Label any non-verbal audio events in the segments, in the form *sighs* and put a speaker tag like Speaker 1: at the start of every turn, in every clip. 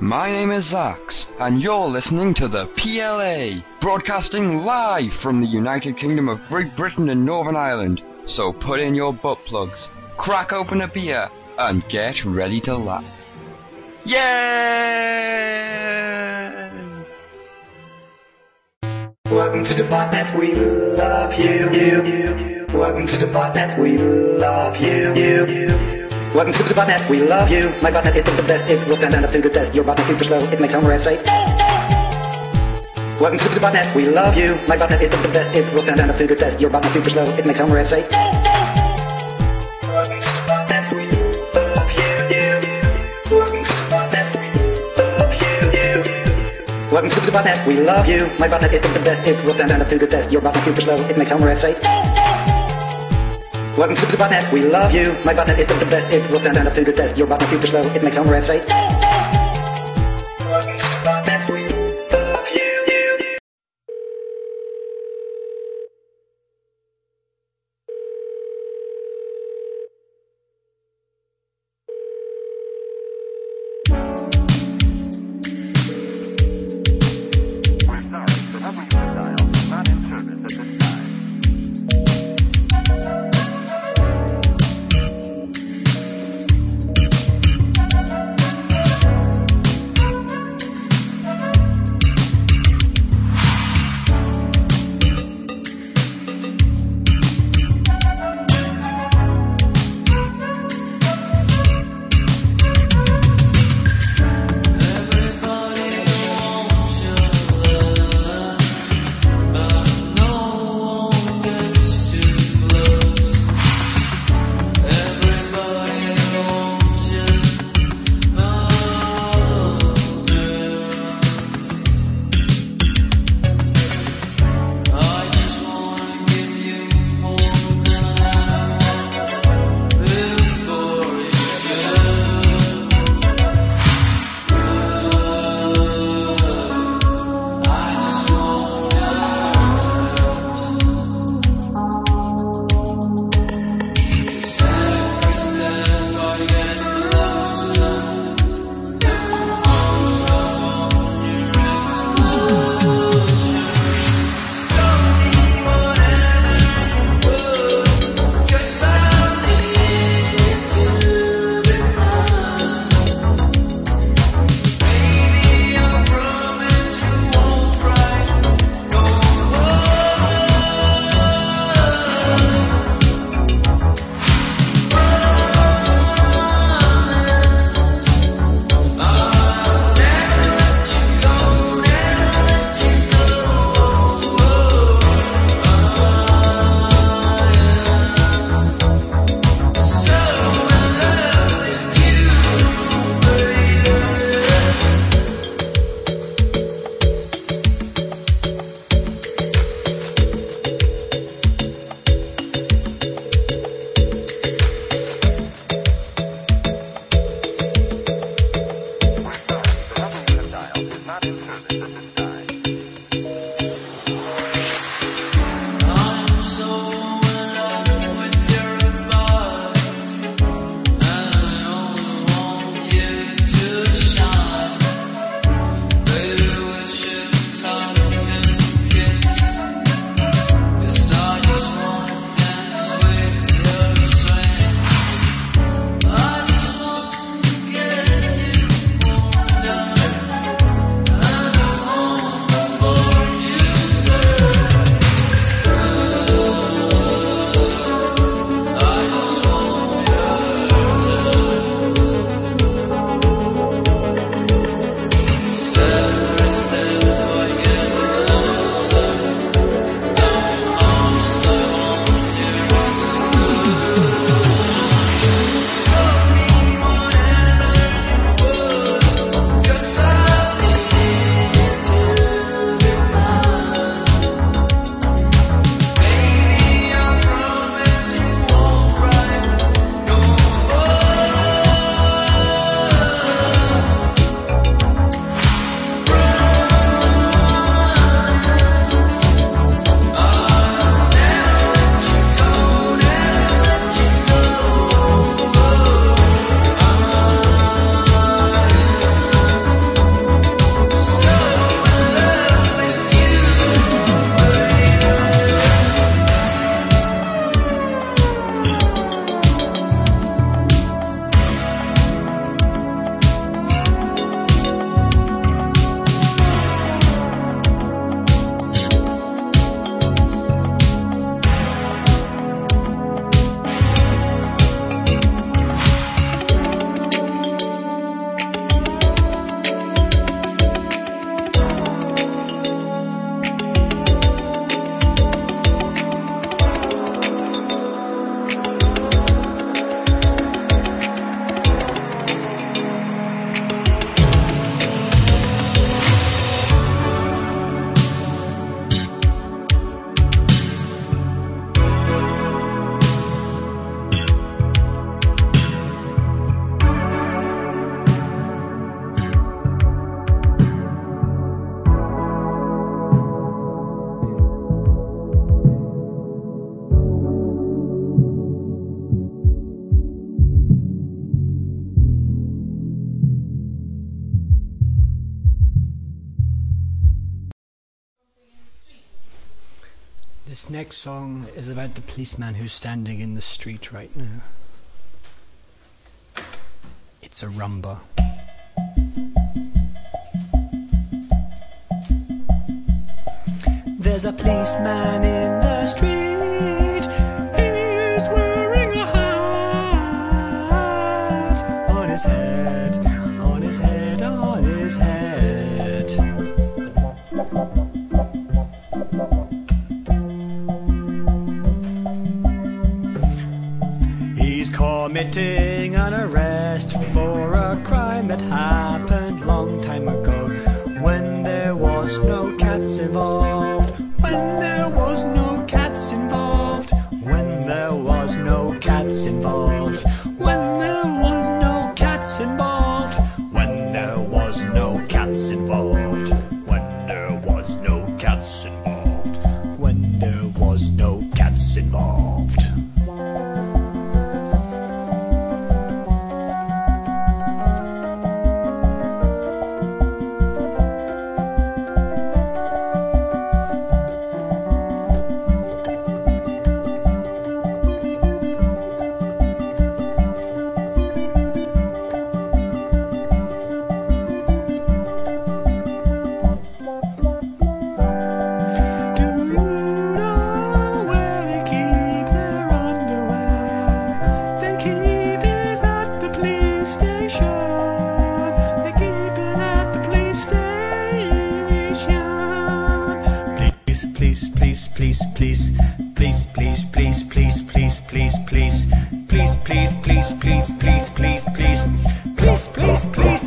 Speaker 1: My name is Zax, and you're listening to the PLA, broadcasting live from the United Kingdom of Great Britain and Northern Ireland. So put in your butt plugs, crack open a beer, and get ready to laugh. Yeah!
Speaker 2: Welcome to the part that we love you, you, you. Welcome to the part that we love you, you, you. Welcome to the botnet, we love you. My botnet isn't the best, it will stand up to the test. Your botnet super slow, it makes homework say. Welcome to the botnet, we love you. My botnet isn't the best, it will stand up to the test. Your botnet super slow, it makes homework say. Welcome to the botnet, we love you, you. Welcome to the botnet, we love you, you. Welcome to the botnet, we love you. My botnet isn't the best, it will stand up to the test. Your botnet super slow, it makes homework say. Welcome to the botnet, we love you. My botnet isn't the best, it will stand up to the test. Your botnet super slow, it makes homework say. Welcome to the botnet, we love you.
Speaker 3: We're sorry, the number you have dialed is not in service at this time.
Speaker 2: Welcome to the botnet, we love you. My botnet isn't the best, it will stand up to the test. Your botnet super slow, it makes homework say.
Speaker 3: next song is about the policeman who's standing in the street right now. It's a rumba. There's a policeman in the street. He's wearing a hat on his head, on his head, on his head. He's committing an arrest for a crime that happened long time ago when there was no cats involved. When there was no cats involved. When there was no cats involved. When there was no cats involved. When there was no cats involved. When there was no cats involved. When there was no cats involved. Do you know where they keep their underwear? They keep it at the police station. They keep it at the police station. Please, please, please, please, please, please, please, please, please, please, please, please, please, please, please, please, please, please, please, please, please,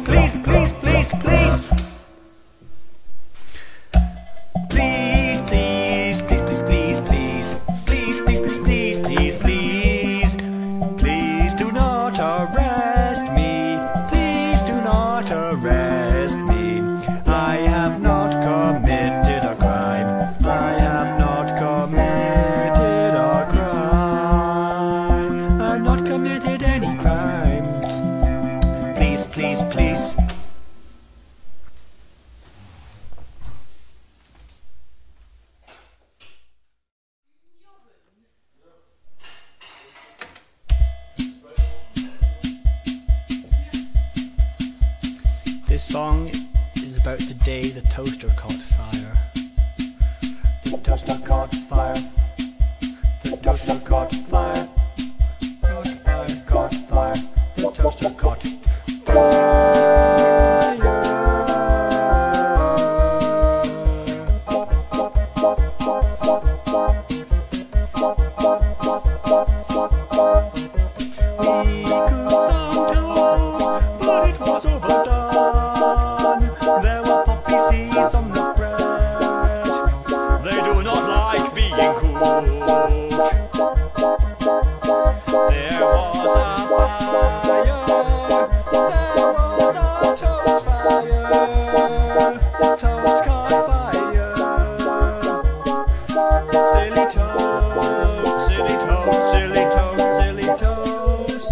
Speaker 3: please, please, please, please, please. Please, please, please, please, please, please, please, please, please, please, please, please, please do not arrest me. Please do not arrest me. I have not committed a crime. I have not committed a crime. I've not committed any crimes. Please, please, please. This song is about the day the toaster caught fire. The toaster caught fire. The toaster caught fire. Caught fire, caught fire. The toaster caught fire. We could sometimes, but it was overdone. There were poppy seeds on the bread. They do not like being cooked. There was a fire. There was a toast fire. Toast caught fire. Silly toast, silly toast, silly toast, silly toast.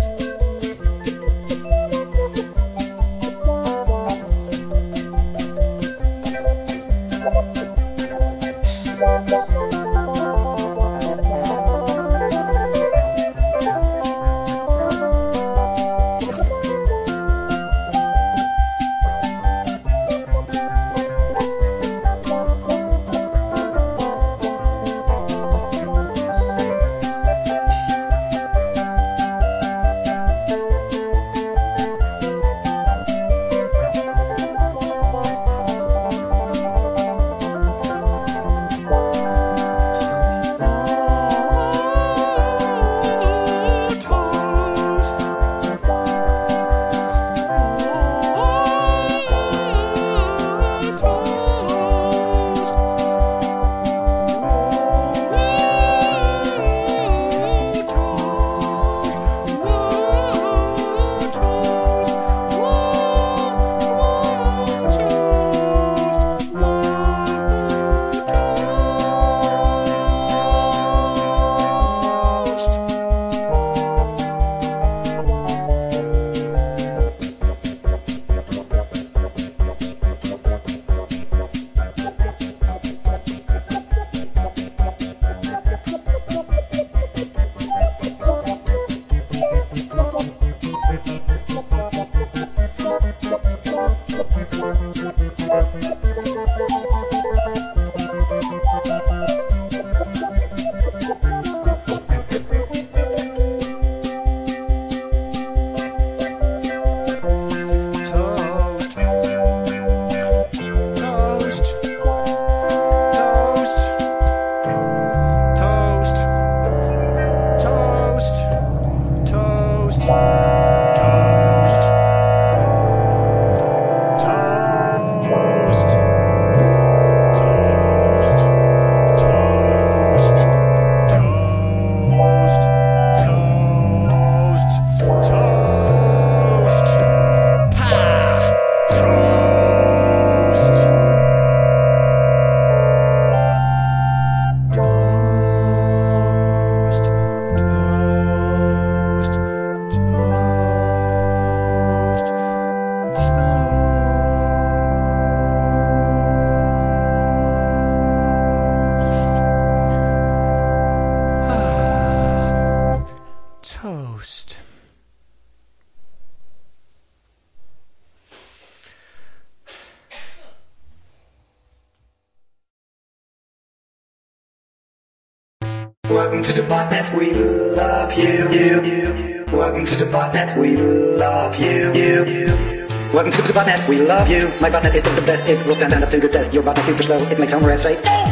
Speaker 2: Welcome to the bot that we love you. you, you. Welcome to the bot that we love you. you, you. Welcome to the bot that we love you. My bot that is the best. It will stand up to the test. Your bot is super slow. It makes homework say. "Oh,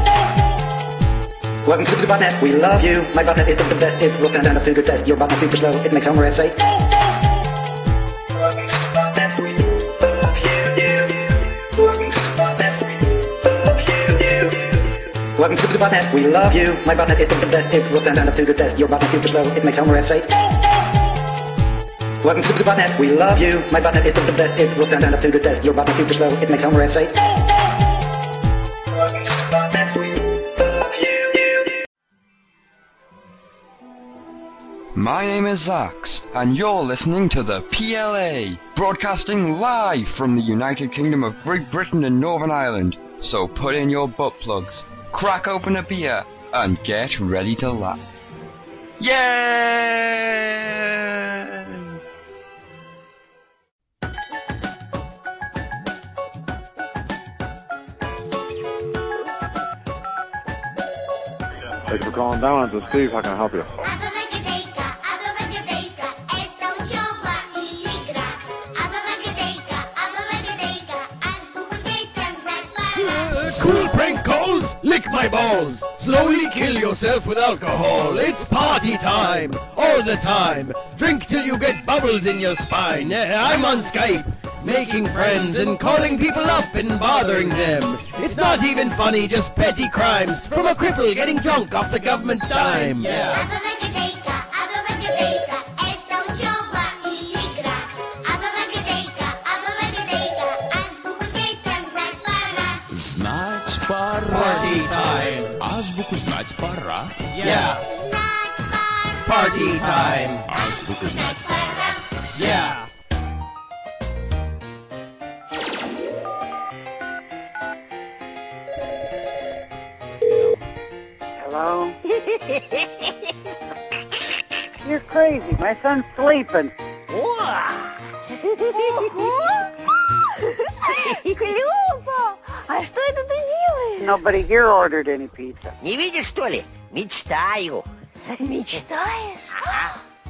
Speaker 2: Welcome to the bot that we love you. My bot that is the best. It will stand up to the test. Your bot is super slow. It makes homework say. "Oh, Welcome to the bot that we love you. you, you. Welcome to the bot that we love you. you, you. oh, Welcome to the botnet, we love you. My botnet is the best, it will stand up to the test. Your botnet's super slow, it makes homework say. "Oh, Welcome to the botnet, we love you. My botnet is the best, it will stand up to the test. Your botnet's super slow, it makes homework say. "Oh, Welcome to the botnet, we love you.
Speaker 1: My name is Zax, and you're listening to the PLA, broadcasting live from the United Kingdom of Great Britain and Northern Ireland. So put in your butt plugs, crack open a beer, and get ready to laugh. Yay!
Speaker 4: Thanks for calling down. This is Steve. How can I help you?
Speaker 3: Abracadabra, abracadabra, это учеба и игра. Abracadabra, abracadabra, азбуку детям знать пора.
Speaker 5: Cool prank goes, lick my balls. Slowly kill yourself with alcohol. It's party time, all the time. Drink till you get bubbles in your spine. Yeah, I'm on Skype, making friends and calling people up and bothering them. It's not even funny, just petty crimes from a cripple getting drunk off the government's dime. Yeah.
Speaker 3: Abracadabra, abracadabra, это учеба и игра. Abracadabra, abracadabra, азбуку детям знать пора.
Speaker 6: Знать пора.
Speaker 5: Party time.
Speaker 6: Азбуку знать пора.
Speaker 5: Yeah.
Speaker 3: Знать пора,
Speaker 5: Party time.
Speaker 6: Азбуку знать.
Speaker 3: знать пора.
Speaker 5: Yeah.
Speaker 7: Hello? *laughs* You're crazy. My son's sleeping.
Speaker 8: Клёпа! А что это ты делаешь?
Speaker 7: Nobody here ordered any pizza.
Speaker 9: Не видишь, что ли?
Speaker 7: *laughs*
Speaker 9: Мечтаю.
Speaker 8: Мечтаешь?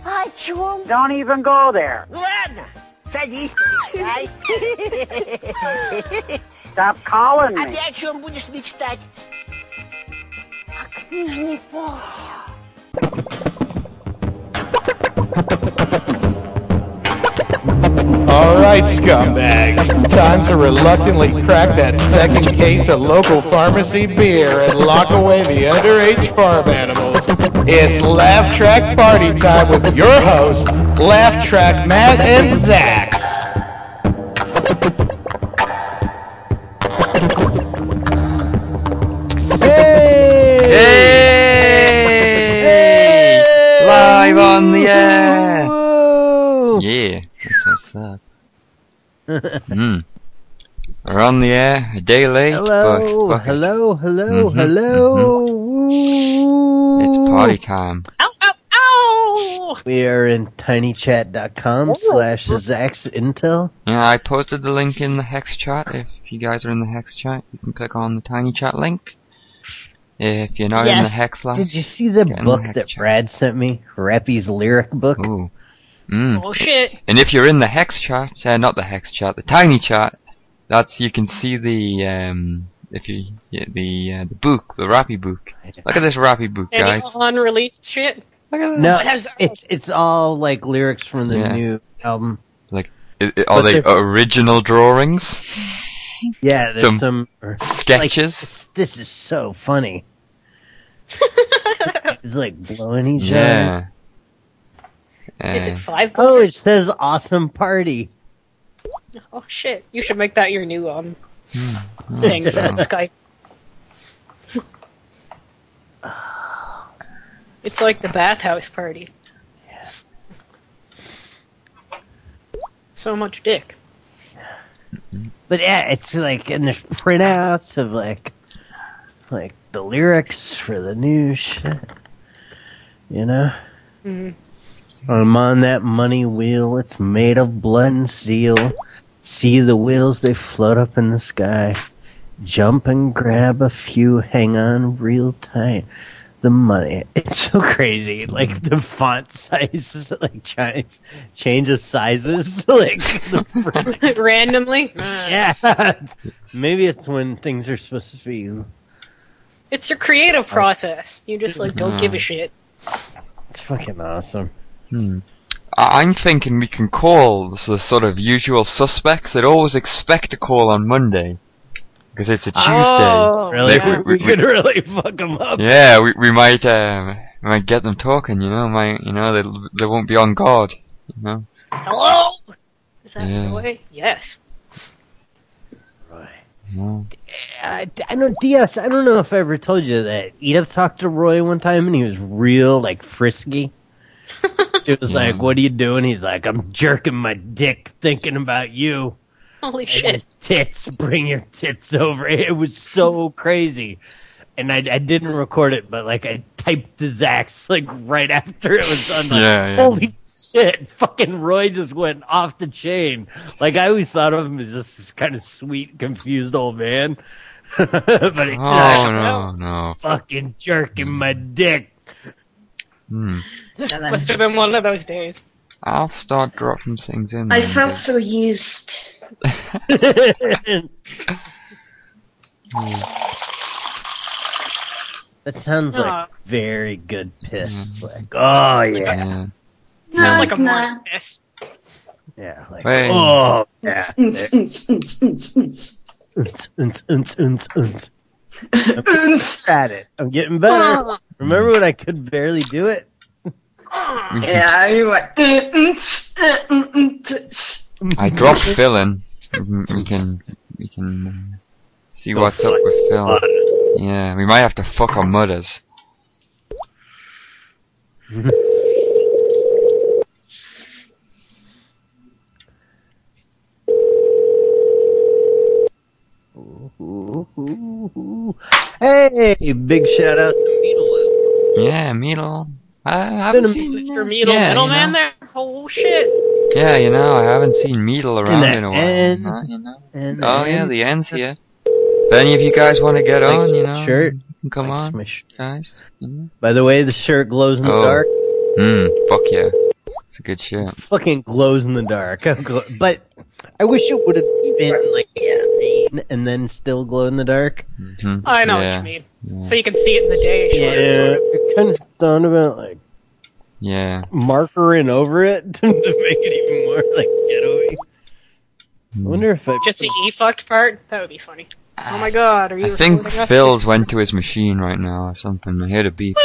Speaker 8: О чем?
Speaker 7: Don't even go there.
Speaker 9: Ну ладно, садись, помечтай.
Speaker 7: Stop calling
Speaker 9: А
Speaker 7: me.
Speaker 9: ты о чем будешь мечтать?
Speaker 8: О книжной полке.
Speaker 10: All right, scumbags. Time to reluctantly crack that second case of local pharmacy beer and lock away the underage farm animals. It's Laugh Track Party Time with your hosts, Laugh Track Matt and Zax.
Speaker 1: Hey! Live on the air! Yeah, that's what's up. mm. We're on the air, a day late.
Speaker 5: Hello,
Speaker 1: but fuck it,
Speaker 5: hello, hello,
Speaker 1: Mhm,
Speaker 5: hello.
Speaker 1: It's party time.
Speaker 5: We are in tinychat.com slash Zach's Intel.
Speaker 1: Yeah, I posted the link in the hex chat. If you guys are in the hex chat, you can click on the tiny chat link. If you're not in the hex line,
Speaker 5: Did you see the
Speaker 1: Get in
Speaker 5: book
Speaker 1: the hex
Speaker 5: that
Speaker 1: chat.
Speaker 5: Brad sent me? Rappy's lyric book?
Speaker 1: Ooh. Mm.
Speaker 8: Oh shit.
Speaker 1: And if you're in the hex chart, uh, not the hex chart, the tiny chart, that's you can see the um, if you yeah, the uh, the book, the rappy book.
Speaker 5: *laughs*
Speaker 1: Look at this rappy book, guys.
Speaker 8: unreleased shit?
Speaker 1: Look at
Speaker 5: No,
Speaker 8: What has-
Speaker 5: it's it's all like lyrics from the
Speaker 1: Yeah.
Speaker 5: new album.
Speaker 1: Like, i i- are
Speaker 5: But
Speaker 1: they
Speaker 5: if-
Speaker 1: original drawings,
Speaker 5: Yeah, there's
Speaker 1: Some-
Speaker 5: some, or- like,
Speaker 1: sketches?
Speaker 5: this, this is so
Speaker 8: *laughs*
Speaker 5: funny. it's like blowing each
Speaker 1: yeah.
Speaker 5: other.
Speaker 1: Is it
Speaker 8: Five
Speaker 5: Oh, it says awesome party.
Speaker 8: Oh shit. You should make that your new um thing for Skype. It's like the bathhouse party. So much dick.
Speaker 5: But yeah, it's like and there's printouts of like like the lyrics for the new shit. You know? I'm on that money wheel, it's made of blood and steel. See the wheels, they float up in the sky. Jump and grab a few, hang on real tight. the money. *laughs* It's so crazy. Like the font *laughs* size, like Chinese change of sizes. *laughs* Like
Speaker 1: *laughs*
Speaker 8: Randomly?
Speaker 5: Yeah. *laughs* maybe it's when things are supposed to be.
Speaker 8: It's a creative process. You just like don't give a shit.
Speaker 5: It's fucking awesome. Hmm.
Speaker 1: I- I'm thinking we can call the sort of usual suspects that always expect a call on Monday. Because it's a Tuesday.
Speaker 5: Oh, Really?
Speaker 1: Maybe
Speaker 5: *laughs* We could really fuck 'em up.
Speaker 1: Yeah, we, we might um, we might get them talking. You know, might you know they they won't be on guard. You know.
Speaker 8: Hello? Is that
Speaker 1: Yeah.
Speaker 8: the way? Yes.
Speaker 1: No.
Speaker 5: I, Uh, I know DS. I don't know if I ever told you that Edith talked to Roy one time, and he was real like frisky. It was like, "What are you doing?" He's like, "I'm jerking my dick, thinking about you."
Speaker 1: *laughs*
Speaker 8: Holy shit.
Speaker 5: Tits, bring your tits over. It was so crazy, and I, I didn't record it, but like I typed to Zach's like right after it was done. Like,
Speaker 11: Yeah, yeah.
Speaker 5: Holy shit! Fucking Roy just went off the chain. Like I always thought of him as just this kind of sweet, confused old man. *laughs* but he,
Speaker 1: Oh no no.
Speaker 5: fucking jerking my dick.
Speaker 1: Hmm.
Speaker 8: Must have been one of those days.
Speaker 1: I'll start dropping things in.
Speaker 12: I
Speaker 1: then.
Speaker 12: felt so used.
Speaker 8: *laughs*
Speaker 5: Mm. That sounds
Speaker 12: Aw.
Speaker 5: like very good piss. Like, oh yeah,
Speaker 12: No,
Speaker 5: Sounds like
Speaker 12: it's
Speaker 5: a
Speaker 12: not.
Speaker 5: yeah. Like,
Speaker 11: Wait.
Speaker 5: oh yeah.
Speaker 12: Unts, unts, unts, unts, unts.
Speaker 5: Unts, unts, unts, unts, unts. I'm getting at it. I'm getting better.
Speaker 12: Ah.
Speaker 5: Remember when I could barely do it?
Speaker 12: Yeah, you like. uh, unts, uh, mm, unts. *laughs*
Speaker 1: I dropped Phil in. We can- We can we can um, see what's up with Phil. Yeah, we might have to fuck our mothers.
Speaker 5: Hey, big shout out to
Speaker 1: Meadle. Yeah, Meadle. I haven't seen
Speaker 8: Mr. Meadle
Speaker 1: Yeah,
Speaker 8: middleman there. Oh shit.
Speaker 1: Yeah, you know, I haven't seen Meadle around
Speaker 11: that
Speaker 1: in a while.
Speaker 11: end.
Speaker 1: Huh, you know?
Speaker 11: And
Speaker 1: Oh
Speaker 11: the
Speaker 1: yeah,
Speaker 11: end.
Speaker 1: the end's here. If any of you guys want to get
Speaker 5: Thanks
Speaker 1: on,
Speaker 5: for
Speaker 1: you
Speaker 5: the
Speaker 1: know,
Speaker 5: shirt.
Speaker 1: come
Speaker 5: Thanks
Speaker 1: on,
Speaker 5: for my
Speaker 1: guys. Mm.
Speaker 5: By the way, the shirt glows in the
Speaker 1: Oh.
Speaker 5: dark.
Speaker 1: Mm, fuck yeah, it's a good shirt.
Speaker 5: Fucking glows in the dark. *laughs* I'm gl- but I wish it would have been like green and then still glow in the dark.
Speaker 1: Mm-hmm.
Speaker 8: I know what you mean. So you can see it in the day. sure.
Speaker 5: Yeah, I kind of thought about like
Speaker 1: yeah,
Speaker 5: markering over it *laughs* to make it even more like ghetto-y.
Speaker 1: Mm.
Speaker 5: I wonder if I
Speaker 8: Just the e fucked part. That would be funny. Oh my god, are you
Speaker 1: I think
Speaker 8: recording us?
Speaker 1: Phil's went to his machine right now or something. I heard a beep.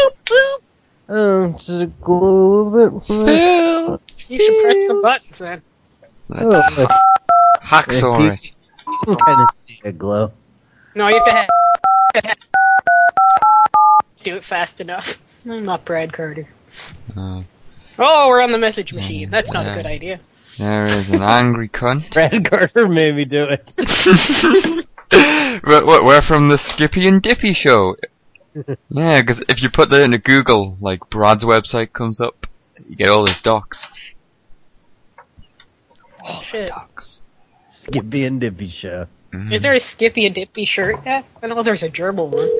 Speaker 5: Oh, just a glow a little bit. more.
Speaker 8: You should press the buttons then.
Speaker 5: Oh, like-
Speaker 1: Hacksaw
Speaker 5: Like, You can kind of see a glow.
Speaker 8: No, you have to have. *laughs* Do it fast enough. I'm not Brad Carter.
Speaker 1: Oh.
Speaker 8: Oh, we're on the message machine. That's not
Speaker 1: Yeah.
Speaker 8: a
Speaker 1: *laughs*
Speaker 8: good idea.
Speaker 1: There is
Speaker 5: *laughs*
Speaker 1: an angry cunt.
Speaker 5: Brad Carter made me do it.
Speaker 1: But what, we're from the Skippy and Dippy
Speaker 5: *laughs*
Speaker 1: show. Yeah, because if you put that into Google, like Brad's website comes up, you get all his docs.
Speaker 8: Oh, shit.
Speaker 5: Skippy and Dippy show.
Speaker 1: Mm-hmm.
Speaker 8: Is there a Skippy and Dippy shirt yet? I know there's a gerbil one.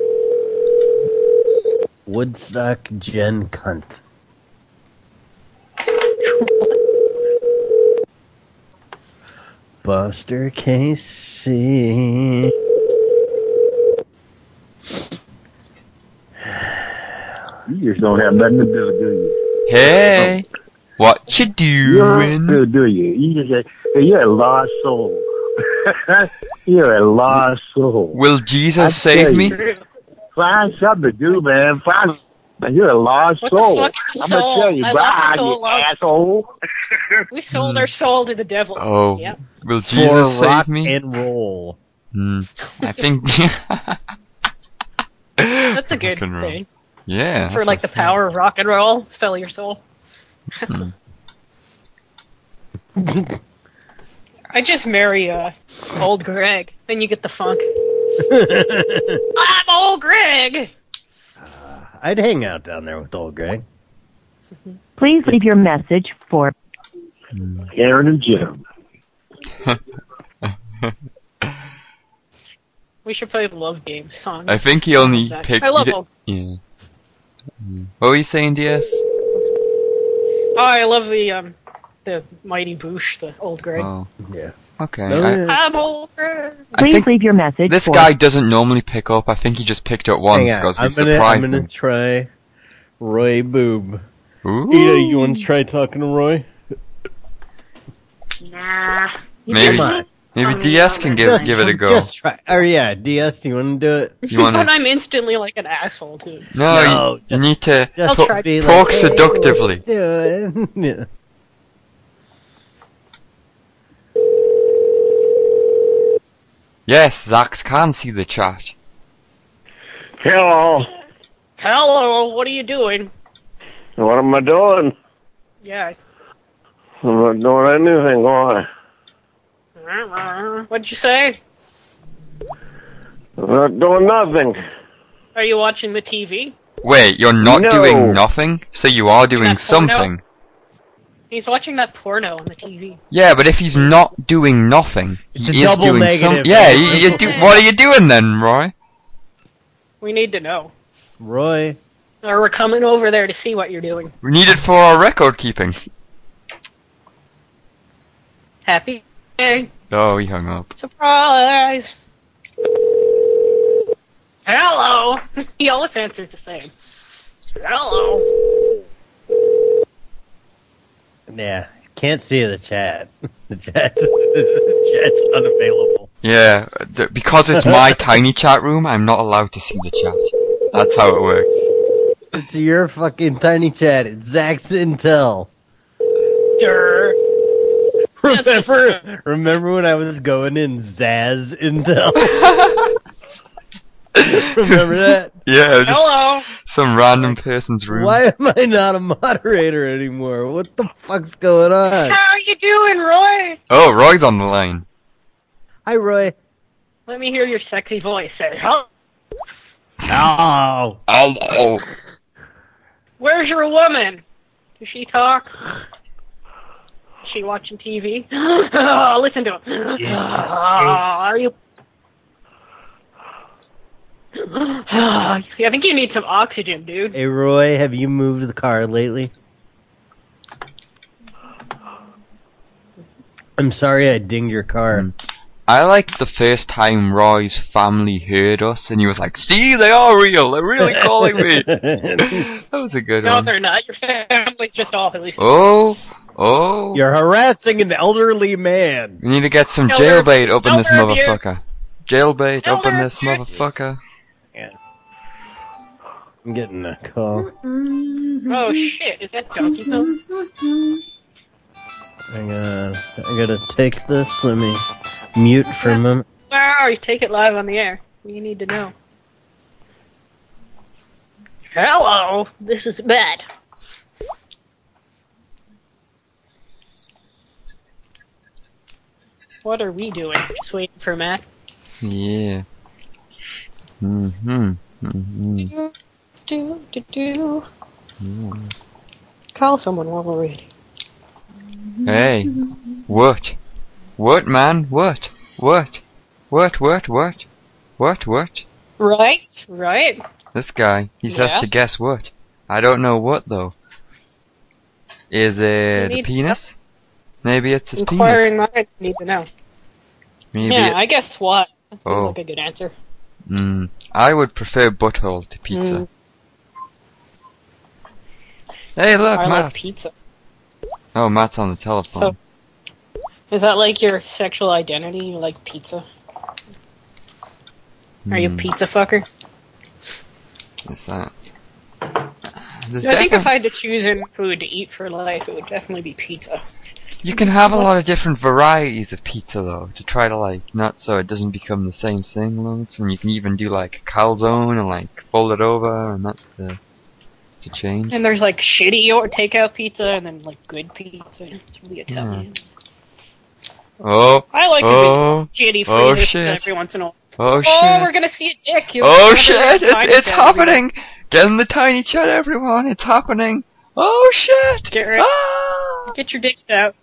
Speaker 5: Woodstock Gen Cunt. Buster Casey.
Speaker 13: You just don't have nothing to do, do you?
Speaker 1: Hey, what you
Speaker 13: doing? Do, do you? You just a, you're a lost soul. *laughs* you're a lost soul.
Speaker 1: Will Jesus save me?
Speaker 13: Find something to do, man. Find. You're a lost
Speaker 8: What the
Speaker 13: soul.
Speaker 8: fuck is a
Speaker 13: I'm gonna
Speaker 8: soul?
Speaker 13: tell you,
Speaker 8: I lost a
Speaker 13: bye,
Speaker 8: soul
Speaker 13: you
Speaker 8: long-
Speaker 13: asshole.
Speaker 8: *laughs* We sold our soul to the devil.
Speaker 1: Oh, *laughs*
Speaker 8: Yep.
Speaker 1: will
Speaker 5: For
Speaker 1: Jesus
Speaker 5: rock
Speaker 1: save me?
Speaker 5: and
Speaker 1: *laughs*
Speaker 5: roll.
Speaker 1: Hmm. I
Speaker 8: *laughs*
Speaker 1: think. *laughs*
Speaker 8: That's a good
Speaker 1: Rock and roll.
Speaker 8: thing.
Speaker 1: yeah.
Speaker 8: For like the power of rock and roll, sell your soul.
Speaker 1: *laughs* Hmm.
Speaker 8: I just marry uh, old Greg, then you get the funk. I'm old Greg.
Speaker 5: *laughs* I'd hang out down there with old Greg.
Speaker 14: Please leave your message for
Speaker 13: Karen and Jim.
Speaker 8: We should play the love game song.
Speaker 1: I think he only
Speaker 8: That-
Speaker 1: picked.
Speaker 8: I love
Speaker 1: he di-
Speaker 8: old.
Speaker 1: Yeah. What were you saying, DS?
Speaker 8: Oh, I love the um, the mighty Boosh, the old Greg.
Speaker 1: Oh.
Speaker 11: Yeah.
Speaker 1: Okay.
Speaker 8: Oh,
Speaker 1: I-
Speaker 8: yeah. I'm old Greg.
Speaker 14: Please leave your message
Speaker 1: This
Speaker 14: for
Speaker 1: guy doesn't normally pick up. I think he just picked up once
Speaker 5: Hang on,
Speaker 1: because we
Speaker 5: I'm gonna, I'm
Speaker 1: surprised
Speaker 5: gonna
Speaker 1: him.
Speaker 5: try Roy Boob. Ida, you want to try talking to Roy?
Speaker 12: Nah.
Speaker 1: Maybe,
Speaker 5: Come on.
Speaker 1: maybe DS can give
Speaker 5: Just-
Speaker 1: give it a go.
Speaker 5: Just try. Or yeah, DS, do you want to do it?
Speaker 1: You wanna-
Speaker 8: *laughs* But I'm instantly like an asshole too.
Speaker 1: no,
Speaker 5: No,
Speaker 1: you, you need to
Speaker 5: Just
Speaker 1: talk,
Speaker 8: try-
Speaker 5: be
Speaker 1: talk
Speaker 5: like, "Hey,
Speaker 1: seductively.
Speaker 5: let's do it." yeah.
Speaker 1: Yes, Zax can see the chat.
Speaker 13: Hello.
Speaker 8: Hello, what are you doing?
Speaker 13: What am I doing?
Speaker 8: Yeah.
Speaker 13: I'm not doing anything. Why?
Speaker 8: What'd you say?
Speaker 13: I'm not doing nothing.
Speaker 8: Are you watching the TV?
Speaker 1: Wait, you're not
Speaker 13: No.
Speaker 1: doing nothing, so you are doing
Speaker 8: porno?
Speaker 1: something.
Speaker 8: He's watching that porno on the TV.
Speaker 1: Yeah, but if he's not doing nothing,
Speaker 5: a
Speaker 1: he is
Speaker 5: double
Speaker 1: doing
Speaker 5: negative.
Speaker 1: something. Yeah, you, you do, what are you doing then, Roy?
Speaker 8: We need to know.
Speaker 5: Roy,
Speaker 8: Or we're coming over there to see what you're doing.
Speaker 1: we need it for our record keeping.
Speaker 8: Happy day.
Speaker 1: Oh, he hung up.
Speaker 8: Surprise! Hello! *laughs* he always answers the same. Hello!
Speaker 5: *laughs* yeah, can't see the chat. *laughs* The chat, the chat's unavailable.
Speaker 1: Yeah, th- because it's
Speaker 5: *laughs*
Speaker 1: my tiny chat room, I'm not allowed to see the chat. That's how it works.
Speaker 5: It's your fucking tiny chat. It's Zach's Intel.
Speaker 8: Durr.
Speaker 5: Remember, remember when I was going in Zaz
Speaker 1: *laughs*
Speaker 5: Intel? *laughs* remember that?
Speaker 1: Yeah, it was just
Speaker 8: Hello!
Speaker 1: some random person's room.
Speaker 5: Why am I not a moderator anymore? What the fuck's going on?
Speaker 8: How you doing, Roy?
Speaker 1: Oh, Roy's on the line.
Speaker 5: Hi, Roy.
Speaker 8: Let me hear your sexy voice. Say, huh?
Speaker 5: Oh.
Speaker 1: Oh.
Speaker 8: Where's your woman? Does she *sighs* talk? Is she watching TV? *gasps* Listen to him. *sighs* are you? *sighs* I think you need some oxygen, dude.
Speaker 5: Hey, Roy, have you moved the car lately? I'm sorry I dinged your car.
Speaker 1: Hmm. I liked the first time Roy's family heard us, and he was like, "See, they are real. They're really calling me." that was a good
Speaker 8: No,
Speaker 1: one.
Speaker 8: they're not. Your family's just all at least.
Speaker 1: Oh, oh.
Speaker 5: You're harassing an elderly man.
Speaker 1: We need to get some
Speaker 8: Elder-
Speaker 1: jailbait up in this
Speaker 8: elder abuse.
Speaker 1: motherfucker. Jailbait up in
Speaker 8: Elder
Speaker 1: this motherfucker.
Speaker 5: I'm getting a call.
Speaker 8: Oh shit! Is that Donkey Kong? Mm-hmm.
Speaker 5: Hang on. I gotta take this. Let me mute for a moment.
Speaker 8: Wow, you take it live on the air. You need to know. Hello, this is bad. What are we doing? Just waiting for Matt.
Speaker 1: Yeah. Mm-hmm. Mm-hmm.
Speaker 8: Do do do. Call someone while we're ready.
Speaker 1: Hey, what? What, man? What? What? What? What? What? What? What?
Speaker 8: Right, right.
Speaker 1: This guy, he
Speaker 8: Yeah.
Speaker 1: has to guess what. I don't know what though. Is it the
Speaker 8: need
Speaker 1: penis? Maybe it's his
Speaker 8: Inquiring minds need to know.
Speaker 1: penis. Maybe
Speaker 8: yeah,
Speaker 1: it-
Speaker 8: I guess what? That sounds
Speaker 1: Oh.
Speaker 8: like a good answer.
Speaker 1: Mm, I would prefer butthole to pizza. Hey, look,
Speaker 8: I
Speaker 1: Matt.
Speaker 8: like pizza.
Speaker 1: Oh, Matt's on the telephone.
Speaker 8: Is that like your sexual identity? You like pizza? Are you a
Speaker 1: Mm,
Speaker 8: pizza fucker?
Speaker 1: Is that? There's
Speaker 8: I think
Speaker 1: defi-
Speaker 8: if I had to choose any food to eat for life, it would definitely be pizza.
Speaker 1: You can have a lot of different varieties of pizza though, to try to like not so it doesn't become the same thing loads, and you can even do like a calzone and like fold it over, and that's the to change.
Speaker 8: And there's like shitty or takeout pizza, and then like good pizza. It's really Italian.
Speaker 1: Hmm. Oh,
Speaker 8: I like
Speaker 1: oh,
Speaker 8: a big shitty
Speaker 1: oh
Speaker 8: freezer
Speaker 1: shit.
Speaker 8: pizza every once in a while.
Speaker 1: Oh
Speaker 8: Oh,
Speaker 1: shit!
Speaker 8: we're gonna see a dick. You're
Speaker 1: oh
Speaker 8: gonna
Speaker 1: shit!
Speaker 8: have
Speaker 1: It's,
Speaker 8: a
Speaker 1: it's
Speaker 8: tiny family.
Speaker 1: happening! Get in the tiny chat, everyone! It's happening! Oh shit! Ah.
Speaker 8: Get ready. Get your dicks out.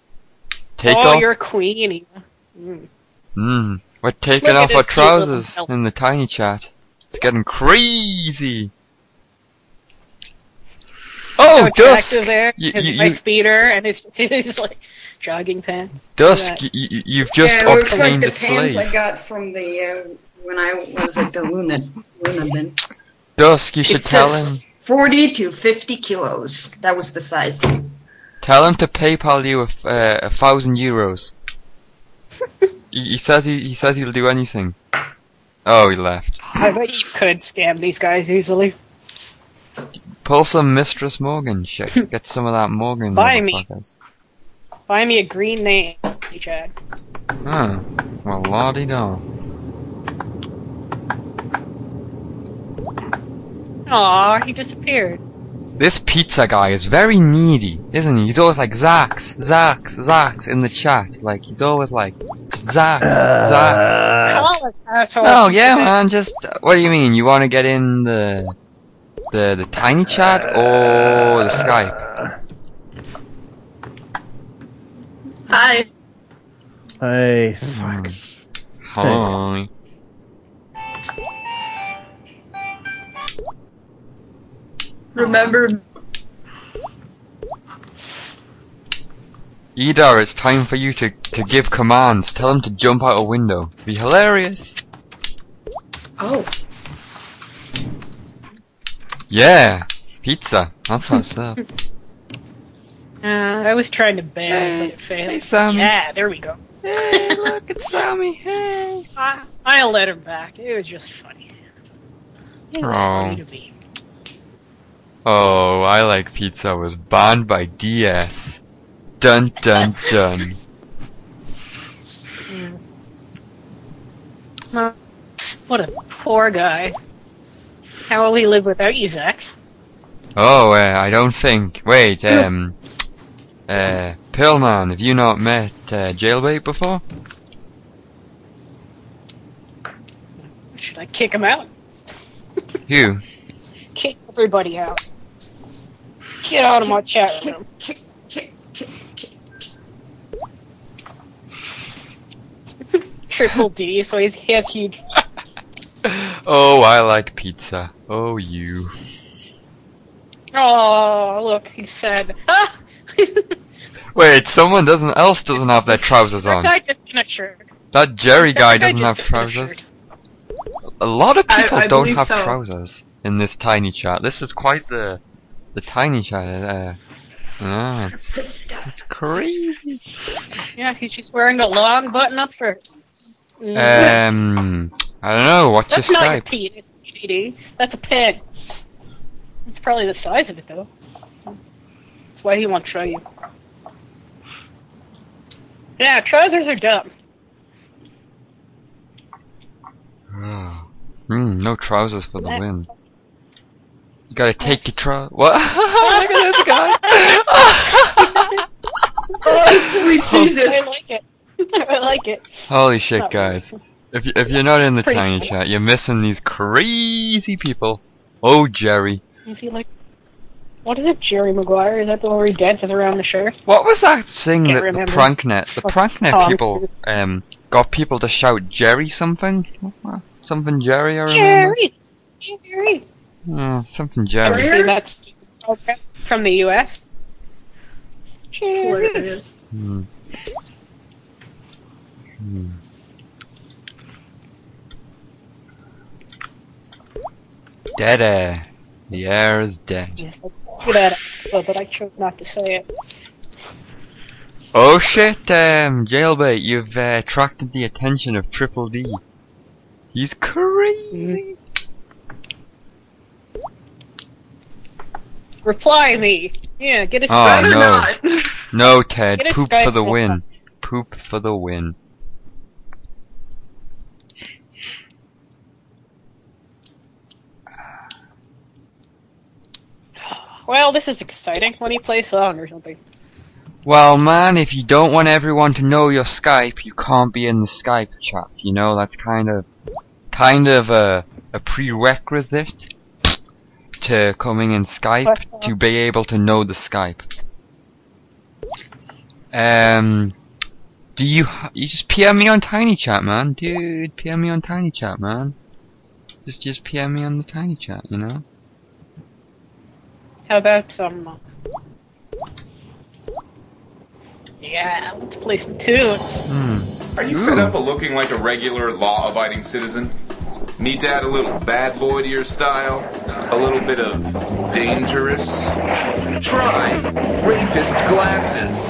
Speaker 1: Take
Speaker 8: oh,
Speaker 1: off.
Speaker 8: you're a queen. Eva. Mm.
Speaker 1: Mm, we're taking
Speaker 8: Look at
Speaker 1: off our
Speaker 8: this cute little
Speaker 1: trousers
Speaker 8: elf.
Speaker 1: in the tiny chat. It's getting crazy. Oh,
Speaker 8: so
Speaker 1: Dusk!
Speaker 8: attractive there.
Speaker 1: You-
Speaker 8: His
Speaker 1: you- you-
Speaker 8: wife beater and his *laughs* his like jogging pants.
Speaker 1: Dusk,
Speaker 8: Look at
Speaker 1: y- y- you've just
Speaker 12: yeah, it looks like
Speaker 1: obtained
Speaker 12: the
Speaker 1: a slave.
Speaker 12: pants I got from the uh, when I was at the Luna Luna bin.
Speaker 1: Dusk, you should
Speaker 12: it
Speaker 1: tell
Speaker 12: says
Speaker 1: him.
Speaker 12: Forty to fifty kilos. That was the size.
Speaker 1: Tell him to PayPal you a, f- uh, a thousand
Speaker 8: *laughs*
Speaker 1: euros. he, he says he, he says he'll do anything. Oh, he left.
Speaker 8: that. I bet you could scam these guys easily.
Speaker 1: Pull some Mistress Morgan.
Speaker 8: *laughs*
Speaker 1: Shit, get some of that Morgan.
Speaker 8: Buy me.
Speaker 1: motherfuckers.
Speaker 8: Buy me a green name, Chad.
Speaker 1: Oh, well, lordy no.
Speaker 8: Aw, he disappeared.
Speaker 1: This pizza guy is very needy, isn't he? He's always like Zax, Zax, Zax in the chat. Like he's always like Zax, Zax.
Speaker 8: Call us, asshole.
Speaker 1: Oh yeah, man. Just what do you mean? You want to get in the the the tiny chat or the Skype?
Speaker 12: Hi.
Speaker 5: Hey, fuck.
Speaker 1: Hi.
Speaker 12: Remember?
Speaker 1: Idar, it's time for you to to give commands. Tell him to jump out a window. Be hilarious.
Speaker 12: Oh,
Speaker 1: Yeah, pizza. That's *laughs* what's up.
Speaker 8: Uh, I was trying to beg, but it failed.
Speaker 1: hey, Sammy.
Speaker 8: Yeah, there we go.
Speaker 1: Hey,
Speaker 8: *laughs*
Speaker 1: look, it's Sammy. Hey.
Speaker 8: I, I let him back. It was just funny. It was
Speaker 1: Aw.
Speaker 8: funny to me.
Speaker 1: Oh, I Like Pizza was banned by DS. Dun dun dun.
Speaker 8: Well, Mm. Uh, What a poor guy. How will he live without you, Zax?
Speaker 1: oh, uh, I don't think. *laughs* Wait, um. Uh, Pillman, have you not met uh, Jailbait before?
Speaker 8: Should I kick him out?
Speaker 1: Who?
Speaker 8: Kick everybody out. Get out of my chat room. Triple D, so he's, he has huge.
Speaker 1: Oh, I like pizza. Oh, you.
Speaker 8: Oh, look, he said. *laughs* Ah!
Speaker 1: Wait, someone doesn't else doesn't have their trousers
Speaker 8: that
Speaker 1: on.
Speaker 8: guy *laughs* just in a shirt.
Speaker 1: That Jerry
Speaker 8: That
Speaker 1: guy
Speaker 8: guy
Speaker 1: doesn't have
Speaker 8: just got a
Speaker 1: trousers. A lot of
Speaker 8: I-
Speaker 1: people
Speaker 8: I
Speaker 1: don't
Speaker 8: believe
Speaker 1: have
Speaker 8: so.
Speaker 1: trousers in this tiny chat. This is quite the the tiny chat. Uh, yeah, it's, it's crazy.
Speaker 8: Yeah, he's just wearing a long button-up shirt. Mm. *laughs*
Speaker 1: Um, I don't know. What's
Speaker 8: That's
Speaker 1: your
Speaker 8: not your
Speaker 1: Skype?
Speaker 8: penis, PDD. That's a pig. It's probably the size of it, though. That's why he won't show you. Yeah, trousers
Speaker 1: *laughs*
Speaker 8: are dumb. *laughs*
Speaker 1: Oh. Hmm, no trousers for the win. You gotta take your trousers. What? *laughs* Look at this guy.
Speaker 8: Oh, I
Speaker 1: *laughs*
Speaker 8: like it. I like it.
Speaker 1: Holy shit,
Speaker 8: Not
Speaker 1: guys!
Speaker 8: *laughs*
Speaker 1: If you, if you're not in the
Speaker 8: Pretty
Speaker 1: tiny
Speaker 8: funny.
Speaker 1: chat, you're missing these crazy people. Oh, Jerry.
Speaker 8: I feel like. What is it, Jerry Maguire? Is that the one where he dances around the sheriff?
Speaker 1: What was that thing
Speaker 8: Can't
Speaker 1: that
Speaker 8: remember.
Speaker 1: the pranknet, the
Speaker 8: Oh,
Speaker 1: pranknet
Speaker 8: Tom
Speaker 1: people, um, got people to shout Jerry something, something Jerry, I remember,
Speaker 8: Jerry! Jerry!
Speaker 1: Yeah, something
Speaker 8: Ever
Speaker 1: Jerry.
Speaker 8: seen that stupid program from the U.S.? Jerry!
Speaker 1: Hmm. Hmm. Dead air. The air is dead.
Speaker 8: Yes, I could add it, Oh, but I chose not to say it.
Speaker 1: Oh shit, um, Jailbait, you've uh, attracted the attention of Triple D. He's crazy.
Speaker 8: Reply me. Yeah, get a
Speaker 1: Oh
Speaker 8: Skype.
Speaker 1: no.
Speaker 8: *laughs*
Speaker 1: No, Ted,
Speaker 8: Get a
Speaker 1: poop
Speaker 8: Skype
Speaker 1: for the
Speaker 8: call.
Speaker 1: win. Poop for the win.
Speaker 8: Well, this is exciting. Let me play a song or something.
Speaker 1: Well, man, if you don't want everyone to know your Skype, you can't be in the Skype chat. You know that's kind of, kind of a, a prerequisite to coming in Skype to be able to know the Skype. Um, do you h- you just PM me on Tiny Chat, man, dude? PM me on Tiny Chat, man. Just just PM me on the Tiny Chat, you know.
Speaker 8: How about some? uh, Yeah, let's play some tunes.
Speaker 1: Hmm.
Speaker 10: Are you fed up of looking like a regular law abiding citizen? Need to add a little bad boy to your style? A little bit of dangerous? Try rapist glasses.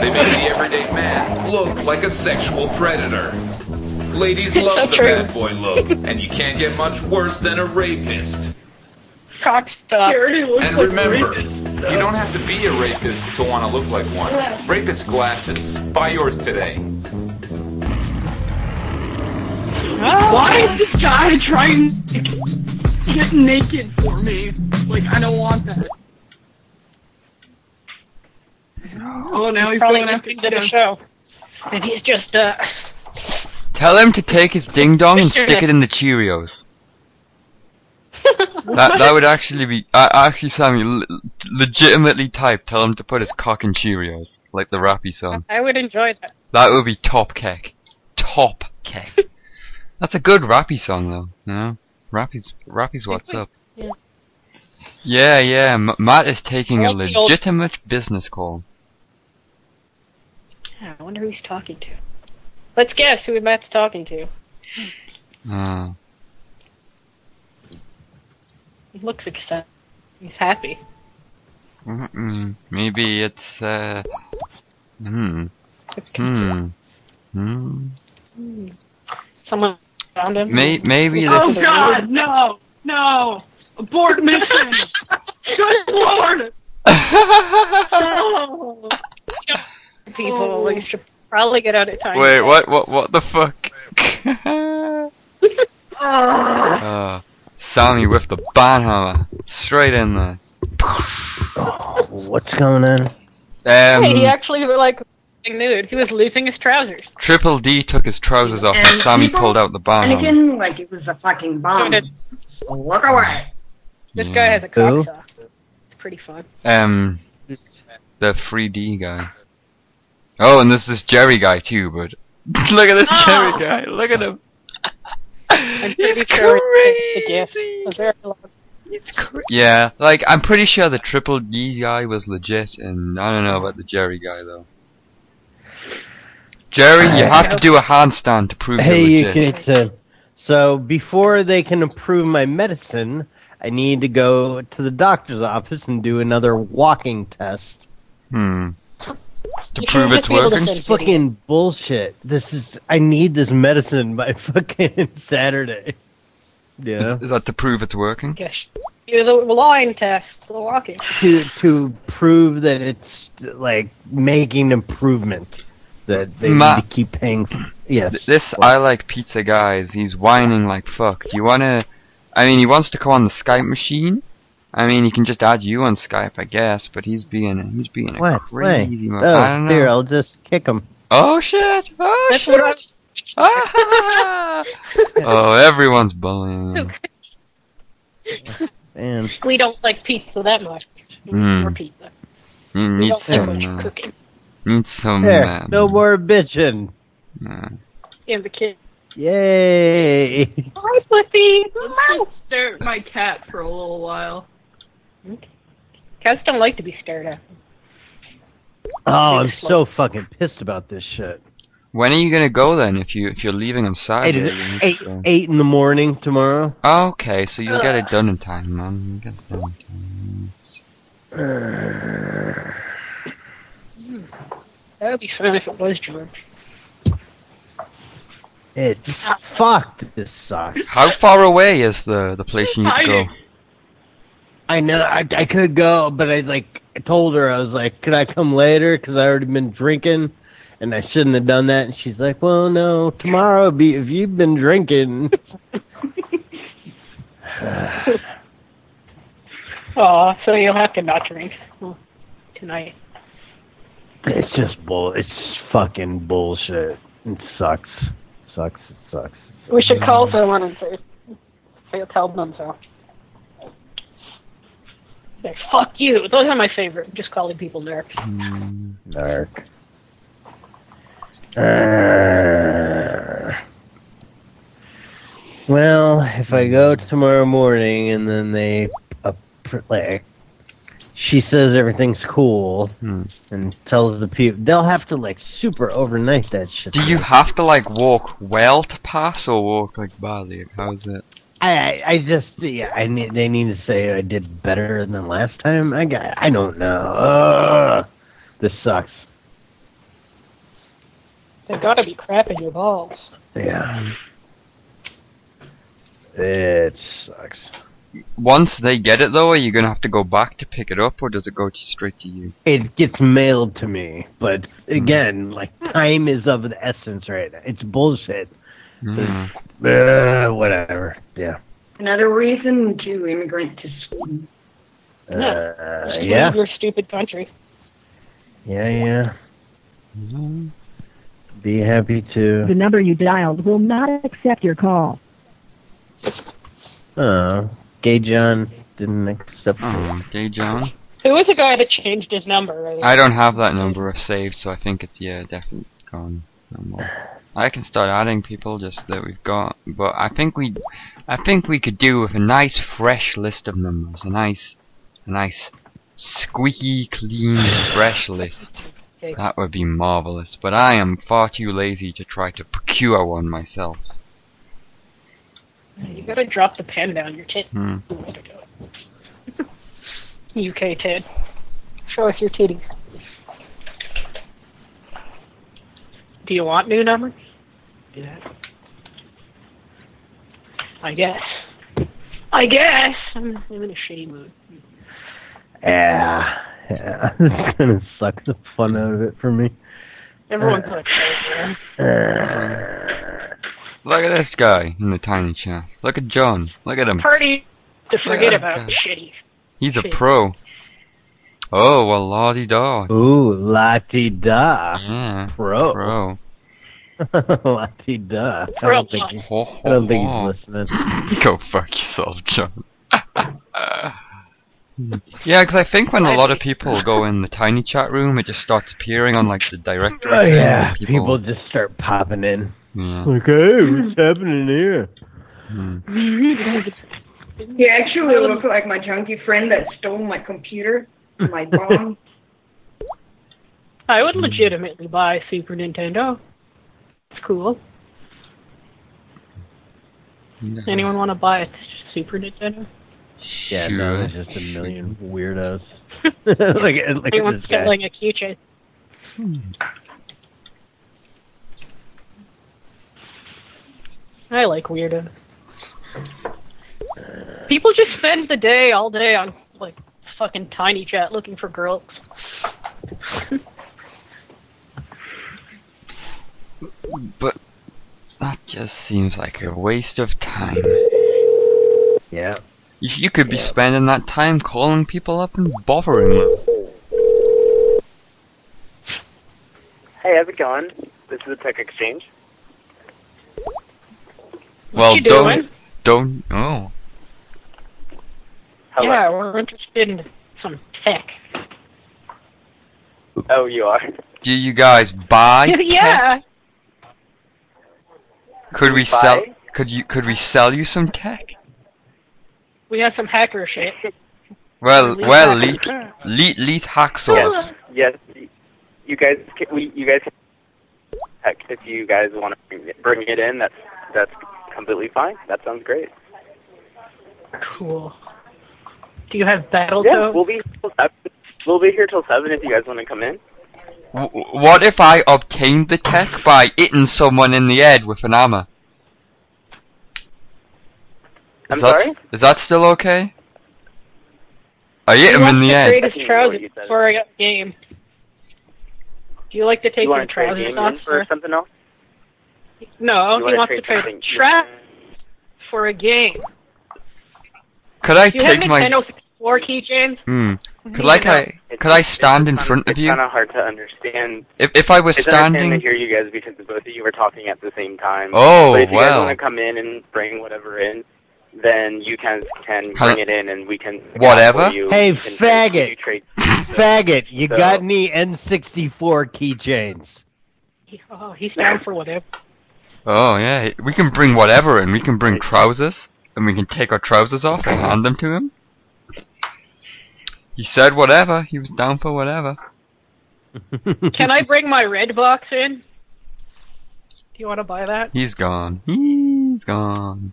Speaker 10: They make the everyday man look like a sexual predator. Ladies love
Speaker 8: So
Speaker 10: the
Speaker 8: true.
Speaker 10: bad boy look, and you can't get much worse than a rapist.
Speaker 8: Cock stuff.
Speaker 10: And remember, you don't have to be a rapist to want to look like one. Rapist glasses. Buy yours today.
Speaker 8: Why is this guy trying to get naked for me? Like, I don't want that. Oh, now he's, probably just did a show. And he's just, uh,
Speaker 1: Tell him to take his ding dong and stick it in the
Speaker 8: *laughs*
Speaker 1: Cheerios. That that would actually be uh, actually Sammy l- legitimately type. Tell him to put his cock in Cheerios like the rappy song.
Speaker 8: I would enjoy that.
Speaker 1: That would be top kek. Top kek. That's a good rappy song though. You know, rappy's rappy's what's up.
Speaker 8: Yeah.
Speaker 1: Yeah, yeah. M- Matt is taking a
Speaker 8: the old-
Speaker 1: legitimate business call.
Speaker 8: Yeah, I wonder who he's talking to. Let's guess who Matt's talking to.
Speaker 1: Uh,
Speaker 8: He looks excited. He's happy.
Speaker 1: mm-mm. maybe it's uh. Hmm. Hmm. Hmm.
Speaker 8: Someone found him.
Speaker 1: May- maybe
Speaker 8: Oh
Speaker 1: this-
Speaker 8: God, no, no! Abort mission. Good Lord. no. *laughs* People, we should probably get out of time.
Speaker 1: Wait,
Speaker 8: *laughs*
Speaker 1: what? What? What the fuck?
Speaker 8: Ugh.
Speaker 1: Uh, Sammy with the banhammer straight in there.
Speaker 5: What's going on?
Speaker 1: Um,
Speaker 8: hey, he actually were like nude. He was losing his trousers.
Speaker 1: Triple D took his trousers off, and
Speaker 12: And
Speaker 1: Sammy
Speaker 12: people-
Speaker 1: pulled out the
Speaker 12: And
Speaker 1: banhammer.
Speaker 12: again, like it was a fucking bomb. Walk away.
Speaker 8: This guy has a cock
Speaker 1: Who?
Speaker 8: sock. It's pretty fun.
Speaker 1: Um, the 3D guy. Oh, and there's this Jerry guy too, but *laughs* look at this
Speaker 12: Oh.
Speaker 1: Jerry guy. Look at him.
Speaker 8: I'm pretty sure it's the gift. A very long.
Speaker 1: Yeah, like I'm pretty sure the Triple D guy was legit, and I don't know about the Jerry guy though. Jerry, you have to do a handstand to prove
Speaker 5: Uh, Hey,
Speaker 1: you're
Speaker 5: you
Speaker 1: legit.
Speaker 5: kids. uh, So before they can approve my medicine, I need to go to the doctor's office and do another walking test.
Speaker 1: Hmm.
Speaker 8: To prove it's working.
Speaker 5: This is fucking bullshit. This is. I need this medicine by *laughs* fucking Saturday. Yeah.
Speaker 1: Is that to prove it's working?
Speaker 8: Gosh. You know, the line test, the
Speaker 1: *laughs*
Speaker 8: walking.
Speaker 5: to to prove that it's like making improvement that they
Speaker 1: Ma-
Speaker 5: need to keep paying. For. Yes.
Speaker 1: Th- This I like pizza guys. He's whining like fuck. Do you wanna? I mean, he wants to come on the Skype machine. I mean, he can just add you on Skype, I guess. But he's being a, he's being a
Speaker 5: What? Wait.
Speaker 1: crazy. mo- I
Speaker 5: Oh,
Speaker 1: don't know.
Speaker 5: here I'll just kick him.
Speaker 1: Oh shit! Oh
Speaker 8: That's
Speaker 1: shit!
Speaker 8: what I was.
Speaker 1: Oh, everyone's bullying. him.
Speaker 5: *laughs* Man.
Speaker 8: we don't like pizza that much.
Speaker 1: Hmm.
Speaker 8: More pizza.
Speaker 1: You
Speaker 8: We
Speaker 1: need
Speaker 8: don't like
Speaker 1: some.
Speaker 8: much
Speaker 1: Uh,
Speaker 8: cooking.
Speaker 1: need some.
Speaker 5: There,
Speaker 1: um,
Speaker 5: no
Speaker 1: *clears throat*
Speaker 5: more bitching.
Speaker 1: uh,
Speaker 8: And the kid.
Speaker 5: Yay!
Speaker 9: *laughs*
Speaker 8: Hi, pussy.
Speaker 15: Stare at my cat for a little while.
Speaker 8: Cats don't like to be stared at.
Speaker 5: Oh, I'm so fucking pissed about this shit.
Speaker 1: when are you gonna go then? If you if you're leaving on
Speaker 5: It
Speaker 1: Saturday.
Speaker 5: is
Speaker 1: you need
Speaker 5: eight
Speaker 1: to-
Speaker 5: eight in the morning
Speaker 1: *sighs*
Speaker 5: tomorrow. *sighs*
Speaker 1: Okay, so you'll get it done in time, man. You'll get it done in time.
Speaker 8: That would be fun if it was George.
Speaker 5: It fucked. This sucks.
Speaker 1: How far away is the the place you need to go?
Speaker 5: Hiding. I know I, I could go, but I like I told her I was like, could I come later? Because I already been drinking, and I shouldn't have done that. And she's like, well, no, tomorrow would be if you've been drinking. *sighs*
Speaker 8: Oh, so you'll have to not drink well, tonight.
Speaker 5: It's just bull. It's fucking bullshit. It sucks. Sucks. It sucks. It sucks.
Speaker 8: We should call someone and say, say tell them so. Say, Fuck you. Those are my favorite. Just calling people nerds.
Speaker 5: Hmm, Narc. Err. Well, if I go tomorrow morning and then they, uh, pr- like, she says everything's cool and tells the people they'll have to like super overnight that shit.
Speaker 1: Do you have to like walk well to pass or walk like badly? Like, How's it?
Speaker 5: I I- I just yeah I need they need to say I did better than last time. I got I don't know. Ugh, this sucks.
Speaker 8: They gotta be crapping your balls.
Speaker 5: Yeah. It sucks.
Speaker 1: Once they get it though, are you gonna have to go back to pick it up or does it go to, straight to you?
Speaker 5: It gets mailed to me, but
Speaker 1: Hmm.
Speaker 5: again, like time is of the essence right now. It's bullshit.
Speaker 16: Hmm.
Speaker 5: It's-
Speaker 1: Mm.
Speaker 5: uh, whatever. Yeah.
Speaker 4: Another reason to immigrate to Sweden.
Speaker 5: Uh,
Speaker 8: Just leave
Speaker 5: yeah.
Speaker 8: your stupid country.
Speaker 5: Yeah. Yeah. Be happy to.
Speaker 6: The number you dialed will not accept your call.
Speaker 5: Oh, Gay John didn't accept
Speaker 1: Oh,
Speaker 5: this.
Speaker 1: Gay John.
Speaker 8: Who was the guy that changed his number?
Speaker 1: I don't have that number saved, so I think it's yeah, definitely gone. No more. I can start adding people just that we've got, but I think we, I think we could do with a nice fresh list of numbers, a nice, a nice squeaky clean fresh list. That would be marvelous, but I am far too lazy to try to procure one myself.
Speaker 8: You gotta drop the pen down. Your tit.
Speaker 1: Hmm.
Speaker 8: UK tit. Show us your titties. Do you want new numbers? Yeah. I
Speaker 5: *laughs*
Speaker 8: guess. I guess. I'm, I'm in a shitty mood.
Speaker 5: Yeah. *laughs* Yeah. it's gonna suck the fun out of it for me.
Speaker 8: Everyone *laughs* put a code there.
Speaker 1: Look at this guy in the tiny chat. Look at John. Look at him.
Speaker 8: Party to forget
Speaker 1: Yeah,
Speaker 8: about
Speaker 1: okay.
Speaker 8: shitty.
Speaker 1: He's a
Speaker 8: shit.
Speaker 1: pro. Oh well, la di da.
Speaker 5: Ooh, la di da.
Speaker 1: Yeah.
Speaker 5: Pro. *laughs*
Speaker 1: Pro.
Speaker 5: la di da. I don't think, he, I don't think he's listening.
Speaker 1: *laughs* Go fuck yourself, John. Yeah, 'cause I think when a lot of people go in the tiny chat room, it just starts appearing on like the directory.
Speaker 5: Oh
Speaker 1: thing.
Speaker 5: yeah, people, just start popping in.
Speaker 1: Yeah.
Speaker 5: Like, hey, what's happening here?
Speaker 4: You actually look like my junkie friend that stole my computer, my bomb.
Speaker 8: I would legitimately buy Super Nintendo. It's cool. Anyone want to buy a Super Nintendo?
Speaker 5: Yeah, no, there's just a million
Speaker 8: *laughs*
Speaker 5: weirdos. *laughs* like, like
Speaker 8: Anyone
Speaker 5: this guy.
Speaker 8: selling a keychain? Hmm. I like weirdos. People just spend the day all day on like fucking tiny chat looking for girls.
Speaker 1: But that just seems like a waste of time.
Speaker 5: Yeah.
Speaker 1: You, you could be spending that time calling people up and bothering them.
Speaker 7: Hey, how's it going? This is the Tech Exchange.
Speaker 1: Well,
Speaker 8: you
Speaker 1: don't,
Speaker 8: doing?
Speaker 1: don't. Oh,
Speaker 7: Hello.
Speaker 8: Yeah, we're interested in some tech.
Speaker 7: *laughs* Oh, you are.
Speaker 1: do you guys buy?
Speaker 8: *laughs* yeah.
Speaker 1: Could we
Speaker 7: Buy?
Speaker 1: sell? Could you? Could we sell you some tech?
Speaker 8: We have some hacker shit.
Speaker 1: Well,
Speaker 8: Leet
Speaker 1: well,
Speaker 8: hack.
Speaker 1: leet, leet, leet hack sauce.
Speaker 7: Yes, you guys. Can, we, you guys. Heck, if you guys want to bring it, bring it in, that's that's completely fine. That sounds great.
Speaker 8: Cool. Do you have Battletoads?
Speaker 7: Yeah, we'll be till seven. we'll be here till seven if you guys want to come in.
Speaker 1: W- what if I obtained the tech by hitting someone in the head with an hammer?
Speaker 7: I'm
Speaker 1: is that,
Speaker 7: sorry?
Speaker 1: Is that still okay? I hit him in the
Speaker 8: the
Speaker 1: head.
Speaker 8: greatest trousers for a game. Do you like to
Speaker 7: you
Speaker 8: take your
Speaker 7: want to trade
Speaker 8: trousers
Speaker 7: game
Speaker 8: off
Speaker 7: in for something else? You
Speaker 8: No, he
Speaker 7: wanna
Speaker 8: wants to
Speaker 7: trade
Speaker 8: trade
Speaker 7: something-
Speaker 8: trap for a game.
Speaker 1: Could I
Speaker 8: Do you have
Speaker 1: take my?
Speaker 8: Nintendo 64 keychains?
Speaker 1: Hmm. Could
Speaker 8: You
Speaker 1: like
Speaker 8: know.
Speaker 1: I? Could I stand in front of
Speaker 7: It's
Speaker 1: you?
Speaker 7: kind of hard to understand.
Speaker 1: If if I was
Speaker 7: it's
Speaker 1: standing,
Speaker 7: understanding to hear you guys because the both of you were talking at the same time.
Speaker 1: Oh,
Speaker 7: But if you guys
Speaker 1: wow.
Speaker 7: want to come in and bring whatever in, then you can can
Speaker 5: Huh.
Speaker 7: bring it in and we can
Speaker 5: Whatever.
Speaker 7: You,
Speaker 5: Hey,
Speaker 7: you can trade-
Speaker 5: faggot.
Speaker 7: you trade-
Speaker 5: Faggot, you
Speaker 7: So-
Speaker 5: got any N64 keychains?
Speaker 8: Oh, he's down for whatever.
Speaker 1: Oh yeah, we can bring whatever in. We can bring trousers, and we can take our trousers off and hand them to him. He said whatever. He was down for whatever.
Speaker 8: Can I bring my red box in? Do you want to buy that?
Speaker 1: He's gone. He's gone.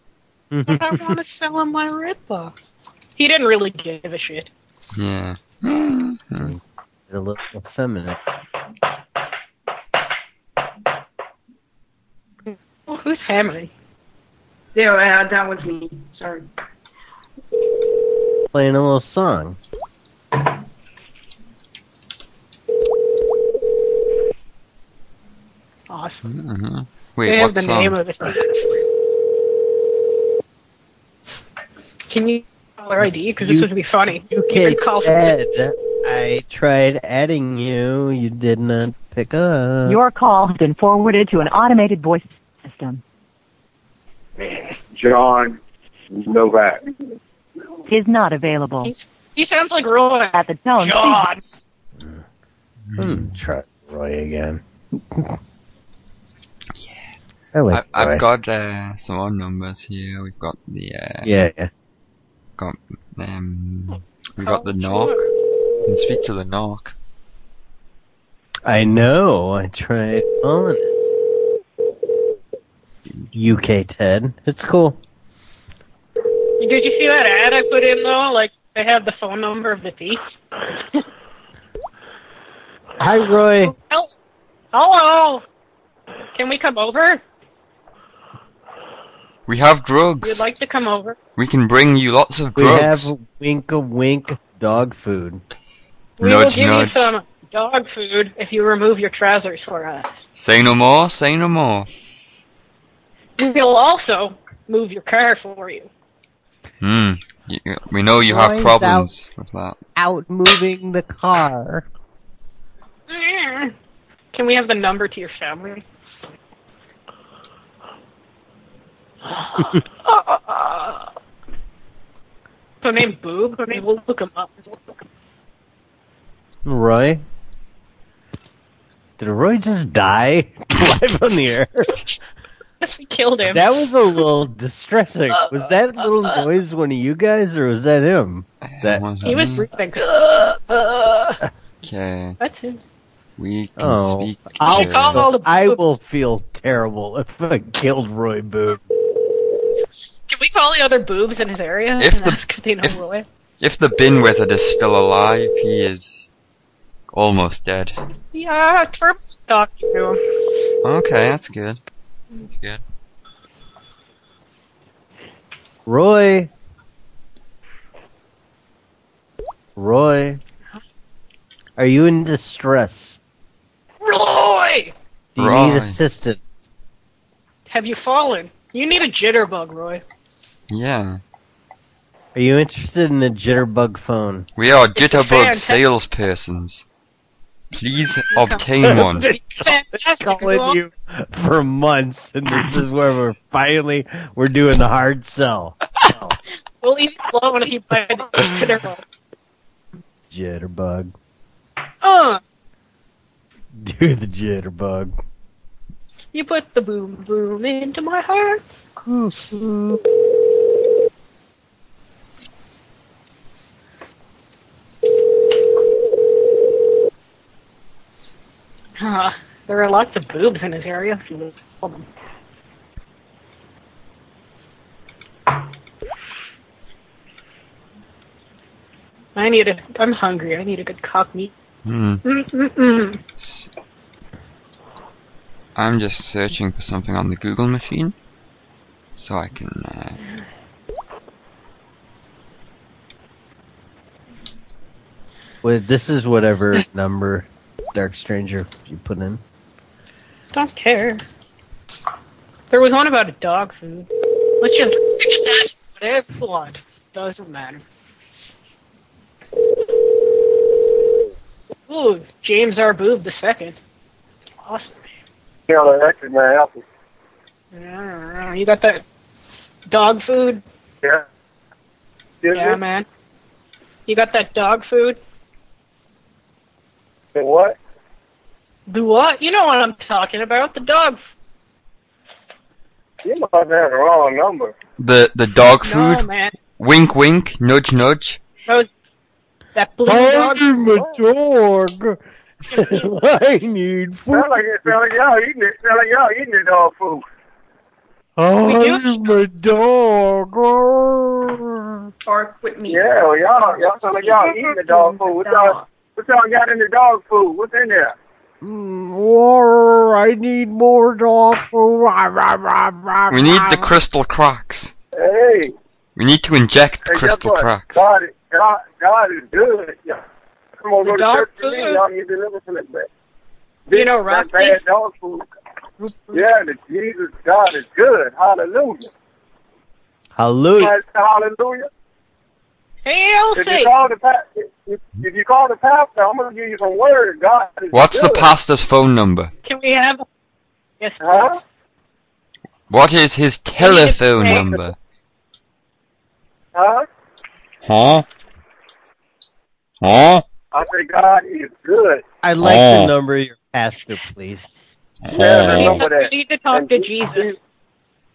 Speaker 8: But I want to sell him my red box. He didn't really give a shit.
Speaker 1: Yeah.
Speaker 5: a little effeminate.
Speaker 8: Well, who's hammering?
Speaker 4: Yeah, uh, that was me. Sorry.
Speaker 5: Playing a little song.
Speaker 8: Awesome.
Speaker 1: Mm-hmm.
Speaker 8: they
Speaker 1: Wait,
Speaker 8: have
Speaker 1: what
Speaker 8: the
Speaker 1: song?
Speaker 8: name of the thing. Can you call her ID? Because this
Speaker 5: You-
Speaker 8: would be funny. You
Speaker 5: Okay,
Speaker 8: could call for
Speaker 5: Ted, I tried adding you. You did not pick up.
Speaker 14: Your call has been forwarded to an automated voice system.
Speaker 13: John Novak.
Speaker 14: Is not available.
Speaker 8: He sounds like Roy.
Speaker 14: At the tone.
Speaker 8: John.
Speaker 5: Hmm, try Roy again. yeah. I like
Speaker 1: I,
Speaker 5: Roy.
Speaker 1: I've got uh, some odd numbers here. We've got the uh,
Speaker 5: Yeah, yeah.
Speaker 1: Got um. We got the knock. Can speak to the knock.
Speaker 5: I know. I tried calling it. UK Ted. It's cool.
Speaker 8: Did you see that ad I put in though? Like they had the phone number of the thief.
Speaker 5: Hi, Roy.
Speaker 8: Hel- Hello. Can we come over?
Speaker 1: We have drugs.
Speaker 8: You'd like to come over?
Speaker 1: We can bring you lots of
Speaker 5: We have
Speaker 1: drugs.
Speaker 5: wink a wink dog food.
Speaker 8: We will
Speaker 1: Nudge,
Speaker 8: give
Speaker 1: nudge.
Speaker 8: you some dog food if you remove your trousers for us.
Speaker 1: Say no more. Say no more.
Speaker 8: We'll also move your car for you.
Speaker 1: Hmm. You, you- we know you have
Speaker 5: Roy's
Speaker 1: problems with that.
Speaker 5: Out moving the car.
Speaker 8: Can we have the number to your family?
Speaker 1: *laughs*
Speaker 8: Her name Boob. Her name. We'll look him up.
Speaker 5: Roy? Did Roy just die *laughs* live on the air?
Speaker 8: We killed him.
Speaker 5: That was a little distressing. Was that little noise one of you guys, or was that him? That
Speaker 8: He was breathing.
Speaker 1: Mm-hmm. *laughs* Okay.
Speaker 8: That's him.
Speaker 1: We can
Speaker 5: Oh,
Speaker 1: speak.
Speaker 5: I'll,
Speaker 1: to-
Speaker 5: I will feel terrible if I killed Roy Boob.
Speaker 8: Can we call the other boobs in his area
Speaker 1: If
Speaker 8: and
Speaker 1: the-
Speaker 8: ask if they know
Speaker 1: if-
Speaker 8: Roy?
Speaker 1: If the bin wizard is still alive, he is almost dead.
Speaker 8: Yeah, Terps was talking to him.
Speaker 1: Okay, that's good. That's good.
Speaker 5: Roy. Roy. Are you in distress?
Speaker 8: Roy,
Speaker 5: Do you
Speaker 1: Roy.
Speaker 5: need assistance?
Speaker 8: have you fallen? You need a jitterbug, Roy.
Speaker 1: Yeah.
Speaker 5: Are you interested in a jitterbug phone?
Speaker 1: We are
Speaker 8: It's a
Speaker 1: jitterbug
Speaker 8: fantastic-
Speaker 1: salespersons. Please
Speaker 5: *laughs*
Speaker 1: obtain one.
Speaker 8: Fantastic. Roy.
Speaker 5: calling you for months, and this is where we're finally we're doing the hard sell.
Speaker 8: We'll leave you alone if you buy the
Speaker 1: *laughs*
Speaker 8: jitterbug.
Speaker 5: Jitterbug, *laughs*
Speaker 8: Uh,
Speaker 5: do the jitterbug.
Speaker 8: you put the boom boom into my heart. Huh. Uh, There are lots of boobs in his area. If you would call them. I need a. I'm hungry. I need a good cock meat.
Speaker 1: Hmm.
Speaker 8: Mm-mm-mm.
Speaker 1: I'm just searching for something on the Google machine, so I can. Uh,
Speaker 5: Well, this is whatever
Speaker 7: *laughs*
Speaker 5: number Dark Stranger you put in.
Speaker 8: Don't care. There was one about a dog food. Let's just that's what I want. Doesn't matter. Ooh, James R. Boob the second. Awesome.
Speaker 13: Yeah, that's in my house.
Speaker 8: Yeah, You got that dog food?
Speaker 13: Yeah.
Speaker 8: Yeah, man. You got that dog food?
Speaker 13: The what?
Speaker 8: The what? You know what I'm talking about? The dog.
Speaker 13: You must have the wrong number.
Speaker 1: the the dog
Speaker 8: No,
Speaker 1: food.
Speaker 8: man.
Speaker 1: Wink, wink. Nudge, nudge.
Speaker 8: Those That blue dog. Oh.
Speaker 5: I'm a dog.
Speaker 8: *laughs*
Speaker 5: *laughs* I need food.
Speaker 7: Sound like, sound like y'all eating it. Sound like y'all eating it all food.
Speaker 5: I'm a dog.
Speaker 7: Or with me. Yeah, well, y'all, y'all sound like y'all eating the dog food. What y'all, what y'all got in the dog food? What's in there?
Speaker 5: Mm. War, I need more dog food. Rah, rah, rah, rah,
Speaker 1: We need the
Speaker 5: rah.
Speaker 1: crystal crocs.
Speaker 7: Hey,
Speaker 1: We need to inject
Speaker 7: hey, guess
Speaker 1: crystal
Speaker 7: what?
Speaker 1: crocs.
Speaker 7: God, is- God, God is good. Yeah. Come on, go to
Speaker 8: Dog
Speaker 7: church with me.
Speaker 8: food?
Speaker 7: Y'all need deliverance from this man.
Speaker 8: You know,
Speaker 7: Not
Speaker 8: Rusty.
Speaker 7: bad dog food. Yeah, the Jesus God is good. Hallelujah.
Speaker 5: Hallelujah.
Speaker 7: Hallelujah.
Speaker 8: Hail
Speaker 7: If you
Speaker 8: Satan.
Speaker 7: call the pa- if, if if you call the pastor, I'm gonna give you some word. God is
Speaker 1: What's the
Speaker 7: good.
Speaker 1: pastor's phone number?
Speaker 8: Can we have? Yes.
Speaker 7: Huh?
Speaker 1: What is his telephone
Speaker 8: say-
Speaker 1: number?
Speaker 7: Huh?
Speaker 1: Huh? Huh?
Speaker 7: I say God is good.
Speaker 5: I like
Speaker 1: Oh.
Speaker 5: the number of your pastor, please.
Speaker 7: Yeah, remember that.
Speaker 8: We need to talk to Jesus.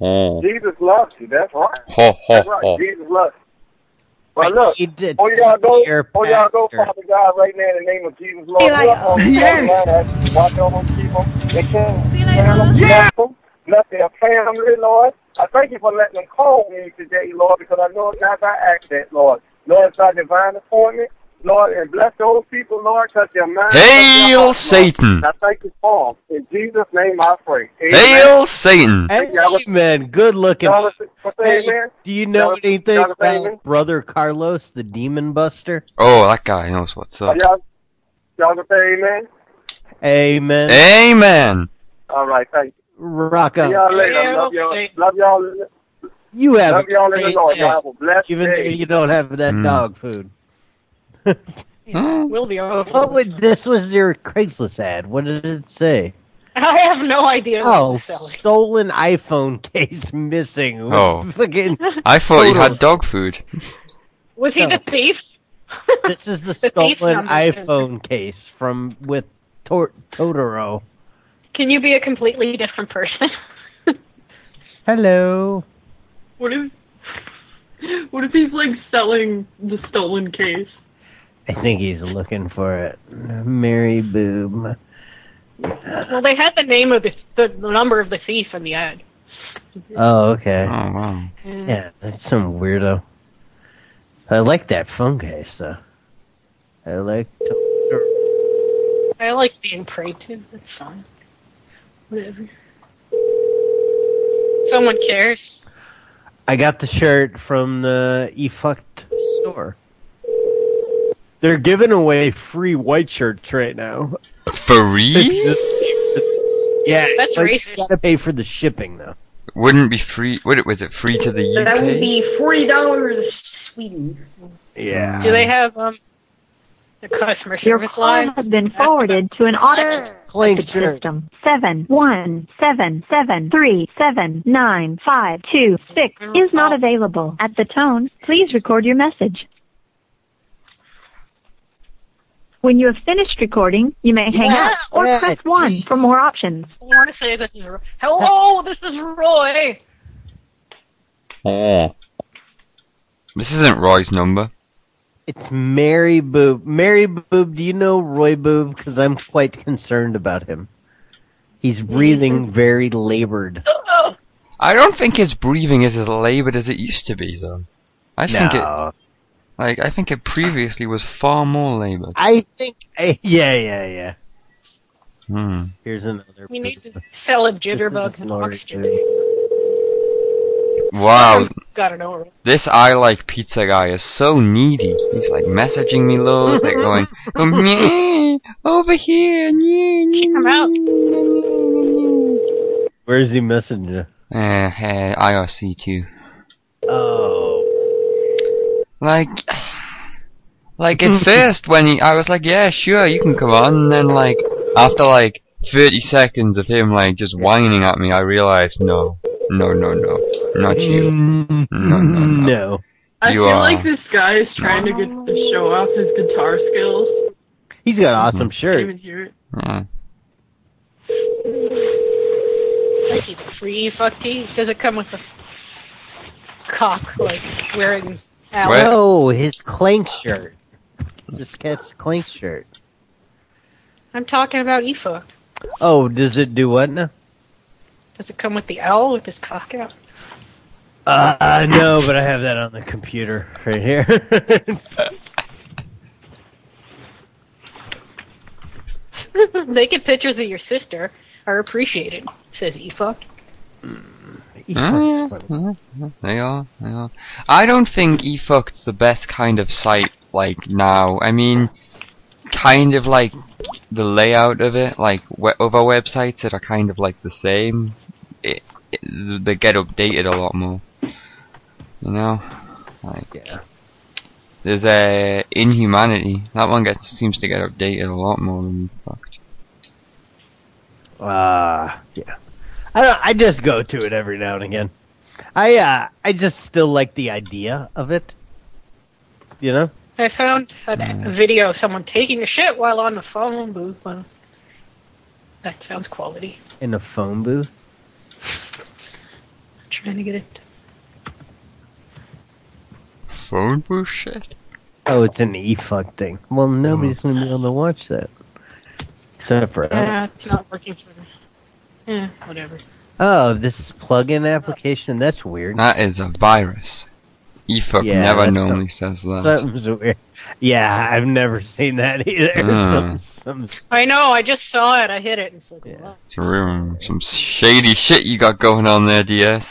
Speaker 1: Oh.
Speaker 7: Jesus loves you. That's right.
Speaker 1: Ho, ho,
Speaker 7: That's right.
Speaker 1: ho.
Speaker 7: Jesus loves you.
Speaker 5: I
Speaker 7: But look,
Speaker 5: need to
Speaker 7: oh y'all go,
Speaker 5: talk to your
Speaker 7: oh y'all go,
Speaker 5: pastor.
Speaker 7: Father God, right now in the name of Jesus, Lord.
Speaker 5: See you later.
Speaker 7: Lord, Lord,
Speaker 5: Yes.
Speaker 7: Lord, Lord, Watch over them, keep them. They can't.
Speaker 3: uh, See you
Speaker 7: Bless
Speaker 3: later.
Speaker 7: them, bless them, bless their family, Lord. I thank you for letting them call me today, Lord, because I know it's not by accident, Lord. Lord, it's by divine appointment, Lord, and bless those people, Lord, touch their minds. touch their
Speaker 1: Hail
Speaker 7: hearts, Lord.
Speaker 1: Satan.
Speaker 7: I thank you for them. In Jesus' name I pray. Amen.
Speaker 1: Hail Satan!
Speaker 5: Amen. Good looking.
Speaker 7: Y'all listen- what's that,
Speaker 5: Hey,
Speaker 7: man?
Speaker 5: do you know
Speaker 7: Jonathan-
Speaker 5: anything
Speaker 7: Jonathan
Speaker 5: about
Speaker 7: Amen?
Speaker 5: Brother Carlos, the demon buster?
Speaker 1: Oh, that guy knows what's
Speaker 7: Are
Speaker 1: up.
Speaker 7: y'all, y'all gonna say amen?
Speaker 5: Amen.
Speaker 1: Amen!
Speaker 7: All right, thank you.
Speaker 5: Rock
Speaker 7: See
Speaker 5: on.
Speaker 7: y'all later. Love y'all. Love y'all.
Speaker 5: You have
Speaker 7: Love
Speaker 5: a
Speaker 7: y'all in
Speaker 5: great
Speaker 7: the Lord.
Speaker 5: day,
Speaker 7: Y'all have a blessed
Speaker 5: even though
Speaker 7: day.
Speaker 5: you don't have that
Speaker 1: Mm.
Speaker 5: dog
Speaker 8: *laughs*
Speaker 5: food.
Speaker 8: We'll be over.
Speaker 5: What would this was your Craigslist ad? What did it say?
Speaker 8: I have no idea.
Speaker 5: Oh,
Speaker 8: What to sell.
Speaker 5: stolen iPhone *laughs* case missing. What
Speaker 1: Oh.
Speaker 5: *laughs* fucking.
Speaker 1: I thought he
Speaker 5: Total.
Speaker 1: had dog food.
Speaker 8: *laughs* Was he the thief?
Speaker 5: This is the
Speaker 8: *laughs* The thief
Speaker 5: stolen
Speaker 8: number is-
Speaker 5: iPhone case from with Tor- Totoro.
Speaker 8: Can you be a completely different person?
Speaker 5: Hello.
Speaker 17: What if what if he's like selling the stolen case?
Speaker 5: I think he's looking for it. Mary Boom.
Speaker 8: well, they had the name of the, the number of the thief in the ad.
Speaker 5: Oh, okay.
Speaker 1: Oh, wow.
Speaker 5: Yeah, that's some weirdo. I like that phone case though. I like. To-
Speaker 8: I like being prayed to. That's fine. Whatever. Someone cares.
Speaker 5: I got the shirt from the Efucked store. They're giving away free white shirts right now. *laughs*
Speaker 1: Free?
Speaker 5: It's just- yeah,
Speaker 8: That's
Speaker 5: like,
Speaker 8: racist.
Speaker 5: You gotta pay for the shipping though.
Speaker 1: Wouldn't be free. Would it? Was it free to the
Speaker 18: That would
Speaker 1: UK?
Speaker 18: be forty dollars Sweden.
Speaker 5: Yeah.
Speaker 8: Do they have um the customer
Speaker 9: Your
Speaker 8: service
Speaker 9: call
Speaker 8: line?
Speaker 9: has been forwarded to an auto
Speaker 5: Clank shirt.
Speaker 9: system. Seven one seven seven three seven nine five two six is not available. At the tone, please record your message. When you have finished recording, you may hang up or
Speaker 5: Yeah,
Speaker 9: press one for more options.
Speaker 8: I want to say this is Ro- hello. This is Roy.
Speaker 1: Oh. This isn't Roy's number.
Speaker 5: It's Mary Boob. Mary Boob, do you know Roy Boob? Because I'm quite concerned about him. He's breathing very labored.
Speaker 1: I don't think his breathing is as labored as it used to be, though. I think it.
Speaker 5: no,
Speaker 1: Like I think it previously was far more labored.
Speaker 5: I think. eh, yeah, yeah, yeah. *laughs*
Speaker 1: Hmm.
Speaker 5: Here's another.
Speaker 8: We need
Speaker 5: Boob.
Speaker 8: to sell him
Speaker 5: is
Speaker 8: jitterbugs and
Speaker 5: Laurie
Speaker 8: oxygen.
Speaker 5: Boob.
Speaker 1: Wow,
Speaker 8: Gotta know.
Speaker 1: this I like pizza guy is so needy. He's like messaging me loads, like going, "Um, yeah, over here, yeah,
Speaker 8: Kick him out.
Speaker 5: Where's he messenger?
Speaker 1: yeah." Uh, hey, IRC too.
Speaker 5: Oh,
Speaker 1: Like, like
Speaker 5: *laughs*
Speaker 1: at first when he, I was like, yeah, sure, you can come on. And then like after like 30 seconds of him like just whining at me, I realized, no, no, no, no, not you.
Speaker 5: no,
Speaker 1: No, no, no.
Speaker 17: I
Speaker 1: You uh,
Speaker 17: feel
Speaker 1: are-
Speaker 17: like this guy is trying to get to show off his guitar skills.
Speaker 5: He's got an
Speaker 1: Hmm.
Speaker 5: awesome
Speaker 17: Can't
Speaker 5: shirt.
Speaker 17: even hear it.
Speaker 1: Yeah.
Speaker 8: I see the free fuck tee. Does it come with a cock like wearing? Owl?
Speaker 1: Where-
Speaker 5: Oh, his clank shirt. This cat's clink shirt.
Speaker 8: I'm talking about Aoife.
Speaker 5: Oh, does it do what now?
Speaker 8: Does it come with the owl with his cock out?
Speaker 5: Uh, uh, no, but I have that on the computer right here. *laughs*
Speaker 8: *laughs* Naked pictures of your sister are appreciated, says Aoife.
Speaker 1: Mm, mm, mm, They are, they are. I don't think eFuck's the best kind of site, like, now. I mean, kind of like the layout of it, like we- other websites that are kind of like the same, it, it, they get updated a lot more. You know? Like, there's a Inhumanity. That one gets seems to get updated a lot more than eFuck.
Speaker 5: Uh, yeah. I don't, I just go to it every now and again. I uh, I just still like the idea of it. You know?
Speaker 8: I found a a video of someone taking a shit while on the phone booth. Well, that sounds quality.
Speaker 5: In a phone booth.
Speaker 8: Trying to get it.
Speaker 1: Phone booth shit? Hmm.
Speaker 5: Oh, it's an e fuck thing. Well, nobody's gonna be able to watch that. Except for
Speaker 8: Yeah, it's not working for me. Yeah, whatever.
Speaker 5: Oh, this plug-in application, that's weird.
Speaker 1: That is a virus. eFuck
Speaker 5: Yeah,
Speaker 1: never
Speaker 5: that's
Speaker 1: normally
Speaker 5: some-
Speaker 1: says that.
Speaker 5: Something's weird. Yeah, I've never seen that *laughs* either.
Speaker 1: Hmm.
Speaker 5: Some, some,
Speaker 8: I know. I just saw it. I hit it. And it's like, wow.
Speaker 1: It's real, some shady shit you got going on there, DS.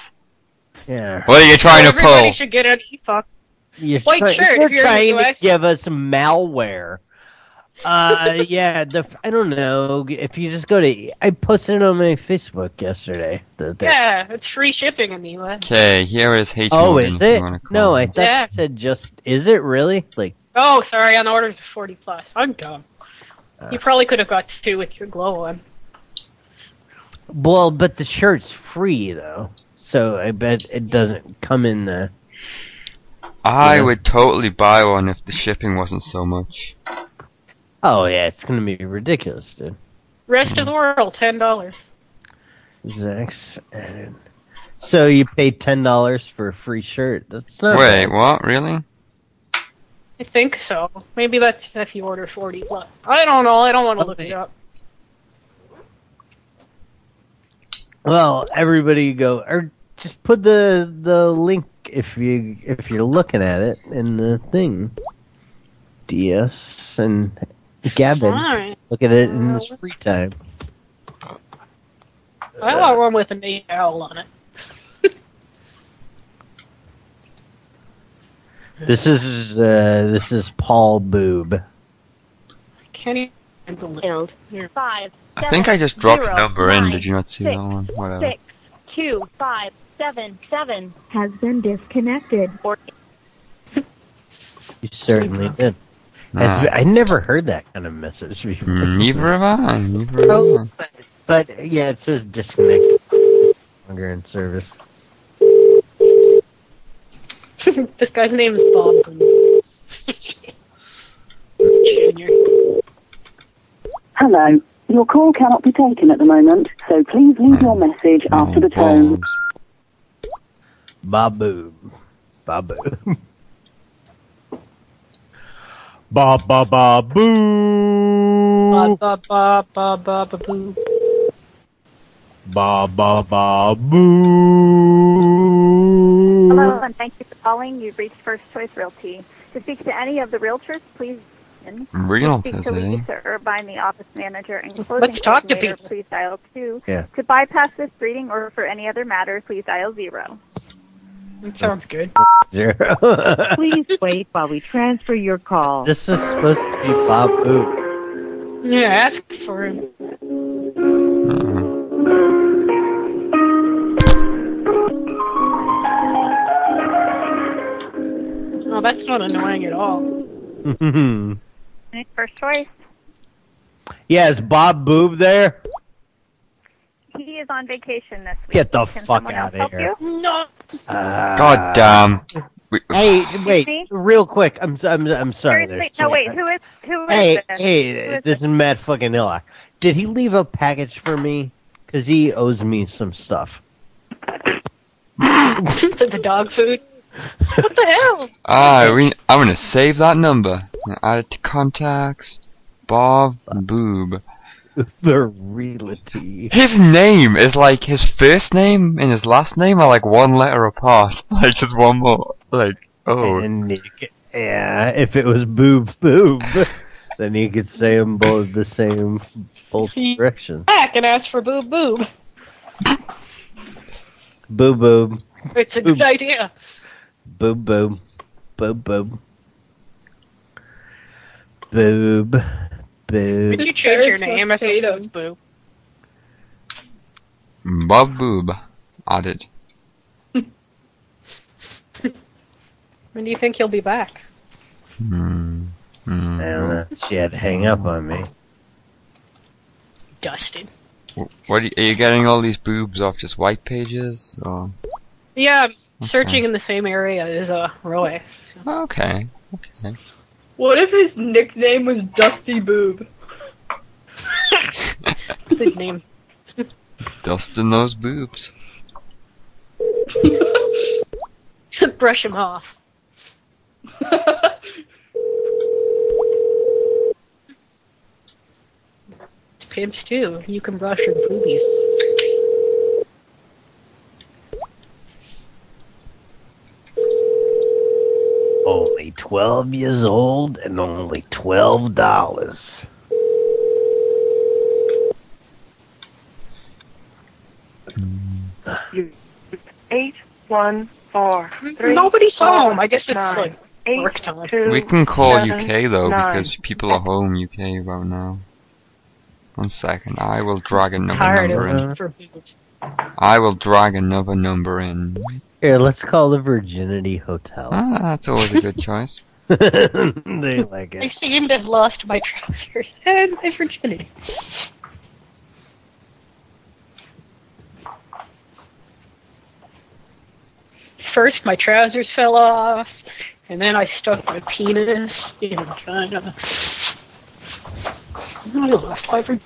Speaker 5: yeah.
Speaker 1: What are you trying to
Speaker 8: Everybody
Speaker 1: pull?
Speaker 8: should get an e-fuck.
Speaker 5: You're
Speaker 8: White
Speaker 5: try-
Speaker 8: shirt,
Speaker 5: You're
Speaker 8: if you're in the
Speaker 5: trying
Speaker 8: US.
Speaker 5: to give us malware.
Speaker 8: *laughs*
Speaker 5: Uh, yeah. The f- I don't know if you just go to. I posted it on my Facebook yesterday. The, the,
Speaker 8: Yeah, it's free shipping in the U.S.
Speaker 1: Okay, here is H.
Speaker 5: Oh,
Speaker 1: Morgan, if
Speaker 5: is
Speaker 1: you
Speaker 5: it?
Speaker 1: wanna
Speaker 5: No, I thought
Speaker 8: Yeah.
Speaker 5: it said just. Is it really? Like,
Speaker 8: Oh, sorry, on orders of 40 plus. I'm dumb.
Speaker 1: Uh.
Speaker 8: you probably could have got two with your glow on.
Speaker 5: well, but the shirt's free though, so I bet it doesn't come in the.
Speaker 1: I
Speaker 5: Yeah.
Speaker 1: would totally buy one if the shipping wasn't so much.
Speaker 5: Oh yeah, it's gonna be ridiculous, dude.
Speaker 8: Rest of the world, $10.
Speaker 5: Zach's added. So you pay ten dollars for a free shirt. That's not
Speaker 1: Wait,
Speaker 5: bad.
Speaker 1: what? Really?
Speaker 8: I think so. Maybe that's if you order 40 plus. I don't know. I don't want to look it up.
Speaker 5: Well, everybody go or just put the the link if you if you're looking at it in the thing. DS and Gavin
Speaker 8: Fine.
Speaker 5: look at it in his free time.
Speaker 8: I want one with a name owl on it.
Speaker 5: This is uh, this is Paul Boob.
Speaker 8: Kenny Build. Five.
Speaker 1: I think I just dropped a number in. Did you not see that one? Whatever.
Speaker 19: Six, two, five, seven, seven.
Speaker 6: Has been disconnected.
Speaker 5: You certainly did. That's-
Speaker 1: Ah.
Speaker 5: I never heard that kind of message before.
Speaker 1: Mm,
Speaker 5: Oh,
Speaker 1: Neither have I. Neither have I.
Speaker 5: but, but, yeah, it says disconnect. Longer in service.
Speaker 8: *laughs* this guy's name is Bob Boone. Junior.
Speaker 3: Hello. Your call cannot be taken at the moment, so please leave your message
Speaker 1: Oh,
Speaker 3: after the tone.
Speaker 5: Babu. Babu. ba ba ba boo.
Speaker 8: Ba ba ba ba ba boo.
Speaker 5: Ba ba ba boo.
Speaker 8: Mm-hmm.
Speaker 20: Hello, and thank you for calling. You've reached First Choice Realty. To speak to any of the realtors, please.
Speaker 1: Realtors,
Speaker 20: Speak to
Speaker 1: eh?
Speaker 20: Lisa Irvine, the office manager, and closing
Speaker 8: Let's talk to
Speaker 20: coordinator,
Speaker 8: people.
Speaker 20: Please dial two.
Speaker 5: Yeah.
Speaker 20: To bypass this greeting or for any other matter, please dial zero.
Speaker 8: That
Speaker 1: *laughs*
Speaker 8: sounds good.
Speaker 5: Zero.
Speaker 8: Please
Speaker 14: wait while we transfer your call.
Speaker 5: this is supposed to be Babu.
Speaker 8: Yeah, ask for him. Oh, that's not annoying at all.
Speaker 20: First Choice.
Speaker 5: *laughs* yeah, is Bob Boob there?
Speaker 20: He is on vacation this week.
Speaker 5: Get the
Speaker 20: Can
Speaker 5: fuck
Speaker 20: someone
Speaker 5: out
Speaker 20: else help
Speaker 5: of here.
Speaker 20: you?
Speaker 8: No.
Speaker 1: God damn. We-
Speaker 5: Uh, Hey, wait, real quick. I'm s- I'm I'm sorry. there,
Speaker 20: Seriously, no, wait.
Speaker 5: sweetheart.
Speaker 20: Who is who is
Speaker 5: Hey,
Speaker 20: this? Who
Speaker 5: hey,
Speaker 20: is
Speaker 5: this is Matt fucking Illock. Did he leave a package for me? Cause he owes me some stuff.
Speaker 8: *laughs* the dog food. What the hell?
Speaker 1: Ah, we, I'm gonna save that number. Add it to contacts. Bob Boob.
Speaker 5: The reality.
Speaker 1: His name is like his first name and his last name are like one letter apart. *laughs* Like just one more. Like oh.
Speaker 5: Yeah, if it was boob boob, then you could say them both the same both directions.
Speaker 8: Back and ask for boob boob.
Speaker 5: Boob boob,
Speaker 8: It's a good idea.
Speaker 5: boob boob, boob boob, boob
Speaker 8: Did you
Speaker 5: boob.
Speaker 8: change your name? I think it was boob.
Speaker 1: Bob Boob. Add it.
Speaker 8: When do you think he'll be back?
Speaker 1: Hmm. Hmm.
Speaker 5: And uh, she had to hang up on me.
Speaker 8: Dusted.
Speaker 1: What are you, are you getting all these boobs off just white pages Oh, or
Speaker 8: Yeah, I'm searching in the same area as uh, Roy.
Speaker 1: okay. Okay.
Speaker 15: What if his nickname was Dusty Boob? *laughs*
Speaker 8: Good name.
Speaker 1: Dusting those boobs.
Speaker 8: Brush
Speaker 15: *laughs*
Speaker 8: him off. It's pimps too. You can brush your boobies.
Speaker 5: Only twelve years old and only twelve dollars.
Speaker 9: *laughs* Eight, one, four, three.
Speaker 8: Nobody's
Speaker 9: four,
Speaker 8: home. I guess it's,
Speaker 9: nine,
Speaker 8: like,
Speaker 9: eight,
Speaker 8: work time.
Speaker 9: two,
Speaker 1: We can call
Speaker 9: seven,
Speaker 1: UK though
Speaker 9: nine.
Speaker 1: because people are home UK right now. One second, I will drag another
Speaker 5: Tired
Speaker 1: number
Speaker 5: of
Speaker 1: in. I will drag another number in.
Speaker 5: Here, let's call the Virginity Hotel. *laughs*
Speaker 1: Ah, that's always a good choice.
Speaker 5: they like
Speaker 15: I
Speaker 5: it.
Speaker 15: seem to have lost my
Speaker 8: *laughs*
Speaker 15: trousers and my virginity.
Speaker 8: First, my trousers fell off, and then I stuck my penis in China. I lost my virginity.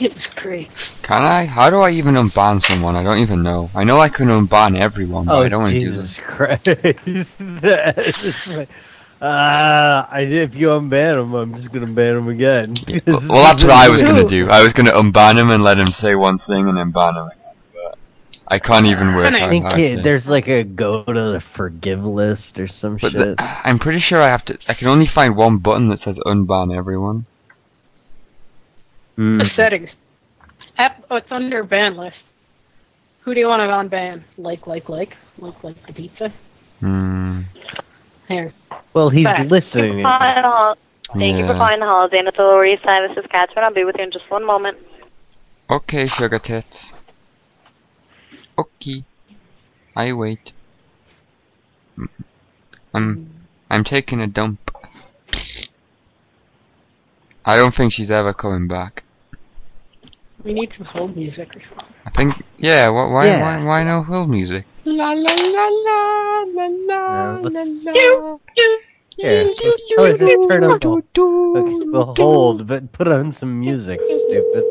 Speaker 8: It was great.
Speaker 1: Can I? How do I even unban someone? I don't even know. I know I can unban everyone, but
Speaker 5: Oh,
Speaker 1: I don't want to do
Speaker 5: Jesus
Speaker 1: this.
Speaker 5: Christ. *laughs* Uh, I, if you unban him, I'm just gonna ban him again. *laughs*
Speaker 1: Well, that's what I was gonna do. I was gonna unban him and let him say one thing and then ban him again. But I can't even work.
Speaker 5: I
Speaker 1: out
Speaker 5: think
Speaker 1: how
Speaker 5: it-
Speaker 1: to-
Speaker 5: there's like a go to the forgive list or some
Speaker 1: But the-
Speaker 5: shit.
Speaker 1: I'm pretty sure I have to. I can only find one button that says unban everyone. Mm-hmm.
Speaker 8: The settings. App, oh, it's under ban list. Who do you want to unban? Like, like, like. Like, like the pizza.
Speaker 1: Hmm.
Speaker 8: Here.
Speaker 5: Well, he's
Speaker 17: Thank you
Speaker 5: listening.
Speaker 17: Calling the hol- Thank you for
Speaker 1: Yeah.
Speaker 17: calling the Holiday Inn at the Lower East Side of Saskatchewan. I'll be with you in just one moment.
Speaker 1: Okay, sugar tits. Okay. I wait. Mm-hmm. I'm I'm taking a dump. I don't think she's ever coming back.
Speaker 8: We need some home music or something.
Speaker 1: I think yeah, wh- why
Speaker 8: Yeah.
Speaker 1: why why no hill music?
Speaker 8: La la la la
Speaker 5: Yeah,
Speaker 8: la la
Speaker 5: let's-
Speaker 8: la la.
Speaker 5: Here, let's tell her to turn up. all- Okay, well, hold, but put on some music, stupid.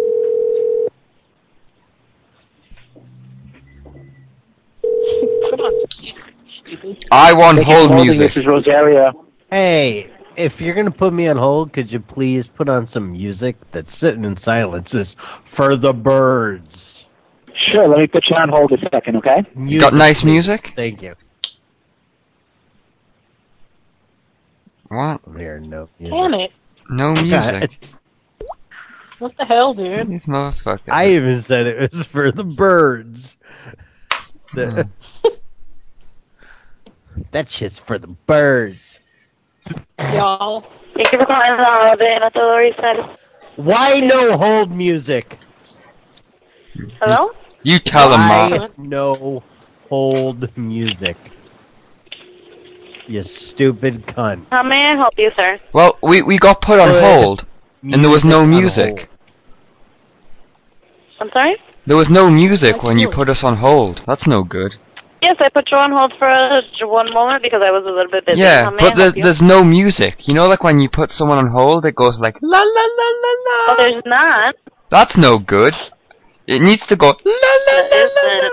Speaker 1: I want hold music.
Speaker 5: is Rosaria. Hey, if you're gonna put me on hold, could you please put on some music that's sitting in silence? Is for the birds.
Speaker 21: Sure, let me put you on hold a second, okay?
Speaker 5: Music,
Speaker 1: Got nice
Speaker 5: please.
Speaker 1: music?
Speaker 5: Thank you.
Speaker 1: What?
Speaker 5: There no
Speaker 8: Damn it.
Speaker 5: *laughs*
Speaker 1: No music.
Speaker 8: What the hell, dude?
Speaker 1: These motherfuckers.
Speaker 5: I even said it was for the birds. The-
Speaker 1: Hmm.
Speaker 5: *laughs* that shit's for the birds.
Speaker 8: Y'all.
Speaker 17: Thank you for calling the Holiday Inn at the Lower East Side.
Speaker 5: Why no hold music?
Speaker 17: Hello?
Speaker 1: You tell them,
Speaker 5: Why
Speaker 1: Ma.
Speaker 5: No hold music. You stupid cunt.
Speaker 17: How may I help you, sir?
Speaker 1: Well, we we got put on
Speaker 5: Put
Speaker 1: hold, and there was no
Speaker 5: music on
Speaker 1: music.
Speaker 17: I'm sorry?
Speaker 1: There was no music when you put us on hold. That's no good.
Speaker 17: Yes, I put you on hold for uh, one moment because I was a little bit busy.
Speaker 1: Yeah,
Speaker 17: How may
Speaker 1: but
Speaker 17: I help
Speaker 1: there's,
Speaker 17: you?
Speaker 1: there's no music. You know, like when you put someone on hold, it goes like,
Speaker 17: La la la la la. Oh, there's not.
Speaker 1: that's no good. It needs to go,
Speaker 17: La la la la.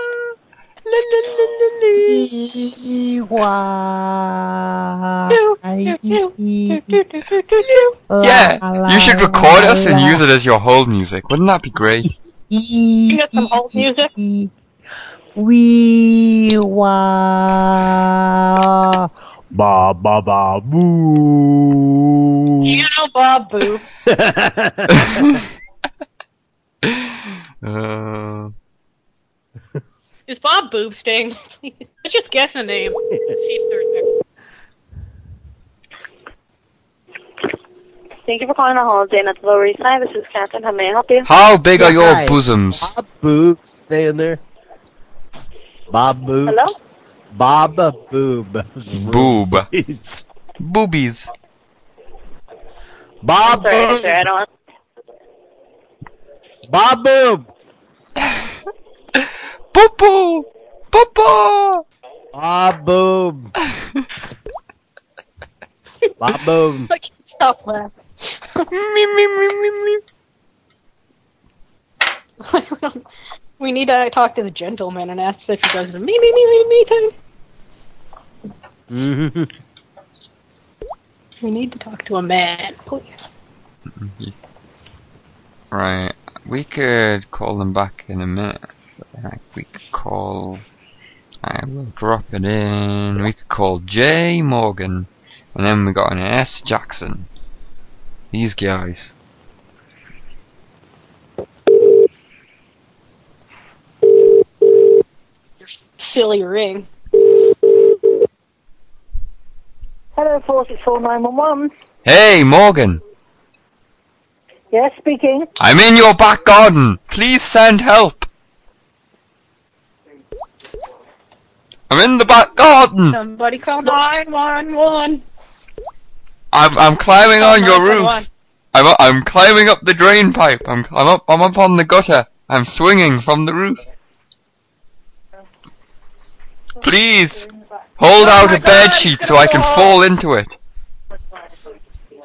Speaker 1: Yeah, you should record us and use it as your hold music. Wouldn't that be great?
Speaker 19: You got some old music?
Speaker 22: Wee wah. Ba ba ba boo.
Speaker 19: You know Bob Boo.
Speaker 1: Uh,
Speaker 8: Is Bob Boob staying? *laughs* Let's just guess a name. See if
Speaker 19: *laughs*
Speaker 8: they're there.
Speaker 17: Thank you for calling the Holiday Inn at the Lower East Side. This is Catherine. How may I help you?
Speaker 1: *laughs* How big are your
Speaker 5: Hi.
Speaker 1: bosoms?
Speaker 5: Bob Boob, stay in there. Bob Boob.
Speaker 17: Hello?
Speaker 5: Bob Boob.
Speaker 1: Boob. Boobies.
Speaker 22: Bob
Speaker 17: Sorry,
Speaker 22: Boob.
Speaker 17: sir, I don't.
Speaker 22: Bob Boob.
Speaker 1: Poo poo. Poo poo.
Speaker 22: Bob Boob. Bob
Speaker 7: *laughs*
Speaker 22: Boob. *laughs*
Speaker 19: I can't stop laughing. *laughs*
Speaker 8: me, me, me, me, me. We need to talk to the gentleman and ask if he does the me, me, me, me, me thing. We need to talk to a man, please.
Speaker 1: Right. We could call them back in a minute. Like we could call. I will drop it in. We could call Jay Morgan, and then we got an S Jackson. These guys.
Speaker 8: Silly ring.
Speaker 23: Hello, 464911.
Speaker 1: Hey Morgan,
Speaker 23: Yes, speaking.
Speaker 1: I'm in your back garden. Please send help. I'm in the back garden.
Speaker 8: Somebody call 911.
Speaker 1: I'm I'm climbing on your roof.
Speaker 8: 911.
Speaker 1: I'm u- I'm climbing up the drain pipe. I'm I'm up I'm up on the gutter. I'm swinging from the roof. Please hold
Speaker 5: Oh
Speaker 1: out
Speaker 5: my
Speaker 1: a
Speaker 5: God,
Speaker 1: bed
Speaker 5: it's
Speaker 1: sheet
Speaker 5: gonna
Speaker 1: so I can
Speaker 5: fall.
Speaker 1: fall into it.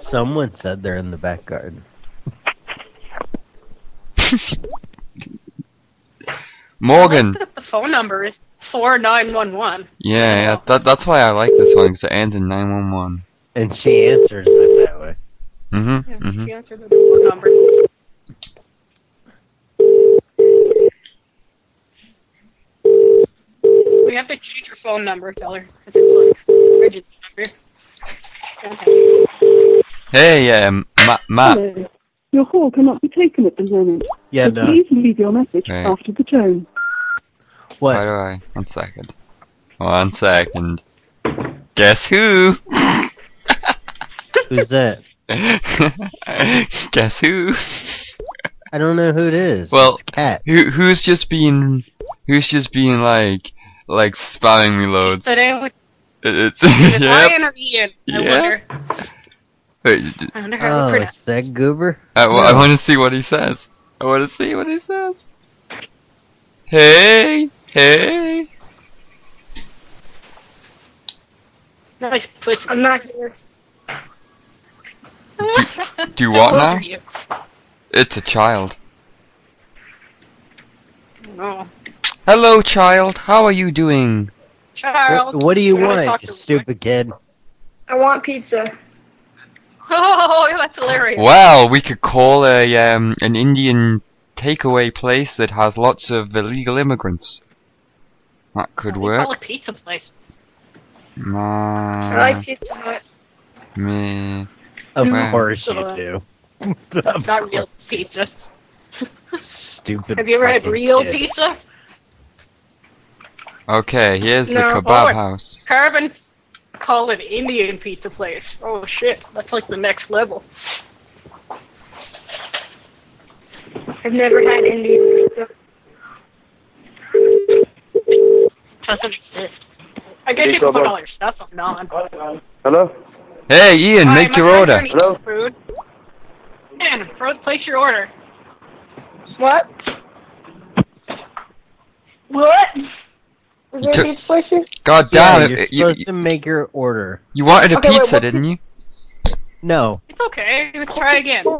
Speaker 5: Someone said they're in the back garden.
Speaker 1: Morgan.
Speaker 8: The phone number is 4911.
Speaker 1: Yeah, yeah that that's why I like this one because it ends in nine one one.
Speaker 5: And she answers it that way.
Speaker 1: Mhm. Mhm.
Speaker 8: She answered the door number. We have to change your phone number, tell her, because it's like Bridget's number.
Speaker 1: Hey, um, Matt. Matt.
Speaker 24: Hello. Your call cannot be taken at the moment.
Speaker 1: Yeah,
Speaker 24: So
Speaker 1: no.
Speaker 24: Please leave your message
Speaker 1: Right.
Speaker 24: after the tone.
Speaker 1: What? Why do I? One second. One second. Guess who? *laughs*
Speaker 5: Who's *laughs* that?
Speaker 1: Guess who?
Speaker 5: I don't know who it is.
Speaker 1: Well, who who's just been who's just been like like spamming me loads?
Speaker 8: Today
Speaker 1: *laughs*
Speaker 8: would
Speaker 1: It-
Speaker 8: Is
Speaker 1: It's
Speaker 8: it
Speaker 1: yep.
Speaker 8: Ryan or Ian? E I
Speaker 1: Yep.
Speaker 8: wonder.
Speaker 1: Wait, d- uh,
Speaker 8: I wonder how we pronounce
Speaker 5: Oh, is that Goober?
Speaker 1: I, want to see what he says. I want to see what he says. Hey, hey.
Speaker 8: Nice puss. I'm not *laughs* here.
Speaker 1: Do you what
Speaker 8: How old
Speaker 1: now?
Speaker 8: are you?
Speaker 1: It's a child.
Speaker 8: No.
Speaker 1: Hello, child. How are you doing?
Speaker 8: Charles. I wanna talk to-
Speaker 5: stupid kid?
Speaker 23: I want pizza.
Speaker 8: *laughs* Oh, that's hilarious.
Speaker 1: Well, we could call a um, an Indian takeaway place that has lots of illegal immigrants. That could
Speaker 8: Call
Speaker 1: work.
Speaker 8: a pizza place.
Speaker 1: Ma-
Speaker 23: Pizza Hut.
Speaker 1: me.
Speaker 5: Of
Speaker 1: Well,
Speaker 5: course you do.
Speaker 8: It's not real pizza.
Speaker 5: Stupid.
Speaker 8: Have you ever had
Speaker 5: fucking
Speaker 8: real
Speaker 5: kid.
Speaker 8: pizza?
Speaker 1: Okay, here's
Speaker 8: No.
Speaker 1: the kebab
Speaker 8: Oh,
Speaker 1: house.
Speaker 8: Carbon called an Indian pizza place. Oh shit, that's like the next level. *laughs*
Speaker 23: I've never had Indian pizza.
Speaker 8: Doesn't exist. I guess you can put all your stuff up non.
Speaker 25: Hello?
Speaker 1: Hey, Ian,
Speaker 8: Hi,
Speaker 1: make
Speaker 8: my
Speaker 1: your
Speaker 8: friend
Speaker 1: order.
Speaker 8: Ernie eats Food. Ian, Rose, place your order.
Speaker 23: What? What? Was
Speaker 1: You
Speaker 23: there
Speaker 1: took-
Speaker 23: these places?
Speaker 1: God
Speaker 5: Yeah,
Speaker 1: damn it!
Speaker 5: you're
Speaker 1: You,
Speaker 5: supposed
Speaker 1: you-
Speaker 5: to make your order.
Speaker 1: you wanted a
Speaker 23: Okay, wait,
Speaker 1: pizza,
Speaker 23: what
Speaker 1: didn't you?
Speaker 5: No,
Speaker 8: It's okay. Let's try again. You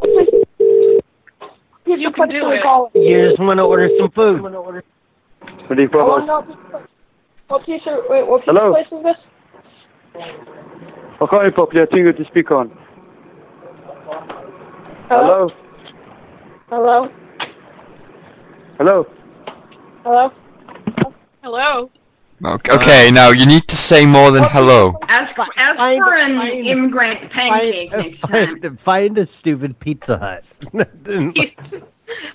Speaker 8: can do it.
Speaker 5: you just want to order some food.
Speaker 9: Oh,
Speaker 23: I want
Speaker 9: What pizza? Oh, Wait, what pizza
Speaker 26: Hello?
Speaker 9: place is this?
Speaker 26: Okay, Poppy, I think you to speak on. Hello?
Speaker 9: Hello.
Speaker 26: Hello?
Speaker 9: Hello.
Speaker 8: Hello.
Speaker 1: Okay, okay, now you need to say more than hello.
Speaker 9: Ask, ask
Speaker 17: for an immigrant pancake next time.
Speaker 5: Find, find a stupid Pizza Hut.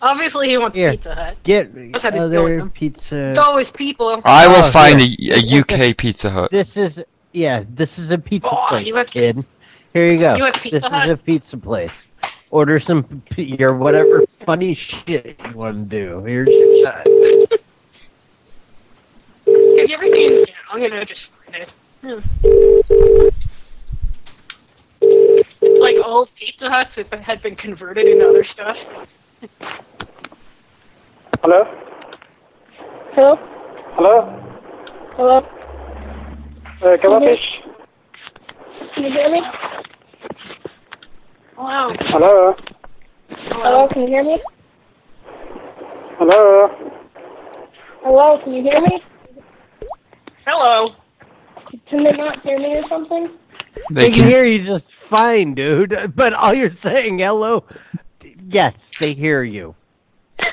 Speaker 8: Obviously, he wants
Speaker 5: Here.
Speaker 8: Pizza Hut.
Speaker 5: Get
Speaker 8: That's how they deal with
Speaker 5: other
Speaker 8: them.
Speaker 5: pizza.
Speaker 8: It's always people.
Speaker 1: I will
Speaker 5: Oh,
Speaker 1: find a,
Speaker 5: here.
Speaker 1: a UK Pizza Hut.
Speaker 5: This is yeah. This is a pizza
Speaker 8: Oh,
Speaker 5: place,
Speaker 8: you have-
Speaker 5: kid. Here you go.
Speaker 8: You have Pizza
Speaker 5: this
Speaker 8: Hut?
Speaker 5: is a pizza place. Order some p- your whatever funny shit you want to do. Here's your shot.
Speaker 8: Have you ever seen? Yeah, I'm gonna just find it. Hmm. It's like old Pizza Huts if it had been converted into other stuff.
Speaker 26: Hello?
Speaker 9: Hello.
Speaker 26: Hello?
Speaker 9: Hello.
Speaker 26: Uh, kebab-ish?
Speaker 9: Can you hear me?
Speaker 8: Hello.
Speaker 26: Hello?
Speaker 9: Hello. Can you hear me?
Speaker 26: Hello?
Speaker 9: Hello. Can you hear me?
Speaker 8: Hello.
Speaker 9: Can they not hear me or something?
Speaker 5: They can hear you just fine, dude. *laughs* But all you're saying, hello. Yes, they hear you.
Speaker 8: *laughs*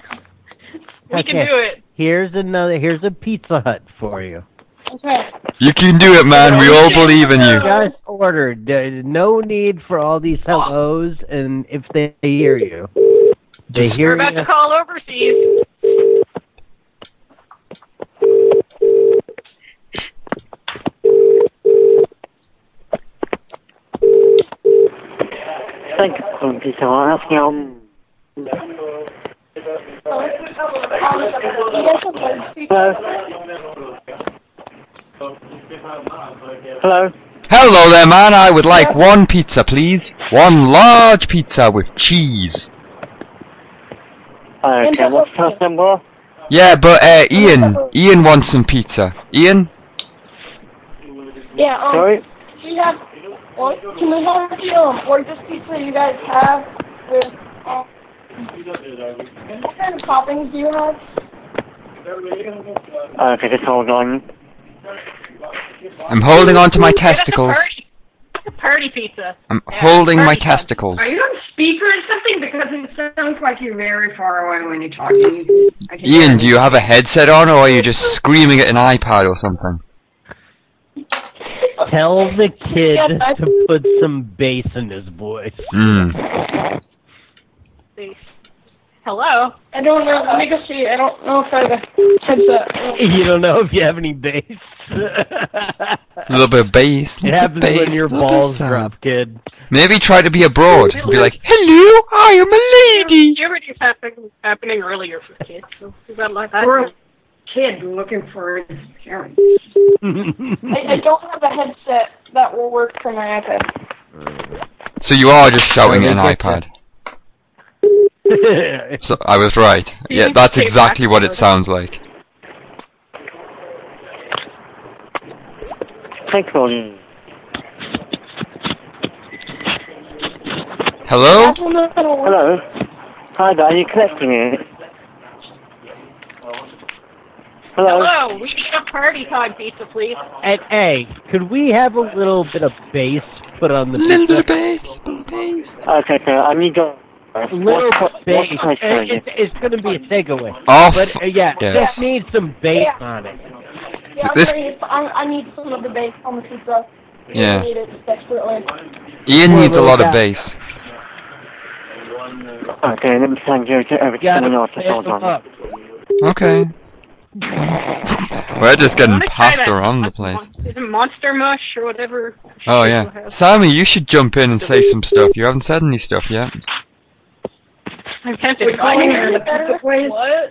Speaker 8: We can do it.
Speaker 5: Here's another. Here's a Pizza Hut for you.
Speaker 9: Okay.
Speaker 1: You can do it, man. We all believe in you.
Speaker 5: Just order. There's no need for all these hellos, and if they hear you, they
Speaker 8: We're
Speaker 5: hear
Speaker 8: about
Speaker 5: you.
Speaker 8: to call overseas.
Speaker 7: Thank you for calling Pizza Hut. How can I help? Hello? Hello?
Speaker 1: Hello there, man. I would like one pizza, please. One large pizza with cheese.
Speaker 7: Okay, what's the house number?
Speaker 1: Yeah, but uh, Ian, Ian wants some pizza. Ian,
Speaker 9: Yeah. Um,
Speaker 1: Sorry?
Speaker 9: Do you have? Or, can we have the um, largest pizza you guys have with? Um, what kind of toppings do you have?
Speaker 7: Okay, just hold on.
Speaker 1: I'm holding on to my testicles.
Speaker 8: It's a party pizza.
Speaker 1: I'm holding my testicles.
Speaker 17: Are you on speaker or something? Because it sounds like you're very far away when you're talking. I can
Speaker 1: Ian, do you have a headset on, or are you just screaming at an iPad or something?
Speaker 5: Tell the kid to put some bass in his voice.
Speaker 1: Mm.
Speaker 8: Hello.
Speaker 9: I don't know. Let me go see. I don't know if I have a headset.
Speaker 5: You don't know if you have any bass.
Speaker 1: A little bit of bass.
Speaker 5: It happens
Speaker 1: bass,
Speaker 5: when your
Speaker 1: little bit of
Speaker 5: balls
Speaker 1: sound.
Speaker 5: drop, kid.
Speaker 1: Maybe try to be abroad. Be like,
Speaker 8: Hello, I am a lady. Puberty's happening happening earlier for kids. So we got like that.
Speaker 17: We're a kid looking for his parents.
Speaker 9: *laughs* I, I don't have a headset that will work for my iPad.
Speaker 1: so you are just shouting at an
Speaker 5: Really good.
Speaker 1: iPad. So I was right. Yeah, that's exactly what it sounds like.
Speaker 7: Thank you for calling.
Speaker 1: Hello?
Speaker 7: Hello? Hi there, are you collecting it? Hello?
Speaker 8: Hello. We need a party time pizza, please.
Speaker 5: And hey, could we have a little bit of bass put on the
Speaker 8: Little
Speaker 5: pizza?
Speaker 7: Okay, so I need your...
Speaker 5: Little
Speaker 7: What- what-
Speaker 5: bass.
Speaker 7: what price are
Speaker 5: Uh,
Speaker 7: you?
Speaker 5: It's, it's going to be a takeaway.
Speaker 1: Oh,
Speaker 5: but uh, yeah,
Speaker 1: yes.
Speaker 5: just need some bass on it.
Speaker 9: Yeah, I'm
Speaker 1: This-
Speaker 9: ready. I, I need some of the base on the pizza.
Speaker 1: Yeah.
Speaker 9: I need it desperately.
Speaker 1: Ian
Speaker 7: Well,
Speaker 1: needs a
Speaker 7: well,
Speaker 1: lot of
Speaker 7: yeah.
Speaker 1: bass.
Speaker 7: Okay, let me send you to over to someone else. just Hold on.
Speaker 1: Okay. We're just getting
Speaker 8: Wanna try
Speaker 1: passed
Speaker 8: that
Speaker 1: around the place.
Speaker 8: Is it Monster Mush or whatever? *laughs*
Speaker 1: Oh yeah. Sammy, you should jump in and say some stuff. You haven't said any stuff yet.
Speaker 8: I'm
Speaker 9: Can
Speaker 8: tempted.
Speaker 9: you hear me better? What? Can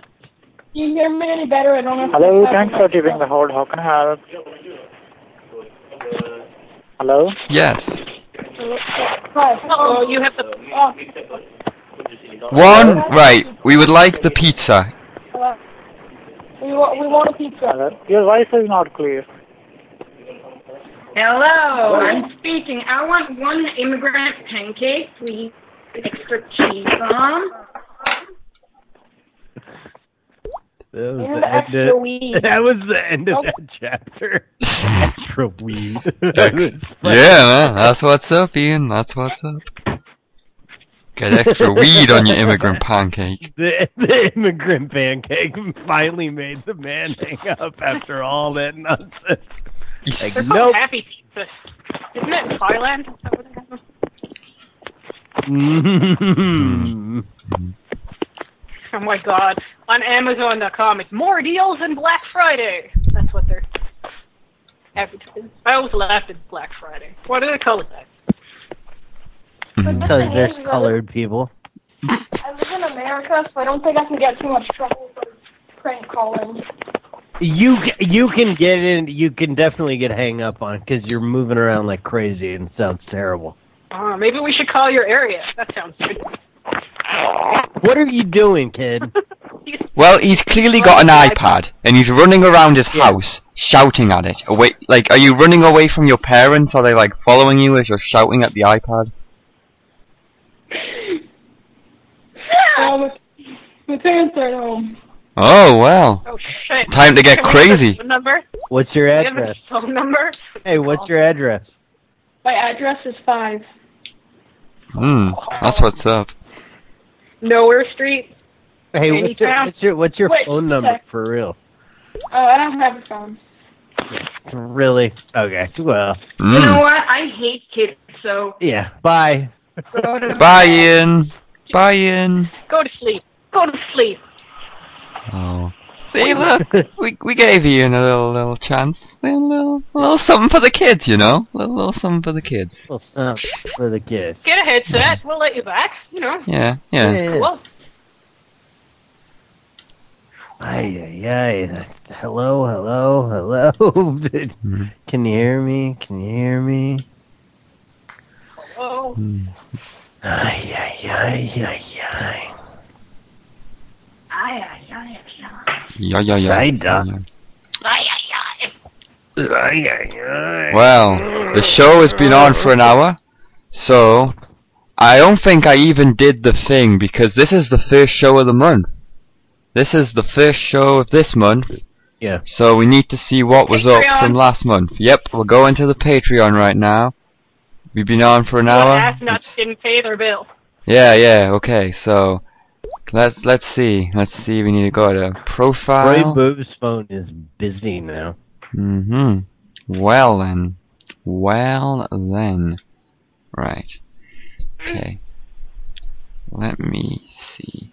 Speaker 9: you hear me any better? I don't know. if
Speaker 7: Hello,
Speaker 9: I have
Speaker 7: thanks
Speaker 9: a
Speaker 7: for giving the hold. How can I help? Hello?
Speaker 1: Yes.
Speaker 9: Hi.
Speaker 8: Oh, you have the.
Speaker 1: One right, we would like the pizza.
Speaker 9: Hello. We want, we want a pizza.
Speaker 7: Hello? Your voice is not clear.
Speaker 17: Hello, I'm speaking. I want one immigrant pancake, please. Extra cheese on.
Speaker 22: That was,
Speaker 11: And
Speaker 22: the end
Speaker 11: extra
Speaker 22: of,
Speaker 11: weed.
Speaker 22: *laughs* that was the end of
Speaker 11: Nope.
Speaker 22: that chapter. *laughs* extra weed. *laughs* That was fun.
Speaker 1: Yeah, that's what's up, Ian. That's what's up. Get
Speaker 8: *laughs*
Speaker 1: extra weed on your immigrant pancake.
Speaker 22: The, *laughs* the immigrant pancake finally made the man hang up after all that nonsense. Like,
Speaker 8: They're called
Speaker 22: nope.
Speaker 8: happy pizzas. Isn't it in Thailand? Is that what they have them?
Speaker 22: Mm.
Speaker 8: Oh my god. On Amazon.com, it's more deals than Black Friday. That's what they're advertising. I always laughed at Black Friday. Why do they call it that?
Speaker 1: Mm-hmm.
Speaker 5: Because there's colored people.
Speaker 11: I live in America, so I don't think I can get too much trouble for prank
Speaker 8: *laughs*
Speaker 11: calling.
Speaker 5: You c- you can get in. You can definitely get hang up on because you're moving around like crazy and it sounds terrible.
Speaker 8: Uh, maybe we should call your area. That sounds good.
Speaker 5: What are you doing, kid?
Speaker 1: Well, he's clearly got an iPad and he's running around his house shouting at it. Away, like, are you running away from your parents? Are they like following you as you're shouting at the iPad?
Speaker 11: Um, my parents are at home.
Speaker 1: Oh well.
Speaker 8: Oh shit.
Speaker 1: Time to
Speaker 8: *laughs*
Speaker 1: get
Speaker 8: Can we have
Speaker 1: crazy.
Speaker 8: a Phone number?
Speaker 5: What's your
Speaker 8: Do you have a
Speaker 5: address?
Speaker 8: phone number?
Speaker 5: Hey, what's your address?
Speaker 11: My address is five.
Speaker 1: Hmm, that's what's up.
Speaker 8: Nowhere Street.
Speaker 5: Hey,
Speaker 8: Any
Speaker 5: what's your
Speaker 8: town?
Speaker 5: what's your what's your
Speaker 11: Wait,
Speaker 5: phone
Speaker 11: just a
Speaker 5: number
Speaker 11: sec.
Speaker 5: for real?
Speaker 11: Oh, I don't have a phone.
Speaker 5: Really? Okay. Well.
Speaker 1: Hmm.
Speaker 11: You know what? I hate kids, so
Speaker 5: Yeah. Bye.
Speaker 1: *laughs*
Speaker 11: go to
Speaker 1: Bye, Ian. Bye, Ian.
Speaker 8: Go to sleep. Go to sleep.
Speaker 1: Oh. See, look, *laughs* we we gave Ian a little little chance, a little little something for the kids, you know, a little, little something for the kids.
Speaker 5: Little something for the kids.
Speaker 8: Get a headset. We'll let you back. You know.
Speaker 1: Yeah, yeah.
Speaker 8: It's Cool.
Speaker 5: Ay, ay, ay. Hello, hello, hello. Did-
Speaker 1: Hmm.
Speaker 5: Can you hear me? Can you hear me?
Speaker 8: Oh.
Speaker 5: Ay, ay, ay, ay, ay.
Speaker 1: Yeah, yeah, yeah.
Speaker 5: Kinda.
Speaker 1: Well, the show has been on for an hour, so I don't think I even did the thing because this is the first show of the month. This is the first show of this month.
Speaker 5: Yeah.
Speaker 1: So we need to see what was up
Speaker 8: Patreon.
Speaker 1: from last month. Yep, we're going to the Patreon right now. We've been on for an
Speaker 8: Well,
Speaker 1: hour.
Speaker 8: that's nuts didn't pay their bill.
Speaker 1: Yeah, yeah, okay. So let's let's see. Let's see. We need to go to
Speaker 5: Roy
Speaker 1: profile.
Speaker 5: Boob's phone is busy now.
Speaker 1: Mm-hmm. Well then. Well then. Right. Okay. Let me see.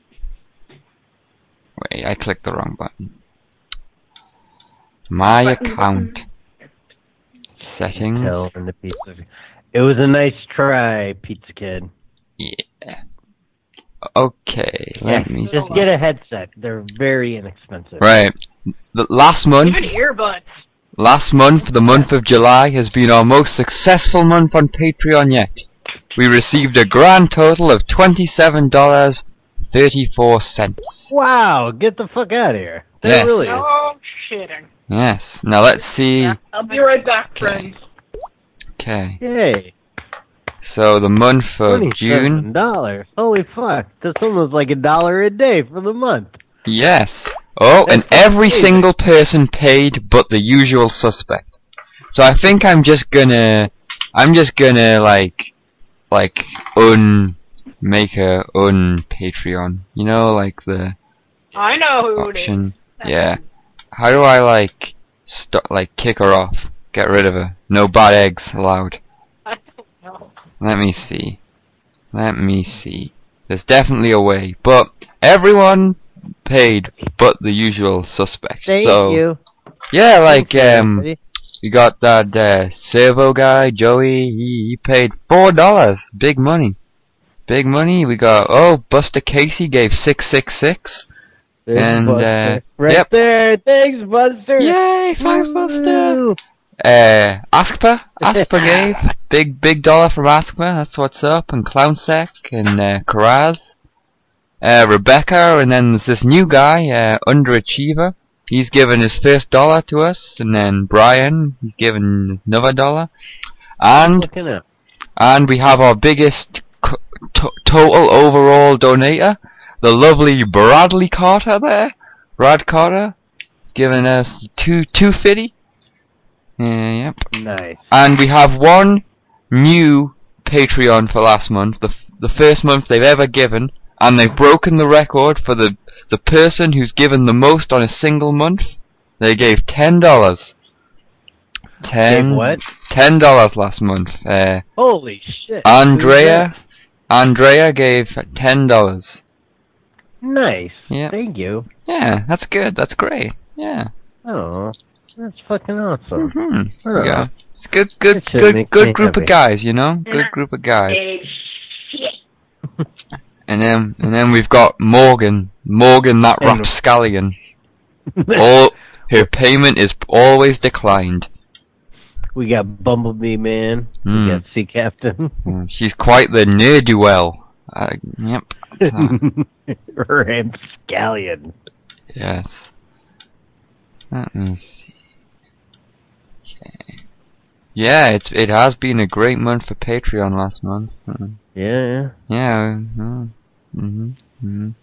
Speaker 1: Wait, I clicked the wrong button. My account. Settings.
Speaker 5: Hell in the pizza. It was a nice try, Pizza Kid.
Speaker 1: Yeah. Okay, let me
Speaker 5: Just
Speaker 1: see.
Speaker 5: get a headset. They're very inexpensive.
Speaker 1: Right. The last month,
Speaker 8: Even earbuds.
Speaker 1: last month, the month of July has been our most successful month on Patreon yet. We received a grand total of twenty-seven dollars thirty-four cents.
Speaker 5: Wow, get the fuck out of here. They're
Speaker 1: Yes.
Speaker 5: really
Speaker 8: No shitting.
Speaker 1: Yes. Now let's see.
Speaker 8: I'll be right back, friends.
Speaker 1: Okay.
Speaker 5: Yay.
Speaker 1: So the month of Uh, June.
Speaker 5: $27. Holy fuck. This one was like a dollar a day for the month.
Speaker 1: Yes. Oh, and every
Speaker 5: amazing.
Speaker 1: single person paid but the usual suspect. So I think I'm just gonna, I'm just gonna like, like un make a un Patreon. You know, like the
Speaker 8: I know who it is.
Speaker 1: option. Yeah. How do I like st- like kick her off? Get rid of her. No bad eggs allowed.
Speaker 8: I don't know.
Speaker 1: Let me see. Let me see. There's definitely a way, but everyone paid but the usual suspects.
Speaker 5: Thank
Speaker 1: so,
Speaker 5: you.
Speaker 1: Yeah, like
Speaker 5: Thank you,
Speaker 1: um,
Speaker 5: everybody.
Speaker 1: you got that uh, servo guy Joey. He, he paid four dollars, big money, big money. We got oh Buster Casey gave six six six,
Speaker 5: There's
Speaker 1: and
Speaker 5: Buster.
Speaker 1: uh,
Speaker 5: right
Speaker 1: yep,
Speaker 5: there. Thanks, Buster.
Speaker 1: Yay, thanks, Buster.
Speaker 5: Woo.
Speaker 1: uh, Askpa, Askpa gave big big dollar from Askpa. That's what's up. And Clownsec and uh, Karaz, uh, Rebecca, and then there's this new guy, uh, Underachiever. He's given his first dollar to us, and then Brian, he's given another dollar, and
Speaker 5: Fucking hell.
Speaker 1: and we have our biggest co- to- total overall donator, the lovely Bradley Carter there, Rod Carter is giving us two two fifty. Yeah, yep.
Speaker 5: Nice.
Speaker 1: And we have one new Patreon for last month, the f- the first month they've ever given, and they've broken the record for the the person who's given the most on a single month. They gave ten dollars. Ten
Speaker 5: Gave what?
Speaker 1: Ten dollars last month. Uh,
Speaker 5: Holy shit.
Speaker 1: Andrea, Andrea gave ten dollars.
Speaker 5: Nice.
Speaker 1: Yeah.
Speaker 5: Thank you.
Speaker 1: Yeah, that's good. That's great. Yeah.
Speaker 5: Oh, that's fucking awesome.
Speaker 1: Mm-hmm.
Speaker 5: Oh.
Speaker 1: Yeah. It's good, good,
Speaker 5: That should
Speaker 1: good,
Speaker 5: make me
Speaker 1: good group
Speaker 5: happy.
Speaker 1: of guys. You know, good group of guys. And then, and then we've got Morgan, Morgan that
Speaker 5: And- *laughs*
Speaker 1: rapscallion. All her payment is always declined.
Speaker 5: We got Bumblebee Man.
Speaker 1: Hmm.
Speaker 5: We got
Speaker 1: *laughs*
Speaker 5: Sea Captain.
Speaker 1: She's quite the nerdy well. Uh,
Speaker 5: *laughs*
Speaker 1: yep. Ah,
Speaker 5: Ramscallion.
Speaker 1: Yes. Let me see. Okay. Yeah, it's it has been a great month for Patreon last month. Mm.
Speaker 5: Yeah.
Speaker 1: Yeah. Mm,
Speaker 5: Mm-hmm.
Speaker 1: mhm.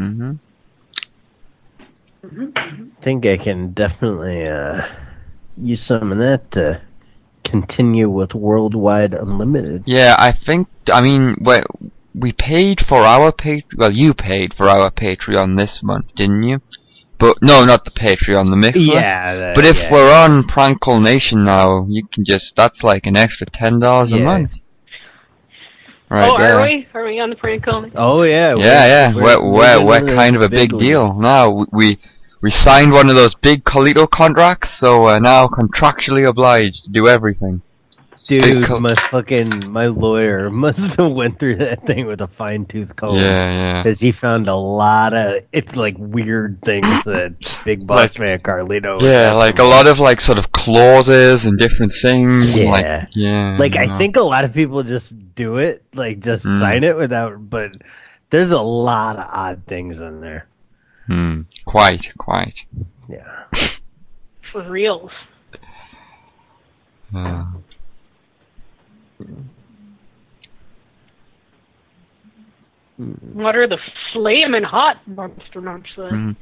Speaker 1: Mhm. Mhm.
Speaker 5: think I can definitely uh, use some of that to continue with Worldwide Unlimited.
Speaker 1: Yeah, I think. I mean, we we paid for our Patreon. Well, you paid for our Patreon this month, didn't you? But no, not the Patreon, the mixer.
Speaker 5: Yeah, the-
Speaker 1: but if
Speaker 5: yeah.
Speaker 1: we're on Prankle Nation now, you can just. That's like an extra ten dollars a
Speaker 5: Yeah.
Speaker 1: month. Right
Speaker 8: oh,
Speaker 1: there.
Speaker 8: are we? Are we on the prank call?
Speaker 5: Oh yeah,
Speaker 1: Yeah, yeah. We're we're, we're,
Speaker 5: another
Speaker 1: kind of a big
Speaker 5: league.
Speaker 1: deal now. We- We we signed one of those big Colito contracts, so we're now contractually obliged to do everything.
Speaker 5: Dude,
Speaker 1: Big co-
Speaker 5: my fucking my lawyer *laughs* must have went through that thing with a fine tooth comb.
Speaker 1: Yeah, yeah.
Speaker 5: Because he found a lot of it's like weird things *laughs* that Big Boss Man Carlito.
Speaker 1: Yeah,
Speaker 5: was-
Speaker 1: like a lot of like sort of clauses and different things. and,
Speaker 5: Yeah.
Speaker 1: Like, yeah.
Speaker 5: Like
Speaker 1: you
Speaker 5: I
Speaker 1: know.
Speaker 5: think a lot of people just do it, like just
Speaker 1: Mm.
Speaker 5: sign it without. But there's a lot of odd things in there.
Speaker 1: Hmm. Quite, quite.
Speaker 5: Yeah.
Speaker 8: For reals.
Speaker 1: Uh, Mm-hmm.
Speaker 8: What are the flaming hot monster munch
Speaker 1: Mm.
Speaker 8: then?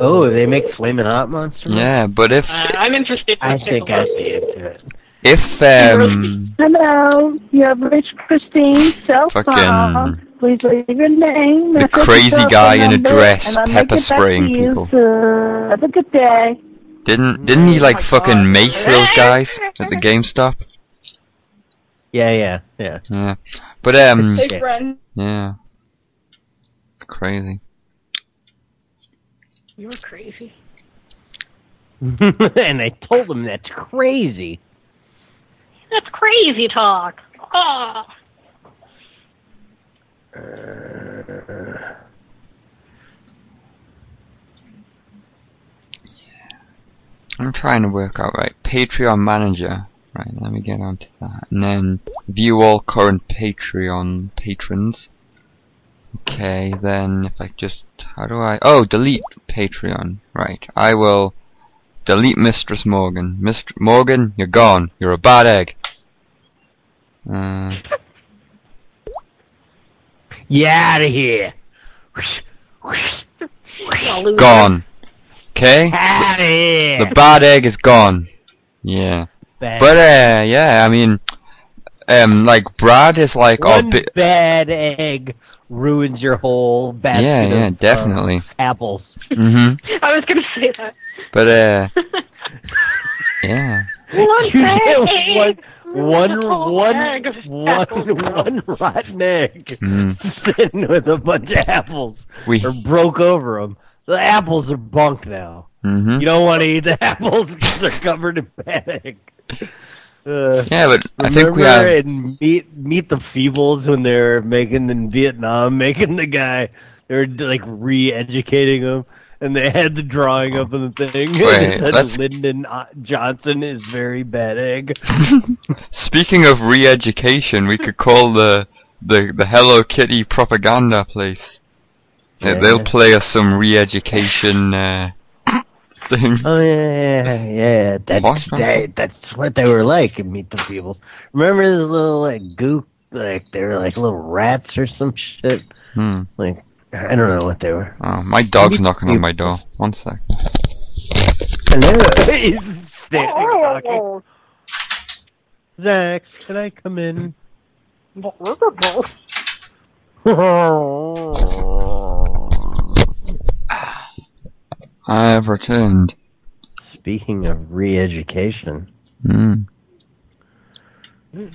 Speaker 5: Oh, they make flaming hot monster. Munch?
Speaker 1: yeah, but if
Speaker 8: Uh, I'm interested.
Speaker 5: I think I'd be into it.
Speaker 1: if um
Speaker 24: Hello, you have reached Christine's cell phone.
Speaker 1: fucking
Speaker 24: Please leave your name.
Speaker 1: The
Speaker 24: message, and
Speaker 1: crazy
Speaker 24: telephone
Speaker 1: guy in a
Speaker 24: number,
Speaker 1: dress
Speaker 24: and I'll make
Speaker 1: pepper
Speaker 24: it back to
Speaker 1: spraying
Speaker 24: you
Speaker 1: people.
Speaker 24: soon. Have a good day.
Speaker 1: didn't didn't he like fucking mace those guys at the GameStop?
Speaker 5: Yeah, yeah, yeah.
Speaker 1: Yeah. But um
Speaker 5: Hey,
Speaker 8: friend.
Speaker 1: Yeah. It's crazy.
Speaker 8: You're crazy.
Speaker 5: *laughs* and I told them that's crazy.
Speaker 8: That's crazy talk. Ah.
Speaker 1: I'm trying to work out right. Patreon manager. Right, let me get onto that. And then view all current Patreon patrons. Okay, then if I just how do I oh delete Patreon. Right. I will delete Mistress Morgan. Mist Morgan, you're gone. You're a bad egg. Uh,
Speaker 5: Get out of here.
Speaker 1: gone. Okay?
Speaker 16: Ah.
Speaker 5: Outta here.
Speaker 1: The bad egg is gone. Yeah.
Speaker 5: Bad.
Speaker 1: But uh, yeah, I mean, um, like Brad is like a
Speaker 5: One
Speaker 1: bit.
Speaker 5: *laughs* bad egg ruins your whole basket
Speaker 1: Yeah, yeah,
Speaker 5: of, uh,
Speaker 1: definitely.
Speaker 5: apples.
Speaker 1: hmm
Speaker 8: I was gonna say that.
Speaker 1: But uh, *laughs* yeah,
Speaker 8: One
Speaker 5: you
Speaker 8: egg
Speaker 5: get one,
Speaker 8: ruins a
Speaker 5: one,
Speaker 8: whole
Speaker 5: one,
Speaker 8: bag of
Speaker 5: one, one rotten egg
Speaker 1: Mm.
Speaker 5: sitting with a bunch of apples.
Speaker 1: We-
Speaker 5: Or broke over them. The apples are bunk now.
Speaker 1: hmm
Speaker 5: You don't want to eat the *laughs* apples because they're covered in bad egg. Uh,
Speaker 1: yeah, but I think we
Speaker 5: Remember
Speaker 1: have.
Speaker 5: in meet meet the feebles when they're making in Vietnam, *laughs* making the guy they're like re-educating him, and they had the drawing up on the thing. *laughs* and
Speaker 1: Wait,
Speaker 5: it said
Speaker 1: let's-
Speaker 5: Lyndon uh, Johnson is very bad egg.
Speaker 1: Speaking of re-education, we could call the the the Hello Kitty propaganda place. Uh,
Speaker 5: Yeah.
Speaker 1: They'll play us some re-education uh, *laughs* thing.
Speaker 5: Oh yeah, yeah, yeah. That's
Speaker 1: Awesome.
Speaker 5: that, that's what they were like in Meet the Feebles. Remember those little like gook, like they were like little rats or some shit.
Speaker 1: Hmm.
Speaker 5: Like
Speaker 16: I don't know what they were.
Speaker 1: Oh, my dog's knocking on my door. One sec.
Speaker 16: Hello. He's
Speaker 5: *laughs*
Speaker 16: standing
Speaker 8: Oh.
Speaker 16: knocking. Zax, can I come in?
Speaker 1: I have returned.
Speaker 16: Speaking of re-education.
Speaker 1: Hmm. *laughs*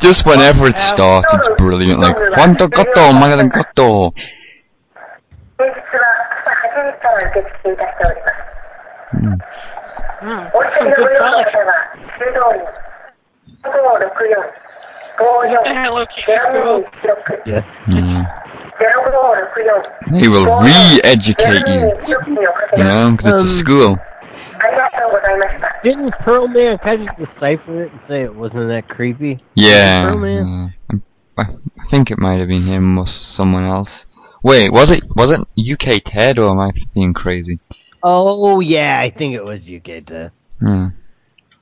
Speaker 1: Just whenever it starts, it's brilliant. Like, Quanto Goto, Magadan Goto.
Speaker 8: うん。
Speaker 1: Yes. They will re-educate you. You know, 'cause
Speaker 9: Um,
Speaker 1: it's a school.
Speaker 16: Didn't Pearl Man kind of decipher it and say it wasn't that creepy?
Speaker 1: Yeah.
Speaker 16: Pearl Man?
Speaker 1: yeah. I, I think it might have been him or someone else. Wait, was it was it UK Ted or am I being crazy?
Speaker 16: Oh yeah, I think it was UK Ted.
Speaker 1: Hmm.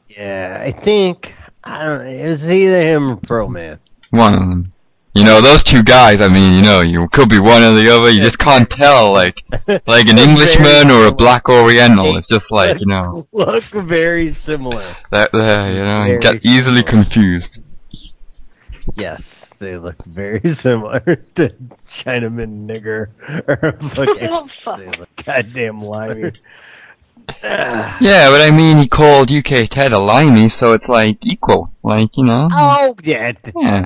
Speaker 16: Yeah, I think I don't. It was either him or Pearl Man. *laughs*
Speaker 1: One of them. You know, those two guys, I mean, you know, you could be one or the other, you just can't tell, like, like an Englishman or a black oriental, it's just like, you know,
Speaker 16: Look very similar.
Speaker 1: that there, you know, you
Speaker 16: Very
Speaker 1: get easily confused.
Speaker 16: Yes, they look very *laughs* similar to Chinaman nigger *laughs* or fucking
Speaker 27: Oh, fuck.
Speaker 16: they look goddamn limey.
Speaker 1: Yeah, but I mean, he called UK Ted a limey, so it's like, equal, like, you know.
Speaker 16: oh yeah,
Speaker 1: Yeah.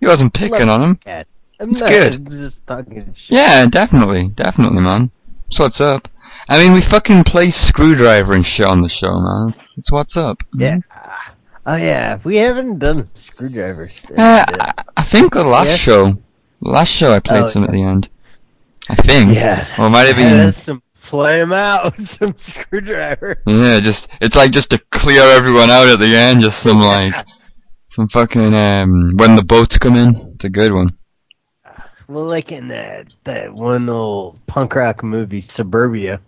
Speaker 1: He wasn't picking on him.
Speaker 16: Cats. I'm
Speaker 1: It's
Speaker 16: not
Speaker 1: good.
Speaker 16: I'm just talking shit.
Speaker 1: Yeah, definitely, definitely, man. That's what's up. I mean, we fucking play Screwdriver and shit on the show, man. It's, it's what's up.
Speaker 16: Yeah. Oh yeah, we haven't done screwdriver. shit
Speaker 1: Uh,
Speaker 16: yet.
Speaker 1: I, I think the last
Speaker 16: Yeah.
Speaker 1: show, last show I played
Speaker 16: Oh,
Speaker 1: some at the end. I think.
Speaker 16: Yeah.
Speaker 1: Or it might have
Speaker 16: Yeah,
Speaker 1: been.
Speaker 16: that's *laughs* some play 'em out, *laughs* some screwdriver.
Speaker 1: Yeah, just it's like just to clear everyone out at the end. Just some like some fucking um when the boats come in. It's a good one.
Speaker 16: Well, like in that that one old punk rock movie, Suburbia.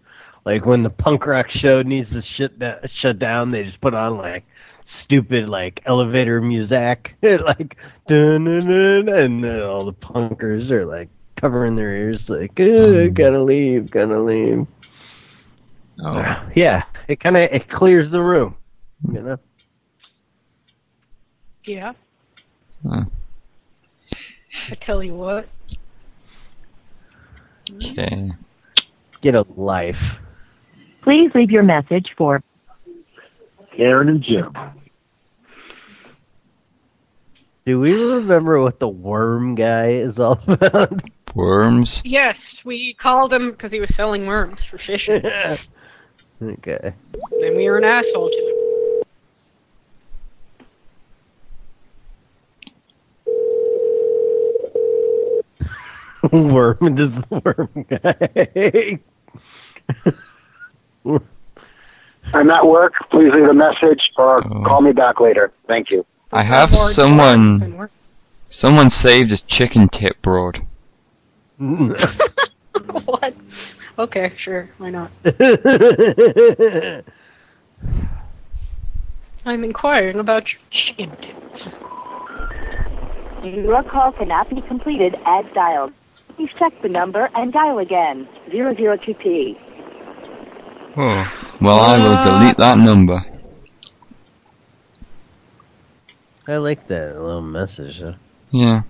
Speaker 16: Like when the punk rock show needs to shut down, shut down, they just put on like stupid like elevator music, *laughs* like dun, dun, dun, and then all the punkers are like covering their ears, like "Eh, gotta leave, gotta leave.
Speaker 1: Oh.
Speaker 16: *sighs* Yeah, it kind of it clears the room, you know.
Speaker 8: Yeah.
Speaker 1: Huh.
Speaker 8: I tell you what.
Speaker 1: Okay.
Speaker 16: Get a life.
Speaker 25: Please leave your message for
Speaker 16: Aaron and Jim. Do we remember what the worm guy is all about?
Speaker 1: Worms.
Speaker 8: Yes, we called him because he was selling worms for *laughs* fishing.
Speaker 16: Okay. *laughs*
Speaker 8: and we were an asshole to him.
Speaker 16: worm this is the worm guy.
Speaker 7: I'm at work. Please leave a message or
Speaker 1: Oh.
Speaker 7: call me back later. Thank you.
Speaker 1: I have
Speaker 7: Lord,
Speaker 1: someone. Someone saved a chicken tip broad.
Speaker 16: Mm.
Speaker 8: what? Okay, sure. Why not? I'm inquiring about your chicken tips.
Speaker 9: Your call cannot be completed as dialed. Please check the number and dial again.
Speaker 15: *laughs*
Speaker 9: 002P.
Speaker 1: Well, I will delete that number.
Speaker 16: I like that little message. Though.
Speaker 1: Yeah.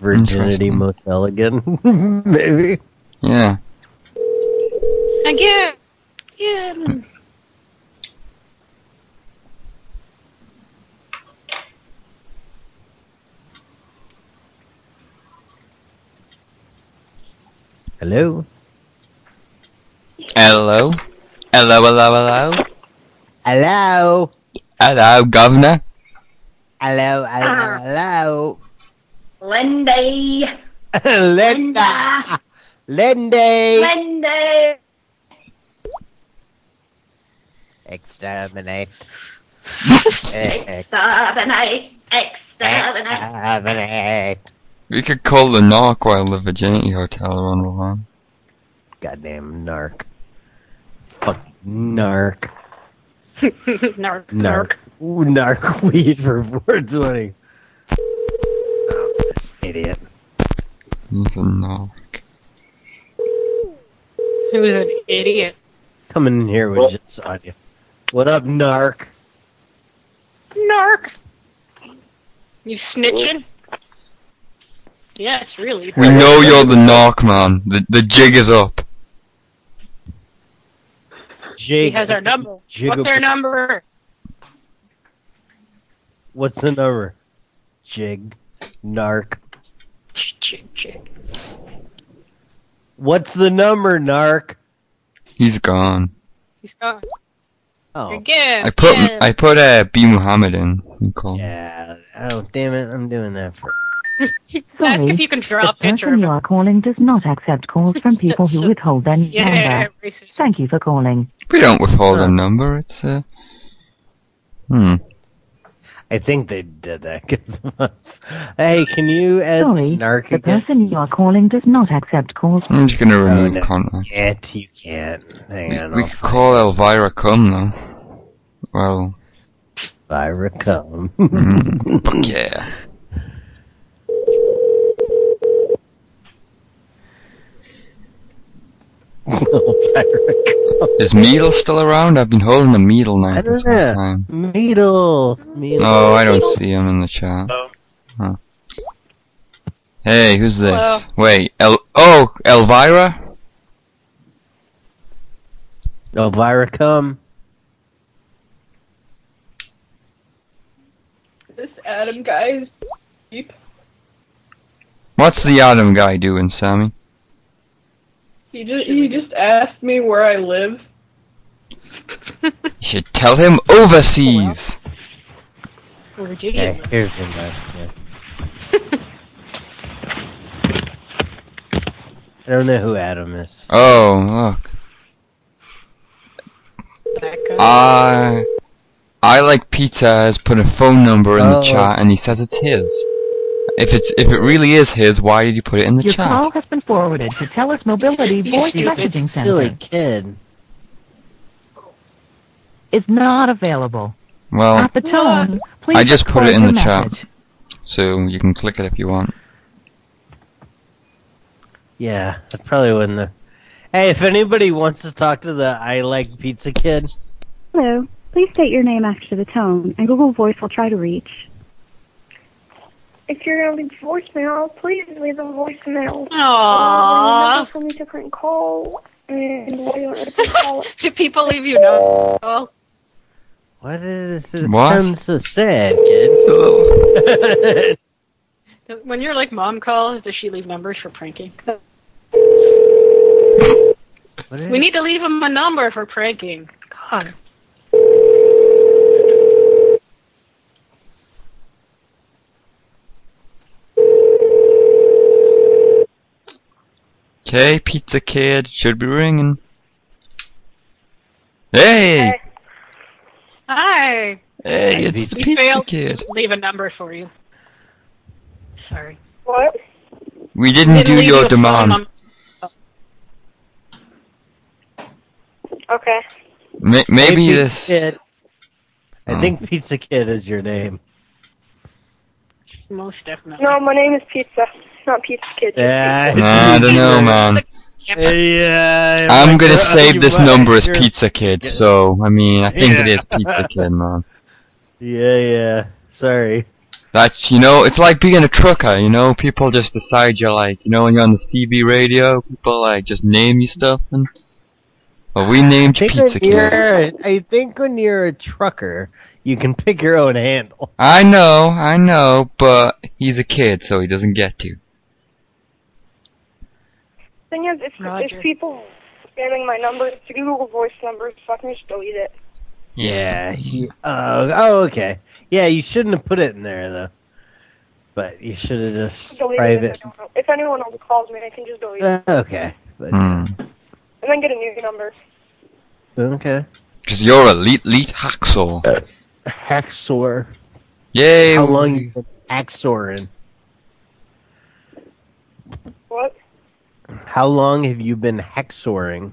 Speaker 16: Virginity Motel again, *laughs* maybe.
Speaker 1: Yeah.
Speaker 8: Again. Again.
Speaker 16: Hello.
Speaker 1: Hello. Hello. Hello. Hello.
Speaker 16: Hello.
Speaker 1: Hello, Governor.
Speaker 16: Hello.
Speaker 8: Ah.
Speaker 16: Hello.
Speaker 5: Lindy.
Speaker 16: Hello. Linda. Lindy.
Speaker 5: Lindy.
Speaker 16: Exterminate.
Speaker 5: Exterminate. Exterminate.
Speaker 16: Exterminate.
Speaker 1: We could call the knock while the virginity hotel are on the line.
Speaker 16: Goddamn narc. Fuck narc.
Speaker 8: narc.
Speaker 16: Narc.
Speaker 5: narc *laughs* weed for 420. Oh, this idiot.
Speaker 1: Nothing, no.
Speaker 8: Who's an idiot?
Speaker 5: Coming in here with just audio. What up, narc?
Speaker 8: Narc. You snitching? Yes, really.
Speaker 1: We know you're the narc, man. The, the jig is up.
Speaker 8: He
Speaker 5: Jake,
Speaker 8: has our number.
Speaker 5: Jigga-
Speaker 8: What's our number?
Speaker 5: what's the number? *laughs* Jig. Narc.
Speaker 8: Jig, jig.
Speaker 5: What's the number, narc?
Speaker 1: He's gone.
Speaker 8: He's gone.
Speaker 5: Oh.
Speaker 8: Again.
Speaker 1: I put
Speaker 8: again.
Speaker 1: I put uh, B Muhammad in. and called.
Speaker 5: Yeah. Oh, damn it. I'm doing that first.
Speaker 8: *laughs* Ask if you can draw a
Speaker 14: The
Speaker 8: picture
Speaker 14: person you
Speaker 8: of
Speaker 14: are calling does not accept calls from people
Speaker 25: *laughs*
Speaker 14: who withhold their
Speaker 8: Yeah,
Speaker 14: number. Thank you for calling.
Speaker 1: We don't withhold a number. It's uh, hmm.
Speaker 5: I think they did that because Hey, can you add
Speaker 14: Sorry,
Speaker 5: narc
Speaker 14: the
Speaker 5: again? Oh,
Speaker 14: person you are calling does not accept calls.
Speaker 1: I'm
Speaker 14: *laughs*
Speaker 1: just gonna remove
Speaker 5: no.
Speaker 1: contact.
Speaker 5: Can't, you can't. Hang on.
Speaker 1: We
Speaker 5: I'll
Speaker 1: could call Elvira Cum though. Well, Mm-hmm.
Speaker 5: Elvira Cum. *laughs*
Speaker 1: fuck yeah.
Speaker 14: Oh,
Speaker 1: Is Meadle still around? I've been holding a Meadle
Speaker 5: I
Speaker 1: knife this
Speaker 5: don't
Speaker 1: whole
Speaker 5: know.
Speaker 1: time.
Speaker 5: Meadle. Meadle.
Speaker 1: Oh, I don't see him in the chat. Huh. Hey, who's this?
Speaker 5: Hello.
Speaker 1: Wait, El- oh, Elvira?
Speaker 5: Elvira Cum.
Speaker 15: This Adam guy's deep.
Speaker 1: What's the Adam guy doing, Sammy?
Speaker 15: He just he just asked me where I live.
Speaker 1: You should tell him overseas.
Speaker 8: Virginia.
Speaker 5: here's the knife. I don't know who Adam is.
Speaker 1: Oh, look. I I like Peter has put a phone number in
Speaker 5: Oh.
Speaker 1: the chat, and he says it's his. If it's if it really is his, why did you put it in the
Speaker 14: Your
Speaker 1: chat?
Speaker 14: call has been forwarded to Telus Mobility
Speaker 5: You
Speaker 14: Voice
Speaker 5: stupid,
Speaker 14: Messaging Center.
Speaker 5: silly kid.
Speaker 14: It's not available.
Speaker 1: Well,
Speaker 14: At the tone, please
Speaker 1: I just put it
Speaker 14: record
Speaker 1: in the
Speaker 14: your
Speaker 1: chat,
Speaker 14: message.
Speaker 1: so you can click it if you want.
Speaker 5: Yeah, that probably wouldn't have. Hey, if anybody wants to talk to the I Like Pizza Kid,
Speaker 13: Hello. Please state your name after the tone, and Google Voice will try to reach.
Speaker 23: If you're gonna leave voicemail, please leave a voicemail.
Speaker 8: Aww.
Speaker 23: Uh, for me to couldn't call and why you want me
Speaker 8: *laughs*
Speaker 23: to call it.
Speaker 8: Do people leave you no? Oh,
Speaker 5: what is this?
Speaker 1: What?
Speaker 5: Sounds so
Speaker 14: *laughs*
Speaker 5: sad, kid.
Speaker 8: when you're like mom calls, does she leave numbers for pranking?
Speaker 5: What
Speaker 8: We need to leave him a number for pranking. God.
Speaker 1: Okay, Pizza Kid should be ringing. Hey,
Speaker 8: Hi.
Speaker 1: hey, it's the
Speaker 8: We
Speaker 1: Pizza
Speaker 8: failed
Speaker 1: Kid.
Speaker 8: to leave a number for you. Sorry.
Speaker 4: What?
Speaker 1: We didn't
Speaker 8: Didn't
Speaker 1: do
Speaker 8: leave you a
Speaker 1: your
Speaker 8: phone
Speaker 1: demand.
Speaker 8: number.
Speaker 4: Okay.
Speaker 1: Ma maybe
Speaker 5: Hey,
Speaker 1: this.
Speaker 5: Pizza Kid. I
Speaker 1: Oh.
Speaker 5: think Pizza Kid is your name.
Speaker 8: Most definitely.
Speaker 4: No, my name is Pizza. Not Pizza Kid.
Speaker 5: Yeah,
Speaker 1: I don't know, man.
Speaker 5: Yeah,
Speaker 1: I'm
Speaker 5: like,
Speaker 1: gonna
Speaker 5: uh,
Speaker 1: save
Speaker 5: you
Speaker 1: this
Speaker 5: might-
Speaker 1: number as
Speaker 5: you're-
Speaker 1: Pizza Kid, so I mean, I think it is
Speaker 5: Yeah. *laughs*
Speaker 1: Pizza Kid, man.
Speaker 5: Yeah, yeah. Sorry.
Speaker 1: That's you know, it's like being a trucker. You know, people just decide you're like, you know, when you're on the CB radio, people like just name you stuff. And well, we named
Speaker 5: I think,
Speaker 1: Pizza
Speaker 5: when
Speaker 1: Kid.
Speaker 5: you're, I think when you're a trucker, you can pick your own handle.
Speaker 1: I know, I know, but he's a kid, so he doesn't get to.
Speaker 4: thing is, if, if people spamming my number, it's Google Voice numbers, so I can just delete it.
Speaker 5: Yeah. you- oh, oh, okay. Yeah, you shouldn't have put it in there though. But you should have just
Speaker 4: Delete
Speaker 5: private.
Speaker 4: it. If anyone, if anyone else calls me, I can just delete
Speaker 5: Uh,
Speaker 4: it.
Speaker 5: okay. But,
Speaker 1: Hmm.
Speaker 4: And then get a new number.
Speaker 5: Okay.
Speaker 1: Cause you're a elite, elite hacksaw.
Speaker 5: Hacksaw.
Speaker 1: Yay!
Speaker 5: How long you been hacksawing?
Speaker 4: What?
Speaker 5: How long have you been hacksawing?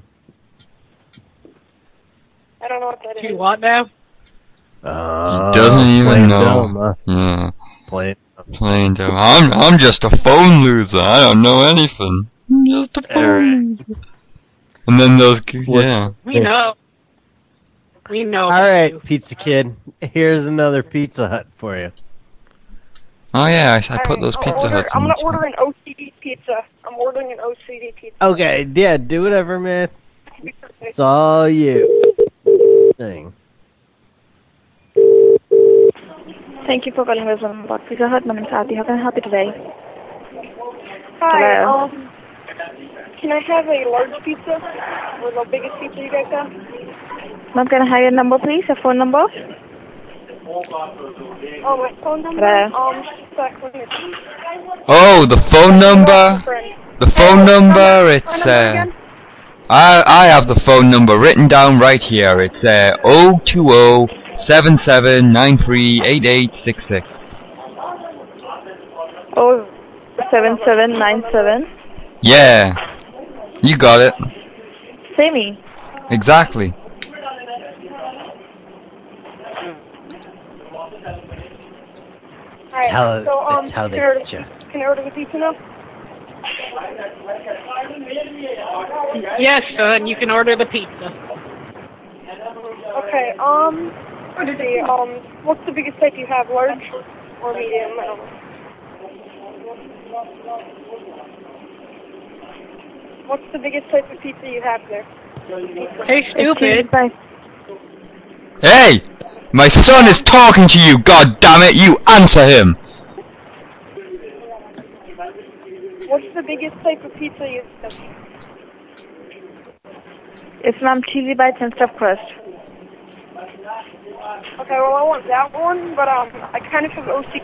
Speaker 4: I don't know what that is.
Speaker 8: You want now?
Speaker 5: Uh,
Speaker 1: Doesn't even
Speaker 5: plain
Speaker 1: know.
Speaker 5: dumb, huh?
Speaker 1: Yeah.
Speaker 5: Plain.
Speaker 1: Plain dumb. I'm I'm just a phone loser. I don't know anything. Just a phone. And then those yeah.
Speaker 8: We know. We know.
Speaker 5: All right, Pizza Kid. Here's another Pizza Hut for you.
Speaker 1: Oh yeah, I, I put those
Speaker 9: Um, I'll
Speaker 1: Pizza
Speaker 9: order-
Speaker 1: Huts.
Speaker 9: I'm
Speaker 1: In.
Speaker 9: gonna order an OCD pizza. I'm ordering an OCD pizza.
Speaker 23: Oh,
Speaker 5: Okay, yeah, do whatever, man. It's all you. Thing.
Speaker 23: Thank you for calling Wisdom Box Pizza Hut. My name's Adi. How can I help you today?
Speaker 9: Hi.
Speaker 23: Hello.
Speaker 9: Um, can I have a large pizza or the biggest pizza you guys have?
Speaker 23: Ma'am, can I have your number, please? Your phone number?
Speaker 9: Oh, my phone number.
Speaker 23: Hello.
Speaker 9: Um, just a second.
Speaker 1: Oh, the phone number. The phone number. It's uh. I I have the phone number written down right here. It's uh oh two oh seven seven nine three eight eight six six.
Speaker 23: Oh, seven seven nine seven.
Speaker 1: Yeah. You got it.
Speaker 23: Say me.
Speaker 1: Exactly.
Speaker 9: Alright,
Speaker 5: how-
Speaker 9: so, um,
Speaker 5: that's how they
Speaker 9: can I order-
Speaker 5: get ya.
Speaker 9: Can I order the pizza now?
Speaker 8: Yes, son, you can order the pizza.
Speaker 9: Okay, um, let's see, um, what's the biggest type you have, large or medium? I don't know. What's the biggest type of pizza you have there?
Speaker 8: Hey, stupid.
Speaker 1: Hey! My son is talking to you, god damn it, you answer him!
Speaker 9: What's the biggest type of pizza you have?
Speaker 23: It's ma'am cheesy bites and stuffed crust.
Speaker 9: Okay, well, I want that one, but, um, I kind of have OCD,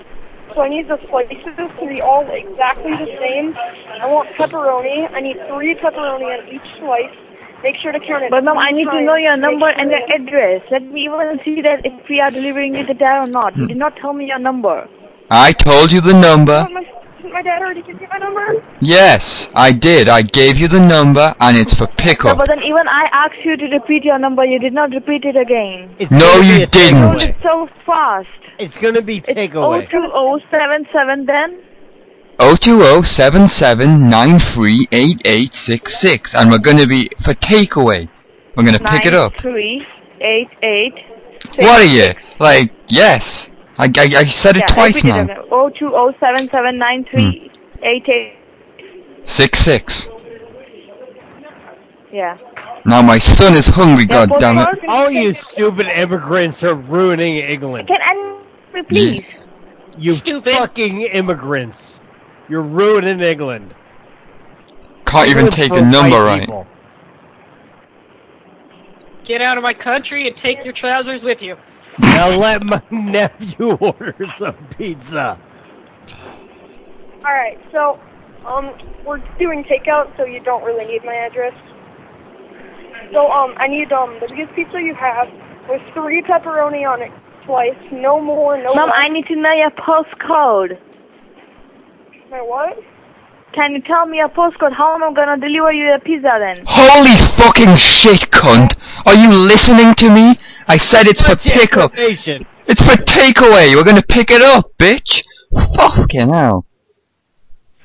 Speaker 9: so I need the slices to be all exactly the same. I want pepperoni. I need three pepperoni on each slice. Make sure to count it.
Speaker 23: But ma'am, I
Speaker 9: three
Speaker 23: need to know
Speaker 9: times.
Speaker 23: your
Speaker 9: Make
Speaker 23: number
Speaker 9: sure
Speaker 23: and your
Speaker 9: that-
Speaker 23: address. Let me even see that if we are delivering it there or not.
Speaker 1: Hmm.
Speaker 23: You did not tell me your number.
Speaker 1: I told you the number.
Speaker 23: my, my dad already give you my number?
Speaker 1: Yes, I did. I gave you the number and it's for
Speaker 23: No,
Speaker 1: pickup.
Speaker 23: but then even I asked you to repeat your number. You did not repeat it again.
Speaker 1: No,
Speaker 5: gonna be
Speaker 1: you
Speaker 5: a
Speaker 1: didn't.
Speaker 5: takeaway.
Speaker 23: It's so fast.
Speaker 5: It's gonna be
Speaker 23: Oh
Speaker 5: takeaway.
Speaker 23: two oh seven seven then?
Speaker 1: 02077938866 and we're gonna be for takeaway. We're gonna pick it up.
Speaker 23: Three eight eight. six-
Speaker 1: What are you? Like, yes. I, I, I said it
Speaker 23: Yeah,
Speaker 1: twice
Speaker 23: repeat it
Speaker 1: now. Hmm.
Speaker 23: again. Oh two oh seven seven nine three eight eight.
Speaker 1: 6 6.
Speaker 23: Yeah.
Speaker 1: Now my son is hungry, god damn it.
Speaker 5: All you stupid immigrants are ruining England.
Speaker 23: Can I please?
Speaker 5: You fucking immigrants. You're ruining England.
Speaker 1: Can't even
Speaker 5: Ruined
Speaker 1: take
Speaker 5: for
Speaker 1: a number
Speaker 5: white
Speaker 1: right.
Speaker 5: people.
Speaker 8: Get out of my country and take your trousers with you.
Speaker 5: Now let my *laughs* nephew order some pizza.
Speaker 9: All right, so um, we're doing takeout, so you don't really need my address. So um, I need um the biggest pizza you have with three pepperoni on it, slice, no more, no.
Speaker 23: Mom,
Speaker 9: less.
Speaker 23: I need to know your postcode.
Speaker 9: My what?
Speaker 23: Can you tell me your postcode? How am I gonna deliver you your pizza then?
Speaker 1: Holy fucking shit, cunt! Are you listening to me? I said it's for pickup.
Speaker 5: Nation.
Speaker 1: It's for takeaway. We're gonna pick it up, bitch. Fucking hell.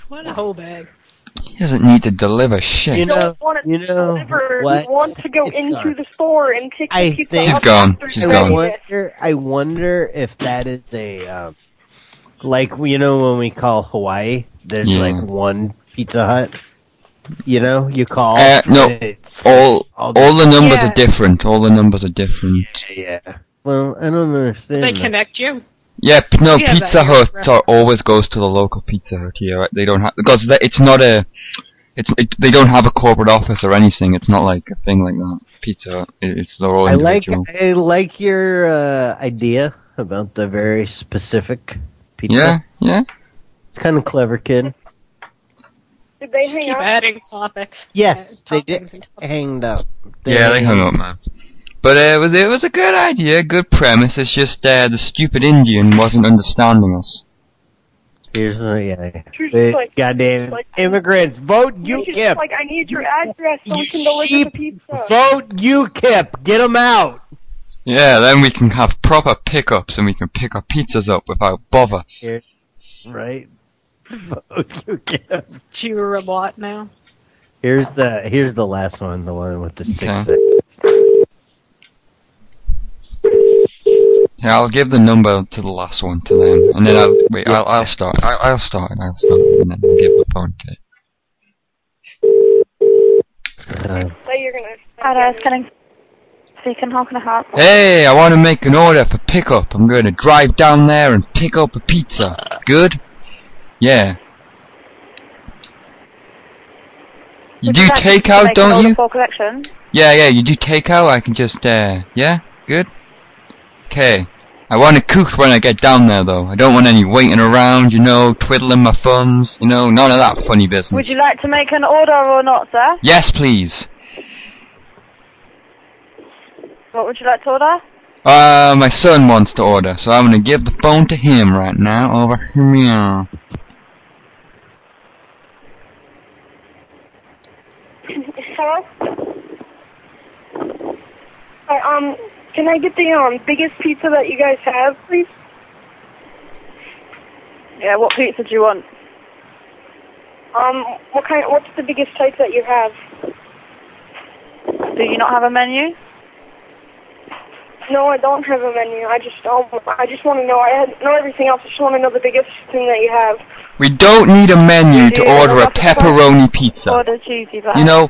Speaker 8: What a hoe bag.
Speaker 1: He doesn't need to deliver shit.
Speaker 5: You know,
Speaker 9: Don't want it
Speaker 5: you know
Speaker 9: delivered.
Speaker 5: what?
Speaker 9: You want to go
Speaker 5: It's
Speaker 9: into
Speaker 5: gone.
Speaker 9: the store and pick the
Speaker 5: I
Speaker 9: pizza
Speaker 5: think
Speaker 9: up after
Speaker 5: I
Speaker 9: you're ready.
Speaker 5: wonder. I wonder if that is a um, like you know when we call Hawaii, there's
Speaker 1: Yeah.
Speaker 5: like one Pizza Hut. You know, you call.
Speaker 1: Uh, no,
Speaker 5: and it's-
Speaker 1: all all the numbers
Speaker 5: Yeah.
Speaker 1: are different. All the numbers are different.
Speaker 5: Yeah. Well, I don't understand.
Speaker 8: They
Speaker 5: that.
Speaker 8: connect you.
Speaker 1: Yep. No,
Speaker 8: Yeah,
Speaker 1: Pizza
Speaker 8: that-
Speaker 1: Hut are, always goes to the local Pizza Hut here. Right? They don't have because they, it's not a. It's it, they don't have a corporate office or anything. It's not like a thing like that. Pizza Hut. It, it's they're all
Speaker 5: I like
Speaker 1: individual.
Speaker 5: I like your uh, idea about the very specific pizza.
Speaker 1: Yeah, yeah.
Speaker 5: It's kind of clever, kid.
Speaker 9: Did they hang
Speaker 8: Keep
Speaker 9: up?
Speaker 8: adding topics.
Speaker 5: Yes, they did hanged up.
Speaker 1: yeah, they hung up, man. But uh, it was it was a good idea, good premise. It's just uh, the stupid Indian wasn't understanding us.
Speaker 5: Here's the yeah.
Speaker 9: It's like-
Speaker 5: goddamn
Speaker 9: like-
Speaker 5: immigrants vote
Speaker 9: It's just
Speaker 5: UKIP.
Speaker 9: Like I need your address so we can deliver the
Speaker 5: sheep
Speaker 9: pizza.
Speaker 5: Vote UKIP. Get them out. *laughs*
Speaker 1: Yeah, then we can have proper pickups and we can pick our pizzas up without bother. *laughs*
Speaker 5: Right.
Speaker 8: You're a bot now.
Speaker 5: Here's the here's the last one, the one with the six six.
Speaker 1: Yeah, I'll give the number to the last one to them, and then I'll wait. I'll, I'll start. I, I'll start, and I'll start, and then I'll give the phone to.
Speaker 9: So you're gonna.
Speaker 20: Hi, guys. Can I speaking? How can I help?
Speaker 1: Hey, I want to make an order for pickup. I'm going to drive down there and pick up a pizza. Good? Yeah. You
Speaker 20: Would
Speaker 1: do
Speaker 20: like me to make
Speaker 1: takeout,
Speaker 20: an
Speaker 1: don't
Speaker 20: order
Speaker 1: you?
Speaker 20: For collection?
Speaker 1: Yeah, yeah, you do takeout. I can just, uh, yeah? Good? Okay. I want it cooked when I get down there, though. I don't want any waiting around, you know, twiddling my thumbs, you know, none of that funny
Speaker 20: Would
Speaker 1: business.
Speaker 20: you like to make an order or not, sir?
Speaker 1: Yes, please.
Speaker 20: What would you like to order?
Speaker 1: Uh, my son wants to order, so I'm gonna give the phone to him right now. Over here.
Speaker 9: *laughs* Hello? Hi, um, can I get the um biggest pizza that you guys have, please?
Speaker 20: Yeah, what pizza do you want?
Speaker 9: Um, what kind? What's the biggest type that you have?
Speaker 20: Do you not have a menu?
Speaker 9: No, I don't have a menu. I just um, I just want to know. I had- know everything else. I just want to know the biggest thing that you have.
Speaker 1: We don't need a menu to
Speaker 9: Do you
Speaker 1: order a
Speaker 9: want us to
Speaker 1: pepperoni pizza.
Speaker 20: Order cheesy bun.
Speaker 1: You know,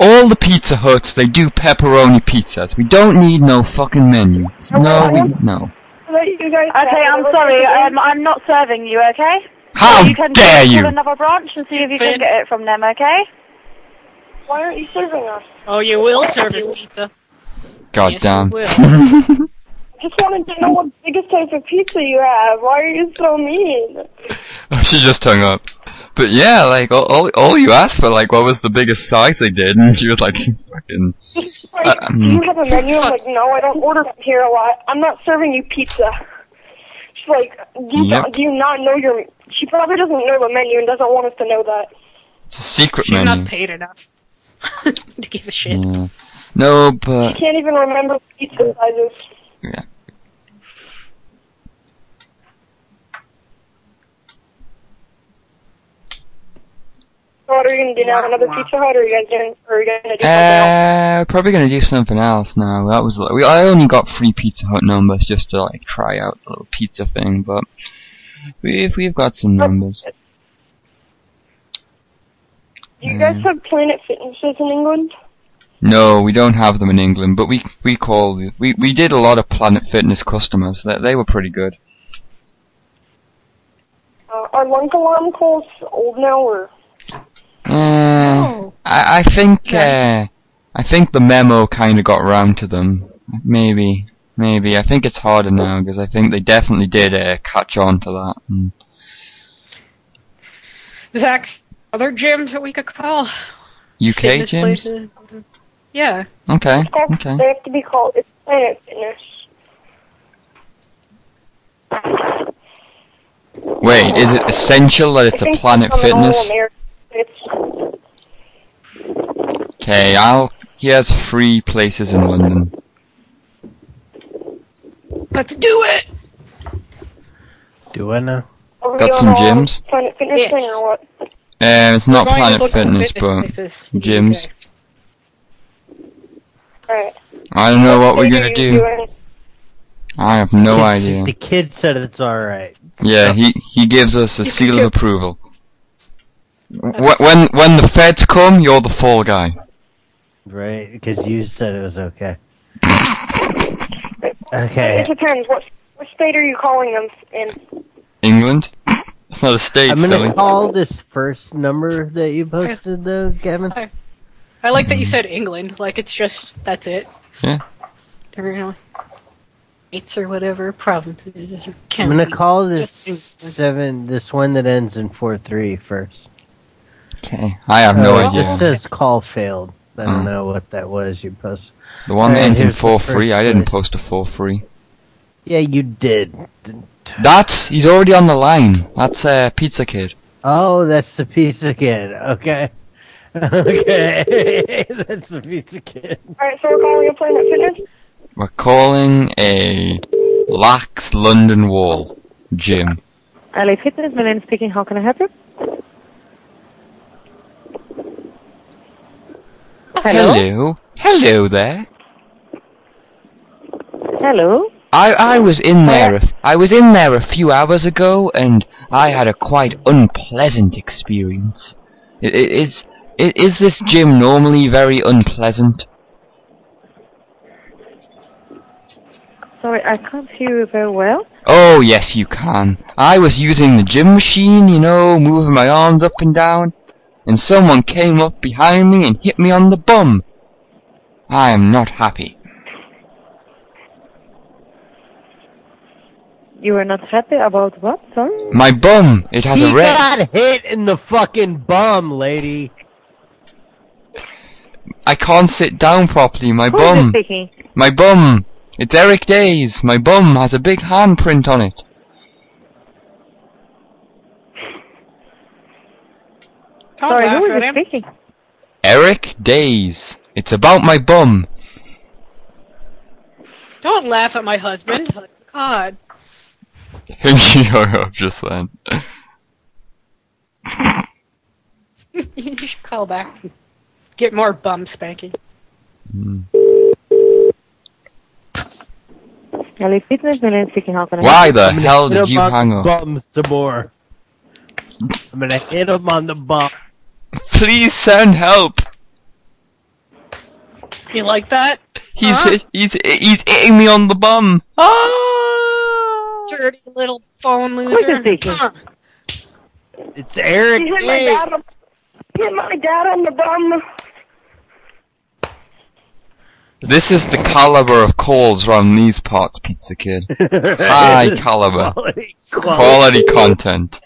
Speaker 1: all the Pizza Huts, they do pepperoni pizzas. We don't need no fucking menu. No, we, no.
Speaker 20: Okay, I'm sorry. Um, I'm not serving you. Okay.
Speaker 1: How
Speaker 20: you can
Speaker 1: dare
Speaker 20: call
Speaker 1: you!
Speaker 20: another branch and see if you can get it from them. Okay. Why aren't you serving us?
Speaker 8: Oh, you will service pizza.
Speaker 1: God damn.
Speaker 9: I just wanted to know what biggest type of pizza you have. Why are you so mean?
Speaker 1: *laughs* she just hung up. But yeah, like, all, all, all you asked for, like, what was the biggest size they did, and she was like, *laughs* fucking... Uh,
Speaker 8: *laughs*
Speaker 9: Do you
Speaker 1: um,
Speaker 9: have a menu? I'm like, no, I don't order from here a lot. I'm not serving you pizza. She's like, do you,
Speaker 1: Yep.
Speaker 9: do you not know your? She probably doesn't know the menu and doesn't want us to know that.
Speaker 1: secret
Speaker 8: She's
Speaker 1: menu.
Speaker 8: not paid enough to give a shit.
Speaker 1: Yeah. No, but...
Speaker 9: She can't even remember pizza sizes.
Speaker 1: Yeah.
Speaker 9: So what are you gonna do now? Another pizza hut, or are you guys doing? Or are you gonna do?
Speaker 1: Uh, probably gonna do something else now. That was we. I only got three Pizza Hut numbers just to like try out the little pizza thing, but we've we've got some numbers.
Speaker 9: Do you guys have Planet Fitnesses in England?
Speaker 1: No, we don't have them in England, but we we call we we did a lot of Planet Fitness customers. They they were pretty good.
Speaker 9: Uh, are lunch alarm calls old now, or?
Speaker 1: Uh, I I think uh, I think the memo kind of got round to them. Maybe maybe I think it's harder now because I think they definitely did uh, catch on to that. Mm. And,
Speaker 8: Zach's other gyms that we could call.
Speaker 1: UK
Speaker 8: Fitness
Speaker 1: gyms.
Speaker 8: places. Yeah.
Speaker 1: Okay. Okay.
Speaker 9: They have to be called. It's Planet Fitness.
Speaker 1: Wait, is it essential that it's
Speaker 9: I think
Speaker 1: a Planet
Speaker 9: some
Speaker 1: Fitness?
Speaker 9: old American- It's
Speaker 1: Okay, I'll. He has three places in London.
Speaker 8: Let's do it!
Speaker 5: Do I know?
Speaker 9: Are we
Speaker 1: Got
Speaker 9: on
Speaker 1: some
Speaker 9: a
Speaker 1: gyms?
Speaker 9: Planet Fitness
Speaker 8: Yes.
Speaker 9: thing or what?
Speaker 1: Um, it's not
Speaker 8: We're going to
Speaker 1: Planet
Speaker 8: look for
Speaker 1: Fitness,
Speaker 8: fitness places
Speaker 1: but
Speaker 8: in the
Speaker 1: gyms.
Speaker 9: Alright.
Speaker 1: I don't know what we're
Speaker 9: What
Speaker 1: gonna
Speaker 9: are you
Speaker 1: do.
Speaker 9: doing?
Speaker 1: I have no
Speaker 5: Kids-
Speaker 1: idea.
Speaker 5: The kid said it's all right.
Speaker 1: Yeah, he he gives us a seal of approval. Wh- When when the feds come, you're the fall guy.
Speaker 5: Right, because you said it was
Speaker 1: *laughs*
Speaker 5: okay.
Speaker 9: It
Speaker 5: okay,
Speaker 9: depends. What, what state are you calling them in?
Speaker 1: England. *laughs* It's not a state.
Speaker 5: I'm gonna
Speaker 1: silly.
Speaker 5: call this first number that you posted, though, Kevin.
Speaker 8: I like that you said England. Like, it's just, that's it.
Speaker 1: Mm. Yeah.
Speaker 8: There are no states or whatever, provinces. or
Speaker 5: I'm gonna
Speaker 8: counties.
Speaker 5: call this
Speaker 8: Just England.
Speaker 5: seven, this one that ends in four three first.
Speaker 1: Okay, I have no
Speaker 5: Uh,
Speaker 1: idea.
Speaker 5: It says call failed. I don't
Speaker 1: Mm.
Speaker 5: know what that was. You posted
Speaker 1: The one that
Speaker 5: Alright,
Speaker 1: ends in
Speaker 5: uh, here's the
Speaker 1: four three.
Speaker 5: first
Speaker 1: I didn't
Speaker 5: place.
Speaker 1: post a four three.
Speaker 5: Yeah, you did.
Speaker 1: That's he's already on the line. That's uh, Pizza Kid.
Speaker 5: Oh, that's the pizza kid. Okay. *laughs* Okay. *laughs* that's the pizza kid.
Speaker 9: Alright, so we're calling a Planet Fitness?
Speaker 1: We're calling a lax London Wall, Jim.
Speaker 3: LA Fitness, my name is speaking. How can I help you? Hello?
Speaker 1: Hello, Hello there.
Speaker 3: Hello?
Speaker 1: I, I was in there. a f- I was in there a few hours ago, and I had a quite unpleasant experience. I- i- Is i- is this gym normally very unpleasant?
Speaker 3: Sorry, I can't hear you very well.
Speaker 1: Oh yes, you can. I was using the gym machine, you know, moving my arms up and down, and someone came up behind me and hit me on the bum. I am not happy.
Speaker 3: You were not happy about what? Sorry?
Speaker 1: My bum, it has
Speaker 5: he
Speaker 1: a red.
Speaker 5: got hit in the fucking bum, lady.
Speaker 1: I can't sit down properly. My
Speaker 3: Who is
Speaker 1: bum.
Speaker 3: it speaking?
Speaker 1: My bum. It's Eric Days. My bum has a big handprint on it.
Speaker 3: Sorry, who
Speaker 8: laugh
Speaker 3: is
Speaker 8: at
Speaker 3: it
Speaker 8: him.
Speaker 3: speaking?
Speaker 1: Eric Days. It's about my bum. *laughs*
Speaker 8: Don't laugh at my husband. God. *laughs*
Speaker 1: you up just then.
Speaker 8: you should call back. Get more bum spanking.
Speaker 3: LA Fitness, my name is speaking. How can I
Speaker 1: Why
Speaker 3: help
Speaker 1: the
Speaker 3: you?
Speaker 1: hell
Speaker 5: hit
Speaker 1: did
Speaker 5: him
Speaker 1: you
Speaker 5: on
Speaker 1: hang
Speaker 5: the
Speaker 1: up?
Speaker 5: Bum some more. I'm gonna hit him on the bum.
Speaker 1: Please send help.
Speaker 8: You like that?
Speaker 1: He's
Speaker 8: Huh?
Speaker 1: hit- *laughs* he's he's hitting me on the bum.
Speaker 8: Dirty little phone
Speaker 3: Who is it
Speaker 8: loser.
Speaker 3: speaking?
Speaker 8: Huh.
Speaker 5: It's Eric
Speaker 3: He hit my
Speaker 5: Days.
Speaker 3: dad on-
Speaker 9: Hit my dad on the bum.
Speaker 1: This is the caliber of calls from these parts, Pizza Kid. High caliber.
Speaker 5: Quality-
Speaker 1: Quality content.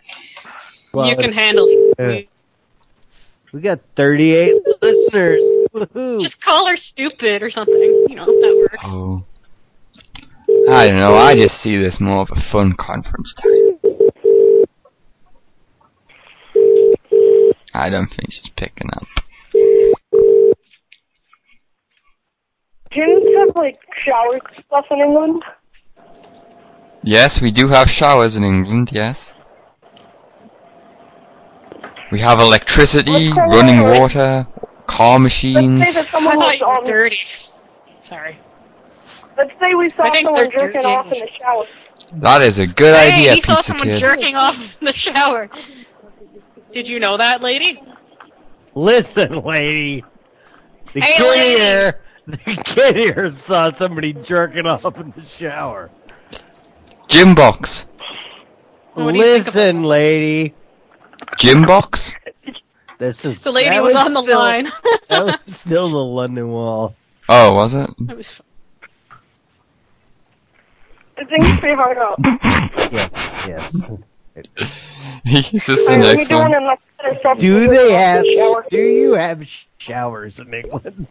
Speaker 8: You can handle it.
Speaker 5: Yeah. We got 38 listeners. Woohoo.
Speaker 8: Just call her stupid or something. You know, that works.
Speaker 1: Oh. I don't know, I just see this more of a fun conference time. I don't think she's picking up.
Speaker 9: Gyms have like showers and stuff in England.
Speaker 1: Yes, we do have showers in England, yes. We have electricity,
Speaker 9: What's going
Speaker 1: running
Speaker 9: on?
Speaker 1: water, car machines.
Speaker 9: Say that someone
Speaker 8: I
Speaker 9: was
Speaker 8: thought you
Speaker 9: on.
Speaker 8: were dirty. Sorry.
Speaker 9: Let's say we
Speaker 8: I
Speaker 9: saw
Speaker 8: think
Speaker 9: someone
Speaker 8: they're
Speaker 9: jerking
Speaker 8: dirty
Speaker 9: off in the shower.
Speaker 1: That is a good
Speaker 8: hey,
Speaker 1: idea,
Speaker 8: he saw
Speaker 1: Pizza
Speaker 8: someone
Speaker 1: Kid.
Speaker 8: jerking off in the shower. Did you know that, lady?
Speaker 5: Listen, lady. The
Speaker 8: Hey,
Speaker 5: kid
Speaker 8: lady.
Speaker 5: here, *laughs* the kid here saw somebody jerking off in the
Speaker 8: *laughs*
Speaker 5: shower.
Speaker 1: Gym box.
Speaker 5: Listen, lady.
Speaker 1: Gym box?
Speaker 5: This is
Speaker 8: The lady
Speaker 5: that
Speaker 8: was on the
Speaker 5: still-
Speaker 8: line.
Speaker 5: that was still the London Wall.
Speaker 1: Oh, was it?
Speaker 8: That was fun.
Speaker 9: I think it's pretty hard up.
Speaker 5: Yes, yes.
Speaker 1: He's just the
Speaker 9: Alright, let me
Speaker 1: next
Speaker 9: do one
Speaker 1: one.
Speaker 9: and let's get ourselves
Speaker 5: Do
Speaker 9: a
Speaker 5: they
Speaker 9: shower.
Speaker 5: have? Do you have showers in England?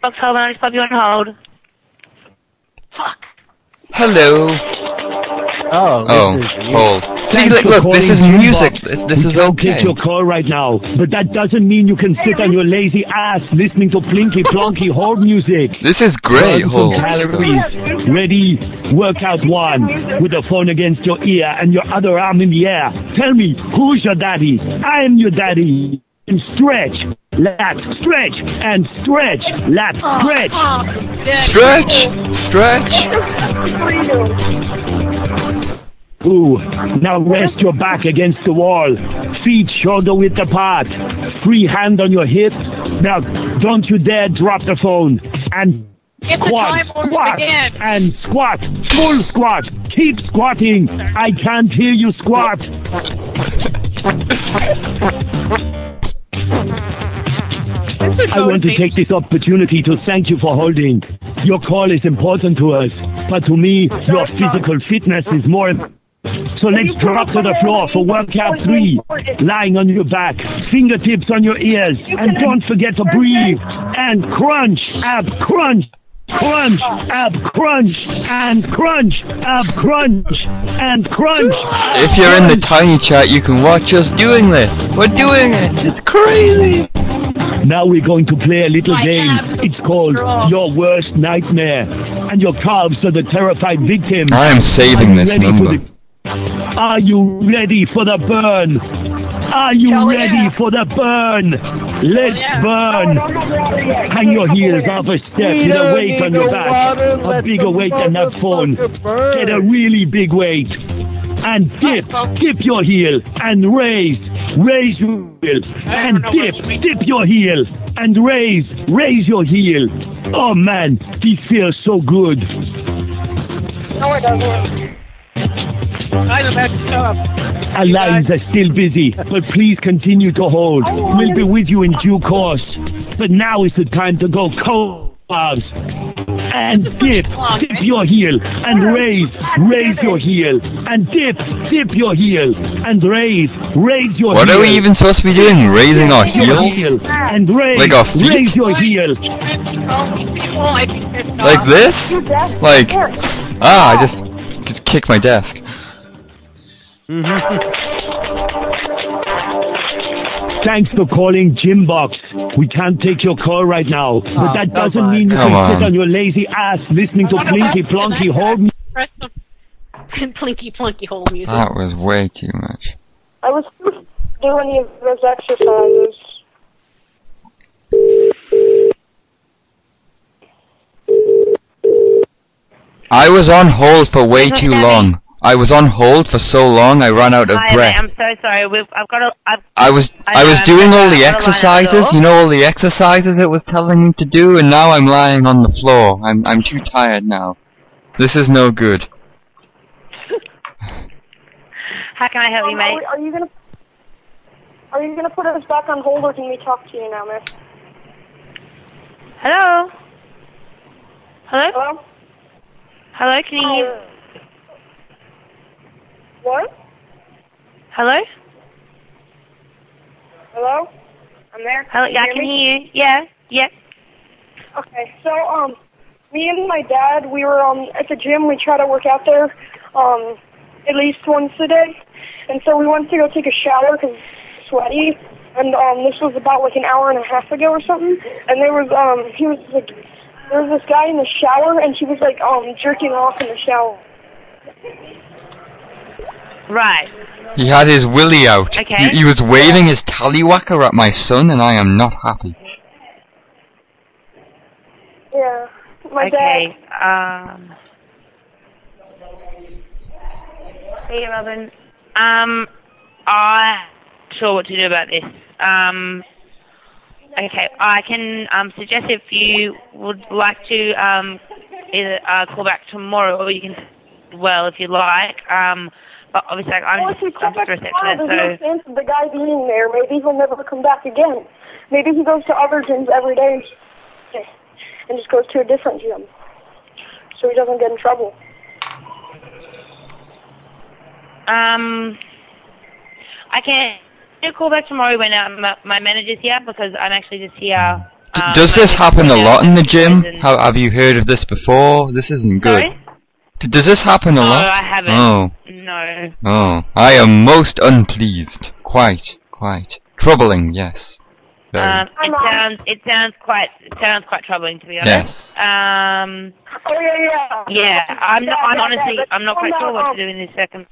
Speaker 3: Fox Hall, my name is Bobby on hold.
Speaker 1: Hello.
Speaker 5: Oh,
Speaker 1: Oh,
Speaker 5: this is you.
Speaker 1: hold. See,
Speaker 6: Thanks
Speaker 1: look,
Speaker 6: for
Speaker 1: look this
Speaker 6: calling
Speaker 1: is
Speaker 6: Jukebox.
Speaker 1: music. This, this
Speaker 6: we
Speaker 1: is
Speaker 6: can't
Speaker 1: okay.
Speaker 6: take your call right now, but that doesn't mean you can sit on your lazy ass listening to plinky plonky whore music.
Speaker 1: This is great,
Speaker 6: Burn some
Speaker 1: Hall.
Speaker 6: calories. Ready? Workout one with the phone against your ear and your other arm in the air. Tell me, who's your daddy? I am your daddy. And stretch, lat, stretch, and stretch, lat,
Speaker 3: Ah.
Speaker 6: stretch.
Speaker 1: Stretch, stretch.
Speaker 6: Ooh, now rest your back against the wall. Feet shoulder width apart. Free hand on your hip. Now, don't you dare drop the phone. And
Speaker 8: It's a
Speaker 6: squat,
Speaker 8: time warp
Speaker 6: squat,
Speaker 8: again.
Speaker 6: and squat. Full squat. Keep squatting. I can't hear you squat. I want to take this opportunity to thank you for holding. Your call is important to us, but to me, your physical fitness is more. im- So let's drop to the floor for workout three. Lying on your back, fingertips on your ears, and don't forget to breathe. And crunch, ab crunch, crunch, ab crunch, and crunch, ab crunch, and crunch.
Speaker 1: If you're in the tiny chat, you can watch us doing this. We're doing it. It's crazy.
Speaker 6: Now we're going to play a little
Speaker 15: My
Speaker 6: game.
Speaker 15: abs are
Speaker 6: It's called
Speaker 15: strong.
Speaker 6: Your Worst Nightmare. And your calves are the terrified victims.
Speaker 1: I am saving
Speaker 6: Are you
Speaker 1: this
Speaker 6: ready for
Speaker 1: number.
Speaker 6: the- Are you ready for the burn? Are you ready for the burn? Let's burn. Hang your heels off a step
Speaker 15: We
Speaker 6: with a
Speaker 15: don't
Speaker 6: weight on
Speaker 15: need
Speaker 6: your
Speaker 15: no
Speaker 6: back.
Speaker 15: water,
Speaker 6: a
Speaker 15: let
Speaker 6: bigger
Speaker 15: the
Speaker 6: weight than that phone. Get a really big weight. And dip, dip your heel and raise, raise your heel and dip, dip your heel and raise, raise your heel. Oh man, this feels so good.
Speaker 8: No, it doesn't. I'm about to come.
Speaker 6: Our lines are still busy, but please continue to hold. We'll be with you in due course. But now is the time to go cold. Bobs. And dip, dip your heel, and raise, raise your heel, and dip, dip your heel, and raise, raise your heel.
Speaker 1: What are we even supposed to be doing? Raising our
Speaker 6: Your
Speaker 1: heel?
Speaker 6: And raise,
Speaker 1: Like our feet?
Speaker 6: raise your heel.
Speaker 8: Oh,
Speaker 1: Like this? Like, ah, I just, just kicked my desk.
Speaker 6: Mm-hmm. Thanks for calling Gym Box. We can't take your call right now, but
Speaker 15: Oh,
Speaker 6: that
Speaker 15: come
Speaker 6: doesn't
Speaker 15: on.
Speaker 6: mean you
Speaker 15: Come
Speaker 6: can sit
Speaker 15: on.
Speaker 6: on your lazy ass listening to
Speaker 8: I wanna
Speaker 6: Plinky
Speaker 8: watch the
Speaker 6: Plonky
Speaker 8: next
Speaker 6: Home.
Speaker 8: Press the *laughs* plinky plunky hole music.
Speaker 1: That was way too much.
Speaker 9: I was doing the- those exercises.
Speaker 1: I was on hold for way too long. I was on hold for so long I ran out of
Speaker 25: Hi,
Speaker 1: breath.
Speaker 25: I'm so sorry. We've, I've got a. I've,
Speaker 1: I was
Speaker 25: I
Speaker 1: I was
Speaker 25: know,
Speaker 1: doing all
Speaker 25: I'm
Speaker 1: the
Speaker 25: not gonna lie at
Speaker 1: exercises,
Speaker 25: all.
Speaker 1: you know all the exercises it was telling me to do, and now I'm lying on the floor. I'm I'm too tired now. This is no good.
Speaker 25: how can I help
Speaker 20: Oh,
Speaker 9: Um,
Speaker 25: you,
Speaker 9: are,
Speaker 25: mate?
Speaker 9: we- are you gonna Are you gonna put us back on hold, or can we talk to you now, miss?
Speaker 25: Hello. Hello.
Speaker 9: Hello.
Speaker 25: Hello. Can you hear?
Speaker 9: What?
Speaker 25: Hello.
Speaker 9: Hello. I'm there.
Speaker 25: Hello. Yeah, I can
Speaker 9: me?
Speaker 25: hear you. Yeah. Yeah.
Speaker 9: Okay, so um, me and my dad, we were um at the gym. We try to work out there, um, at least once a day. And so we went to go take a shower 'cause it's sweaty. And um, this was about like an hour and a half ago or something. And there was um, he was like, there was this guy in the shower, and he was like um jerking off in the shower.
Speaker 25: Right.
Speaker 1: He had his willy out.
Speaker 25: Okay.
Speaker 1: He, he was waving his tallywhacker at my son, and I am not happy.
Speaker 9: Yeah, my
Speaker 25: okay. Um. Hey, Robin. Um, I sure what to do about this. Um. Okay, I can um, suggest if you would like to um, either uh, call back tomorrow, or you can, well, if you like. Um, but obviously, like, I'm
Speaker 9: Well, if you
Speaker 25: just
Speaker 9: call
Speaker 25: I'm
Speaker 9: back
Speaker 25: just a
Speaker 9: tomorrow,
Speaker 25: receptionist,
Speaker 9: there's
Speaker 25: so
Speaker 9: no sense of the guy being there. Maybe he'll never come back again. Maybe he goes to other gyms every day and just goes to a different gym so he doesn't get in trouble.
Speaker 25: um, I can do call back tomorrow when um, my, my manager's here because I'm actually just here.
Speaker 1: D-
Speaker 25: um,
Speaker 1: Does this happen a lot in the gym?
Speaker 25: and-
Speaker 1: How, have you heard of this before? This isn't good.
Speaker 25: Sorry?
Speaker 1: D- Does this happen a
Speaker 25: No,
Speaker 1: lot?
Speaker 25: I haven't.
Speaker 1: Oh.
Speaker 25: No.
Speaker 1: Oh, I am most unpleased. Quite, quite. Troubling, yes. Very.
Speaker 25: Um, it sounds it sounds quite it sounds quite troubling to be honest. Um,
Speaker 9: oh yeah,
Speaker 25: yeah. Yeah, I'm not.
Speaker 9: Yeah,
Speaker 25: I'm
Speaker 9: yeah,
Speaker 25: honestly.
Speaker 9: yeah, but
Speaker 25: I'm not quite
Speaker 9: no,
Speaker 25: sure what
Speaker 9: um,
Speaker 25: to do in this second.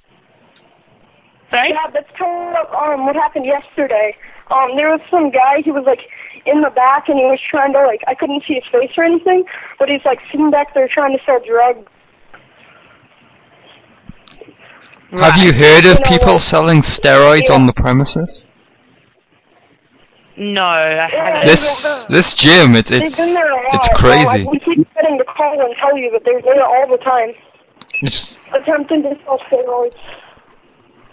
Speaker 25: Sorry?
Speaker 9: Yeah, that's kind of um, what happened yesterday. Um, there was some guy, he was like in the back and he was trying to like, I couldn't see his face or anything, but he's like sitting back there trying to sell drugs.
Speaker 1: Have you heard
Speaker 9: You
Speaker 1: of
Speaker 9: know
Speaker 1: people
Speaker 9: what?
Speaker 1: selling steroids
Speaker 9: Yeah.
Speaker 1: on the premises?
Speaker 25: No, I haven't.
Speaker 1: This this gym, it's
Speaker 9: They've
Speaker 1: it's
Speaker 9: been there a lot.
Speaker 1: it's
Speaker 9: Well,
Speaker 1: crazy.
Speaker 9: I- we keep getting the call and tell you that they're there all the time,
Speaker 1: It's,
Speaker 9: attempting to sell steroids.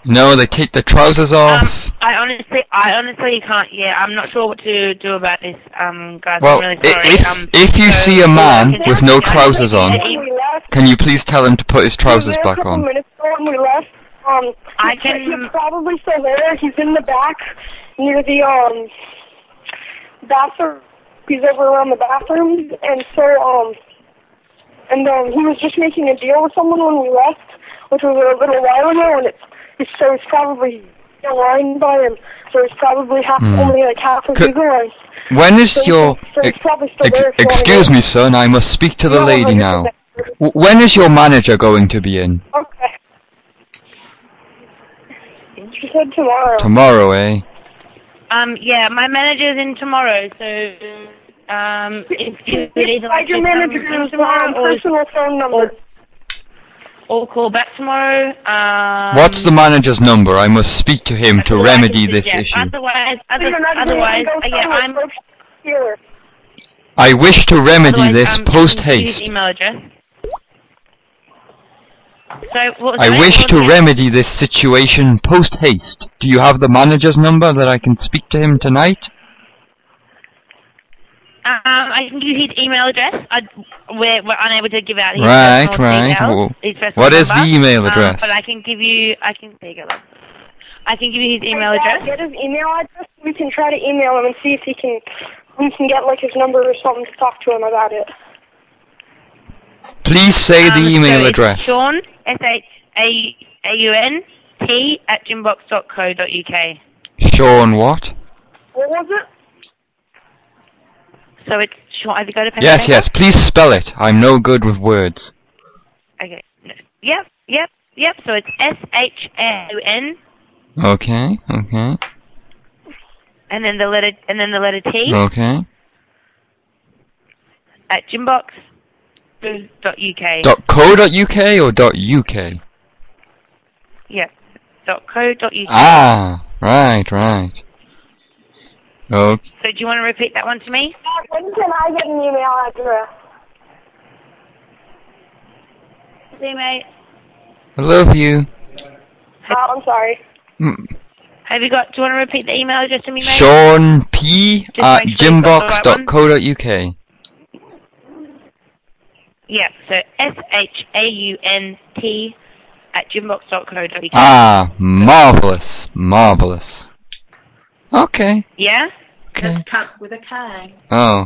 Speaker 1: no, they take their
Speaker 25: Um,
Speaker 1: trousers off.
Speaker 25: I honestly, I honestly can't. Yeah, I'm not sure what to do about this, um, guys.
Speaker 1: well,
Speaker 25: I'm
Speaker 1: i-
Speaker 25: really sorry.
Speaker 1: if
Speaker 25: um,
Speaker 1: if you
Speaker 25: so-
Speaker 1: see a man with no trousers on,
Speaker 9: We left.
Speaker 1: can you please tell him to put his
Speaker 9: We
Speaker 1: trousers
Speaker 9: were there
Speaker 1: back
Speaker 9: a couple
Speaker 1: on?
Speaker 9: minutes ago when we left. Um, I can. He's probably still there. He's in the back near the um bathroom. He's over around the bathrooms, and so um, and um, he was just making a deal with someone when we left, which was a little while ago, and it's, it's so he's probably the line by him, so he's probably half
Speaker 1: Hmm.
Speaker 9: only like halfway
Speaker 1: Could-
Speaker 9: through the line.
Speaker 1: When is
Speaker 9: So he's-
Speaker 1: your...
Speaker 9: so he's probably still
Speaker 1: Ex-
Speaker 9: there for all I
Speaker 1: excuse
Speaker 9: know.
Speaker 1: me, son, I must speak to the lady now. W- when is your manager going to be
Speaker 9: Oh.
Speaker 1: in?
Speaker 9: Okay. She said tomorrow.
Speaker 1: Tomorrow, eh?
Speaker 25: Um, yeah, my manager's in tomorrow, so um, if you would either like
Speaker 9: Slide your
Speaker 25: to come
Speaker 9: manager
Speaker 25: in
Speaker 9: is my
Speaker 25: tomorrow or,
Speaker 9: personal phone number.
Speaker 25: or call back tomorrow. Um,
Speaker 1: What's the manager's number? I must speak to him to remedy this
Speaker 25: yeah,
Speaker 1: issue.
Speaker 25: Otherwise, other,
Speaker 9: Your manager
Speaker 25: otherwise,
Speaker 9: can go
Speaker 25: uh, yeah,
Speaker 9: somewhere,
Speaker 25: I'm.
Speaker 9: Here.
Speaker 1: I wish to remedy
Speaker 25: otherwise,
Speaker 1: this
Speaker 25: um,
Speaker 1: post
Speaker 25: you can use
Speaker 1: haste.
Speaker 25: Email address. So, what was
Speaker 1: I
Speaker 25: that?
Speaker 1: wish
Speaker 25: What
Speaker 1: to
Speaker 25: was that?
Speaker 1: remedy this situation post haste. Do you have the manager's number that I can speak to him tonight?
Speaker 25: Um, I can give you his email address. I, we're, we're unable to give out his
Speaker 1: Right,
Speaker 25: personal
Speaker 1: right.
Speaker 25: details.
Speaker 1: Well,
Speaker 25: his personal
Speaker 1: what is the
Speaker 25: number.
Speaker 1: email
Speaker 25: Um,
Speaker 1: address?
Speaker 25: but I can give you. I can there you go, love. I can give you his email
Speaker 9: Yeah,
Speaker 25: address.
Speaker 9: Get his email address. We can try to email him and see if he can. We can get like his number or something to talk to him about it.
Speaker 1: Please say
Speaker 25: Um,
Speaker 1: the email
Speaker 25: so it's
Speaker 1: address.
Speaker 25: Sean S H A A U N T at gymbox.co.uk.
Speaker 1: Sean what?
Speaker 9: What was it?
Speaker 25: So it's Sean. Have you got a pen?
Speaker 1: Yes,
Speaker 25: and
Speaker 1: yes.
Speaker 25: paper?
Speaker 1: Please spell it. I'm no good with words.
Speaker 25: Okay. No. Yep, yep, yep. So it's S H A U N
Speaker 1: Okay, okay,
Speaker 25: and then the letter and then the letter T
Speaker 1: okay.
Speaker 25: at gymbox.co.uk.
Speaker 1: Dot co. Dot uk or dot uk?
Speaker 25: Yep. Dot co. Dot uk.
Speaker 1: Ah, right, right. Oh, Okay.
Speaker 25: So do you want to repeat that one to me?
Speaker 9: When can I get an email address?
Speaker 25: See, mate.
Speaker 1: I love you.
Speaker 9: Oh, I'm sorry.
Speaker 1: Mm.
Speaker 25: Have you got? Do you want to repeat the email address to me, mate?
Speaker 1: Sean P uh,
Speaker 25: Just
Speaker 1: at
Speaker 25: make sure you've got the right
Speaker 1: gymbox.co.uk.
Speaker 25: Yep. So S H A U N T at gymbox.co.uk.
Speaker 1: Ah, marvelous, marvelous. Okay.
Speaker 25: Yeah.
Speaker 1: Okay.
Speaker 25: Cup with a K.
Speaker 1: Oh,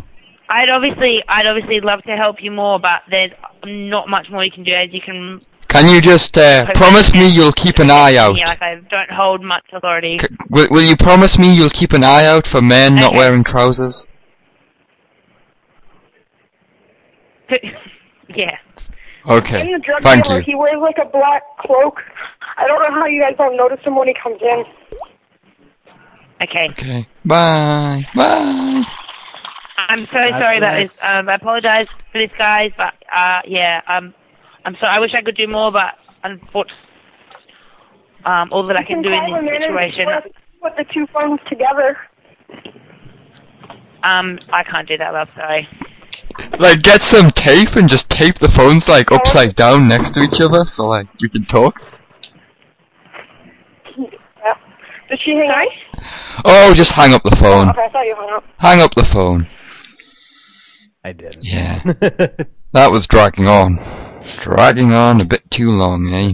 Speaker 25: I'd obviously, I'd obviously love to help you more, but there's not much more you can do. As you can,
Speaker 1: can you just uh, promise me you'll keep an eye out?
Speaker 25: yeah, like I don't hold much authority.
Speaker 1: Will, will you promise me you'll keep an eye out for men not wearing trousers?
Speaker 25: *laughs* yeah.
Speaker 1: Okay.
Speaker 9: In the drug
Speaker 1: Thank
Speaker 9: dealer,
Speaker 1: you.
Speaker 9: he wears like a black cloak. I don't know how you guys don't notice him when he comes in. *laughs*
Speaker 25: Okay.
Speaker 1: Okay. Bye. Bye.
Speaker 25: I'm so sorry about this. Um, I apologize for this, guys, but uh, yeah, um, I'm sorry. I wish I could do more, but unfortunately, um, all that I can, do
Speaker 9: call
Speaker 25: in
Speaker 9: him
Speaker 25: this
Speaker 9: in and
Speaker 25: situation,
Speaker 9: put- Put the two phones together.
Speaker 25: um, I can't do that. Love, sorry.
Speaker 1: Like, get some tape and just tape the phones like upside down next to each other, so like we can talk.
Speaker 9: Yeah. Did she hang up?
Speaker 1: Oh, just hang up the phone.
Speaker 9: Okay, I thought you hung up.
Speaker 1: Hang up the phone.
Speaker 5: I did.
Speaker 1: Yeah.
Speaker 5: *laughs*
Speaker 1: that was dragging on. Dragging on a bit too long, eh?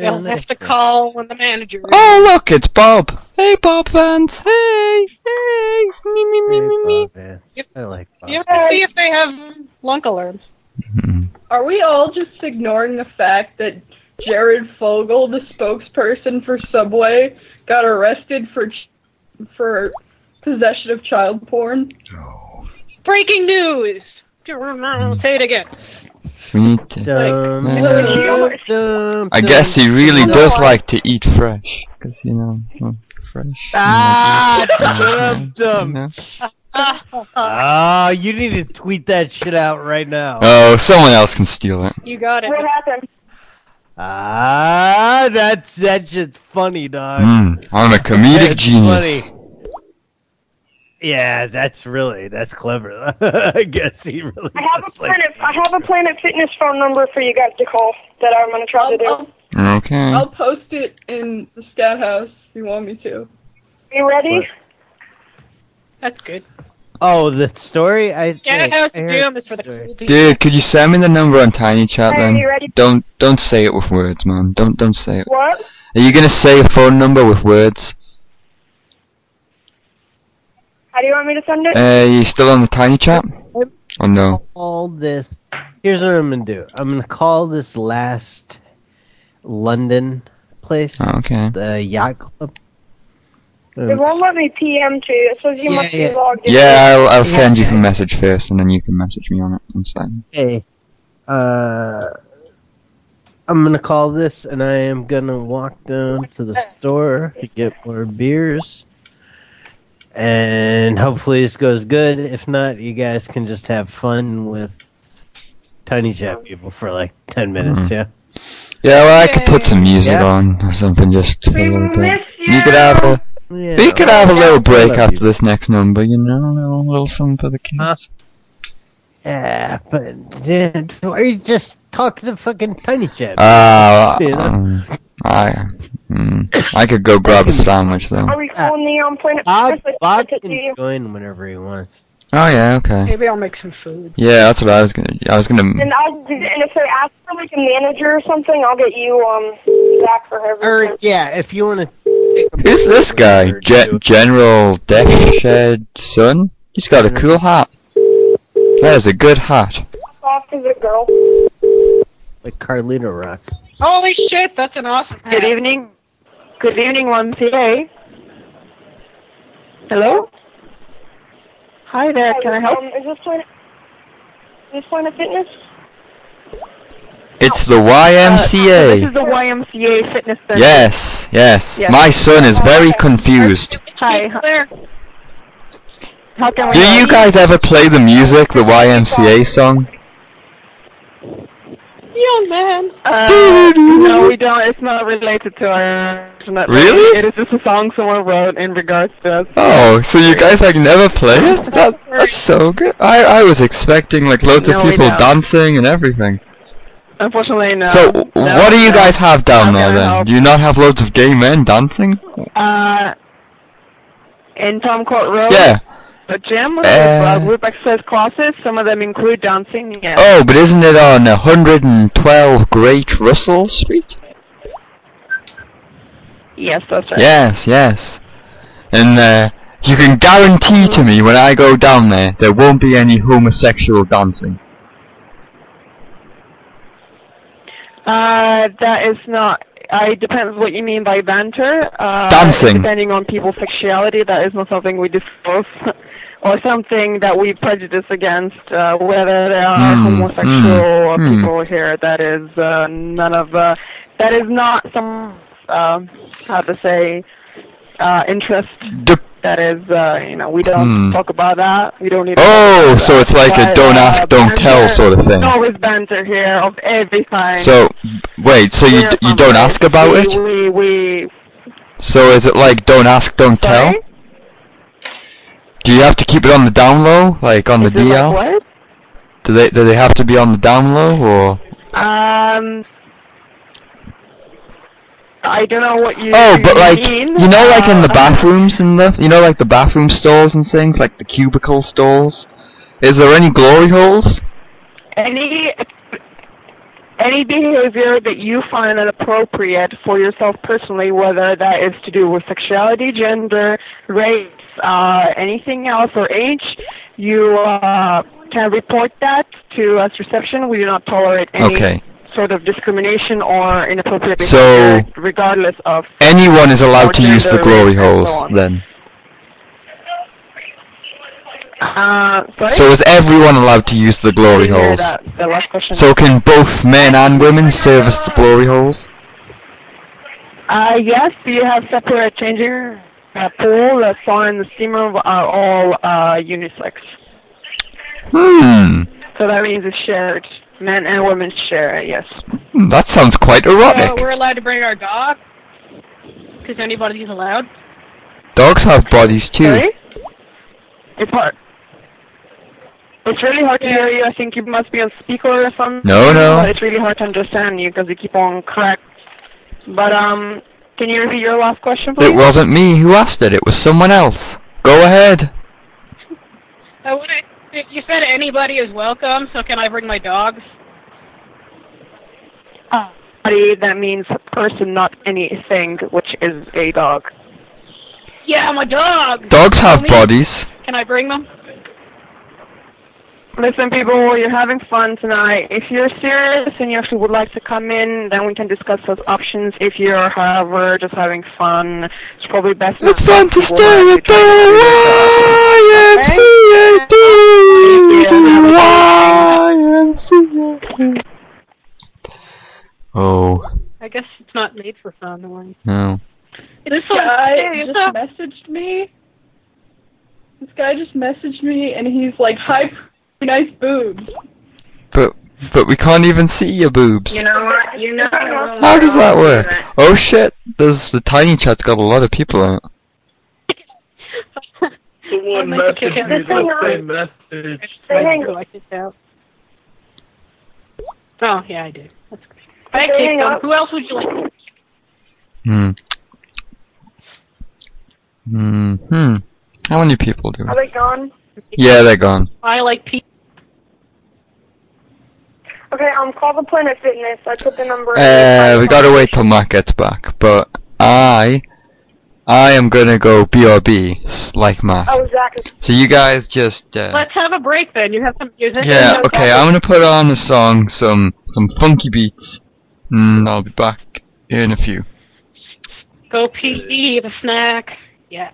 Speaker 15: You'll have to call when the manager.
Speaker 1: Oh, look, it's Bob. Hey, Bob Vance. Hey,
Speaker 15: hey, me, me, me, me, me.
Speaker 5: I like
Speaker 15: You have to see if they have lunk alarms.
Speaker 4: Are we all just ignoring the fact that Jared Fogle, the spokesperson for Subway, got arrested for ch- for possession of child porn?
Speaker 15: Breaking news! Say it again.
Speaker 1: We need to.
Speaker 15: Like-
Speaker 1: I guess he really does like to eat fresh, because you know, well, fresh.
Speaker 5: Ah,
Speaker 1: dum
Speaker 5: dum. Ah, you need to tweet that shit out right now.
Speaker 1: Oh, someone else can steal it.
Speaker 15: You got it.
Speaker 9: What happened?
Speaker 5: Ah, that's that shit's funny, dog.
Speaker 1: Mm, I'm a comedic
Speaker 5: That's
Speaker 1: genius.
Speaker 5: Funny. Yeah, that's really that's clever. *laughs* I guess he really.
Speaker 9: I have a Planet. I have a Planet Fitness phone number for you guys to call that I'm gonna try to do.
Speaker 1: Okay.
Speaker 9: Oh.
Speaker 4: I'll post it in the stat house if you want me to.
Speaker 9: You ready?
Speaker 15: That's good.
Speaker 5: Oh, the story. I
Speaker 15: Scat
Speaker 5: I-
Speaker 15: House
Speaker 5: I heard
Speaker 15: Gym
Speaker 5: the
Speaker 15: is for the
Speaker 5: story.
Speaker 15: cool people.
Speaker 1: Dude, could you send me the number on Tiny Chat
Speaker 15: Hey,
Speaker 1: then?
Speaker 15: you ready?
Speaker 1: Don't don't say it with words, man. Don't don't say it.
Speaker 9: What?
Speaker 1: Are you gonna say a phone number with words?
Speaker 9: How do you want me to send it?
Speaker 1: Uh, you still on the Tiny Chat? Oh no.
Speaker 5: all this. Here's what I'm gonna do. I'm gonna call this last London place,
Speaker 1: Okay.
Speaker 5: the yacht club,
Speaker 28: It won't let me PM to you. It says you must be logged in.
Speaker 1: Yeah, I'll, I'll send you a message first, and then you can message me on it. I'm saying.
Speaker 5: Hey, uh, I'm gonna call this, and I am gonna walk down to the store to get more beers, and hopefully this goes good. If not, you guys can just have fun with Tiny Chat people for like ten minutes.
Speaker 1: Mhm.
Speaker 5: Yeah.
Speaker 1: Yeah, well, I could put some music
Speaker 5: Yeah.
Speaker 1: on or something just for a little bit.
Speaker 5: miss
Speaker 1: You could have a,
Speaker 5: Yeah.
Speaker 1: you could have a little break
Speaker 5: Love
Speaker 1: after this next number, you know, a little, little something for the kids.
Speaker 5: Yeah, but dude, why are you just talking to fucking Tiny Chat?
Speaker 1: Uh,
Speaker 5: You know?
Speaker 1: um, I, mm, I could go grab a sandwich though.
Speaker 5: Oh.
Speaker 28: Are we calling the um, Planet
Speaker 5: Bob,
Speaker 28: Fitness?
Speaker 5: Bob can Uh, join whenever he wants.
Speaker 1: Oh yeah, okay.
Speaker 17: Maybe I'll make some food.
Speaker 1: Yeah, that's what I was gonna. I was gonna.
Speaker 28: Mm. And I'll do, and if they ask for like a manager or something, I'll get you um back for everything.
Speaker 17: Er,
Speaker 5: Or yeah, if you want to.
Speaker 1: Who's this guy? uh, Ge- General Deathshed Son. He's got a cool hat. That is a good hat.
Speaker 28: Off to the girl.
Speaker 5: Like Carlito rocks.
Speaker 17: Holy shit, that's an awesome.
Speaker 9: Good evening. Good evening, one PA. Hello. Hi there. Can I help?
Speaker 28: Um, is this Planet? Is this Planet Fitness?
Speaker 1: It's the
Speaker 9: Uh, this uh, is
Speaker 1: YMCA.
Speaker 9: the YMCA Fitness Center.
Speaker 1: Yes, yes.
Speaker 9: Yes.
Speaker 1: My son is very confused.
Speaker 9: Hi. How can we
Speaker 1: Do
Speaker 9: help
Speaker 1: you guys ever play the music, the YMCA song?
Speaker 9: Young man.
Speaker 1: *laughs*
Speaker 9: Uh, no, we don't. It's not related to our internet.
Speaker 1: Really?
Speaker 9: It is just a song someone wrote in regards to us.
Speaker 1: Oh, so you guys like never play it? That, that's so good. I I was expecting like loads
Speaker 9: No,
Speaker 1: of
Speaker 9: we
Speaker 1: people
Speaker 9: don't.
Speaker 1: dancing and everything.
Speaker 9: Unfortunately, no.
Speaker 1: So
Speaker 9: no,
Speaker 1: what do you
Speaker 9: no.
Speaker 1: guys have down
Speaker 9: How
Speaker 1: there
Speaker 9: can I
Speaker 1: then?
Speaker 9: help?
Speaker 1: Do you not have loads of gay men dancing?
Speaker 9: Uh, in Tom Court Road.
Speaker 1: Yeah.
Speaker 9: The gym,
Speaker 1: Uh,
Speaker 9: uh, group exercise classes. Some of them include dancing. Yeah.
Speaker 1: Oh, but isn't it on 112 Great Russell Street?
Speaker 9: Yes, that's right.
Speaker 1: Yes, yes. And uh, you can guarantee to me when I go down there, there won't be any homosexual dancing.
Speaker 9: Uh, that is not. I depends what you mean by banter. Uh,
Speaker 1: Dancing.
Speaker 9: Depending on people's sexuality, that is not something we discuss, *laughs* or something that we prejudice against. Uh, whether there are
Speaker 1: Hmm,
Speaker 9: homosexual
Speaker 1: hmm, hmm.
Speaker 9: people here, that is uh, none of. Uh, that is not some. Uh, how to say. Uh, interest. that is, uh, you know, we don't
Speaker 1: Hmm.
Speaker 9: talk about that. We don't need.
Speaker 1: Oh,
Speaker 9: to talk about
Speaker 1: so
Speaker 9: that.
Speaker 1: it's like a
Speaker 9: But,
Speaker 1: don't
Speaker 9: uh,
Speaker 1: ask, don't tell
Speaker 9: banter-
Speaker 1: sort of thing.
Speaker 9: there's Always banter here of every kind.
Speaker 1: So, wait, so you,
Speaker 9: Yeah,
Speaker 1: d- you
Speaker 9: um,
Speaker 1: don't ask about
Speaker 9: we,
Speaker 1: it?
Speaker 9: We, we,
Speaker 1: So is it like don't ask, don't tell? Do you have to keep it on the down low, like on the
Speaker 9: is it
Speaker 1: DL?
Speaker 9: like what?
Speaker 1: Do they do they have to be on the down low or?
Speaker 9: Um, I don't know what you
Speaker 1: Oh, but like
Speaker 9: mean.
Speaker 1: you know, like in the
Speaker 9: Uh,
Speaker 1: bathrooms and the you know, like the bathroom stalls and things, like the cubicle stalls. Is there any glory holes?
Speaker 9: Any, any behavior that you find inappropriate for yourself personally, whether that is to do with sexuality, gender, race, uh, anything else, or age, you uh, can report that to us reception. We do not tolerate any
Speaker 1: Okay.
Speaker 9: sort of discrimination or inappropriate
Speaker 1: So-
Speaker 9: behavior, regardless of.
Speaker 1: Anyone is allowed to
Speaker 9: or
Speaker 1: use the
Speaker 9: gender,
Speaker 1: glory
Speaker 9: race, and so
Speaker 1: holes
Speaker 9: on.
Speaker 1: then.
Speaker 9: Uh, sorry?
Speaker 1: So is everyone allowed to use the
Speaker 9: I
Speaker 1: glory
Speaker 9: didn't hear
Speaker 1: holes?
Speaker 9: that, the last question.
Speaker 1: So can both men and women service the glory holes?
Speaker 9: Uh, yes, you have separate changing room, uh, pool, the sauna, and the steam room are all uh, unisex.
Speaker 1: Hmm.
Speaker 9: So that means it's shared. Men and women share it, yes.
Speaker 1: Hmm, That sounds quite
Speaker 17: Uh,
Speaker 1: erotic.
Speaker 17: we're allowed to bring our dog. Because anybody's allowed.
Speaker 1: Dogs have bodies too.
Speaker 9: Sorry? It's hard. It's really hard to hear you. I think you must be on speaker or something.
Speaker 1: No, no.
Speaker 9: But it's really hard to understand you because you keep on crack. But um, can you repeat your last question, please?
Speaker 1: It wasn't me who asked it, it was someone else. Go ahead.
Speaker 17: I would you said anybody is welcome, so can I bring my dogs?
Speaker 9: Uh, Body, That means person, not anything, which is a dog.
Speaker 17: Yeah, my dogs.
Speaker 1: Dogs have
Speaker 17: Homie,
Speaker 1: bodies.
Speaker 17: Can I bring them?
Speaker 9: Listen, people, well, you're having fun tonight. If you're serious and you actually would like to come in, then we can discuss those options. If you're, however, just having fun, it's probably best not fun to stay at
Speaker 1: YMCA. Oh,
Speaker 17: I guess it's not made for fun. Elaine.
Speaker 1: no.
Speaker 29: This guy just messaged me. This guy just messaged me, and he's like, "Hi, pretty nice boobs."
Speaker 1: But but we can't even see your boobs.
Speaker 30: You know what? You know
Speaker 1: How does that work? Oh shit, there's the tiny chat's got a lot of people in it.
Speaker 23: Someone messaged me that same message.
Speaker 17: Oh yeah, I do. That's great. Thank you.
Speaker 8: hang
Speaker 17: Tom.
Speaker 8: up.
Speaker 17: Who else would you like?
Speaker 1: Hmm. Hmm. Hmm. How many people do we?
Speaker 31: Are they gone?
Speaker 1: Yeah, they're gone.
Speaker 17: I like Pete.
Speaker 31: Okay, um, call the Planet Fitness. I put the number.
Speaker 1: Uh, we gotta wait till Matt gets back. But I, I am gonna go BRB s- like Matt.
Speaker 17: Oh, exactly.
Speaker 1: So you guys just. Uh,
Speaker 17: Let's have a break then. You have some music.
Speaker 1: yeah.
Speaker 17: No
Speaker 1: Okay. I'm gonna put on a song, some some funky beats, and I'll be back in a few.
Speaker 17: Go Pete. Eat a snack. Yeah.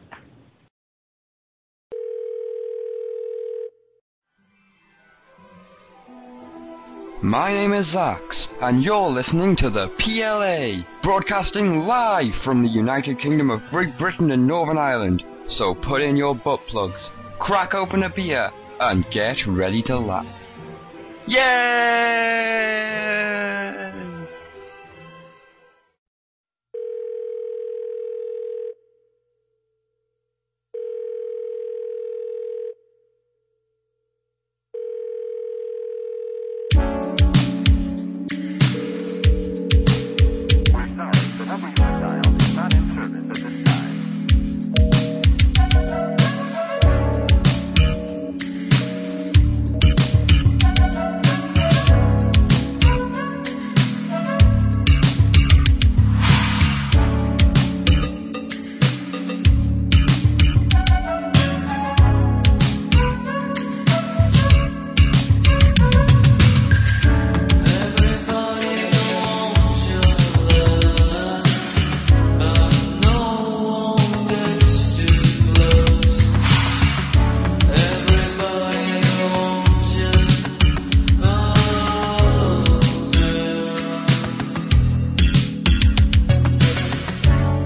Speaker 32: My name is Zax, and you're listening to the PLA, broadcasting live from the United Kingdom of Great Britain and Northern Ireland. So put in your butt plugs, crack open a beer, and get ready to laugh. Yeah.
Speaker 8: Thank you.
Speaker 3: Oh,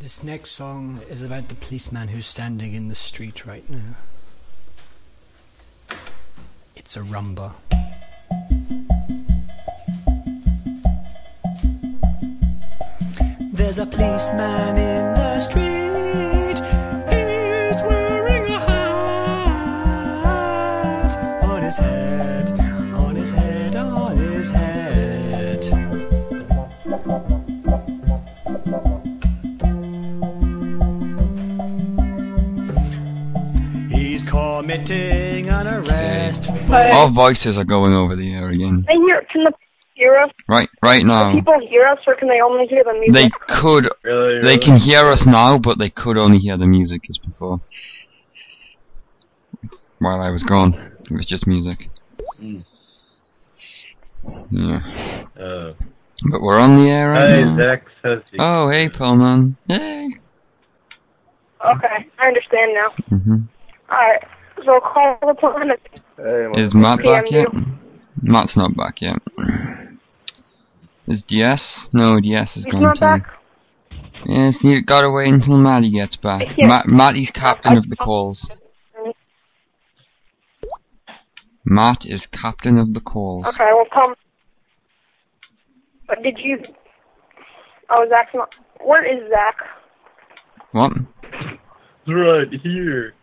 Speaker 5: This next song is about the policeman who's standing in the street right now. It's a rumba.
Speaker 3: There's a policeman in the street. He's wearing a hat on his head, on his head, on his head. He's committing an arrest.
Speaker 1: Our voices are going over the air again.
Speaker 9: I hear. Can the hear us?
Speaker 1: Right, right now.
Speaker 9: Can people hear us, or can they only hear the music?
Speaker 1: Um. They could, they can hear us now, but they could only hear the music as before. While I was gone, it was just music.
Speaker 3: Mm.
Speaker 1: Yeah.
Speaker 3: Uh,
Speaker 7: Oh.
Speaker 1: But we're on the air right
Speaker 7: Hi,
Speaker 1: now.
Speaker 7: Zach. How's it-
Speaker 1: Oh, hey, Pullman. Hey.
Speaker 9: Okay, I understand now.
Speaker 1: hmm
Speaker 9: All right. So call the planet.
Speaker 1: Is Matt back
Speaker 9: PMU.
Speaker 1: yet? Matt's not back yet. Is DS? No, DS is
Speaker 9: He's
Speaker 1: gone
Speaker 9: not
Speaker 1: too.
Speaker 9: back.
Speaker 1: Yes, you gotta wait until Matty gets back.
Speaker 9: Yeah.
Speaker 1: Ma- Matty's captain of the calls. Matt is captain of the calls.
Speaker 9: Okay, well, come. But did you? Oh, Zach's not. Where is Zach?
Speaker 1: What?
Speaker 7: Right here.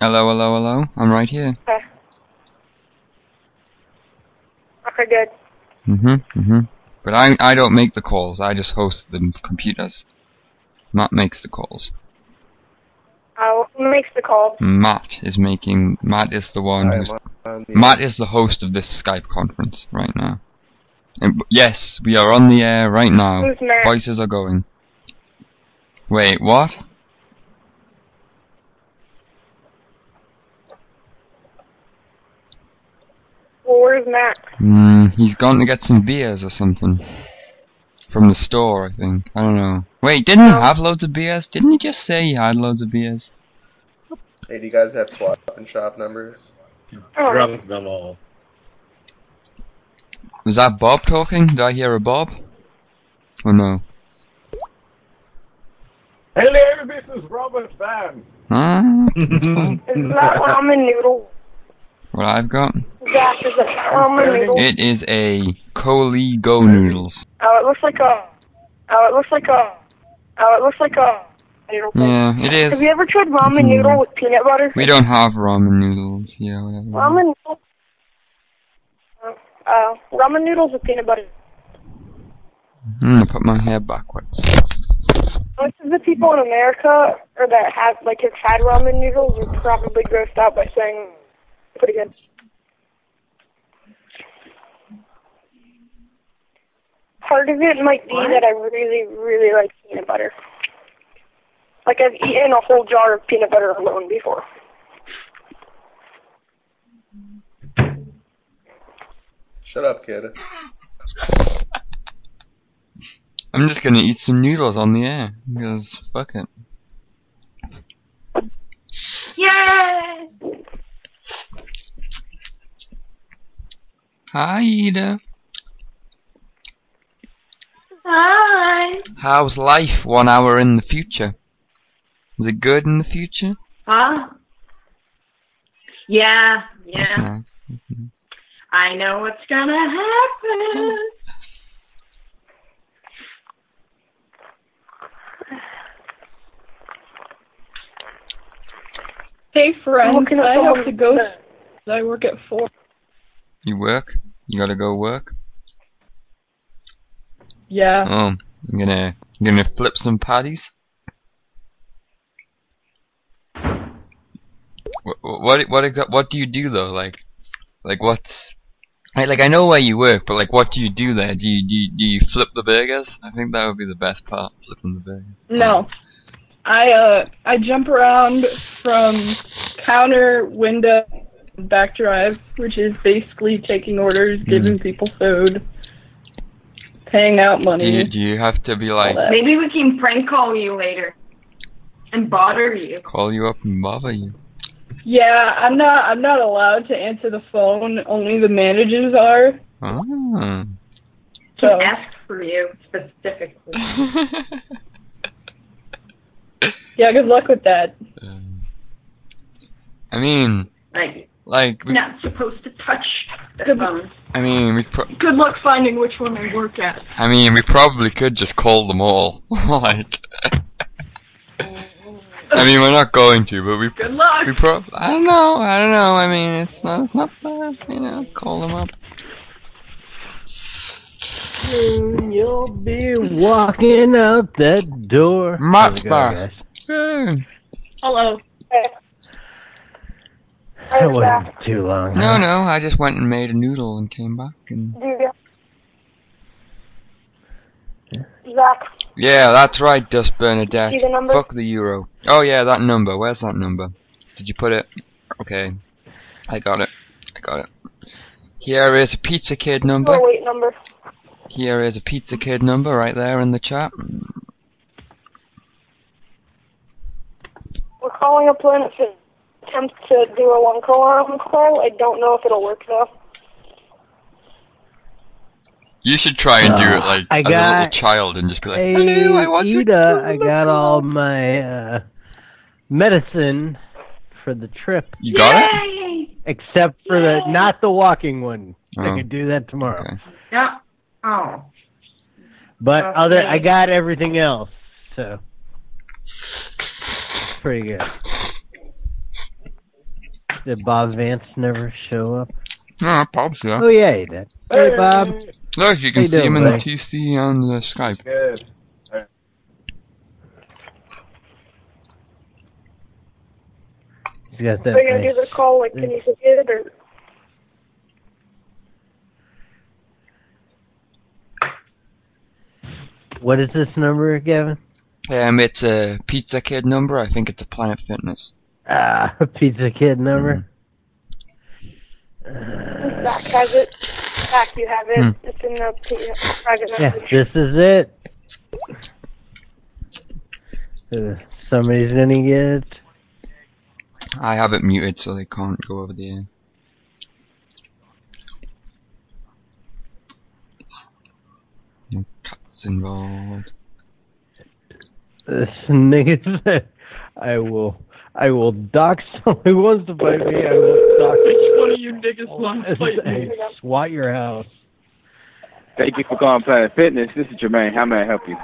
Speaker 1: Hello, hello, hello. I'm right here.
Speaker 9: Okay. Okay, good.
Speaker 1: Mhm,
Speaker 5: Mm-hmm,
Speaker 1: mhm. But I I don't make the calls. I just host the computers. Matt makes the calls.
Speaker 9: Uh, who makes the call?
Speaker 1: Matt is making. Matt is the one
Speaker 11: Hi,
Speaker 1: who's.
Speaker 11: Matt, I'm the-
Speaker 1: Matt is the host of this Skype conference right now. And, yes, we are on the air right now.
Speaker 11: Who's Matt?
Speaker 1: Voices are going. Wait, what?
Speaker 9: Well, where's Matt?
Speaker 1: Mm, he's gone to get some beers or something. From the store, I think. I don't know. Wait, didn't he have loads of beers? Didn't he just say he had loads of beers?
Speaker 11: Hey, do you guys have swap and shop numbers?
Speaker 3: Oh,
Speaker 7: Drunk them all.
Speaker 1: Was that Bob talking? Did I hear a Bob? Or no?
Speaker 33: Hello, this is Robert Van.
Speaker 1: Ah,
Speaker 11: *laughs*
Speaker 1: that's Bob.
Speaker 9: Is that ramen noodle?
Speaker 1: what I've got?
Speaker 9: Zach, is that ramen noodle?
Speaker 1: It is a Coley Go Noodles.
Speaker 9: Oh, it looks like a. Oh, it looks like a. Oh, it looks like a. noodle thing.
Speaker 1: Yeah, Mm, it is.
Speaker 9: Have you ever tried ramen
Speaker 1: Mm.
Speaker 9: noodle with peanut butter?
Speaker 1: We don't have ramen noodles. Yeah, whatever.
Speaker 9: Ramen noodle. Uh, ramen noodles with peanut butter.
Speaker 1: I'm gonna put my hair backwards.
Speaker 9: Most of the people in America or that have like have had ramen noodles are probably grossed out by saying pretty good. Part of it might be that I really, really like peanut butter. Like I've eaten a whole jar of peanut butter alone before.
Speaker 11: Shut up, kid.
Speaker 1: I'm just gonna eat some noodles on the air because fuck it.
Speaker 9: Yeah.
Speaker 1: Hi, Ida.
Speaker 9: Hi.
Speaker 1: How's life one hour in the future? Is it good in the future?
Speaker 34: Huh? Yeah,
Speaker 1: That's
Speaker 34: yeah.
Speaker 1: nice. That's nice.
Speaker 34: I know what's gonna happen.
Speaker 17: Hey, friend,
Speaker 34: Looking at
Speaker 17: I
Speaker 34: the
Speaker 17: have
Speaker 34: home-
Speaker 17: to go. I work at four.
Speaker 1: You work? You gotta go work?
Speaker 17: Yeah.
Speaker 1: Oh, I'm gonna, I'm gonna flip some patties. What, what, what, exa- what do you do though? Like, like what's, I, like I know where you work, but like what do you do there? Do you, do you, do you flip the burgers? I think that would be the best part, flipping the burgers.
Speaker 17: No. I uh I jump around from counter window back drive, which is basically taking orders,
Speaker 1: Mm.
Speaker 17: giving people food, paying out
Speaker 1: Do you,
Speaker 17: money.
Speaker 1: do you have to be like,
Speaker 34: Maybe we can prank call you later and bother you.
Speaker 9: uh,
Speaker 1: call you up and bother you?
Speaker 17: Yeah, I'm not I'm not allowed to answer the phone, only the managers are.
Speaker 1: Oh.
Speaker 17: So *laughs*
Speaker 34: Ask for you specifically.
Speaker 35: Yeah, good luck with that.
Speaker 1: I mean,
Speaker 17: Like,
Speaker 1: like, we,
Speaker 17: not supposed to touch the phones.
Speaker 1: I mean, we. Pro-
Speaker 17: Good luck finding which one they work at.
Speaker 1: I mean, we probably could just call them all. *laughs* like, I mean, we're not going to, but we.
Speaker 17: Good luck.
Speaker 1: We prob. I don't know. I don't know. I mean, it's not. It's not that. You know, call them up.
Speaker 5: You'll be
Speaker 1: *laughs*
Speaker 5: walking out that door.
Speaker 1: Mops bar. Hmm.
Speaker 7: Hello.
Speaker 1: That wasn't
Speaker 5: too long.
Speaker 1: No, no. I just went and made a noodle and came back and.
Speaker 9: Zach,
Speaker 1: Yeah, that's right, Dust Bernadette.
Speaker 9: See the number?
Speaker 1: Fuck the euro. Oh yeah, that number. Where's that number? Did you put it? Okay, I got it. I got it. Here is a pizza kid number.
Speaker 9: oh wait, number.
Speaker 1: Here is a pizza kid number right there in the chat.
Speaker 9: We're calling a planet to attempt to do a one alarm call. I don't know if it'll work though.
Speaker 1: You should try and do it like
Speaker 5: Uh, I
Speaker 1: as a
Speaker 5: got
Speaker 1: little child and just be like,
Speaker 5: Hey,
Speaker 1: "Hello, I want
Speaker 5: Ida, I got all my uh, medicine for the trip.
Speaker 1: You got it?
Speaker 5: Except for the not the walking one.
Speaker 1: Oh.
Speaker 5: I could do that tomorrow.
Speaker 17: Yeah. Oh.
Speaker 5: But other,
Speaker 17: Okay.
Speaker 5: I got everything else. So pretty good. Did Bob Vance never show up?
Speaker 1: No, Bob's here.
Speaker 5: Oh yeah, he did. Hey Bob.
Speaker 1: Look, you
Speaker 5: How
Speaker 1: can see
Speaker 5: doing,
Speaker 1: him in the
Speaker 5: buddy?
Speaker 1: TC on the Skype.
Speaker 36: Good.
Speaker 5: He's got
Speaker 9: Are
Speaker 5: that
Speaker 9: you gonna do
Speaker 5: nice-
Speaker 9: the call? Like, can you see it or?
Speaker 5: What is this number, Gavin? *laughs*
Speaker 1: Um, it's a pizza kid number. I think it's a Planet Fitness.
Speaker 5: Ah, Pizza
Speaker 1: Mm.
Speaker 5: Kid number.
Speaker 9: Zach has it. Zach, you have it.
Speaker 5: Hmm.
Speaker 9: It's in the p- private
Speaker 5: Yeah,
Speaker 9: message.
Speaker 5: this is it. Uh, somebody's gonna get it.
Speaker 1: I have it muted so they can't go over the air. No cuts involved.
Speaker 5: This nigga said, "I will, I will dox *laughs* someone who wants to fight me. I will dox."
Speaker 17: Which one of you niggas
Speaker 5: Oh,
Speaker 17: wants to fight
Speaker 5: Hey,
Speaker 17: me?
Speaker 5: swat your house.
Speaker 3: Thank you for calling Planet Fitness. This is Jermaine. How may I help you?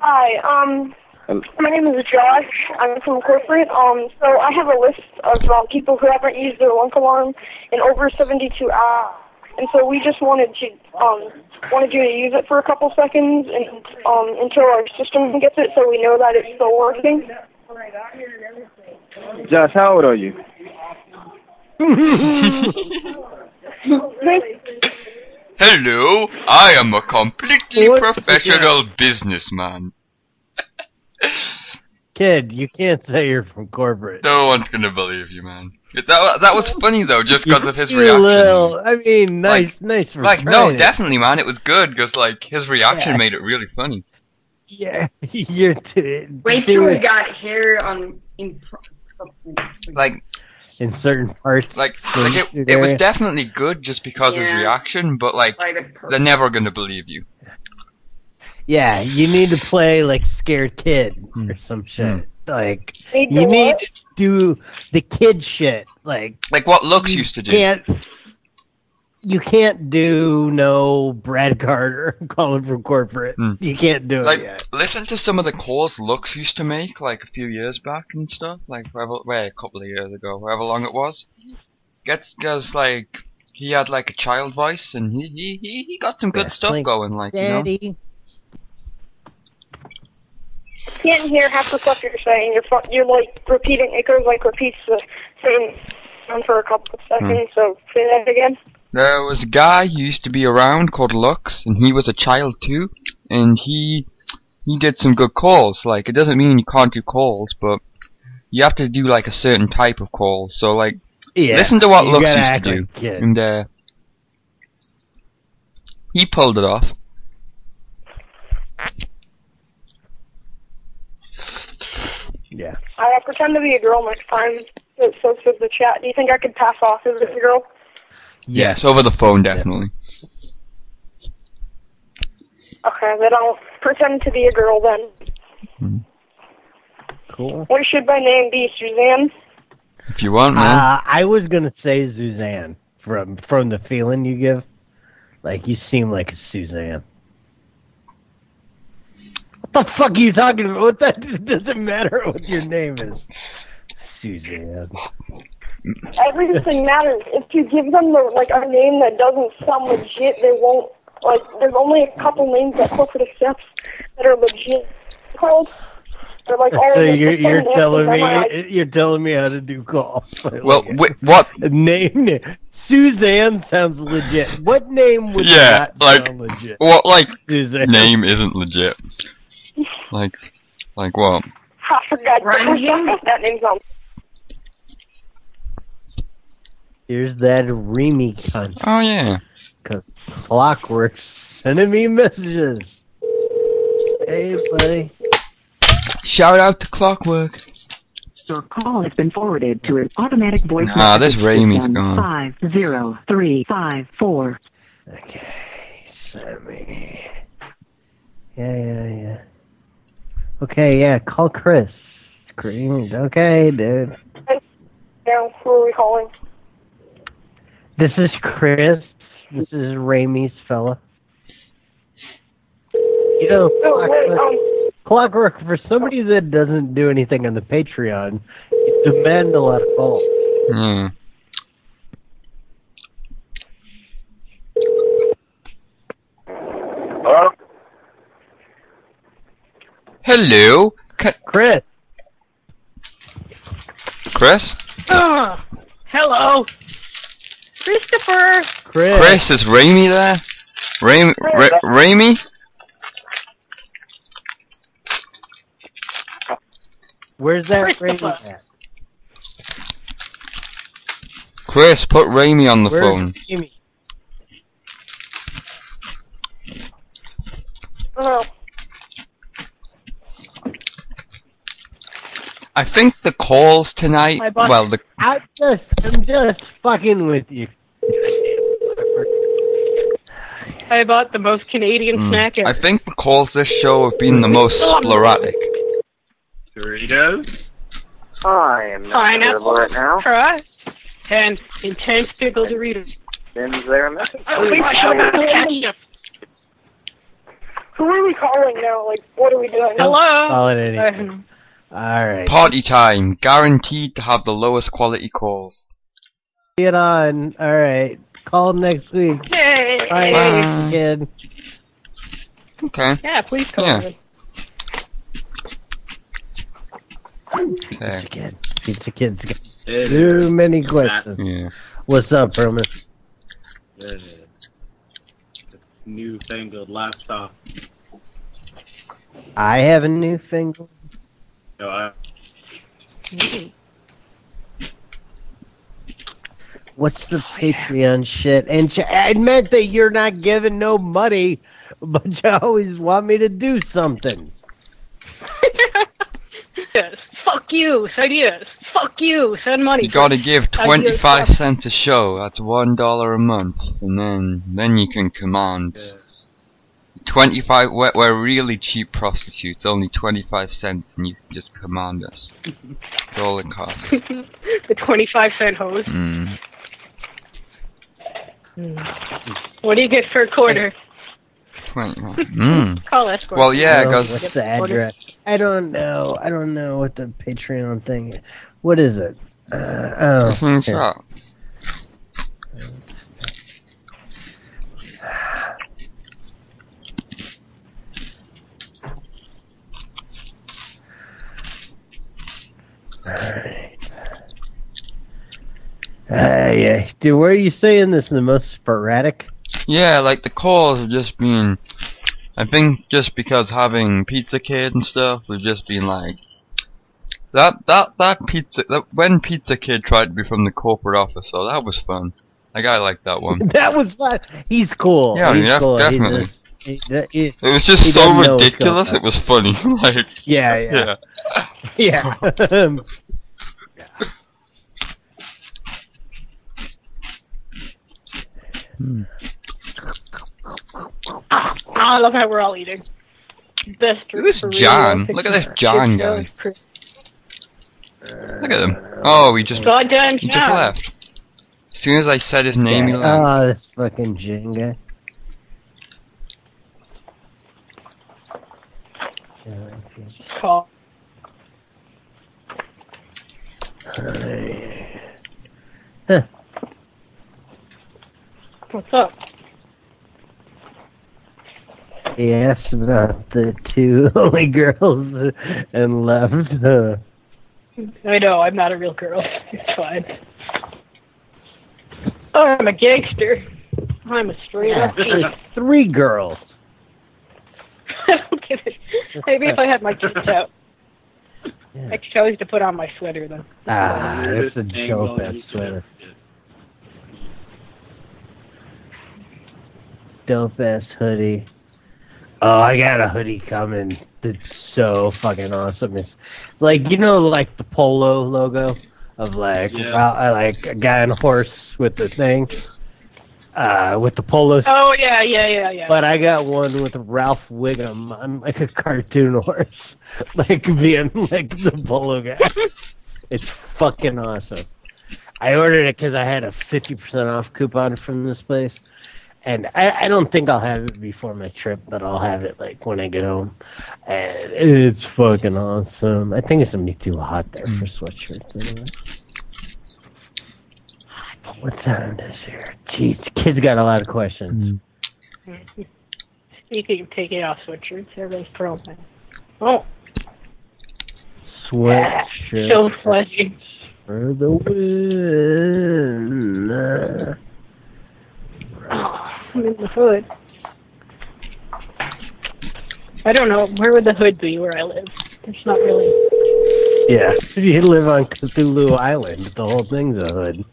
Speaker 9: Hi, um,
Speaker 3: Hello.
Speaker 9: my name is Josh. I'm from corporate. Um, so I have a list of um, people who haven't used their lunk alarm in over 72 hours, and so we just wanted to um wanted you to use it for a couple seconds and um until our system gets it, so we know that it's still
Speaker 17: *laughs*
Speaker 9: working.
Speaker 3: Josh, how old are you?
Speaker 1: Hello, I am a completely professional businessman.
Speaker 5: Kid, you can't say you're from corporate.
Speaker 1: No one's gonna believe you, man. That that was funny though, just because of his
Speaker 5: You
Speaker 1: reaction.
Speaker 5: little- I mean, nice, nice. for
Speaker 1: Like, no,
Speaker 5: trying it.
Speaker 1: definitely, man. It was good because like his reaction
Speaker 5: Yeah.
Speaker 1: made it really funny.
Speaker 5: *laughs* Yeah, *laughs* you're too.
Speaker 17: Wait till we got hair on. In,
Speaker 1: Like,
Speaker 5: in certain parts.
Speaker 1: like,
Speaker 5: so
Speaker 1: like
Speaker 5: you
Speaker 1: it,
Speaker 5: should
Speaker 1: it was
Speaker 5: area.
Speaker 1: definitely good just because his
Speaker 17: Yeah.
Speaker 1: reaction, but like
Speaker 17: Like a per-
Speaker 1: they're never gonna believe you.
Speaker 5: Yeah, you need to play like scared kid
Speaker 1: Hmm.
Speaker 5: or some shit. Like
Speaker 9: Need to
Speaker 5: you need
Speaker 9: what?
Speaker 5: to do the kid shit. Like
Speaker 1: Like what looks used to do.
Speaker 5: can't you can't do no Brad Carter *laughs* calling from corporate. You can't do
Speaker 1: Hmm. Like,
Speaker 5: it yet.
Speaker 1: listen to some of the calls Lux used to make, like a few years back and stuff, like wherever, where, a couple of years ago, however long it was. Gets, goes like, he had like a child voice, and he he he, he got some good stuff going, like you
Speaker 5: know.
Speaker 9: Can't hear half the stuff you're saying. You're fu- you're like repeating. It goes like repeats the same sound for a couple of
Speaker 1: Hmm.
Speaker 9: seconds. So say that again.
Speaker 1: There was a guy who used to be around called Lux, and he was a child too, and he he did some good calls. Like it doesn't mean you can't do calls, but you have to do like a certain type of call. So like,
Speaker 5: Yeah,
Speaker 1: listen to what
Speaker 5: you
Speaker 1: Lux
Speaker 5: gotta
Speaker 1: used to
Speaker 5: act
Speaker 1: do,
Speaker 5: like a kid.
Speaker 1: and uh, he pulled it off.
Speaker 5: Yeah.
Speaker 9: I pretend to be a girl next time. It says in the chat. Do you think I could pass off as a girl?
Speaker 1: Yes, over the phone definitely.
Speaker 9: Okay, then I'll pretend to be a girl then.
Speaker 5: Cool.
Speaker 9: What should my name be, Suzanne?
Speaker 1: If you want, man.
Speaker 5: Uh, I was gonna say Suzanne from from the feeling you give. Like you seem like a Suzanne. What the fuck are you talking about? What the, it doesn't matter what your name is, Suzanne.
Speaker 9: Everything matters. If you give them the like a name that doesn't sound legit, they won't. Like, there's only a couple names that corporate accepts that are legit called. They're like, oh,
Speaker 5: *laughs* so
Speaker 9: this
Speaker 5: you're
Speaker 9: is
Speaker 5: you're
Speaker 9: someone
Speaker 5: telling
Speaker 9: else's.
Speaker 5: me
Speaker 9: I'm like,
Speaker 5: you're telling me how to do calls. *laughs*
Speaker 1: Well, wait, what?
Speaker 5: Name it. Suzanne sounds legit. What name would
Speaker 1: Yeah,
Speaker 5: not
Speaker 1: like
Speaker 5: sound legit?
Speaker 1: what?
Speaker 5: *laughs*
Speaker 1: Like
Speaker 5: Suzanne.
Speaker 1: name isn't legit. Like, like what?
Speaker 9: I *laughs* forgot. that name's on.
Speaker 5: Here's that Remy cunt.
Speaker 1: Oh yeah.
Speaker 5: Cause Clockwork sending me messages. Hey buddy.
Speaker 1: Shout out to Clockwork.
Speaker 37: Your call has been forwarded to an automatic voice
Speaker 1: Nah, this
Speaker 37: message
Speaker 1: Raimi's
Speaker 37: system.
Speaker 1: gone.
Speaker 37: Five zero three five four.
Speaker 5: Send me. Yeah, yeah, yeah. Okay, yeah, call Chris. Screamed. Okay, dude.
Speaker 9: Now, who are we calling?
Speaker 5: This is Chris. This is Raimi's fella. You know,
Speaker 9: Oh, wait, um,
Speaker 5: Clockwork, for somebody that doesn't do anything on the Patreon, you demand a lot of calls.
Speaker 1: Hmm.
Speaker 38: Hello?
Speaker 1: Hello,
Speaker 5: Chris.
Speaker 1: Chris.
Speaker 8: Ugh. hello. Christopher.
Speaker 5: Chris.
Speaker 1: Chris is Raimi there. Raimi. Ra- Raimi.
Speaker 5: Where's that Raimi
Speaker 8: Christopher.
Speaker 5: at?
Speaker 1: Chris, put Raimi on the
Speaker 5: Where's
Speaker 1: phone.
Speaker 5: Raimi?
Speaker 9: Oh,
Speaker 1: I think the calls tonight.
Speaker 5: My boss-
Speaker 1: Well, the
Speaker 5: I just, I'm just fucking with you.
Speaker 8: I bought the most Canadian
Speaker 1: mm,
Speaker 8: snack ever.
Speaker 1: Hmm. I think the calls this show have been the most sporadic.
Speaker 7: Doritos? I am not
Speaker 8: Pineapple
Speaker 7: available right now.
Speaker 8: crust and intense pickle Doritos.
Speaker 7: Then is there a message?
Speaker 8: Oh, we shall not catch up.
Speaker 9: who are we calling now? Like, what are we doing?
Speaker 8: Hello.
Speaker 5: Call it anything.
Speaker 15: Um,
Speaker 5: All right.
Speaker 1: Party time, guaranteed to have the lowest quality calls.
Speaker 5: See it on. All right. Call next week.
Speaker 8: Yay.
Speaker 5: Bye,
Speaker 1: Bye.
Speaker 5: kid.
Speaker 1: Okay.
Speaker 8: Yeah, please call
Speaker 1: Yeah.
Speaker 8: me.
Speaker 1: Okay.
Speaker 5: Kid. Pizza kid's got too many questions.
Speaker 1: Yeah.
Speaker 5: What's up, Herman?
Speaker 7: There's a newfangled lifestyle.
Speaker 5: I have a new finger.
Speaker 7: No, I,
Speaker 5: What's the Patreon shit? And ch- I meant that you're not giving no money, but *laughs* you always want me to do something.
Speaker 8: Yes. Fuck you. Send yes. Fuck you. Send money.
Speaker 1: You gotta give
Speaker 8: Send
Speaker 1: twenty five
Speaker 8: yes.
Speaker 1: cents a show, that's one dollar a month. And then then you can command twenty five we're, we're really cheap prostitutes, only twenty five cents and you can just command us. It's all it
Speaker 8: *laughs*
Speaker 1: costs.
Speaker 8: the 25 cent hose.
Speaker 1: Mm.
Speaker 8: What do you get for a quarter?
Speaker 1: Twenty
Speaker 3: *laughs*
Speaker 5: Hmm.
Speaker 1: mm.
Speaker 8: Call escort.
Speaker 1: Well yeah,
Speaker 5: Hello,
Speaker 1: because
Speaker 5: what's the address? I don't know. I don't know what the Patreon thing. What is it? Uh, oh,
Speaker 1: It's
Speaker 5: here.
Speaker 1: up.
Speaker 5: Alright. Uh, yeah. Dude, where are you saying this in the most sporadic?
Speaker 1: Yeah, like the calls have just been. I think just because having Pizza Kid and stuff, we've just been like that. That that pizza. That, when Pizza Kid tried to be from the corporate office, so that was fun. Like I like that one.
Speaker 5: *laughs* That was like he's cool.
Speaker 1: Mm. Yeah,
Speaker 5: he's
Speaker 1: yeah,
Speaker 5: cool. He
Speaker 1: definitely.
Speaker 5: just- he- that- he-
Speaker 1: It was just
Speaker 5: he
Speaker 1: so
Speaker 5: doesn't know what's
Speaker 1: ridiculous.
Speaker 5: going
Speaker 1: It was funny. *laughs* like
Speaker 5: Yeah, yeah.
Speaker 1: yeah.
Speaker 5: *laughs* Yeah.
Speaker 8: Ah, I love how we're all eating. Best
Speaker 1: Look at this John. Look at this John guy. Look at him. Oh, he just
Speaker 8: Goddamn
Speaker 1: he just
Speaker 8: John.
Speaker 1: left. As soon as I said his name, he
Speaker 5: Uh,
Speaker 1: left.
Speaker 16: Oh, this fucking Jenga.
Speaker 8: Call.
Speaker 16: Huh.
Speaker 8: What's up?
Speaker 16: He asked about the
Speaker 5: *laughs*
Speaker 16: two only girls and left. Huh.
Speaker 8: I know, I'm not a real girl. It's fine. Oh, I'm a gangster. I'm a straight up *laughs*
Speaker 16: There's
Speaker 8: beast.
Speaker 16: three girls.
Speaker 8: I don't give a Maybe if I had my
Speaker 16: *laughs*
Speaker 8: tits out. I chose to put on my sweater though.
Speaker 16: Ah, that's a dope ass sweater. Dope ass hoodie. Oh, I got a hoodie coming that's so fucking awesome. It's like you know, like the polo logo of like
Speaker 39: Yeah.
Speaker 16: well, I like a guy on a horse with the thing, uh, with the polo. s-
Speaker 8: Oh yeah, yeah, yeah, yeah.
Speaker 16: But I got one with Ralph Wiggum on like a cartoon horse, *laughs* like being like the polo
Speaker 8: *laughs*
Speaker 16: guy. It's fucking awesome. I ordered it because I had a fifty percent off coupon from this place, and I, I don't think I'll have it before my trip, but I'll have it like when I get home. And it's fucking awesome. I think it's gonna be too hot there for sweatshirts anyway. What time is here? Jeez, kids got a lot of questions.
Speaker 8: you can take it off sweatshirts. Everything's pro. Oh,
Speaker 16: Sweatshirt.
Speaker 8: so fuzzy.
Speaker 16: For the win.
Speaker 8: I'm in the hood. I don't know. Where would the hood be where I live? There's not really.
Speaker 16: Yeah, you live on Cthulhu Island. The whole thing's a hood.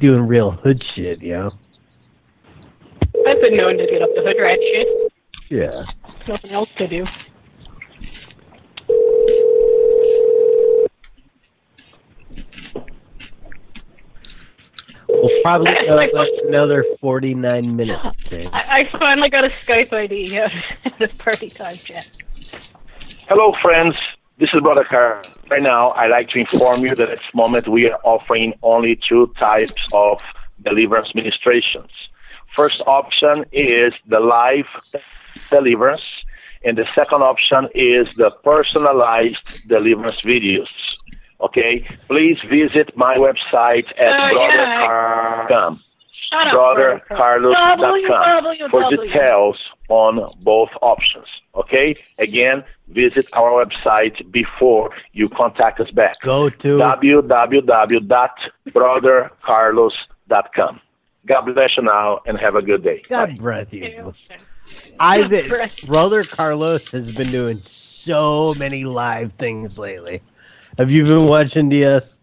Speaker 16: Doing real hood shit, yo.
Speaker 8: I've been known to get up the hood rat shit.
Speaker 16: Yeah.
Speaker 8: Nothing else to do.
Speaker 16: We'll probably go like another 49 minutes. Dave.
Speaker 8: I, I finally got a Skype ID *laughs* out of the party time chat.
Speaker 23: Hello, friends. This is Brother Carr. Right now, I'd like to inform you that at this moment we are offering only two types of deliverance ministrations. First option is the live deliverance, and the second option is the personalized deliverance videos. Okay? Please visit my website at
Speaker 8: Oh, yeah.
Speaker 23: brothercarlos.com.
Speaker 8: Shut up, brother Carr.
Speaker 23: brothercarlos.com for
Speaker 8: www.
Speaker 23: details on both options. Okay? Again, visit our website before you contact us back.
Speaker 16: Go to
Speaker 23: www.brothercarlos.com. God bless you now and have a good day.
Speaker 16: God bless you. I've been, brother Carlos has been doing so many live things lately. Have you been watching DS?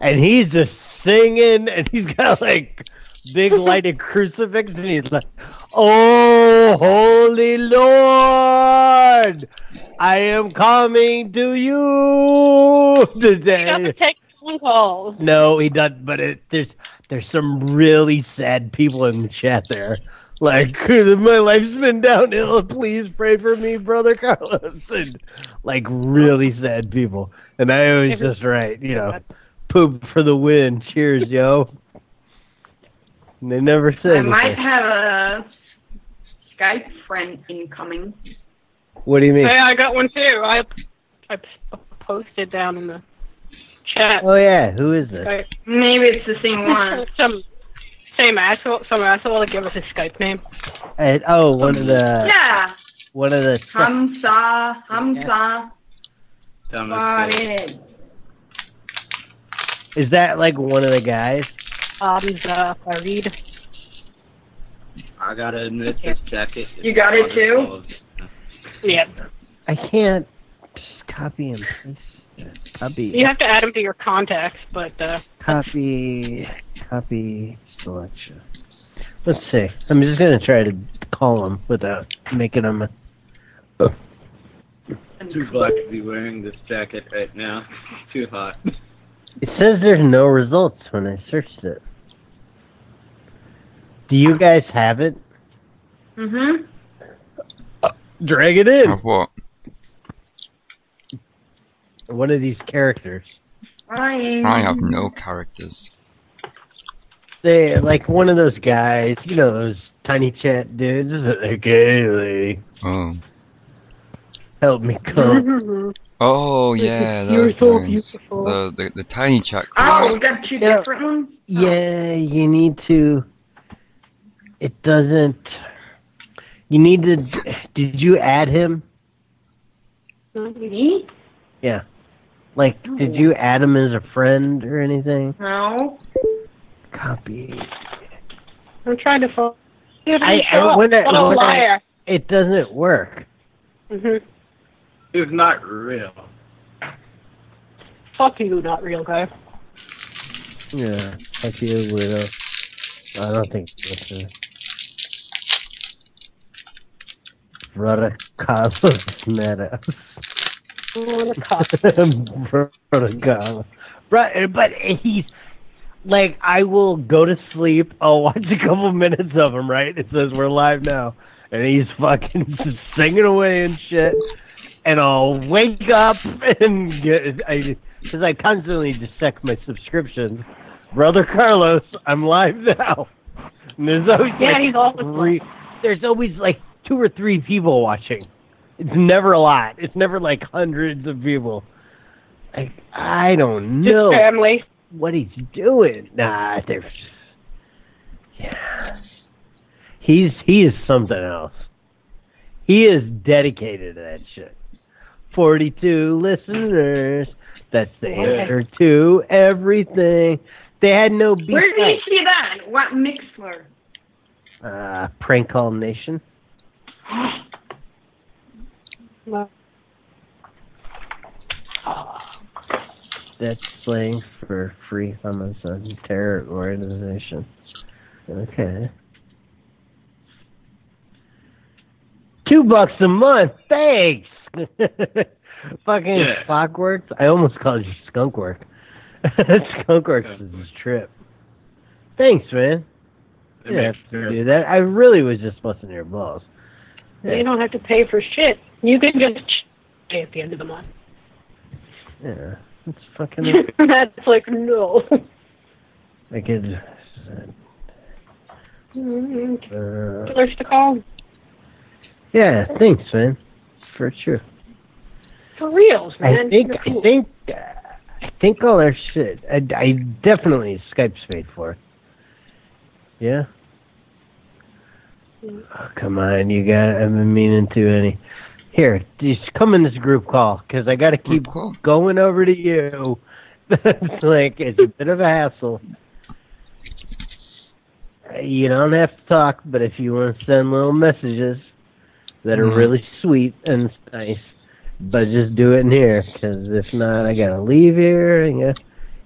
Speaker 16: And he's just singing, and he's got like big lighted *laughs* crucifix, and he's like, "Oh, holy Lord, I am coming to you *laughs* today."
Speaker 8: Take phone calls.
Speaker 16: No, he doesn't. But it, there's there's some really sad people in the chat there. Like *laughs* my life's been downhill. Please pray for me, brother Carlos. *laughs* And like really sad people. And I always just write, you know, poop for the win. Cheers, yo. And they never say
Speaker 9: I might
Speaker 16: anything.
Speaker 9: have a Skype friend incoming.
Speaker 16: What do you mean?
Speaker 8: Hey, I got one too. I I posted down in the
Speaker 17: uh,
Speaker 8: chat.
Speaker 16: Oh yeah, who is this?
Speaker 8: Skype.
Speaker 9: Maybe it's the same one.
Speaker 8: *laughs* some same asshole. Some asshole will give us his Skype name.
Speaker 16: And, oh, one of the
Speaker 9: yeah.
Speaker 16: one of the sex-
Speaker 9: Hamza. Hamza. Got it.
Speaker 16: is that like one of the guys?
Speaker 8: Um, Hamza Farid.
Speaker 7: I gotta admit, this jacket. is
Speaker 8: You got it too?
Speaker 7: wonderful.
Speaker 8: Yep.
Speaker 16: I can't just copy and paste. it. Copy.
Speaker 8: You have to add him to your contacts, but uh,
Speaker 16: Copy, copy selection. Let's see. I'm just gonna try to call him without making him. A,
Speaker 7: Too black to be wearing this jacket right now. It's too hot.
Speaker 16: it says there's no results when I searched it. Do you guys have it?
Speaker 5: Mm-hmm.
Speaker 9: Mhm.
Speaker 16: Drag it in.
Speaker 1: What?
Speaker 5: What are these characters?
Speaker 1: I have no
Speaker 5: *laughs*
Speaker 1: characters.
Speaker 5: They like one of those guys, you know, those tiny chat dudes that they're gay.
Speaker 1: Oh.
Speaker 5: Help me come.
Speaker 1: Oh yeah,
Speaker 5: you're
Speaker 1: those
Speaker 5: so
Speaker 1: guys.
Speaker 5: beautiful.
Speaker 1: The, the the tiny chat.
Speaker 15: Oh, we got two different ones?
Speaker 5: yeah, you need to. It doesn't. You need to. Did you add him?
Speaker 15: Me?
Speaker 5: Yeah. Like, did you add him as a friend or anything?
Speaker 15: No.
Speaker 5: Copy.
Speaker 8: I'm trying to follow.
Speaker 5: I, I, when I, when I- it doesn't work.
Speaker 8: Mhm.
Speaker 7: It's not real.
Speaker 8: Fuck you, not real guy.
Speaker 5: Yeah. Fuck you, weirdo. uh, I don't think it's uh, a... Brother Carlos Meta. Brother Carlos. Bro, but he's like, I will go to sleep. I'll watch a couple minutes of him, right? It says we're live now. And he's fucking *laughs* just singing away and shit. And I'll wake up *laughs* and get. I, because I constantly dissect my subscriptions. Brother Carlos, I'm live now. And there's always
Speaker 10: Yeah,
Speaker 5: like
Speaker 10: he's always
Speaker 5: three- there's always like two or three people watching. It's never a lot. It's never like hundreds of people. Like I don't know
Speaker 8: family.
Speaker 5: what he's doing. Nah, they're yeah. He's he is something else. He is dedicated to that shit. Forty-two listeners. That's the
Speaker 15: Okay.
Speaker 5: answer to everything. They had no beef.
Speaker 15: Where did you see that? What Mixler?
Speaker 5: Uh, prank call nation. That's playing for free Amazon terror organization. Okay. Two bucks a month. Thanks. *laughs* Fucking
Speaker 10: Yeah.
Speaker 5: Clockworks. I almost *laughs* called you Skunkwork. Skunkworks is a trip. Thanks, man.
Speaker 10: It
Speaker 5: Yeah,
Speaker 10: makes
Speaker 5: to do that. I really was just busting your balls. Yeah.
Speaker 8: You don't have to pay for shit. You can just pay at the end of the month. *laughs*
Speaker 5: Yeah, it's fucking. *laughs*
Speaker 8: That's like no.
Speaker 5: I could.
Speaker 8: Killers
Speaker 5: Uh,
Speaker 8: to call.
Speaker 5: yeah, thanks, man. For sure.
Speaker 8: For reals, man.
Speaker 5: I think
Speaker 8: You're
Speaker 5: I
Speaker 8: cool.
Speaker 5: think uh, I think all our shit. I, I definitely Skype's made for. it. Yeah. Oh, come on, you got. I've been meaning to any. Here, just come in this group call because I got to keep going over to you. *laughs* it's like it's a bit of a hassle. Uh, You don't have to talk, but if you want to send little messages that are
Speaker 10: Mhm.
Speaker 5: really sweet and nice, but just do it in here, because if not, I gotta leave here. And get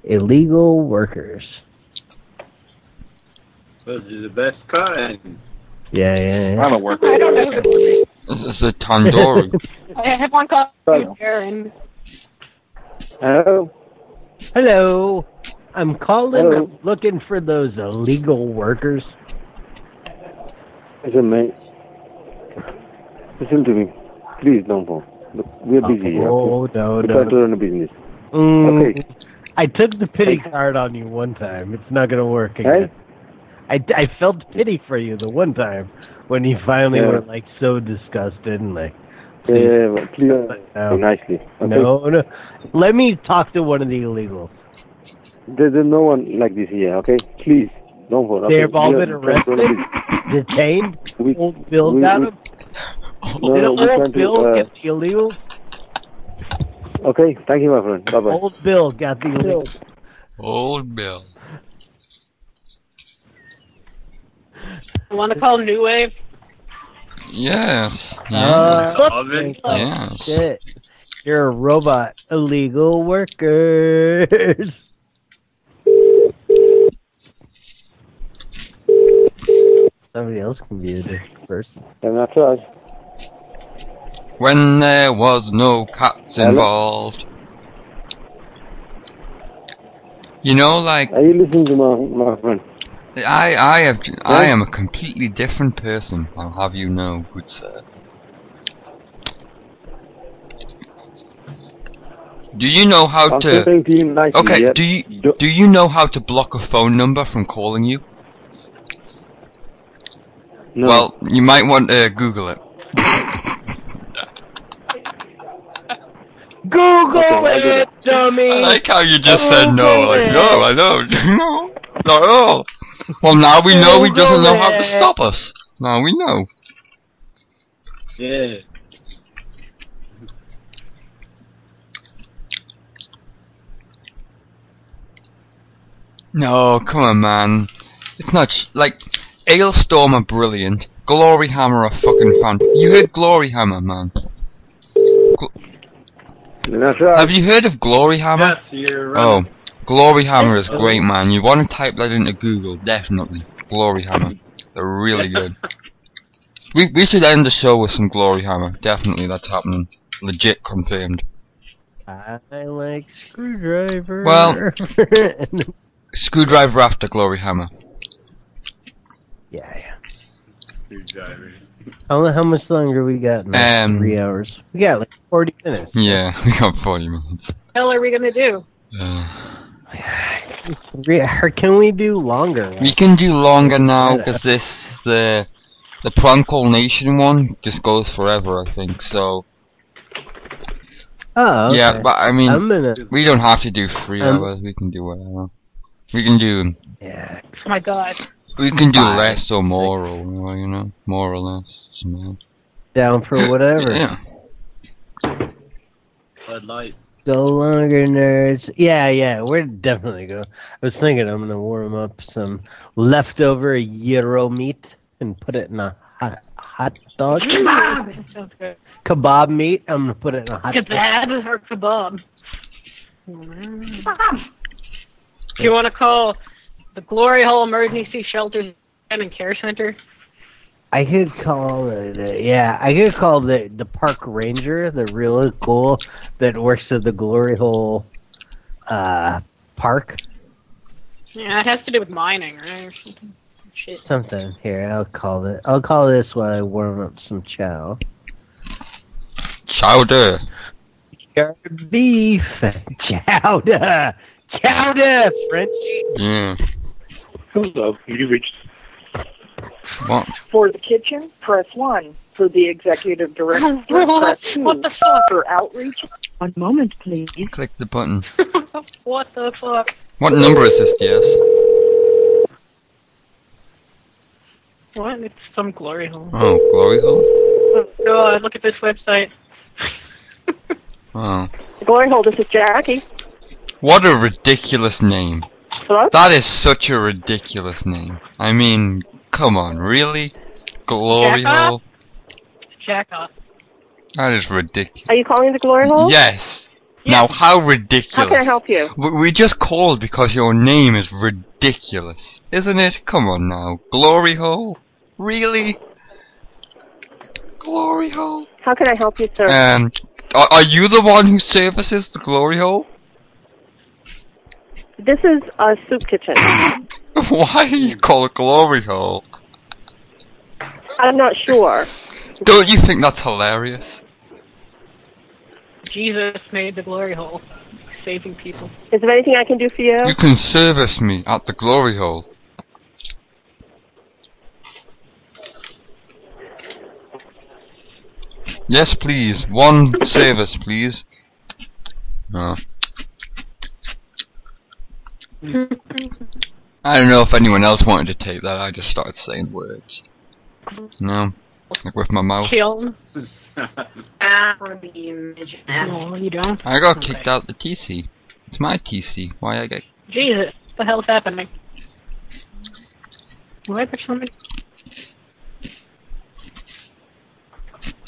Speaker 5: illegal workers.
Speaker 7: Those are the best kind.
Speaker 5: Yeah, yeah. yeah.
Speaker 7: I'm a
Speaker 1: worker.
Speaker 8: I don't know.
Speaker 1: This is a tandoori.
Speaker 5: *laughs*
Speaker 8: I have one call. from Aaron.
Speaker 5: Hello. Hello. I'm calling
Speaker 12: Hello.
Speaker 5: looking for those illegal workers.
Speaker 12: Listen, mate. Listen to me. Please don't phone. Look, We're busy.
Speaker 5: Oh,
Speaker 12: okay?
Speaker 5: no,
Speaker 12: We
Speaker 5: no.
Speaker 12: can't run a business.
Speaker 5: Mm,
Speaker 12: Okay.
Speaker 5: I took the pity card on you one time. It's not gonna work
Speaker 12: Hey?
Speaker 5: again. I, I felt pity for you the one time when you finally
Speaker 12: Yeah.
Speaker 5: were like so disgusted and like
Speaker 12: Yeah, yeah, but please.
Speaker 16: Oh.
Speaker 5: no.
Speaker 12: Nicely. Okay?
Speaker 5: No, no. Let me talk to one of the illegals.
Speaker 12: There, there's no one like this here, okay? Please. Don't phone.
Speaker 5: They've
Speaker 12: okay?
Speaker 5: all
Speaker 12: We are-
Speaker 5: been
Speaker 12: we can't run a
Speaker 5: *laughs* arrested, detained,
Speaker 12: We-
Speaker 5: old Bill
Speaker 12: we-
Speaker 5: got
Speaker 12: we-
Speaker 5: them.
Speaker 12: business.
Speaker 5: Did
Speaker 12: No, no, we
Speaker 5: old
Speaker 12: can't do,
Speaker 5: Bill
Speaker 12: uh,
Speaker 5: get the illegals?
Speaker 12: Okay, thank you, my friend. Bye bye.
Speaker 5: Old Bill got the illegals.
Speaker 1: Old Bill.
Speaker 8: I want to call New Wave.
Speaker 1: Yeah.
Speaker 5: Uh,
Speaker 1: yeah. yeah.
Speaker 5: Oh, Shit. You're a robot. Illegal workers. Somebody else can be the first.
Speaker 12: And that's us.
Speaker 1: When there was no cats
Speaker 12: Hello?
Speaker 1: involved. You know, Oh, like
Speaker 12: Are you listening to my, my friend?
Speaker 1: I, I have, I
Speaker 12: Hello?
Speaker 1: am a completely different person. I'll have you know, good sir. Do you know Oh, how
Speaker 6: After
Speaker 1: to?
Speaker 6: 1990,
Speaker 1: Okay.
Speaker 6: yeah.
Speaker 1: Do you do you know how to block a phone number from calling you? Well, you might want to Google it.
Speaker 3: Google
Speaker 1: Okay, I get
Speaker 3: it, dummy.
Speaker 1: I like how you
Speaker 3: Oh,
Speaker 1: just said no. Like no, I don't. *laughs* no, not at all. Well, now we know he doesn't know how to
Speaker 3: Google it.
Speaker 1: stop us. Now we know.
Speaker 7: Yeah.
Speaker 1: No, come on, man. It's not sh- like Ailstorm are brilliant. Glory Hammer are fucking fan. You heard Glory Hammer, man? Have you heard of Glory Hammer?
Speaker 7: you're right.
Speaker 1: Oh, Glory Hammer is great, man. You want to type that into Google, definitely. Glory Hammer. They're really good.
Speaker 7: *laughs*
Speaker 1: We we should end the show with some Glory Hammer. Definitely, that's happening. Legit
Speaker 16: *laughs*
Speaker 1: confirmed.
Speaker 16: I like screwdriver.
Speaker 5: *laughs*
Speaker 1: Well, screwdriver after Glory Hammer.
Speaker 16: yeah.
Speaker 7: Screwdriver.
Speaker 16: How, how much longer we got? Matt?
Speaker 1: Um,
Speaker 16: Three hours. We got like forty minutes.
Speaker 1: Yeah, *laughs* we got forty minutes.
Speaker 8: hell are we gonna do?
Speaker 1: Uh,
Speaker 16: Three, or can we do longer? Uh,
Speaker 1: we can do longer now because this the the Prankle Nation one just goes forever, I think. So
Speaker 16: Oh. okay.
Speaker 1: yeah, but I mean,
Speaker 16: I'm gonna.
Speaker 1: we don't have to do three
Speaker 16: Um,
Speaker 1: hours. We can do whatever. We can do
Speaker 16: Yeah.
Speaker 8: Oh my god.
Speaker 1: we can do
Speaker 16: Five,
Speaker 1: less or more or whatever, you know more or less. you know.
Speaker 16: Down for whatever.
Speaker 1: *laughs* Yeah.
Speaker 7: Bud Light.
Speaker 16: Go longer, nerds. Yeah, yeah, we're definitely going. I was thinking I'm gonna warm up some leftover gyro meat and put it in a hot hot
Speaker 17: *laughs*
Speaker 16: dog.
Speaker 8: Kebab. Sounds good.
Speaker 16: Kebab meat. I'm gonna put it in a hot dog.
Speaker 8: Kebab or kebab. If you want to call the Glory Hole Emergency Shelter and Care Center,
Speaker 16: I could call the, the yeah. I could call the the park ranger, the really cool that works at the glory hole, uh, park.
Speaker 8: yeah, it has to do with mining, right? Or something. Shit.
Speaker 16: Something here. I'll call it. I'll call this while I warm up some chow.
Speaker 1: Chowder.
Speaker 16: Yard beef. *laughs* Chowder. Chowder, Frenchie.
Speaker 1: Yeah.
Speaker 23: Hello, you reached.
Speaker 1: What?
Speaker 40: For the kitchen, press 1. For the executive director, press 2.
Speaker 8: *laughs* What the fuck?
Speaker 40: For outreach,
Speaker 41: One moment, please.
Speaker 1: Click the button.
Speaker 8: What the fuck?
Speaker 1: What number is this, DS?
Speaker 8: What? It's some Glory Hole.
Speaker 1: Oh, Glory Hole.
Speaker 8: Oh god, look at this website.
Speaker 1: Oh,
Speaker 9: Glory hole, this is Jackie.
Speaker 1: what a ridiculous name.
Speaker 9: Hello?
Speaker 1: That is such a ridiculous name. I mean, come on, really? Glory
Speaker 9: Jack off?
Speaker 1: hole?
Speaker 8: Jack off.
Speaker 1: That is ridiculous.
Speaker 9: Are you calling the glory hole?
Speaker 1: Yes. Now, how
Speaker 9: How can I
Speaker 1: ridiculous.
Speaker 9: help you?
Speaker 1: We we just called because your name is ridiculous, isn't it? Come on now, glory hole. Really? Glory hole.
Speaker 9: How can I help you, sir?
Speaker 1: Um, are, are you the one who services the glory hole? *laughs*
Speaker 9: this is a soup
Speaker 1: *coughs*
Speaker 9: kitchen.
Speaker 1: Why do you call it glory hole?
Speaker 9: I'm not sure.
Speaker 1: Don't you think that's hilarious?
Speaker 8: Jesus made the Glory Hole, saving people.
Speaker 9: Is there anything I can do for you?
Speaker 1: You can service me at the glory hole. Yes, please. One service, please. Oh.
Speaker 5: *laughs*
Speaker 1: I don't know if anyone else wanted to take that. I just started saying words. No, like with my mouth.
Speaker 8: Kiln.
Speaker 3: No,
Speaker 8: no, you don't.
Speaker 1: I got kicked out the TC. It's my TC. Why I get?
Speaker 8: Jesus, what the hell's happening? Why is there so many?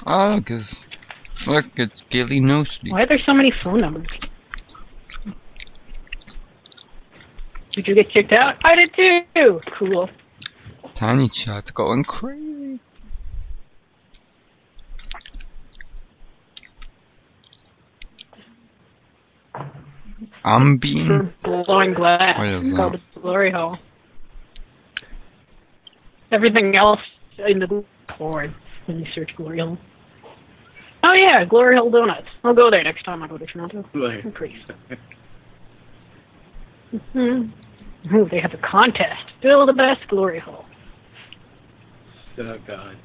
Speaker 1: Oh, 'cause look, it's Gilly No Sleep.
Speaker 8: Why are there so many phone numbers? Did you get kicked out? I did too. Cool.
Speaker 1: Tiny chat's going crazy. I'm being.
Speaker 8: Blowing glass.
Speaker 1: What is
Speaker 8: It's called
Speaker 1: that?
Speaker 8: the glory hole. Everything else in the board when you search glory hole.
Speaker 17: Oh yeah, Glory Hill Donuts. I'll go there next time I go to Toronto. Increase. Mhm. Ooh, they have a contest. Build the best glory hole.
Speaker 4: Oh God.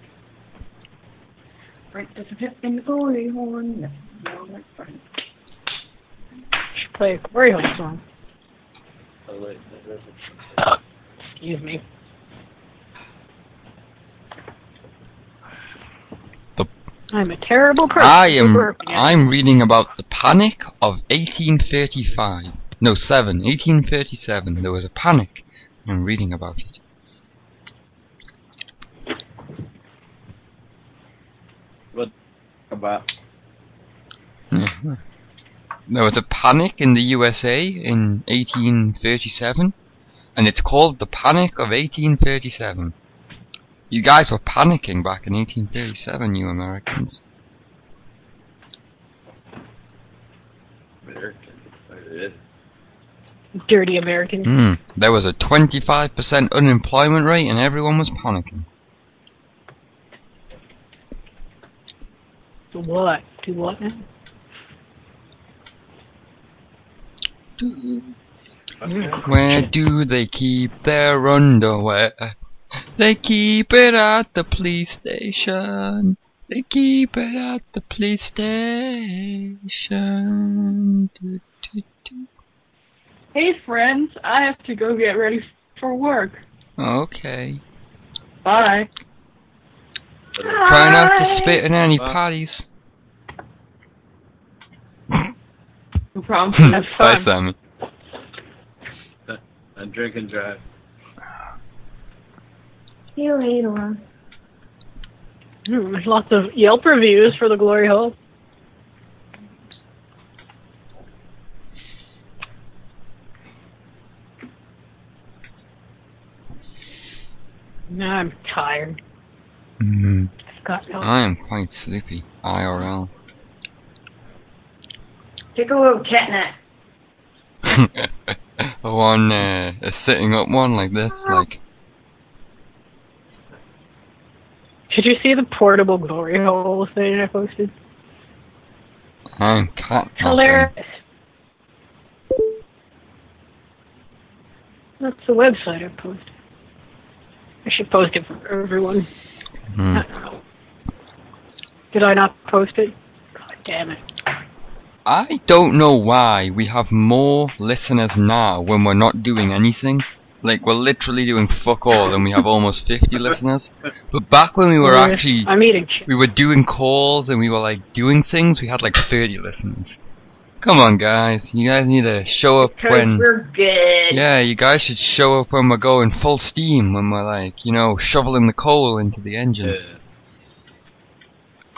Speaker 17: Brent doesn't have been glory horn. Should play a glory hole song. Excuse me. I'm a terrible person.
Speaker 1: I am.
Speaker 17: for burping.
Speaker 1: I'm reading about the panic of 1835. No, seven. 1837. There was a panic. I'm reading about it.
Speaker 4: What about?
Speaker 1: Yeah. There was a panic in the USA in 1837, and it's called the Panic of 1837. You guys were panicking back in 1837, you Americans.
Speaker 17: Dirty American.
Speaker 1: Hmm. There was a 25% unemployment rate, and everyone was panicking.
Speaker 17: Do what? Do what now?
Speaker 1: Where do they keep their underwear? They keep it at the police station. They keep it at the police station. Do, do, do.
Speaker 9: Hey, friends, I have to go get ready for work.
Speaker 1: Okay.
Speaker 9: Bye.
Speaker 1: Try not to spit in any potties.
Speaker 9: No problem.
Speaker 1: Bye, Simon.
Speaker 4: I drink and drive.
Speaker 17: See you later. There's Hmm, lots of Yelp reviews for the glory hole. No, I'm tired.
Speaker 1: Mhm.
Speaker 17: I've got no.
Speaker 1: I am quite sleepy. *laughs* IRL.
Speaker 7: Take a little cat nap.
Speaker 1: one uh, a sitting up one like this, like
Speaker 17: Did you see the portable glory hole thing I posted?
Speaker 1: I'm cat.
Speaker 17: Hilarious. That's the website I posted. I should post it for everyone.
Speaker 1: Hmm.
Speaker 17: Did I not post it? God damn it.
Speaker 1: I don't know why we have more listeners now when we're not doing anything. Like we're literally doing fuck all, and we have almost fifty listeners. But back when we were
Speaker 17: Yeah,
Speaker 1: actually,
Speaker 17: I'm eating shit.
Speaker 1: we were doing calls and we were like doing things. We had like thirty listeners. Come on, guys! You guys need to show up when.
Speaker 7: We're good.
Speaker 1: Yeah, you guys should show up when we're going full steam, when we're like, you know, shoveling the coal into the engine.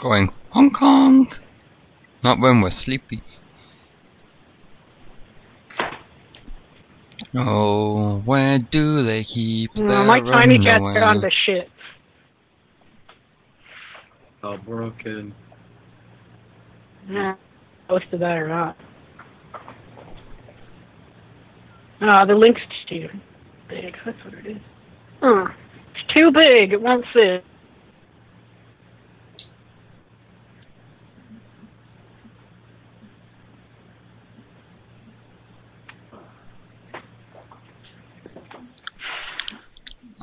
Speaker 1: Going Hong Kong. Not when we're sleepy. Oh, where do they keep
Speaker 17: No,
Speaker 1: their
Speaker 17: my tiny cat
Speaker 1: underwear?
Speaker 17: got on the shit.
Speaker 4: All broken.
Speaker 17: Yeah, posted that or not. Ah, the link's too big. That's what it is. Huh. It's too big. It won't fit.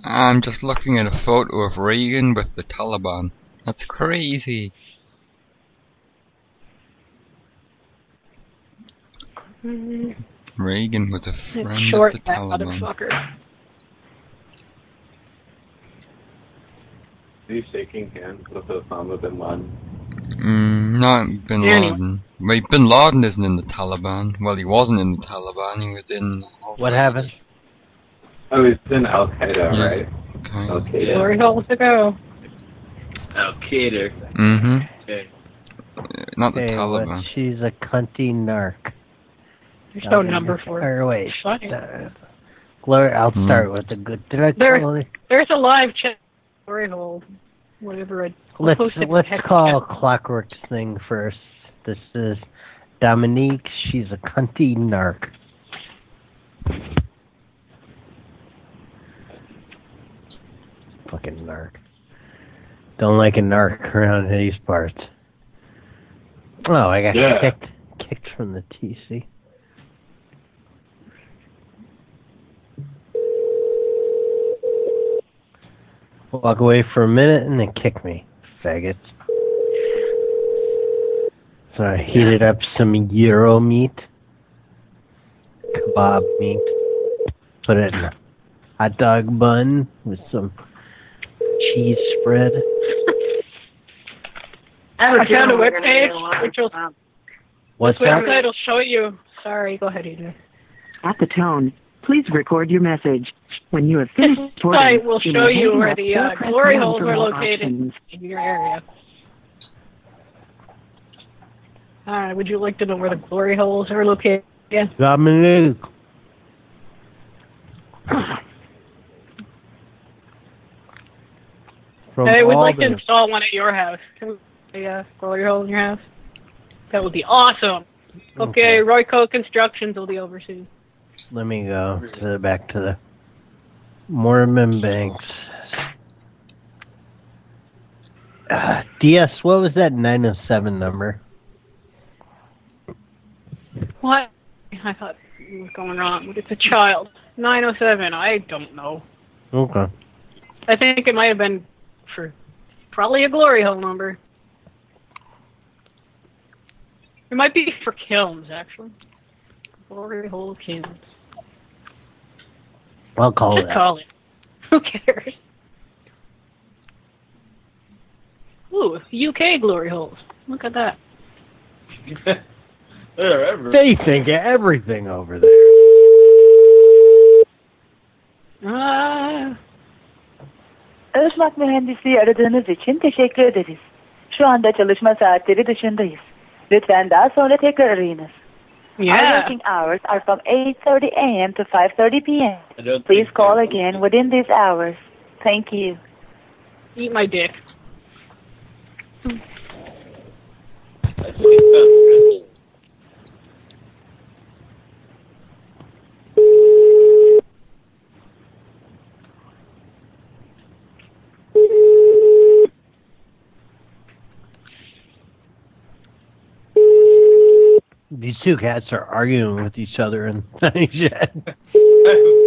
Speaker 1: I'm just looking at a photo of Reagan with the Taliban. That's crazy.
Speaker 17: Mm,
Speaker 1: Reagan was a friend
Speaker 17: Short,
Speaker 1: of the
Speaker 17: that
Speaker 1: Taliban.
Speaker 17: motherfucker.
Speaker 4: He's shaking hands with Osama bin Laden.
Speaker 1: Mm, not Bin
Speaker 4: Anyway.
Speaker 1: Laden. Wait, Bin Laden isn't in the Taliban. Well, he wasn't in the Taliban. He was in.
Speaker 5: What happened?
Speaker 4: Oh, he's in Al Qaeda,
Speaker 1: Yeah.
Speaker 4: right?
Speaker 1: Okay.
Speaker 17: Glory hole to go.
Speaker 4: Al Qaeda.
Speaker 1: Mhm.
Speaker 4: Okay.
Speaker 1: Not
Speaker 5: Okay,
Speaker 1: the
Speaker 5: but
Speaker 1: Taliban.
Speaker 5: she's a cunty narc.
Speaker 17: There's no number for it.
Speaker 5: Or wait,
Speaker 17: Funny.
Speaker 5: Glory. I'll
Speaker 1: Hmm.
Speaker 5: start with the good. Did I
Speaker 17: There-
Speaker 5: tell you?
Speaker 17: There's a live chat. Glory hole. Whatever it.
Speaker 5: Let's
Speaker 17: posted
Speaker 5: let's
Speaker 17: heck-
Speaker 5: call Clockwork thing first. This is Dominique. She's a cunty narc. Fucking narc. Don't like a narc around these parts. Oh, I got
Speaker 10: Yeah.
Speaker 5: kicked, kicked from the TC. Walk away for a minute and then kick me, faggots. So I heated up some gyro meat, kebab meat, put it in a hot dog bun with some cheese spread.
Speaker 8: I,
Speaker 25: have a
Speaker 8: found a
Speaker 25: feeling we're
Speaker 8: web
Speaker 25: gonna
Speaker 8: page
Speaker 25: get a lot of
Speaker 8: which will
Speaker 5: What's
Speaker 8: this
Speaker 5: that?
Speaker 8: website will show you. Sorry, go ahead, Adrian.
Speaker 24: At the tone, please record your message. When you have finished recording,
Speaker 8: Site will
Speaker 24: you
Speaker 8: show
Speaker 24: may
Speaker 8: you
Speaker 24: hang
Speaker 8: where
Speaker 24: up
Speaker 8: the
Speaker 24: or
Speaker 8: uh,
Speaker 24: press
Speaker 8: glory
Speaker 24: one
Speaker 8: holes
Speaker 24: for
Speaker 8: are
Speaker 24: more
Speaker 8: located
Speaker 24: options.
Speaker 8: in your area. Uh, would you like to know where the glory holes are located? Yeah.
Speaker 5: Dominic. From
Speaker 8: I would like to
Speaker 5: Albany.
Speaker 8: install one at your house. Can we uh, glory hole in your house? That would be awesome. Okay, Royco Constructions will be over soon.
Speaker 5: Let me go to the back to the Mormon Banks. Uh, DS, what was that 907 number?
Speaker 8: What? I thought it was going wrong. It's a child. 907. I don't know.
Speaker 5: Okay.
Speaker 8: I think it might have been for probably a glory hole number. It might be for kilns, actually. Glory hole kilns.
Speaker 5: I'll call
Speaker 8: Just
Speaker 5: it. that.
Speaker 8: call it. *laughs* Who cares? Ooh, UK glory holes. Look at that.
Speaker 7: They're everywhere.
Speaker 5: They think of everything over there.
Speaker 8: Ah.
Speaker 17: Irmak Mühendisliği aradığınız için teşekkür ederiz. Şu anda çalışma saatleri dışındayız. Lütfen daha sonra tekrar arayınız. Our
Speaker 8: Yeah.
Speaker 17: working hours are from 8.30 a.m. to 5.30 p.m. Please call again within these
Speaker 9: Uh,
Speaker 17: hours. Thank you.
Speaker 8: Eat my dick.
Speaker 5: These two cats are arguing with each
Speaker 16: *laughs*
Speaker 5: other and shit.
Speaker 7: *laughs*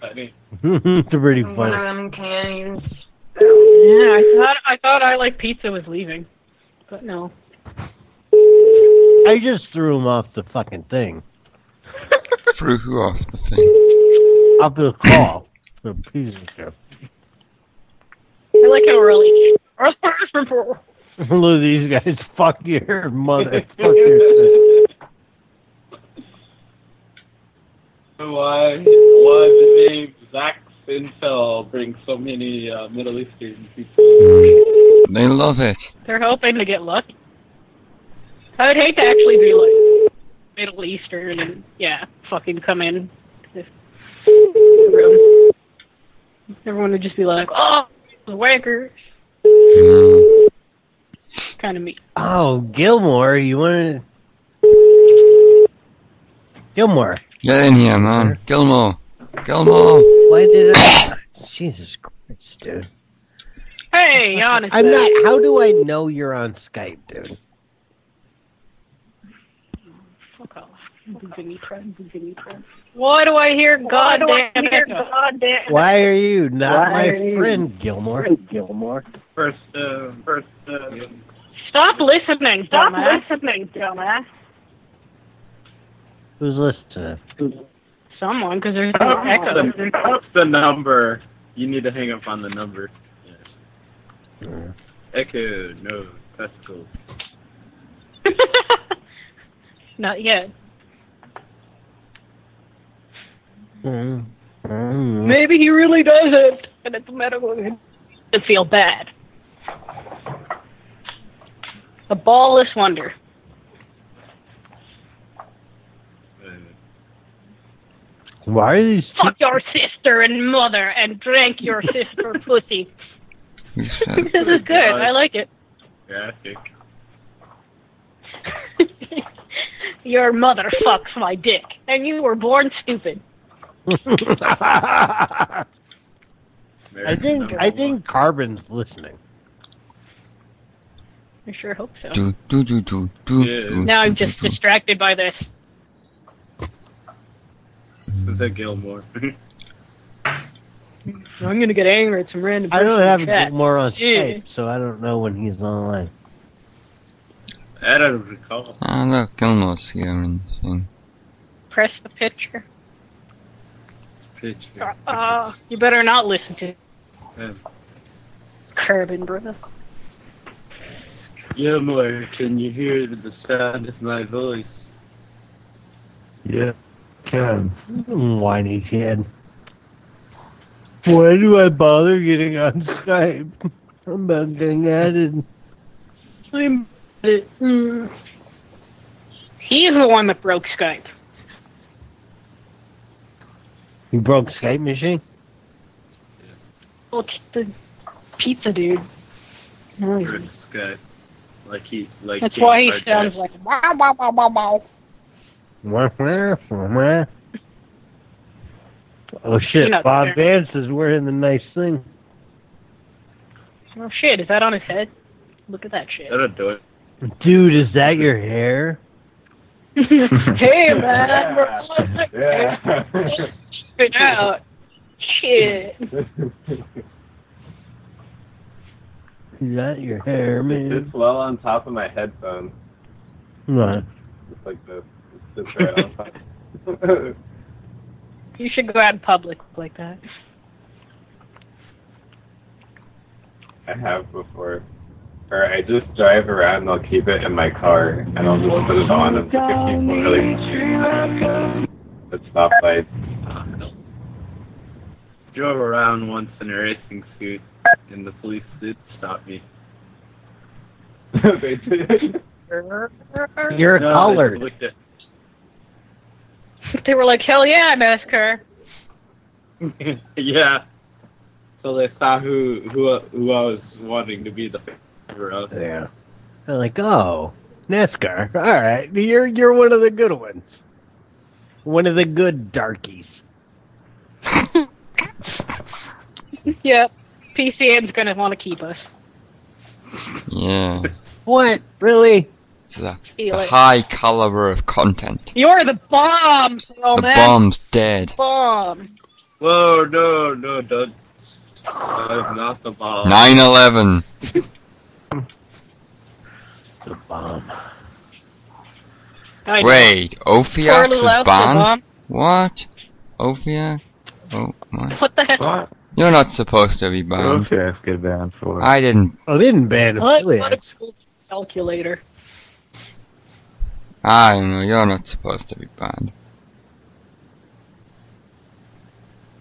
Speaker 7: Funny.
Speaker 5: it's pretty
Speaker 25: One
Speaker 5: funny.
Speaker 25: of them can even
Speaker 8: Yeah, I thought I thought I like pizza was leaving, but no.
Speaker 5: I just threw him off the fucking thing.
Speaker 16: Threw who off the thing?
Speaker 5: Off the call. *clears throat* the piece of shit. *laughs*
Speaker 8: I like *laughs* how we're all eating. We're
Speaker 5: Look at these guys. *laughs* Fuck your mother. Fuck your sister.
Speaker 7: Why, why the name Zach Sintel brings so many uh, Middle Eastern people?
Speaker 1: Mm.
Speaker 16: They love it.
Speaker 8: They're hoping to get lucky. I would hate to actually be like Middle Eastern and yeah, fucking come in this room. Everyone would just be like, oh, the wankers. Kind of me.
Speaker 5: Oh, Gilmore, you want to? Gilmore,
Speaker 16: Get in here, man. Gilmore. Gilmore.
Speaker 5: why did I? Jesus Christ, dude!
Speaker 8: Hey, honestly.
Speaker 5: I'm not. How do I know you're on Skype, dude?
Speaker 8: Fuck off. Why do I hear
Speaker 10: Why
Speaker 8: goddamn
Speaker 10: do I hear
Speaker 8: echo?
Speaker 5: Why are you not
Speaker 7: Why
Speaker 5: my
Speaker 7: are you-
Speaker 5: friend, Gilmore? Gilmore.
Speaker 7: First, uh, first, uh,
Speaker 8: Stop listening,
Speaker 7: Stop
Speaker 8: dumbass. listening, dumbass.
Speaker 5: Who's listening?
Speaker 8: Someone, because there's no echo.
Speaker 7: the, that's the number. You need to hang up on the number.
Speaker 5: Yeah.
Speaker 7: Echo, no, that's cool.
Speaker 8: Not yet.
Speaker 5: Mm.
Speaker 8: Maybe he really doesn't, and it's medical. To feel bad. The ballless wonder.
Speaker 5: Why are these?
Speaker 8: Fuck your sister and mother and drank *laughs* your sister pussy. *laughs* This is good. I like it.
Speaker 7: Graphic.
Speaker 8: Your mother fucks my dick, and you were born stupid.
Speaker 5: *laughs* I think I think Carbon's listening.
Speaker 8: I sure hope so.
Speaker 1: Do, do, do, do, do, do,
Speaker 8: Now I'm
Speaker 1: do,
Speaker 8: just
Speaker 1: do, do.
Speaker 8: distracted by this.
Speaker 16: This is a
Speaker 7: *laughs*
Speaker 16: Gilmore.
Speaker 8: I'm gonna get angry at some random
Speaker 5: I
Speaker 8: person
Speaker 5: don't
Speaker 8: in
Speaker 5: have
Speaker 8: chat.
Speaker 5: Gilmore on
Speaker 8: Yeah.
Speaker 5: Skype, so I don't know when he's online.
Speaker 16: I don't recall.
Speaker 1: Ah, look, Gilmore's here and thing.
Speaker 8: Press the picture.
Speaker 16: Picture.
Speaker 8: Uh, uh, you better not listen to
Speaker 16: Um,
Speaker 8: Kerbin, brother.
Speaker 16: Gilmore, can you hear the sound of my voice?
Speaker 5: Yeah, can. Whiny kid. Why do I bother getting on Skype? I'm about getting added.
Speaker 8: I'm- mm. He's the one that broke Skype.
Speaker 5: You broke Skype machine?
Speaker 8: Look, the pizza dude. No, he's-
Speaker 16: Rick Scott. Like he, like
Speaker 8: That's
Speaker 16: James
Speaker 8: why he
Speaker 16: Harden.
Speaker 8: sounds like wow, wow, wow, wow, wow.
Speaker 5: Wah, wah, wah, wah. Oh shit,
Speaker 8: You're not
Speaker 5: Bob Vance is wearing the nice thing.
Speaker 8: Oh shit, is that on his head? Look at
Speaker 17: *laughs*
Speaker 8: that shit.
Speaker 16: That'll do it.
Speaker 5: Dude, is that your hair?
Speaker 8: *laughs* hey man, we're all
Speaker 5: *laughs*
Speaker 7: Yeah.
Speaker 8: figured out. Shit.
Speaker 5: Is that your hair,
Speaker 17: It
Speaker 5: man?
Speaker 17: sits well on top of my headphone.
Speaker 5: What?
Speaker 17: Just like this. It sits right on
Speaker 16: *laughs*
Speaker 17: top.
Speaker 8: You should go out in public like that.
Speaker 17: I have before. Or I just drive around and I'll keep it in my car and I'll just put it on and look at people really at stoplights.
Speaker 16: Drove around once in a racing suit, and the police did stop me.
Speaker 17: *laughs* they did.
Speaker 5: You're
Speaker 16: no,
Speaker 5: colored.
Speaker 16: They just looked at-
Speaker 8: They were like, hell yeah, NASCAR. *laughs*
Speaker 16: *laughs* yeah. So they saw who who who I was wanting to be the favor of.
Speaker 5: Yeah. They're like, oh, NASCAR. All right, you're you're one of the good ones. One of the good darkies.
Speaker 8: Yep. PCN's gonna want to keep us.
Speaker 1: *laughs* Yeah.
Speaker 5: What? Really?
Speaker 1: The,
Speaker 8: Feel
Speaker 1: the
Speaker 8: it.
Speaker 1: high caliber of content.
Speaker 8: You're the bomb, oh
Speaker 1: the
Speaker 8: man.
Speaker 1: bomb's dead.
Speaker 8: Bomb.
Speaker 16: Whoa, no, no, don't. I'm not the bomb.
Speaker 1: 9-11.
Speaker 5: The bomb.
Speaker 8: I know.
Speaker 1: Wait, Ophiac
Speaker 8: Poorly
Speaker 1: is
Speaker 8: left,
Speaker 1: banned?
Speaker 8: Obama.
Speaker 1: What? Ophiac? Oh, what?
Speaker 8: What the hell?
Speaker 1: You're not supposed to be banned.
Speaker 4: Ophiac get banned for.
Speaker 1: I didn't.
Speaker 5: I didn't ban
Speaker 8: What? What a cool calculator.
Speaker 1: I don't know, you're not supposed to be banned.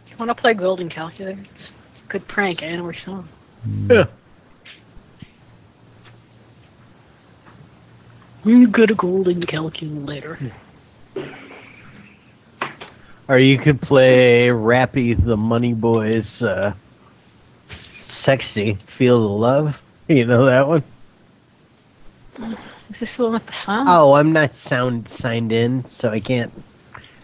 Speaker 8: You want to play Golden Calculator? It's a good prank and works on.
Speaker 5: Yeah.
Speaker 8: You good a Golden Calculator?
Speaker 5: Or you could play Rappy the Money Boys, uh, Sexy, Feel the Love. You know that one?
Speaker 8: Is this the one with the song?
Speaker 5: Oh, I'm not sound signed in, so I can't.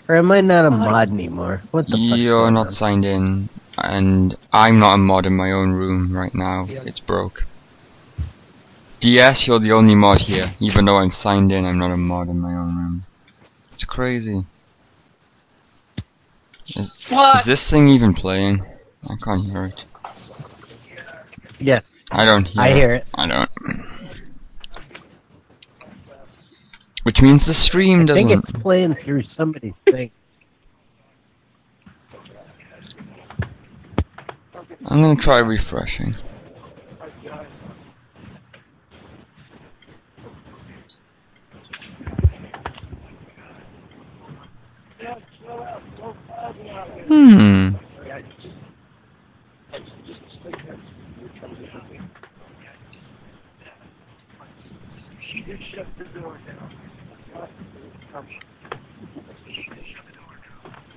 Speaker 5: Or am I not a mod anymore? What the fuck?
Speaker 1: You're not signed in, and I'm not a mod in my own room right now. It's broke. DS, you're the only mod here. Even though I'm signed in, I'm not a mod in my own room. It's crazy. Is,
Speaker 8: What?
Speaker 1: is this thing even playing? I can't hear it.
Speaker 5: Yes.
Speaker 1: I don't hear
Speaker 5: I
Speaker 1: it.
Speaker 5: hear it.
Speaker 1: I don't. Which means the stream
Speaker 5: I think
Speaker 1: doesn't.
Speaker 5: it's playing through somebody's thing.
Speaker 1: I'm gonna try refreshing. Hmm.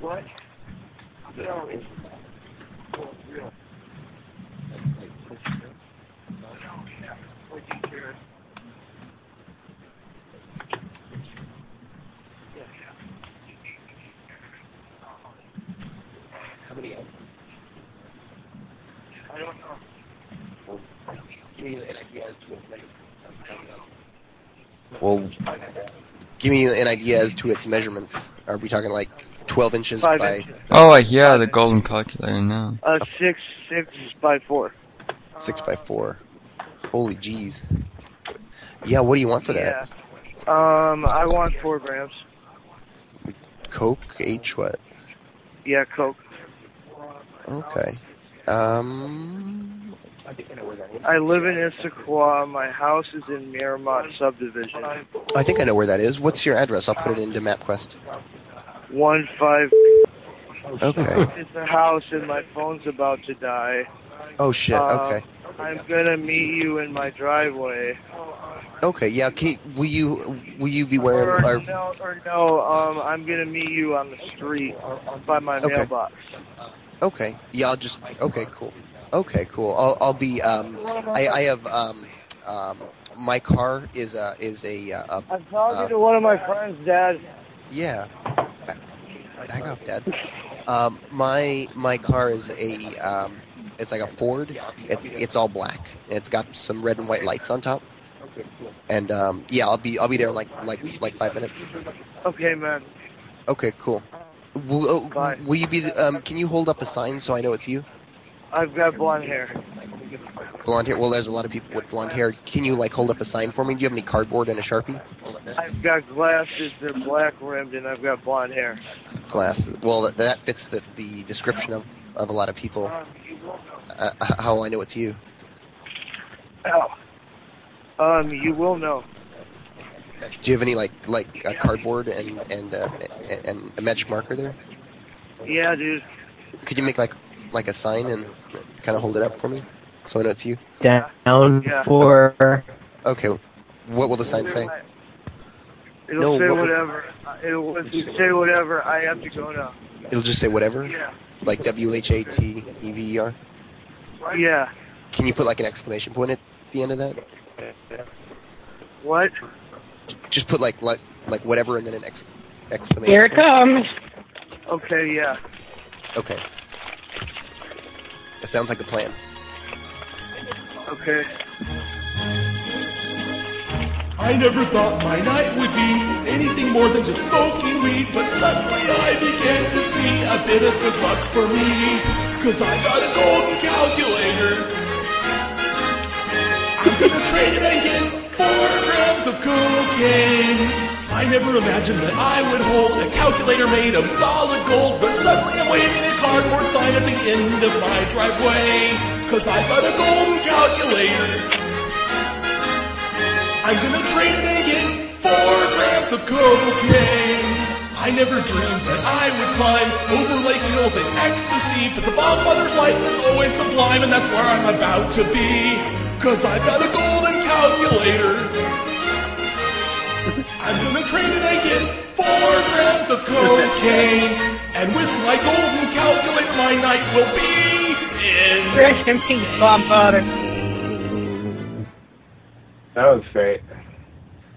Speaker 7: What? No, it's
Speaker 3: I don't know.
Speaker 42: me an idea as to its measurement. I don't know.
Speaker 11: Well, give me an idea as to its measurements. Are we talking like 12 inches
Speaker 3: Five
Speaker 11: by?
Speaker 3: inches.
Speaker 1: Oh, I hear the golden calculator now.
Speaker 3: Uh, six, six by four.
Speaker 11: Six by four. Holy jeez. Yeah, what do you want for
Speaker 3: yeah. Um, I want four grams.
Speaker 11: that? Coke H what?
Speaker 3: Yeah, Coke.
Speaker 11: Okay. Um.
Speaker 3: I live in Issaquah. My house is in Miramont subdivision.
Speaker 11: I think I know where that is. What's your address? I'll put it into MapQuest.
Speaker 3: One five. *laughs*
Speaker 11: Okay.
Speaker 3: It's a house, and my phone's about to die.
Speaker 11: Oh shit.
Speaker 3: Uh,
Speaker 11: Okay.
Speaker 3: I'm gonna meet you in my driveway.
Speaker 11: Okay. Yeah. Can you, will you will you be wearing?
Speaker 3: Or
Speaker 11: Or,
Speaker 3: no, or no. Um, I'm gonna meet you on the street by my
Speaker 11: Okay.
Speaker 3: mailbox.
Speaker 11: okay. Yeah. I'll just. Okay. Cool. Okay. Cool. I'll I'll be. Um. I I have um. Um. My car is a is a. uh, a
Speaker 3: I'm talking to one of my friends, Dad.
Speaker 11: yeah. Back off, Dad. Um, my my car is a um, it's like a Ford. It's it's all black. And it's got some red and white lights on top. And um, yeah, I'll be I'll be there in like like like five minutes.
Speaker 3: Okay, man.
Speaker 11: Okay, cool. Will, oh, will you be? the- Um, can you hold up a sign so I know it's you?
Speaker 3: I've got blonde hair.
Speaker 11: Blonde hair. Well, there's a lot of people with blonde hair. Can you like hold up a sign for me? Do you have any cardboard and a sharpie?
Speaker 3: I've got glasses. They're black rimmed, and I've got blonde hair.
Speaker 11: Glass. Well, that, that fits the the description of of a lot of people. Uh, h- how I know it's you.
Speaker 3: Ow. Um, you will know.
Speaker 11: Do you have any like like uh, cardboard and and uh, and- and a magic marker there?
Speaker 3: Yeah, dude.
Speaker 11: Could you make like like a sign and kind of hold it up for me so I know it's you?
Speaker 5: Down
Speaker 3: Yeah.
Speaker 5: for.
Speaker 11: Okay. What will the sign say?
Speaker 3: It'll
Speaker 11: No,
Speaker 3: say
Speaker 11: what-
Speaker 3: whatever. It'll say whatever. I have to go now.
Speaker 11: It'll just say whatever,
Speaker 3: Yeah.
Speaker 11: like W H A T E V E R.
Speaker 3: Yeah.
Speaker 11: Can you put like an exclamation point at the end of that?
Speaker 3: What?
Speaker 11: Just put like like like whatever and then an ex- exclamation.
Speaker 17: Here it comes.
Speaker 3: Okay, yeah.
Speaker 11: Okay. It sounds like a plan.
Speaker 3: Okay.
Speaker 10: I never thought my night would be anything more than just smoking weed, but suddenly I began to see a bit of good luck for me. Cause I got a golden calculator. I'm gonna trade it and get four grams of cocaine. I never imagined that I would hold a calculator made of solid gold, but suddenly I'm waving a cardboard sign at the end of my driveway. Cause I got a golden calculator. I'm gonna trade it and get four grams of cocaine. I never dreamed that I would climb over lake hills in ecstasy, but the Bob Mother's life is always sublime, and that's where I'm about to be. Cause I've got a golden calculator. I'm gonna trade it and get four grams of cocaine. And with my golden calculator, my night will be in.
Speaker 17: Rest in peace, Bob Potter.
Speaker 43: That was great.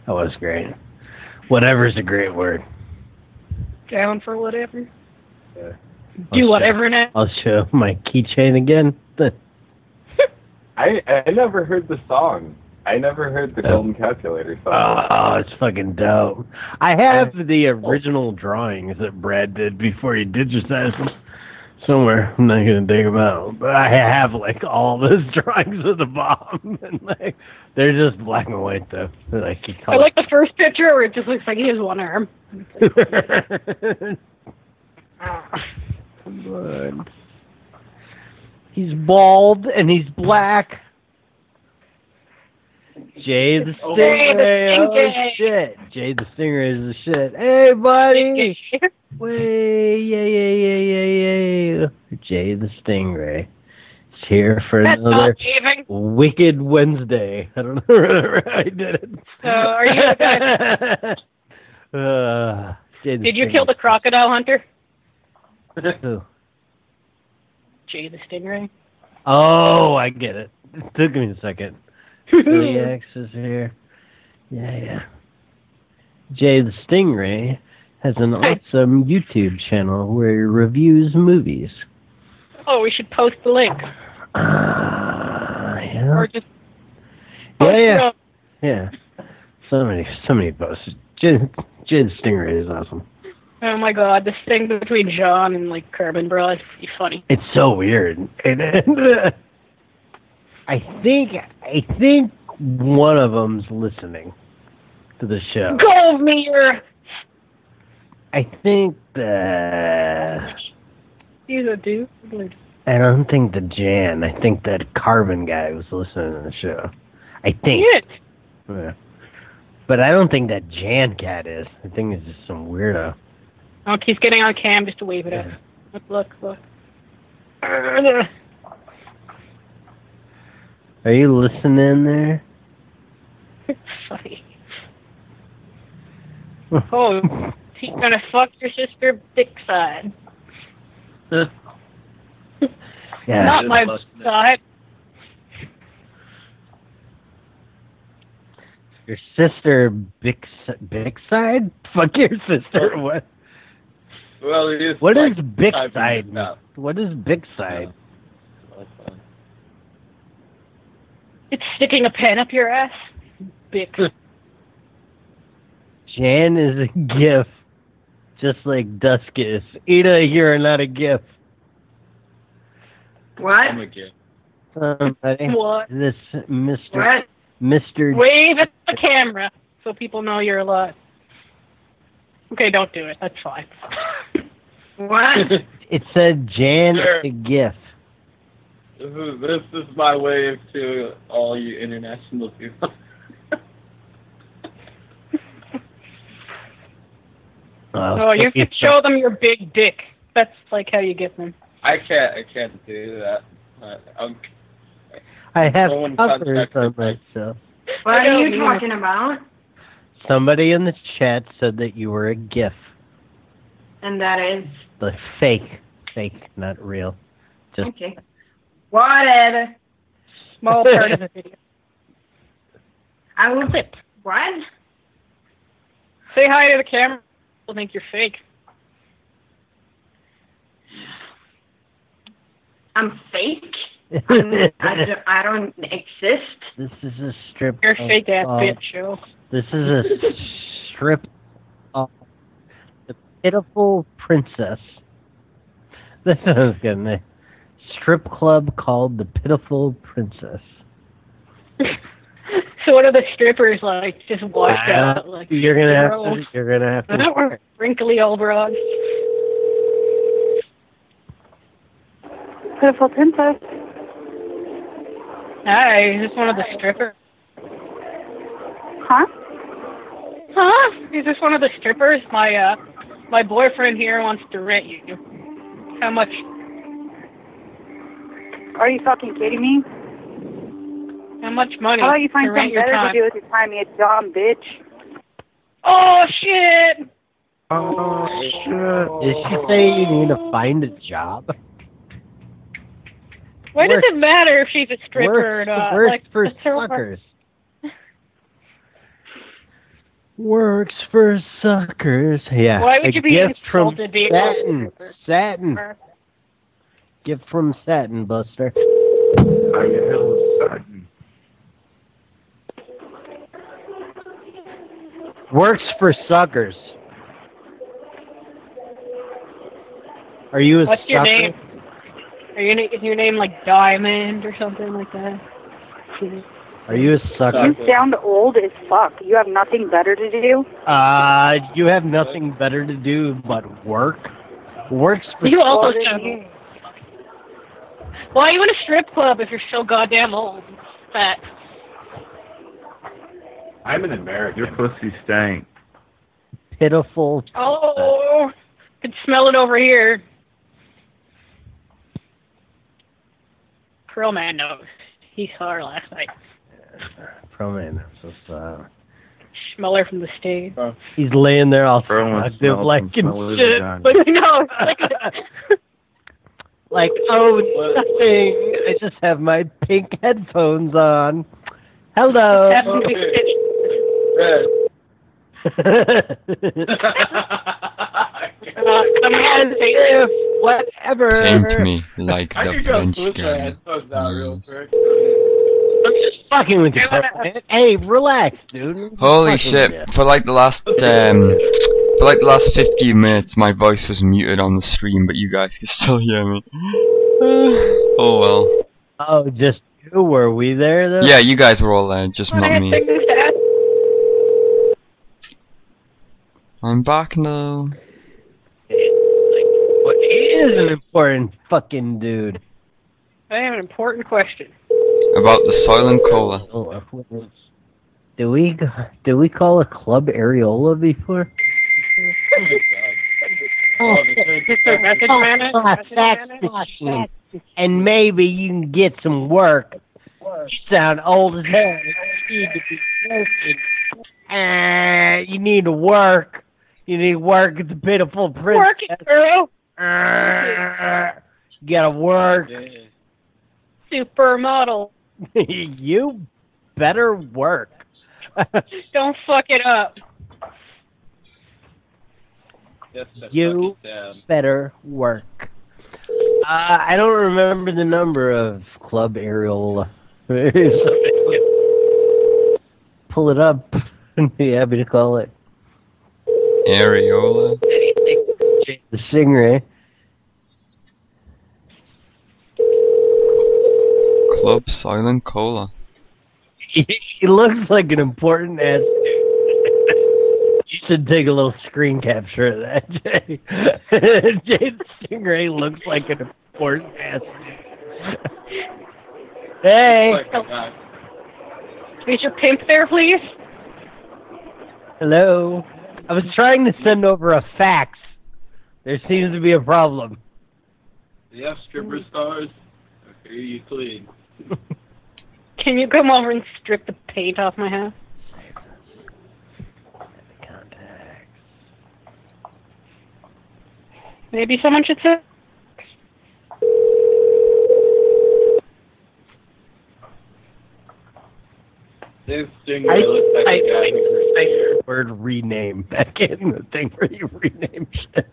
Speaker 5: That was great. Whatever's a great word.
Speaker 17: Down for whatever.
Speaker 5: I'll
Speaker 17: Do whatever now.
Speaker 5: I'll show my keychain again. *laughs*
Speaker 44: I I never heard the song. I never heard the Golden Calculator song.
Speaker 5: Oh, it's fucking dope. I have the original drawings that Brad did before he digitized them somewhere. I'm not gonna dig them out, but I have like all *laughs* those drawings of the bomb, *laughs* and like they're just black and white though. They're, Like you
Speaker 17: I
Speaker 5: call
Speaker 17: like the first picture where it just looks like he has one arm.
Speaker 5: He's bald and he's black. Jay the
Speaker 10: Oh, Jay the
Speaker 5: Stingray. Oh,
Speaker 10: Stingray.
Speaker 5: shit. Jay the Stingray is the shit. Hey, buddy. Way, yeah, yeah, yeah, yeah, yeah. Jay the Stingray. It's here for
Speaker 17: That's
Speaker 5: another
Speaker 17: not leaving.
Speaker 5: Wicked Wednesday. *laughs* I don't know where I did it.
Speaker 17: So Oh, are you gonna-
Speaker 5: *laughs* Uh, Jay the
Speaker 17: Did you kill the crocodile hunter?
Speaker 5: Stingray.
Speaker 17: Jay the Stingray.
Speaker 5: *laughs* Oh, I get it. It took me a
Speaker 17: *laughs*
Speaker 5: second. Three X is here. Yeah, yeah. Jay the Stingray has an awesome YouTube channel where he reviews movies.
Speaker 17: Oh, we should post the link.
Speaker 5: Ah, yeah.
Speaker 17: Or just
Speaker 5: Yeah, yeah, yeah. So many, so many posts. Jin, Jin Stingray is awesome.
Speaker 17: Oh my god, this thing between John and like Kerbin, bro, is pretty funny.
Speaker 5: It's so weird. *laughs* And, and, uh, I think, I think one of them's listening to the show.
Speaker 17: Goldmere!
Speaker 5: I think that
Speaker 17: He's a dude.
Speaker 5: I don't think the Jan. I think that Carbon guy was listening to the show. I think. Yeah. But I don't think that Jan cat is. I think it's just some weirdo.
Speaker 17: Oh, he's getting on cam just to wave it up. Look, look, look. *laughs*
Speaker 5: Are you listening there? *laughs*
Speaker 17: It's funny. Oh, he's gonna fuck your sister dick side.
Speaker 5: Yeah.
Speaker 17: Not my side.
Speaker 5: Your sister Bix Bixside? Fuck your sister. What?
Speaker 16: Well, it is.
Speaker 5: What is
Speaker 16: like typing
Speaker 5: Bixside?
Speaker 16: it up.
Speaker 5: What is Bixside?
Speaker 17: It's sticking a pen up your ass.
Speaker 16: *laughs*
Speaker 17: Big. *laughs*
Speaker 5: Jan is a gif, just like Dusk is. Ida, you're not a gif.
Speaker 3: What?
Speaker 5: Somebody.
Speaker 17: What?
Speaker 5: This Mister
Speaker 17: What?
Speaker 5: Mister.
Speaker 17: Wave at the camera so people know you're alive. Okay, don't do it. That's fine. *laughs*
Speaker 3: What?
Speaker 5: It said Jan is a gif.
Speaker 16: This is *laughs* this is my wave to all you international people.
Speaker 17: Oh, *laughs* you
Speaker 5: *laughs*
Speaker 17: can show them your big dick. That's like how you get them.
Speaker 16: I can't I can't do that. I, I'm,
Speaker 5: I have
Speaker 16: Someone
Speaker 5: covers on myself.
Speaker 3: What
Speaker 17: I
Speaker 3: are
Speaker 17: don't
Speaker 3: you
Speaker 17: mean-
Speaker 3: talking about?
Speaker 5: Somebody in the chat said that you were a gif.
Speaker 3: And that is
Speaker 5: The fake, fake, not real. Just
Speaker 3: okay. Whatever.
Speaker 17: *laughs* Small part of the video.
Speaker 3: I will clip. What?
Speaker 17: Say hi to the camera. People think you're fake.
Speaker 3: I'm fake.
Speaker 17: *laughs*
Speaker 3: I'm, I, don't, I don't exist.
Speaker 5: This is a strip.
Speaker 3: You're
Speaker 5: of-
Speaker 3: fake ass
Speaker 5: of-
Speaker 3: bitch,
Speaker 17: yo.
Speaker 5: This is a strip of the pitiful princess. *laughs* That sounds good. name. Strip club called the pitiful princess.
Speaker 17: So what are the strippers like? Just washed
Speaker 5: Wow.
Speaker 17: out, like
Speaker 5: Uh, you're gonna have
Speaker 17: gross.
Speaker 5: to. You're gonna have to.
Speaker 17: wrinkly old broad.
Speaker 9: Pitiful princess.
Speaker 17: Hi, is this one of the strippers?
Speaker 9: Huh?
Speaker 17: Huh? Is this one of the strippers? My uh, my boyfriend here wants to rent you. How much?
Speaker 9: Are you fucking kidding me?
Speaker 17: How much money?
Speaker 9: How about you find
Speaker 17: to
Speaker 9: something
Speaker 17: rent your
Speaker 9: better to
Speaker 17: time?
Speaker 9: do with your time, you dumb bitch?
Speaker 17: Oh shit!
Speaker 5: Oh, shit. Did she say you need to find a job?
Speaker 17: Why does
Speaker 5: Works-
Speaker 17: it matter if she's a stripper or
Speaker 5: Works,
Speaker 17: not?
Speaker 5: works
Speaker 17: like,
Speaker 5: for
Speaker 17: it's her work.
Speaker 5: suckers. Works for suckers. Yeah.
Speaker 17: Why would
Speaker 5: a
Speaker 17: you be
Speaker 5: gift from
Speaker 17: insulted being-
Speaker 5: satin? Satin. Gift from satin, Buster. Works for suckers. Are you a
Speaker 17: What's
Speaker 5: sucker?
Speaker 17: your name? Are you is your name like Diamond or something like
Speaker 5: Oh.
Speaker 17: that?
Speaker 5: Are you a sucker?
Speaker 9: You sound old as fuck. You have nothing better to do.
Speaker 5: Uh, you have nothing better to do but work. Works for
Speaker 17: You also sound. Why are you in a strip club if you're so goddamn old? and Fat.
Speaker 4: I'm an American. Your pussy stank.
Speaker 5: pitiful.
Speaker 17: Oh, could smell it over here. Pearl man knows. He saw her last night.
Speaker 5: Pro man. that's just, uh,
Speaker 17: Smell her from the stage.
Speaker 5: he's laying there all
Speaker 4: one
Speaker 5: seductive,
Speaker 4: smells
Speaker 5: like
Speaker 4: and
Speaker 5: and
Speaker 4: smells
Speaker 5: shit.
Speaker 4: and
Speaker 5: But,
Speaker 17: *laughs* no, like,
Speaker 5: like, oh, nothing. I just have my pink headphones on. Hello.
Speaker 7: Oh,
Speaker 17: That's when we
Speaker 5: *laughs*
Speaker 17: Uh, come on, say
Speaker 5: if whatever.
Speaker 7: Paint me like
Speaker 16: I
Speaker 7: the
Speaker 16: could go
Speaker 7: French
Speaker 16: switch my
Speaker 7: guy.
Speaker 16: headphones out real quick.
Speaker 17: I'm just
Speaker 5: fucking with you. man. Hey, relax, dude.
Speaker 1: Holy
Speaker 5: Fucking
Speaker 1: shit!
Speaker 5: with
Speaker 1: For like the last um, for like the last 15 minutes, my voice was muted on the stream, but you guys can still hear me. *sighs* Oh well.
Speaker 5: Oh, just you? Were we there though?
Speaker 1: Yeah, you guys were all there, just not me. I'm back now.
Speaker 5: Well, he is an important fucking dude.
Speaker 17: I have an important question.
Speaker 1: About the Soylent Cola.
Speaker 5: uh, Did we did we call a club areola before?
Speaker 17: Oh, just a message man.
Speaker 5: Oh,
Speaker 17: Message
Speaker 5: that's
Speaker 17: man.
Speaker 5: awesome. And maybe you can get some work. You sound old as hell. You need to be working. Uh, you need to work. You need to work. It's a pitiful princess.
Speaker 17: Work it, girl.
Speaker 5: Uh, you gotta work.
Speaker 17: Supermodel.
Speaker 5: you better work.
Speaker 17: Don't fuck it up.
Speaker 5: you better work. Uh, I don't remember the number of Club *laughs* Areola. Pull it up *laughs* and be happy to call it.
Speaker 1: Areola.
Speaker 5: The singer, eh?
Speaker 1: Club Soylent Cola.
Speaker 5: He looks like an important ass. dude. You should take a little screen capture of that, Jay. *laughs* Jay Stingray looks like an important ass. dude. *laughs* hey,
Speaker 17: Is your pimp there, please?
Speaker 5: hello. I was trying to send over a fax. There seems to be a problem.
Speaker 7: Yeah, stripper stars. I hear you clean.
Speaker 17: Can you come over and strip the paint off my house? Maybe someone should say.
Speaker 7: This
Speaker 5: I-
Speaker 7: stingray looks like a guy who
Speaker 5: Word rename back in the thing where you rename shit.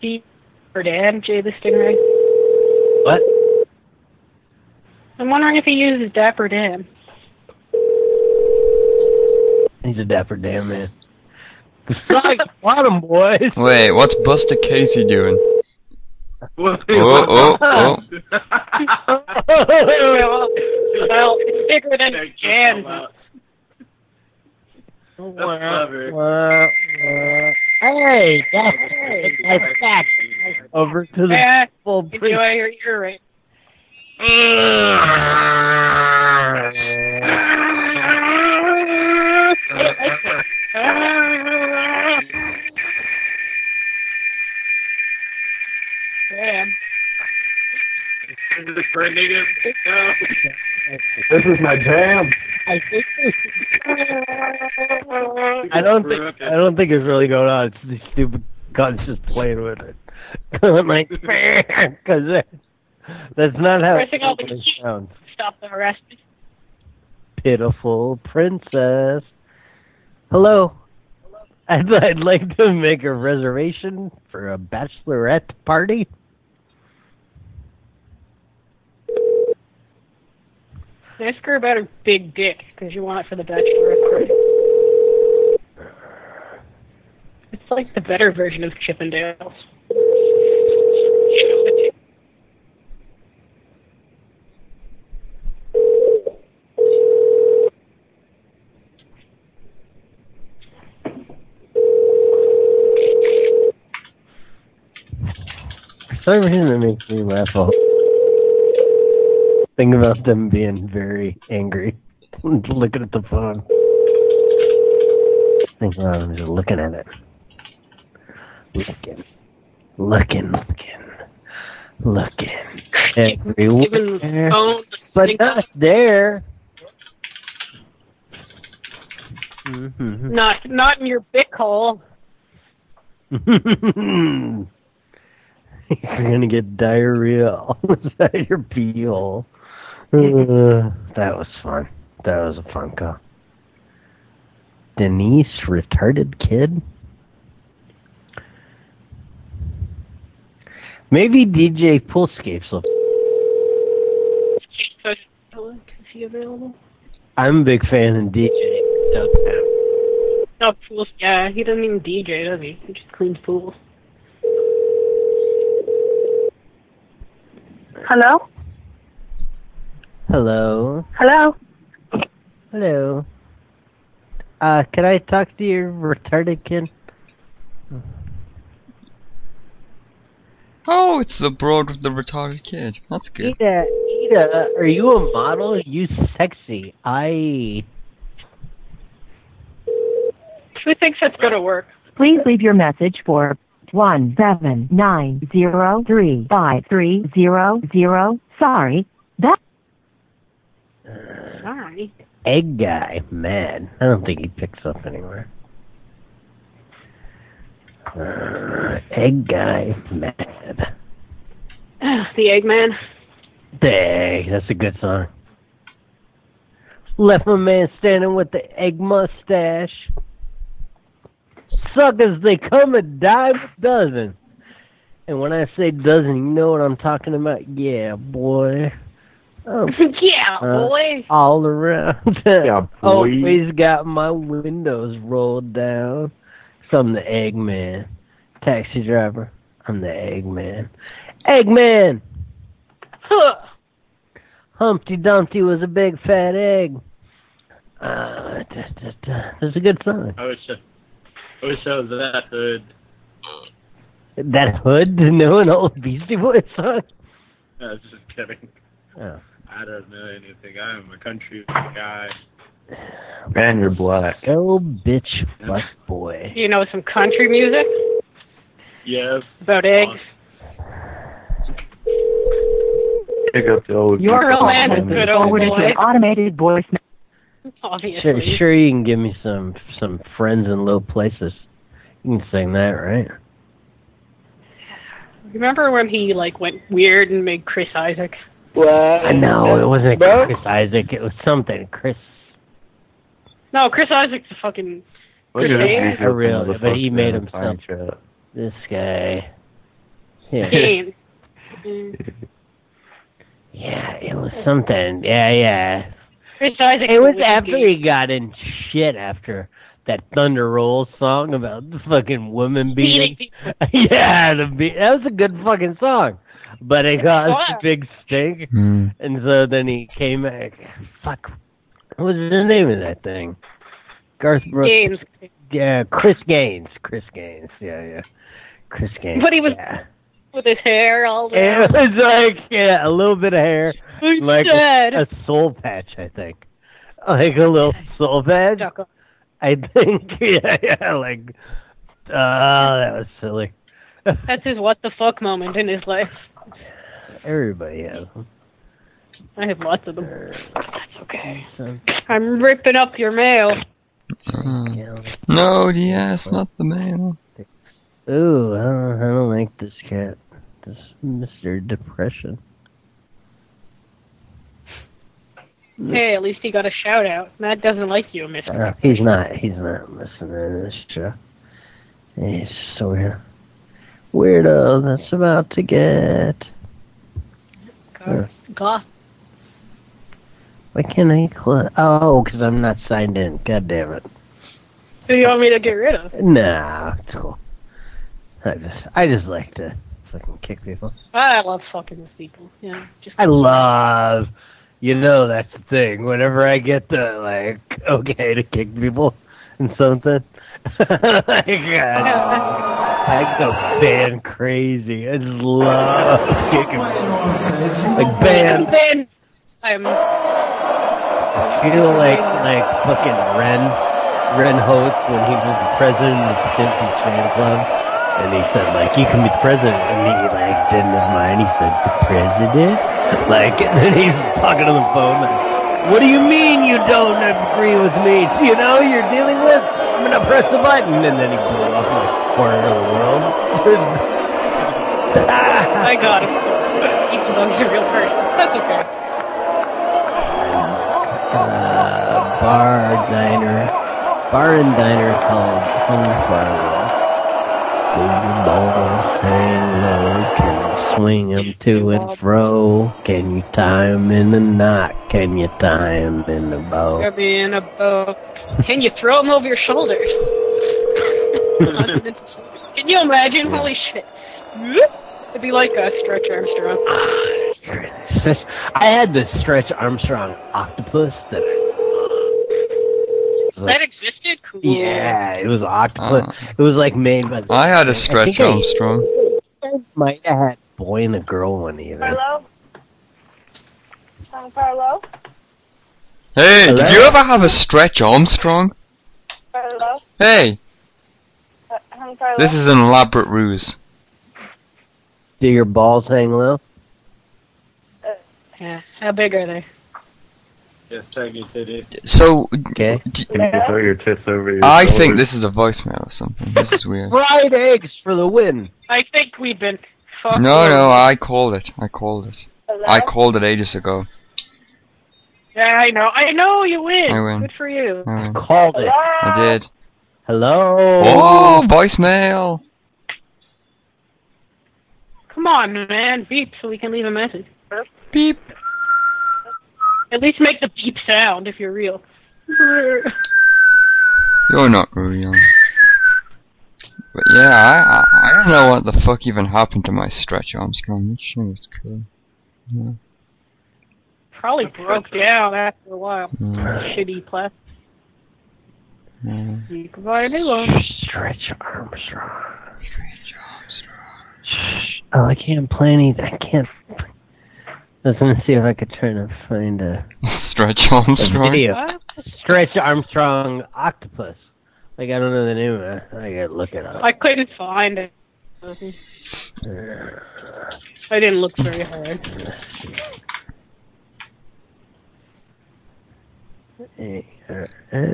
Speaker 17: D or Dan, Jay the Stingray.
Speaker 5: What?
Speaker 17: I'm wondering if he uses Dapper Dan.
Speaker 5: He's a dapper damn man. Besides, bottom boys.
Speaker 1: Wait, what's Buster Casey doing?
Speaker 7: Oh,
Speaker 1: oh, oh.
Speaker 17: well, it's bigger than Dan.
Speaker 5: Oh, Hey, that's my fax over to the
Speaker 17: Yeah,
Speaker 5: full
Speaker 17: enjoy
Speaker 5: priest.
Speaker 17: your earring.
Speaker 5: Ah,
Speaker 17: Damn.
Speaker 7: Is this for a nigga? No.
Speaker 5: This is
Speaker 7: my jam.
Speaker 5: *laughs* I think *laughs* I don't think I don't think it's really going on. It's these stupid guns just playing with it. *laughs* I'm *laughs* like, because that's not how
Speaker 17: Pressing all the
Speaker 5: it sounds.
Speaker 17: Stop the arrest.
Speaker 5: Pitiful princess. Hello. I'd, I'd like to make a reservation for a bachelorette party.
Speaker 17: Ask her about her big dick, because you want it for the bachelorette party. It's like the better version of Chippendales.
Speaker 5: For some reason, it makes me laugh. Off. Think about them being very angry, *laughs* looking at the phone. Think about them just looking at it, looking, looking, looking, looking everywhere,
Speaker 17: phone
Speaker 5: but not there. *laughs* Mhm.
Speaker 17: Not not in your big hole.
Speaker 5: You're *laughs* gonna get diarrhea all inside your pee hole. Uh, that was fun. That was a fun call. Denise, retarded kid? Maybe DJ Poolscape's a
Speaker 8: Is he available?
Speaker 5: I'm a big fan of DJ Dubstep.
Speaker 8: No, pools. Yeah, he doesn't even DJ, does he? He just cleans pools.
Speaker 22: Hello?
Speaker 5: Hello.
Speaker 22: Hello?
Speaker 5: Hello. Uh, can I talk to your retarded kid?
Speaker 16: Oh, it's the broad with the retarded kid. That's good.
Speaker 5: Ida, Ida, are you a model? You sexy. I.
Speaker 8: Who thinks that's going to work?
Speaker 6: Please leave your message for one seven nine zero three five three zero zero. Sorry, that
Speaker 8: Sorry.
Speaker 5: uh, Egg guy, man. I don't think he picks up anywhere. Uh, egg guy, mad.
Speaker 8: *sighs* the Eggman.
Speaker 5: Dang, that's a good song. Left my man standing with the egg mustache. Suckers, they come a dime a dozen. And when I say dozen, you know what I'm talking about? Yeah, boy. Oh,
Speaker 8: yeah,
Speaker 5: uh,
Speaker 8: boy.
Speaker 5: All around. *laughs* Yeah,
Speaker 8: boy.
Speaker 5: Always got my windows rolled down. So I'm the Eggman. Taxi driver. I'm the Eggman. Eggman! Humpty Dumpty was a big fat egg. Uh, da, da, da. That's a good song.
Speaker 7: I wish I, I wish I was that hood.
Speaker 5: That hood *laughs* to know an old Beastie Boys song?
Speaker 7: I was just kidding.
Speaker 5: Oh.
Speaker 7: I don't know anything. I'm a country guy.
Speaker 5: Man, you're black. Oh, bitch, fuck boy.
Speaker 8: You know some country music
Speaker 7: Yes.
Speaker 8: about eggs.
Speaker 3: Pick up the old.
Speaker 8: Your old man is good old
Speaker 6: forwarded to
Speaker 8: boy.
Speaker 6: an automated voice. me-
Speaker 5: Sure,
Speaker 8: Obviously.
Speaker 5: sure, you can give me some some friends in low places. You can sing that, right?
Speaker 8: Remember when he like went weird and made Chris Isaac?
Speaker 5: I know it wasn't
Speaker 8: Bro?
Speaker 5: Chris Isaac. It was something Chris.
Speaker 8: No, Chris Isaac's a fucking.
Speaker 5: Look
Speaker 8: Chris
Speaker 5: at this
Speaker 8: Dane?
Speaker 5: I really- but he made himself. This guy. Yeah.
Speaker 8: Dane. Mm. *laughs*
Speaker 5: yeah, it was something. Yeah, yeah.
Speaker 8: Chris Isaac.
Speaker 5: It was
Speaker 8: Whiskey.
Speaker 5: after he got in shit after that Thunder Roll song about the fucking
Speaker 8: *laughs*
Speaker 5: woman beating. *laughs* yeah, the be- that was a good fucking song, but it caused a big stink. And so then he came back. Fuck, what was the name of that thing? Garth Brooks.
Speaker 8: Gaines.
Speaker 5: Yeah, Chris Gaines. Chris Gaines. Yeah, yeah. Chris Gaines.
Speaker 8: But he was
Speaker 5: Yeah.
Speaker 8: with his hair
Speaker 5: *laughs*
Speaker 8: all the
Speaker 5: It was like yeah, a little bit of hair,
Speaker 8: Who's
Speaker 5: like
Speaker 8: dead?
Speaker 5: a soul patch, I think. Like a little soul patch. I think. *laughs* Yeah, yeah. Like, oh, that was silly.
Speaker 8: That's his what the fuck moment in his *laughs* life.
Speaker 5: Everybody has them.
Speaker 8: I have lots of them. That's okay.
Speaker 16: Mm.
Speaker 8: I'm ripping up your mail.
Speaker 16: No, yeah, it's not the man.
Speaker 5: Ooh, I don't, I don't like this cat. This Mr. Depression.
Speaker 8: Hey, at least he got a shout out. Matt doesn't like you, Mister.
Speaker 5: Uh, he's not. He's not listening to this show. He's just a weirdo. Weirdo that's about to get. Uh,
Speaker 8: Goth.
Speaker 5: Why can't I close? Oh, because I'm not signed in. God damn it.
Speaker 8: Who do you want me to get rid of?
Speaker 5: Nah, it's cool. I just, I just like to fucking kick people.
Speaker 8: I love fucking with people. Yeah, just
Speaker 5: I love, you know, that's the thing. Whenever I get the like, *laughs* okay to kick people and something, *laughs* like, I, I go fan crazy. I just love kicking people. Like bam,
Speaker 8: Ben. I'm.
Speaker 5: you know, like like fucking Ren, Ren Hoth when he was the president of the Stimpy's fan club, and he said like you can be the president, and he like did in his mind he said the president, *laughs* like and then he's talking on the phone like, what do you mean you don't agree with me? You know you're dealing with. I'm gonna press the button, and then he blew up in the corner of the world.
Speaker 8: I got him. He belongs to a real person. That's okay.
Speaker 5: Uh, bar diner, bar and diner called Hung Farm. Do your balls hang low? Can you swing 'em to and fro? Can you tie 'em in a knot? Can you tie 'em in a bow?
Speaker 17: You're being a bow. Can you throw them over your
Speaker 8: *laughs*
Speaker 17: shoulders? Can you imagine? Holy shit. It'd be like a Stretch Armstrong.
Speaker 5: Sis- *laughs* I had this Stretch Armstrong octopus that I.
Speaker 17: That existed? Cool.
Speaker 5: Yeah, it was octopus. It was like made by. The,
Speaker 1: I had a
Speaker 5: think
Speaker 1: stretch
Speaker 5: I-
Speaker 1: Armstrong.
Speaker 5: I might have had a boy and a girl one either.
Speaker 9: Carlo? Um, Carlo?
Speaker 1: Hey, did you
Speaker 9: Hello?
Speaker 1: ever have a stretch Armstrong?
Speaker 9: Carlo?
Speaker 1: Hey,
Speaker 9: Uh, um, Carlo?
Speaker 1: this is an elaborate ruse.
Speaker 5: Do your balls hang low?
Speaker 17: Yeah. How big are they?
Speaker 7: Just hang your titties.
Speaker 1: So,
Speaker 5: okay.
Speaker 1: your tits over I think this is a voicemail or something. This is weird.
Speaker 5: Fried eggs for the win.
Speaker 17: I think we've been
Speaker 1: *laughs* no,
Speaker 17: fucked.
Speaker 1: no, I called it. I called it. I called it ages ago.
Speaker 17: Yeah, I know. I know you win.
Speaker 1: I win.
Speaker 17: Good for you.
Speaker 1: I
Speaker 5: called it.
Speaker 1: I did.
Speaker 5: Hello.
Speaker 1: Oh, voicemail.
Speaker 17: Come on, man. Beep so we can leave a message. Beep. At least make the beep sound if you're
Speaker 8: *laughs*
Speaker 17: real.
Speaker 1: You're not real. But yeah, I, I I don't know what the fuck even happened to my stretch Armstrong. That shit was cool. Yeah.
Speaker 17: Probably broke down after a while.
Speaker 1: Mm.
Speaker 17: Shitty plastic.
Speaker 1: yeah.
Speaker 17: You can buy a new one.
Speaker 5: Stretch Armstrong. Oh, I can't play any. I can't. I was gonna see if I could try to find a,
Speaker 1: *laughs* Stretch
Speaker 5: a
Speaker 1: Armstrong.
Speaker 5: video. Stretch Armstrong octopus. Like I don't know the name. of it. I gotta look it up.
Speaker 17: I couldn't find it. I didn't look very hard.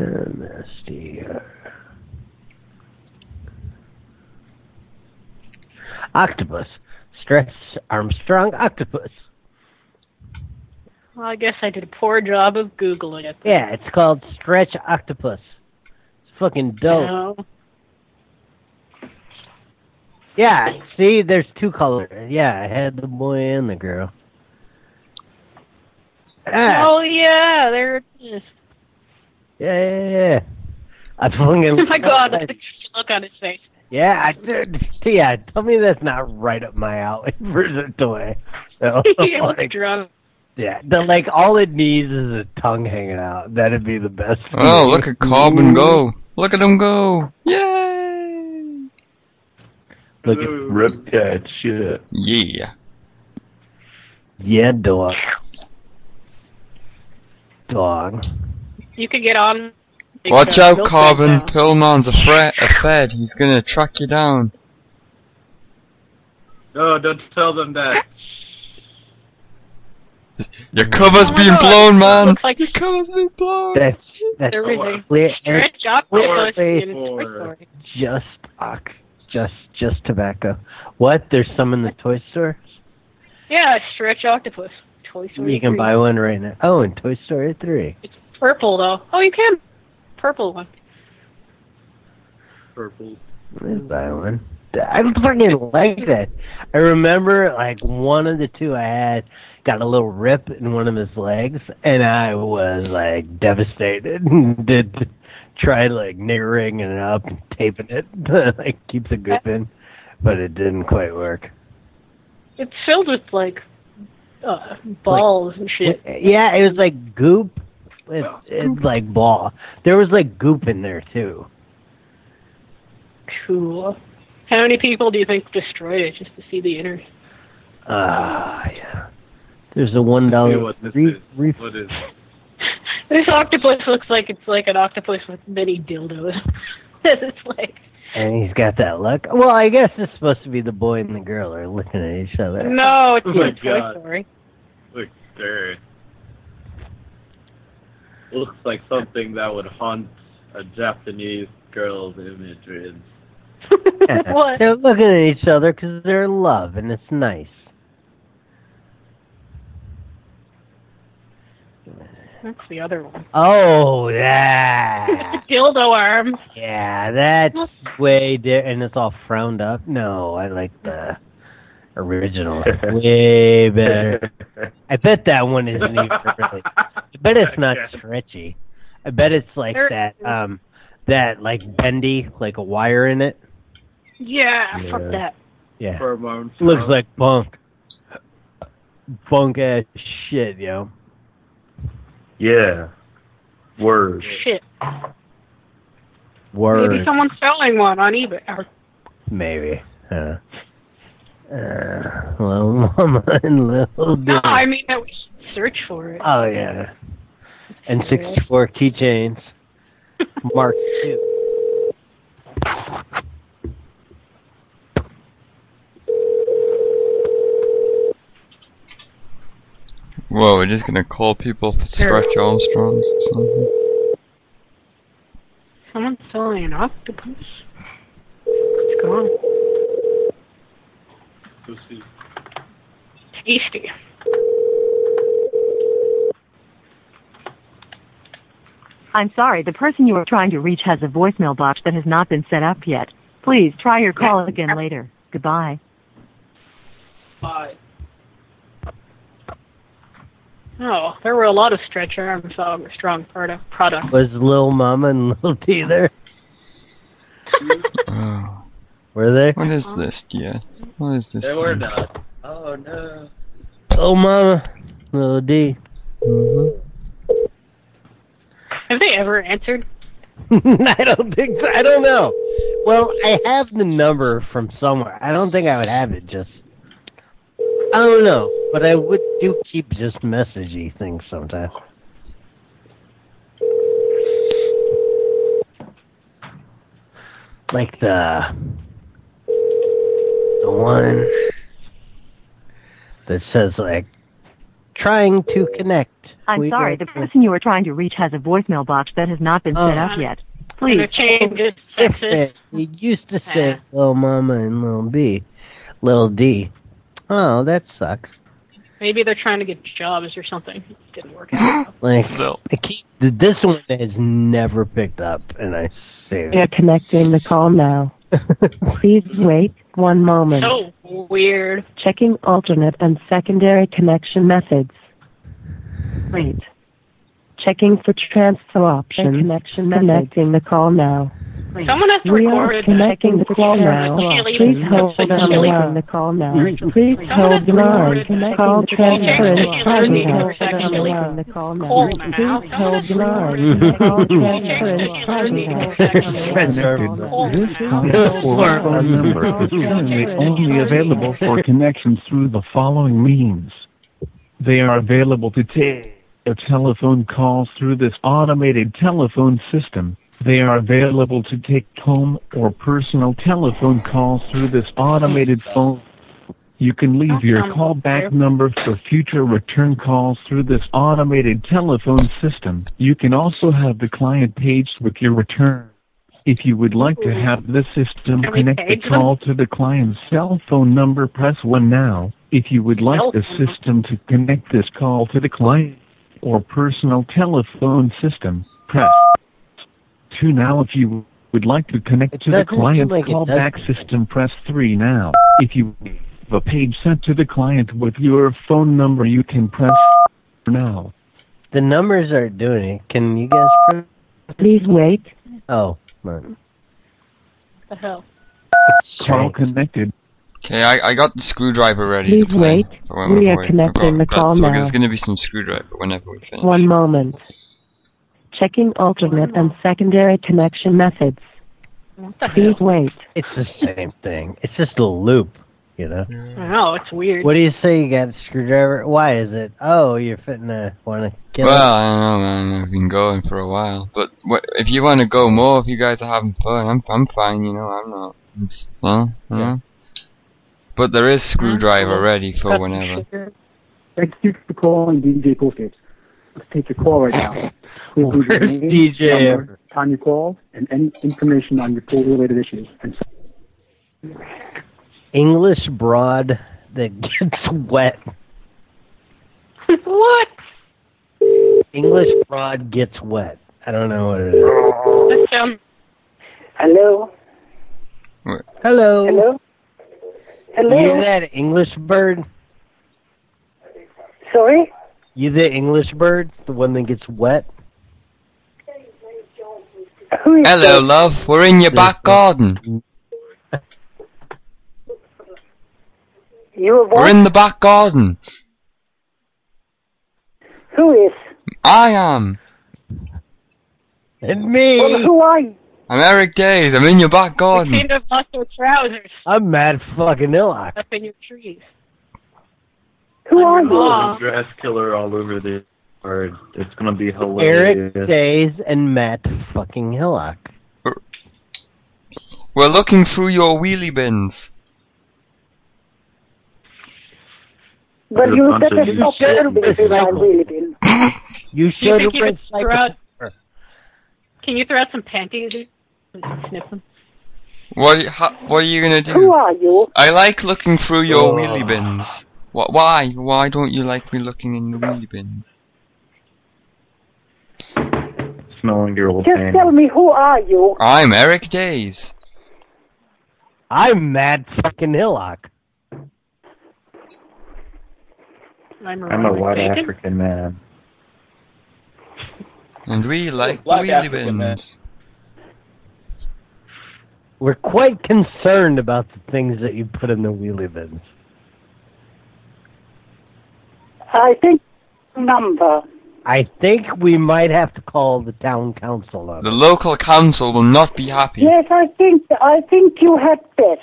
Speaker 5: A-R-M-S-D-R. Octopus. Stretch Armstrong octopus.
Speaker 17: Well, I guess I did a poor job of Googling it.
Speaker 5: Yeah, it's called Stretch Octopus. It's fucking
Speaker 17: You
Speaker 5: dope.
Speaker 17: know?
Speaker 5: Yeah, see, there's two colors. Yeah, I had the boy and the girl. Ah,
Speaker 17: Oh, yeah, there it
Speaker 5: *laughs*
Speaker 17: is.
Speaker 5: yeah, yeah, yeah. *laughs* I fucking.
Speaker 17: Oh, my God, the look on his face.
Speaker 5: *laughs* Yeah, I did. Yeah, tell me that's not right up my alley *laughs* for the toy.
Speaker 17: *laughs*
Speaker 5: So, *laughs*
Speaker 17: he was
Speaker 5: like,
Speaker 17: drunk.
Speaker 5: yeah, the, like all it needs is a tongue hanging out. That'd be the best.
Speaker 1: Oh, look at Carbon go. Look at him go. Yay!
Speaker 5: Look at
Speaker 1: Rip that shit. Yeah.
Speaker 5: yeah, dog, dog.
Speaker 17: You could get on.
Speaker 1: Watch out,
Speaker 17: Milk
Speaker 1: Carbon.
Speaker 17: right
Speaker 1: Pillman's a, fre- a fed. He's gonna track you down.
Speaker 7: No, don't tell them that.
Speaker 1: Your cover's
Speaker 17: Oh,
Speaker 1: being blown,
Speaker 17: now.
Speaker 1: man.
Speaker 17: Looks like your
Speaker 1: cover's been blown.
Speaker 5: That's that's
Speaker 17: There is a
Speaker 5: clear.
Speaker 17: stretch octopus in
Speaker 5: Or-
Speaker 17: Toy Story.
Speaker 5: just ox, just just tobacco. What? There's some in the toy store.
Speaker 17: Yeah, a stretch octopus. Toy Story.
Speaker 5: You can
Speaker 17: three.
Speaker 5: buy one right now. Oh, in Toy Story three.
Speaker 17: Purple though. Oh, you can. Purple one.
Speaker 7: Purple.
Speaker 5: Let's buy one. I fucking like that. I remember like one of the two I had got a little rip in one of his legs, and I was like
Speaker 16: *laughs*
Speaker 5: devastated. *laughs* Did try like niggering it up and taping it *laughs* to like keep the goop in, but it didn't quite work.
Speaker 17: It's filled with like uh, balls and shit.
Speaker 5: Yeah, it was like goop. It, it like ball. There was like goop in there too.
Speaker 17: Cool. How many people do you think destroyed it just to see the innards?
Speaker 5: Ah, yeah. There's a one dollar re- re-
Speaker 17: This octopus looks like it's like an octopus with many dildos. *laughs* it's like
Speaker 5: And he's got that look. Well, I guess it's supposed to be the boy and the girl are looking at each other.
Speaker 17: no, it's
Speaker 5: Oh my
Speaker 17: not Toy
Speaker 5: *laughs* God.
Speaker 17: Story.
Speaker 7: Look there. Looks like something that would haunt a Japanese girl's image. in-
Speaker 5: Yeah.
Speaker 7: What?
Speaker 5: They're looking at each other because they're in love, and it's nice.
Speaker 17: That's the other one.
Speaker 5: Oh, yeah.
Speaker 17: *laughs* Dildo arm.
Speaker 5: Yeah, that's way different. And it's all frowned up. No, I like the original. It's way better. I bet that one isn't even really. I bet it's *laughs* not stretchy. I bet it's like
Speaker 17: There-
Speaker 5: that, um, that like bendy, like a wire in it.
Speaker 17: Yeah, fuck
Speaker 5: Yeah.
Speaker 17: that.
Speaker 5: Yeah.
Speaker 16: Pheromones.
Speaker 5: Looks like bunk. Bunk ass shit, yo.
Speaker 6: Yeah. Word.
Speaker 17: Shit.
Speaker 5: Word.
Speaker 17: Maybe someone's selling one on eBay. Or
Speaker 5: Maybe. Huh.
Speaker 16: *laughs*
Speaker 5: Uh, little mama and
Speaker 17: *laughs* No,
Speaker 5: little dude.
Speaker 17: I mean that we should search for it.
Speaker 5: Oh yeah. And 64 keychains. Mark two.
Speaker 1: Whoa, we're just gonna call people for Stretch Armstrongs or something.
Speaker 17: Someone's selling an octopus. It's gone. Tasty.
Speaker 7: I'm sorry, the person you are trying to reach has a voicemail box that has not been set up yet. Please try your call again later. Goodbye.
Speaker 17: Bye. Oh, there were a lot of stretch arm song, strong product products.
Speaker 5: Was little mama and *laughs* little
Speaker 1: *laughs*
Speaker 5: D there? *sighs* Were they?
Speaker 1: What is this, dear? What is this?
Speaker 16: They were not. Oh no.
Speaker 5: Oh mama, little D.
Speaker 17: Have they ever answered?
Speaker 5: *laughs* I don't think so. I don't know. Well, I have the number from somewhere. I don't think I would have it just. I don't know, but I would do keep just messagey things sometimes. Like the the one that says like trying to connect.
Speaker 7: I'm
Speaker 5: We
Speaker 7: sorry,
Speaker 5: are-
Speaker 7: the person you are trying to reach has a voicemail box that has not been set
Speaker 5: Oh.
Speaker 7: up yet. Please.
Speaker 5: It used to say little mama and little B, little D. Oh, that sucks.
Speaker 17: Maybe they're trying to get jobs or something. It didn't work out.
Speaker 5: Like I keep, this one has never picked up, and I saved
Speaker 9: They're
Speaker 5: it.
Speaker 9: connecting the call now. Please wait one moment.
Speaker 17: so weird.
Speaker 9: Checking alternate and secondary connection methods. Wait. Checking for transfer options. Connection Connecting the call now.
Speaker 17: Someone has to
Speaker 9: We are
Speaker 17: record
Speaker 9: connecting the call now. Please hold
Speaker 17: That's
Speaker 9: on
Speaker 17: like
Speaker 9: the
Speaker 17: chili.
Speaker 9: line. The call now. Please hold the line. Call transfer is private. The call now. Please hold the line. Call transfer is
Speaker 4: For a number is currently only available for connections through the following means. They are available to take a telephone calls through this automated telephone system. They are available to take home or personal telephone calls through this automated phone. You can leave your callback number for future return calls through this automated telephone system. You can also have the client paged with your return. If you would like to have the system
Speaker 23: Can we
Speaker 4: connect the
Speaker 23: page them?
Speaker 4: call to the client's cell phone number, press 1 now. If you would like the system to connect this call to the client or personal telephone system, press 2 now. If you would like to connect to the
Speaker 5: doesn't seem
Speaker 4: client
Speaker 5: like it
Speaker 4: callback system, press 3 now. If you have a page sent to the client with your phone number, you can press now.
Speaker 5: The numbers aren't doing it. Can you guys? Press?
Speaker 9: Please wait.
Speaker 5: Oh, man.
Speaker 17: What the hell?
Speaker 4: Call connected.
Speaker 1: Okay, I, I got the screwdriver ready.
Speaker 9: Please
Speaker 1: to play
Speaker 9: wait.
Speaker 1: for when
Speaker 9: We
Speaker 1: we're
Speaker 9: are
Speaker 1: going.
Speaker 9: connecting
Speaker 1: Oh,
Speaker 9: the
Speaker 1: God,
Speaker 9: call
Speaker 1: so
Speaker 9: now.
Speaker 1: There's going to be some screwdriver whenever we finish.
Speaker 9: One moment. Checking alternate and secondary connection methods. Please wait.
Speaker 5: It's the same thing. It's just a loop, you know.
Speaker 17: Oh, it's weird.
Speaker 5: What do you say? You got a screwdriver? Why is it? Oh, you're fitting a want to kill.
Speaker 1: Well, I don't know, man. I've been going for a while, but what, if you want to go more, if you guys are having fun, I'm I'm fine. You know, I'm not. I'm s- Well, you know. But there is screwdriver ready for whenever.
Speaker 3: Thank you for calling DJ Postgates. Let's take your call
Speaker 5: *laughs*
Speaker 3: right now. We'll leave your
Speaker 5: Where's
Speaker 3: name,
Speaker 5: DJ
Speaker 3: number, time you called, and any information on your pool-related issues. And so
Speaker 5: English
Speaker 17: *laughs*
Speaker 5: broad that gets wet.
Speaker 17: what?
Speaker 16: English broad gets wet. I don't know what it is.
Speaker 9: Hello.
Speaker 16: Hello.
Speaker 9: Hello. Hello.
Speaker 16: You hear that English bird?
Speaker 9: Sorry.
Speaker 16: You the English bird, the one that gets wet?
Speaker 1: Hello, love. We're in your back garden.
Speaker 9: You are
Speaker 1: We're in the back garden.
Speaker 9: Who is?
Speaker 1: I am.
Speaker 16: And me.
Speaker 9: who are you?
Speaker 1: I'm Eric Days. I'm in your back garden.
Speaker 17: Seem to have
Speaker 7: *laughs*
Speaker 17: lost their trousers
Speaker 16: I'm mad fucking illock.
Speaker 17: up in your trees.
Speaker 9: Who are
Speaker 17: you?
Speaker 7: Dress killer all over the yard. It's gonna be hilarious.
Speaker 16: Eric Days and Matt fucking Hillock.
Speaker 1: We're looking through your wheelie bins.
Speaker 9: But
Speaker 1: You're
Speaker 9: you
Speaker 1: a bunch
Speaker 9: better
Speaker 1: of
Speaker 9: stop
Speaker 1: you
Speaker 9: your business, I
Speaker 1: recycle.
Speaker 9: really will.
Speaker 16: You
Speaker 17: Do you
Speaker 16: should
Speaker 17: think you
Speaker 16: have
Speaker 17: could throw out, Can you throw out some panties? Snip them.
Speaker 1: What? How, what are you gonna do?
Speaker 9: Who are you?
Speaker 1: I like looking through your wheelie bins. Wh- Why? Why don't you like me looking in the wheelie bins?
Speaker 7: Smelling your old
Speaker 9: Just
Speaker 7: pants.
Speaker 9: tell me who are you?
Speaker 1: I'm Eric Days.
Speaker 16: I'm Matt fucking Hillock.
Speaker 17: I'm
Speaker 7: I'm a white
Speaker 1: Bacon?
Speaker 7: African man.
Speaker 1: And we like
Speaker 7: black
Speaker 1: wheelie
Speaker 7: African man.
Speaker 1: bins.
Speaker 16: We're quite concerned about the things that you put in the wheelie bins.
Speaker 9: I think number.
Speaker 16: I think we might have to call the town council up.
Speaker 1: The local council will not be happy
Speaker 9: Yes, I think I think you had best.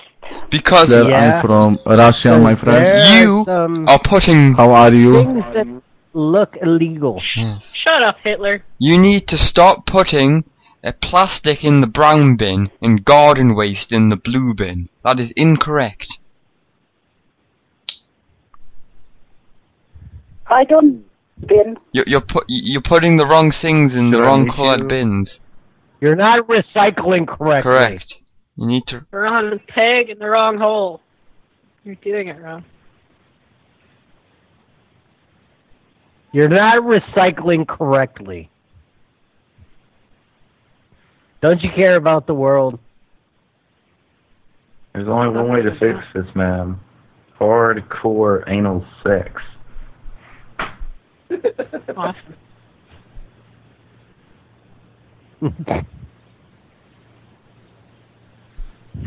Speaker 1: because
Speaker 5: Where I'm from Russia, my friend.
Speaker 1: you are putting. Hmm.
Speaker 5: How are you?
Speaker 16: um, Things that look illegal.
Speaker 17: Shut up, Hitler.
Speaker 1: You need to stop putting uh, plastic in the brown bin and garden waste in the blue bin. That is incorrect.
Speaker 9: I don't been.
Speaker 1: You're you're, put, you're putting the wrong things in the
Speaker 16: Should I
Speaker 1: wrong
Speaker 16: meet
Speaker 1: coloured
Speaker 16: you?
Speaker 1: bins.
Speaker 16: You're not recycling correctly.
Speaker 1: Correct. You need to.
Speaker 17: You're on the peg in the wrong hole. You're doing it
Speaker 7: *laughs*
Speaker 17: wrong.
Speaker 16: You're not recycling correctly. Don't you care about the world?
Speaker 7: There's only one way to fix this, man. Hardcore anal sex.
Speaker 17: Awesome.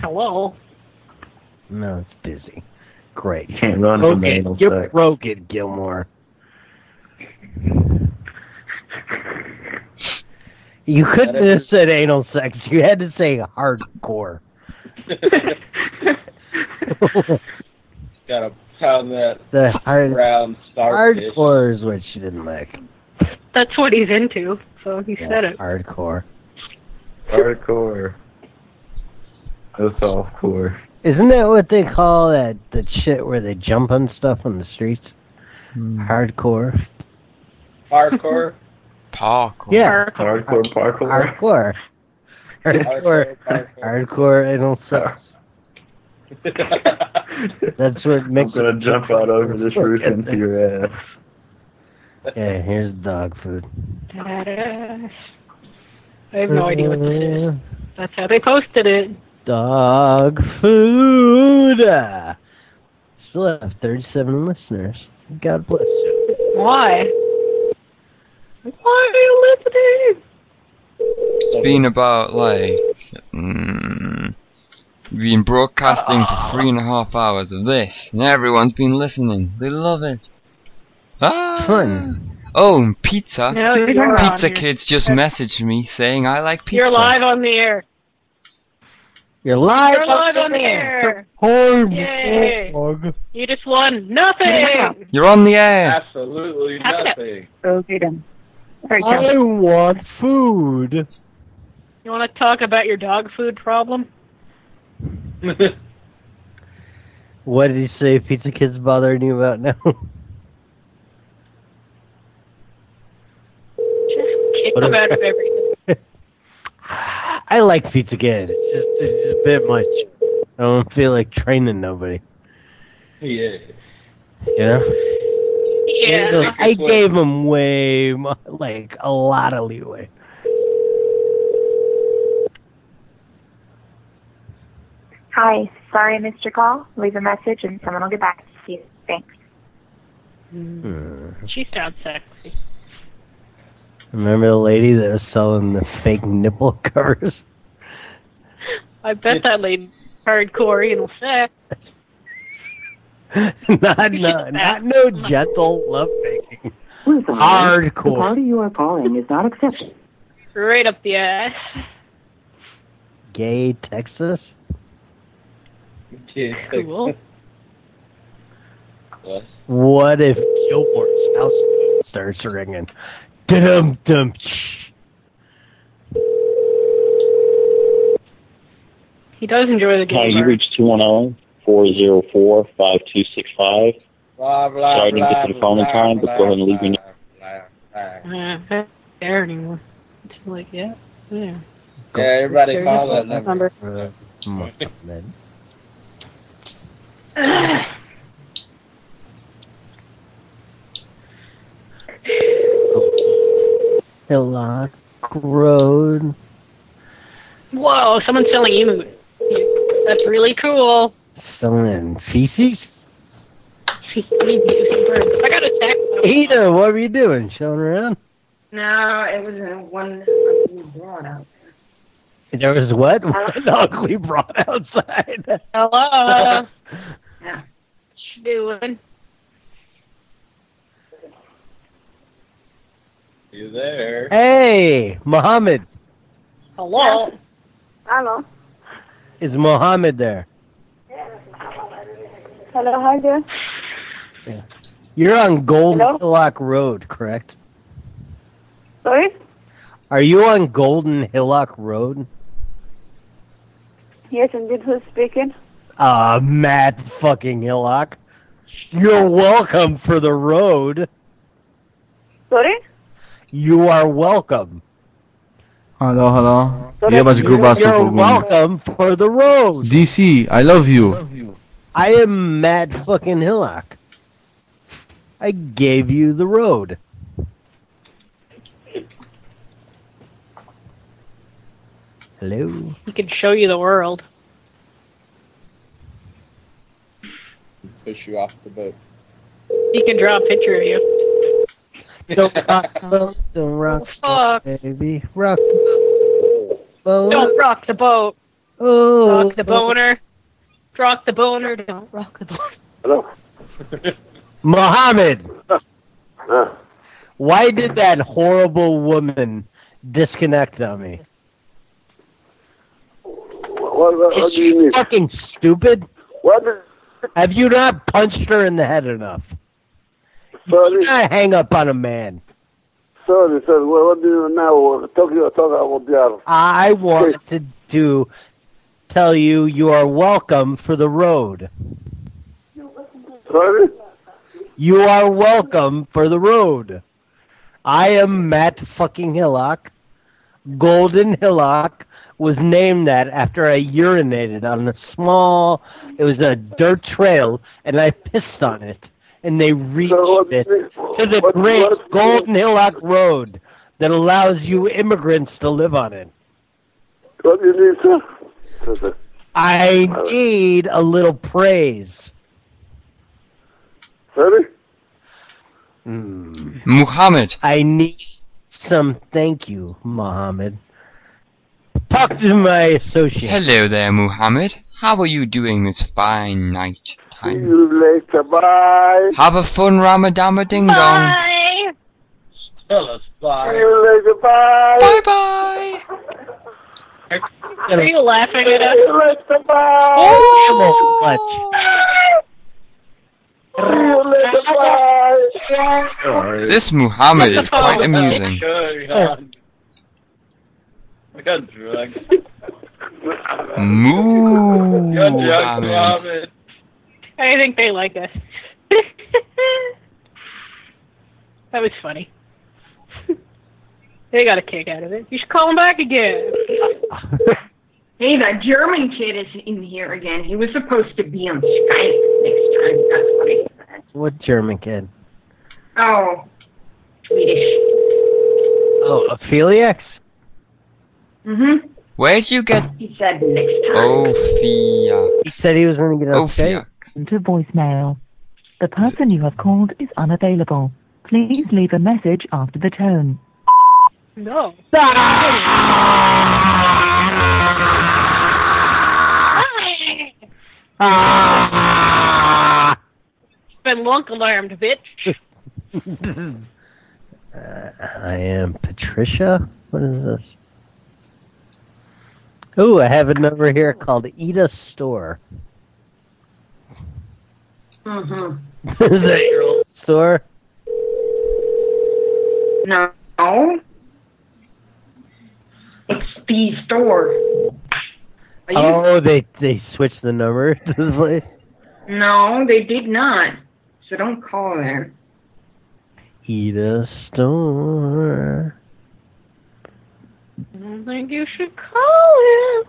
Speaker 17: Hello.
Speaker 16: No, it's busy. Great.
Speaker 7: Can't run from
Speaker 16: Broken.
Speaker 7: anal
Speaker 16: You're
Speaker 7: sex.
Speaker 16: broken, Gilmore. You couldn't have said anal sex. You had to say hardcore. *laughs*
Speaker 3: Gotta pound that
Speaker 16: the hard,
Speaker 3: brown starfish.
Speaker 16: hardcore is what you didn't like.
Speaker 17: That's what he's into, so he
Speaker 16: Yeah,
Speaker 9: *laughs*
Speaker 17: said it.
Speaker 16: Hardcore.
Speaker 7: Hardcore. That's all core.
Speaker 16: Isn't that what they call that that shit where they jump on stuff on the streets? Hardcore.
Speaker 3: Parkour.
Speaker 1: Parkour.
Speaker 16: Yeah.
Speaker 7: Hardcore parkour.
Speaker 16: Hardcore.
Speaker 7: Hardcore
Speaker 16: Hardcore. Hardcore anal sex.
Speaker 7: *laughs*
Speaker 16: That's what
Speaker 7: I'm
Speaker 16: makes it.
Speaker 7: gonna jump out over this roof
Speaker 16: Look at
Speaker 7: into your ass.
Speaker 16: Yeah, here's dog food.
Speaker 17: I have no idea what this is. That's how they posted it.
Speaker 16: Dog food. Ah. Still have 37 listeners. God bless you.
Speaker 17: Why? Why are you listening?
Speaker 1: It's been about like mm, we've been broadcasting for three and a half hours of this, and everyone's been listening. They love it. Ah. Fun. Oh, and pizza.
Speaker 17: No, you're on
Speaker 1: pizza
Speaker 17: here.
Speaker 1: kids just messaged me saying I like pizza.
Speaker 17: You're live on the air.
Speaker 16: You're live.
Speaker 17: You're live on the air. Yay. You just won nothing.
Speaker 1: You're on the air.
Speaker 3: Absolutely
Speaker 17: How about-
Speaker 3: nothing.
Speaker 9: Okay then. All
Speaker 16: I want food.
Speaker 17: You want to talk about your dog food
Speaker 7: *laughs*
Speaker 17: problem?
Speaker 16: What did he say Pizza Kid's bothering you about now? *laughs*
Speaker 8: *laughs*
Speaker 17: Kick
Speaker 16: What
Speaker 17: them
Speaker 16: a- *laughs*
Speaker 17: out of everything.
Speaker 16: I like Pizza Kid. It's just, it's just a bit much. I don't feel like training nobody.
Speaker 3: Yeah.
Speaker 16: You know?
Speaker 8: Yeah.
Speaker 16: I gave him way more, like a lot of leeway. *laughs*
Speaker 25: Hi, sorry I missed your call. Leave a message and someone will get back to you. Thanks.
Speaker 8: She sounds sexy.
Speaker 16: Remember the lady that was selling the fake nipple *laughs* covers?
Speaker 8: I bet that lady hardcore anal sex.
Speaker 16: not no, not no gentle love making.
Speaker 25: The
Speaker 16: Hardcore.
Speaker 25: party you are calling is not accepted.
Speaker 8: Right up the ass.
Speaker 16: Gay Texas.
Speaker 8: Cool.
Speaker 16: What if Gilmore's house phone starts ringing? Dum dum.
Speaker 8: He does enjoy the
Speaker 4: Hi,
Speaker 8: game.
Speaker 4: you reached 210 404 5265.
Speaker 8: blah,
Speaker 4: Sorry I didn't get to the phone in time, but go ahead and leave me.
Speaker 8: Uh, not there anymore. It's like, yeah, there.
Speaker 16: Yeah,
Speaker 8: everybody call that number.
Speaker 16: Hillock Road.
Speaker 8: Whoa, someone's selling emu. That's really cool.
Speaker 16: Selling feces?
Speaker 8: I got attacked.
Speaker 16: Ada, what were you doing? Showing around?
Speaker 17: No, it was in one broad out.
Speaker 16: There was what? *laughs* An ugly brought outside.
Speaker 8: *laughs*
Speaker 16: *laughs*
Speaker 8: Hello.
Speaker 17: Yeah.
Speaker 8: What you doing?
Speaker 7: You there?
Speaker 16: Hey, Mohammed.
Speaker 8: Hello.
Speaker 9: Hello.
Speaker 16: Is Mohammed there?
Speaker 9: Hello, hi there.
Speaker 16: You're on Gold
Speaker 9: Hello?
Speaker 16: Hillock Road, correct?
Speaker 9: Sorry?
Speaker 16: Are you on Golden Hillock Road?
Speaker 9: Yes, indeed, who's speaking?
Speaker 16: Uh, Matt fucking Hillock. You're welcome for the road.
Speaker 9: Sorry?
Speaker 16: You are welcome.
Speaker 45: Hello, hello. ये बस गुबा से
Speaker 16: You're welcome for the road.
Speaker 45: DC, I love you.
Speaker 16: I am Matt fucking Hillock. I gave you the road. Hello.
Speaker 8: He can show you the world.
Speaker 7: Push you off the boat.
Speaker 8: He can draw a picture of you.
Speaker 16: Don't rock the boat, don't rock
Speaker 8: Fuck.
Speaker 16: the boat, baby. Rock the boat.
Speaker 8: Don't rock the boat.
Speaker 16: Oh.
Speaker 8: Rock the boner. Rock the boner. Don't rock the boner.
Speaker 16: Hello.
Speaker 4: *laughs*
Speaker 16: Mohammed,
Speaker 4: Uh.
Speaker 16: why did that horrible woman disconnect on me?
Speaker 3: What, what, what do you mean?
Speaker 16: Fucking stupid.
Speaker 3: What?
Speaker 16: Have you not punched her in the head enough? You cannot hang up on a man.
Speaker 3: Sorry, sorry. What, what do you now? Talk, you talk about the other.
Speaker 16: I wanted to, to tell you you are welcome for the road.
Speaker 3: Sorry?
Speaker 16: You are welcome for the road. I am Matt fucking Hillock. Golden Hillock was named that after I urinated on a small, it was a dirt trail, and I pissed on it. And they reached it to the great Golden Hillock Road that allows you immigrants to live on it.
Speaker 3: What do you need, sir? sir?
Speaker 16: I need a little praise.
Speaker 3: Sorry?
Speaker 16: Muhammad. I need some thank you, Muhammad. Talk to my associate.
Speaker 1: Hello there, Muhammad. How are you doing this fine night
Speaker 3: See
Speaker 1: time?
Speaker 3: you later. Bye.
Speaker 1: Have a fun Ramadan ding dong.
Speaker 3: Bye.
Speaker 7: Tell us bye.
Speaker 3: See you later. Bye. Bye
Speaker 1: bye.
Speaker 8: Are you laughing at
Speaker 3: See you
Speaker 8: us?
Speaker 3: later. Bye.
Speaker 1: Oh,
Speaker 7: Oh!
Speaker 3: See you later. Bye.
Speaker 1: This Muhammad is quite amusing.
Speaker 7: I got drunk. Got drunk,
Speaker 1: Muhammad.
Speaker 7: Robin.
Speaker 8: I think they like us. *laughs* that was funny. they got a kick out of it. You should call him back again.
Speaker 17: *laughs* Hey, that German kid is in here again. He was supposed to be on Skype next time. That's what he said.
Speaker 16: What German kid?
Speaker 9: Oh. Swedish.
Speaker 16: Oh, Opheliax?
Speaker 9: Mm-hmm.
Speaker 1: Where'd you get
Speaker 9: He said next time.
Speaker 1: Ophia?
Speaker 16: He said he was going to get
Speaker 1: Ophia.
Speaker 7: To voicemail. The person you have called is unavailable. Please leave a message after the tone.
Speaker 17: No.
Speaker 8: Ah! Ah!
Speaker 17: Been long alarmed, bitch.
Speaker 16: *laughs* I am Patricia. What is this? Oh, I have a number here called Eda Store. *laughs*
Speaker 9: Mm-hmm.
Speaker 16: is that your old store?
Speaker 9: No. It's the store. Are you-
Speaker 16: Oh, they they switched the number *laughs* to the place.
Speaker 9: No, they did not. So don't call there.
Speaker 16: Eda Store.
Speaker 17: I don't think you should call him.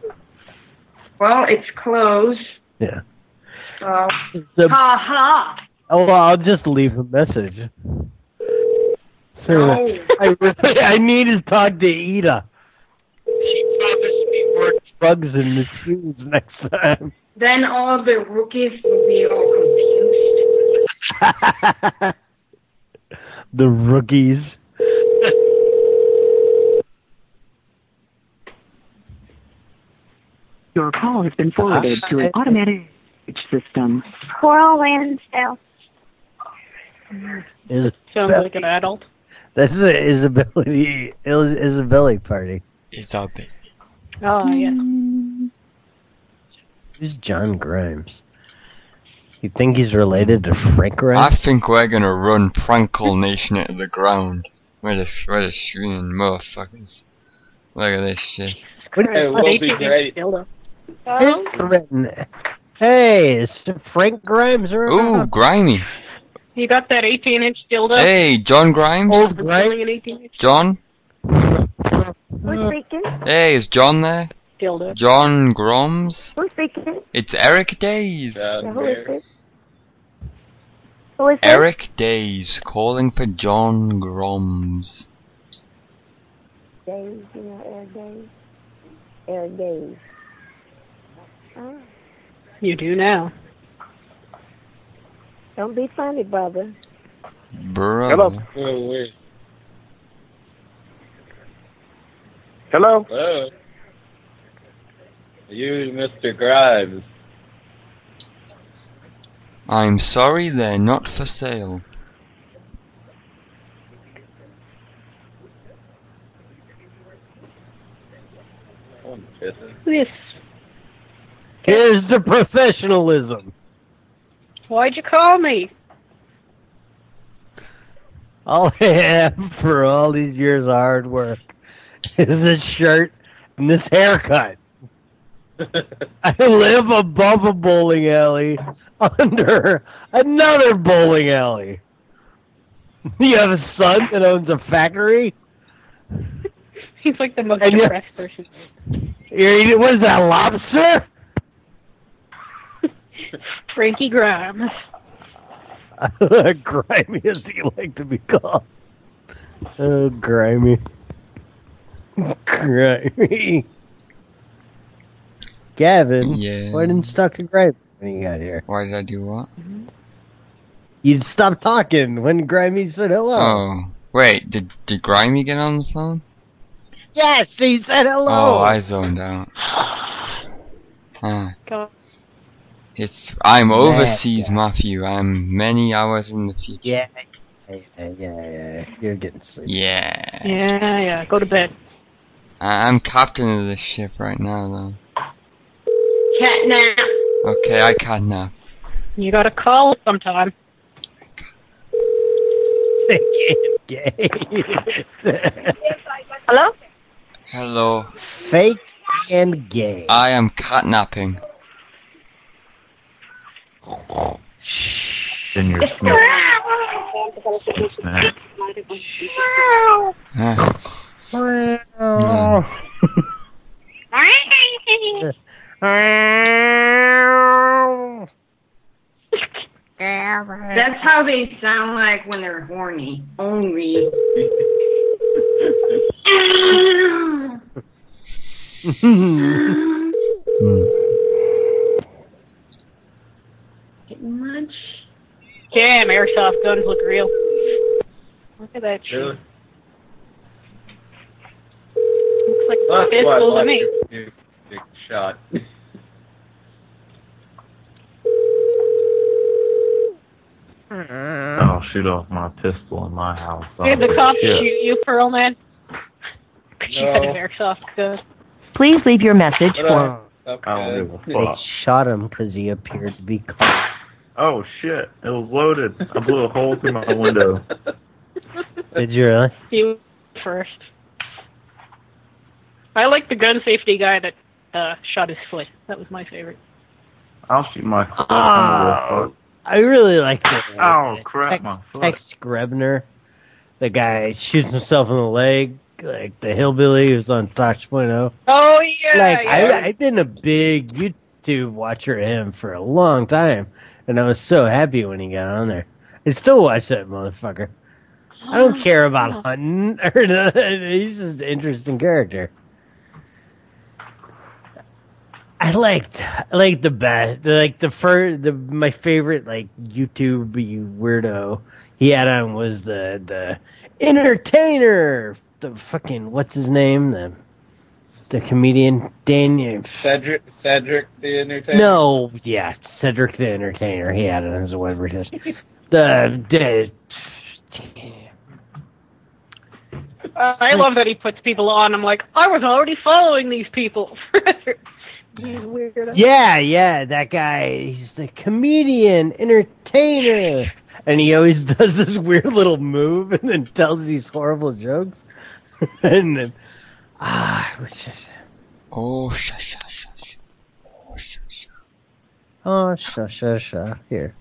Speaker 9: Well, it's closed.
Speaker 16: Yeah.
Speaker 9: So.
Speaker 16: So-
Speaker 9: ha ha.
Speaker 16: Oh, well, I'll just leave a message. So
Speaker 9: No.
Speaker 16: I really, I need to talk to Eda. She promised me more drugs and machines next time.
Speaker 9: Then all the rookies will be all confused.
Speaker 16: *laughs* the rookies.
Speaker 46: Your call has been forwarded
Speaker 7: Ah.
Speaker 46: to an automatic system.
Speaker 8: Coral Lansdale.
Speaker 16: Is
Speaker 17: Sounds like an adult.
Speaker 16: That's the Isabelle Isabelle party. Isabelle.
Speaker 17: Oh, yeah.
Speaker 7: Mm.
Speaker 16: Who's John Grimes? You think he's related to Frank Grimes?
Speaker 1: I think we're gonna run Prankle Nation into the ground. We're just, we're just screaming motherfuckers. Look at this shit.
Speaker 16: It will be great.
Speaker 17: Hello?
Speaker 16: Threaten- Hey, is Frank Grimes around?
Speaker 1: Ooh, grimy.
Speaker 17: You got that 18 inch dildo?
Speaker 1: Hey, John Grimes?
Speaker 17: It's only an 18 inch
Speaker 1: John?
Speaker 8: Who's speaking?
Speaker 1: Hey, is John there?
Speaker 17: dildo.
Speaker 1: John Groms?
Speaker 8: Who's speaking?
Speaker 1: It's Eric Days.
Speaker 8: Who is this? Who is this?
Speaker 1: Eric Days calling for John Groms.
Speaker 8: Dave, you know Eric Dave. Eric Dave. Oh,
Speaker 17: You do now.
Speaker 8: don't be funny, brother.
Speaker 1: Bro.
Speaker 6: Oh, wait.
Speaker 47: Hello?
Speaker 6: Hello? You, Mr. Grimes.
Speaker 1: I'm sorry they're not for sale. Mm.
Speaker 6: I'm pissing.
Speaker 17: Yes.
Speaker 16: Here's the professionalism.
Speaker 17: Why'd you call me?
Speaker 16: All I have for all these years of hard work is this shirt and this haircut. I live above a bowling alley, *laughs* under another bowling alley. *laughs* You have a son that owns a factory?
Speaker 17: *laughs* He's like the most
Speaker 16: And you-
Speaker 17: depressed person.
Speaker 16: You're eating, what is that, lobster? *laughs*
Speaker 17: Frankie Grimes.
Speaker 16: grimy as he like to be called. Oh, grimy. *laughs* Grimy. Gavin,
Speaker 1: Yeah.
Speaker 16: why didn't you talk to Grimy when you got here? Mm-hmm.
Speaker 1: Why did I do what?
Speaker 16: You stopped talking when Grimy said hello.
Speaker 1: Oh. Wait, did, did Grimy get on the phone?
Speaker 16: Yes, he said hello.
Speaker 1: Oh, I zoned out. *sighs* Ah.
Speaker 17: Go.
Speaker 1: It's I'm
Speaker 16: Yeah,
Speaker 1: overseas, Matthew. I'm many hours in the future.
Speaker 16: Yeah, yeah, yeah, yeah. You're getting sleepy.
Speaker 1: Yeah.
Speaker 17: Yeah, yeah. Go to bed.
Speaker 1: I- I'm captain of this ship right now,
Speaker 9: Catnap.
Speaker 1: though. Okay, I can now.
Speaker 17: You gotta call sometime.
Speaker 16: *laughs* Hello?
Speaker 1: Hello.
Speaker 16: Fake and gay.
Speaker 1: I am catnapping.
Speaker 3: In your snack.
Speaker 16: Meow.
Speaker 48: over.
Speaker 9: That's how they sound like when they're horny. Only.
Speaker 7: *laughs*
Speaker 8: Getting much? Damn, airsoft guns look real. Look at that shit.
Speaker 7: Really?
Speaker 8: Looks like a
Speaker 7: That's why I
Speaker 8: fistful to
Speaker 7: like
Speaker 8: me.
Speaker 7: your new big shot.
Speaker 4: I'll Oh, shoot off my pistol in my house.
Speaker 8: Did the
Speaker 4: Oh,
Speaker 8: cops
Speaker 4: shit.
Speaker 8: shoot you, Pearl Man? 'Cause *laughs* you had
Speaker 4: No.
Speaker 8: an airsoft gun.
Speaker 49: Please leave your message for.
Speaker 4: I don't give a
Speaker 49: They
Speaker 4: fuck.
Speaker 49: shot him because he appeared to be caught.
Speaker 4: Oh shit! It was loaded. I blew a hole through my window.
Speaker 49: Did you really?
Speaker 8: You first. I like the gun safety guy that uh, shot his foot. That was my favorite.
Speaker 4: I'll shoot my.
Speaker 5: Oh, I really like the.
Speaker 4: Oh, crap, my foot.
Speaker 5: Tex Grebner, the guy shoots himself in the leg, like the hillbilly who's on Tosh Point oh.
Speaker 16: *laughs*
Speaker 8: Oh yeah.
Speaker 5: like
Speaker 8: yeah.
Speaker 5: I, I've been a big YouTube watcher of him for a long time, and I was so happy when he got on there. I still watch that motherfucker. I
Speaker 3: Oh,
Speaker 5: don't care
Speaker 17: Oh.
Speaker 5: about hunting or nothing. *laughs* He's just an interesting character. I liked, I liked the best, like the first, the my favorite like YouTube weirdo he had on was the the entertainer, the fucking what's his name, the the comedian Daniel.
Speaker 7: Cedric, Cedric the Entertainer.
Speaker 5: No, yeah, Cedric the Entertainer. He had it as a web resist. The, the
Speaker 8: Uh, I love that he puts people on. I'm like, I was already following these people. He's weird.
Speaker 5: yeah, yeah, that guy. He's the comedian entertainer, and he always *laughs* does this weird little move, and then tells these horrible jokes, *laughs* and then ah, it was just
Speaker 1: oh shush.
Speaker 5: oh shush shush shush. Here,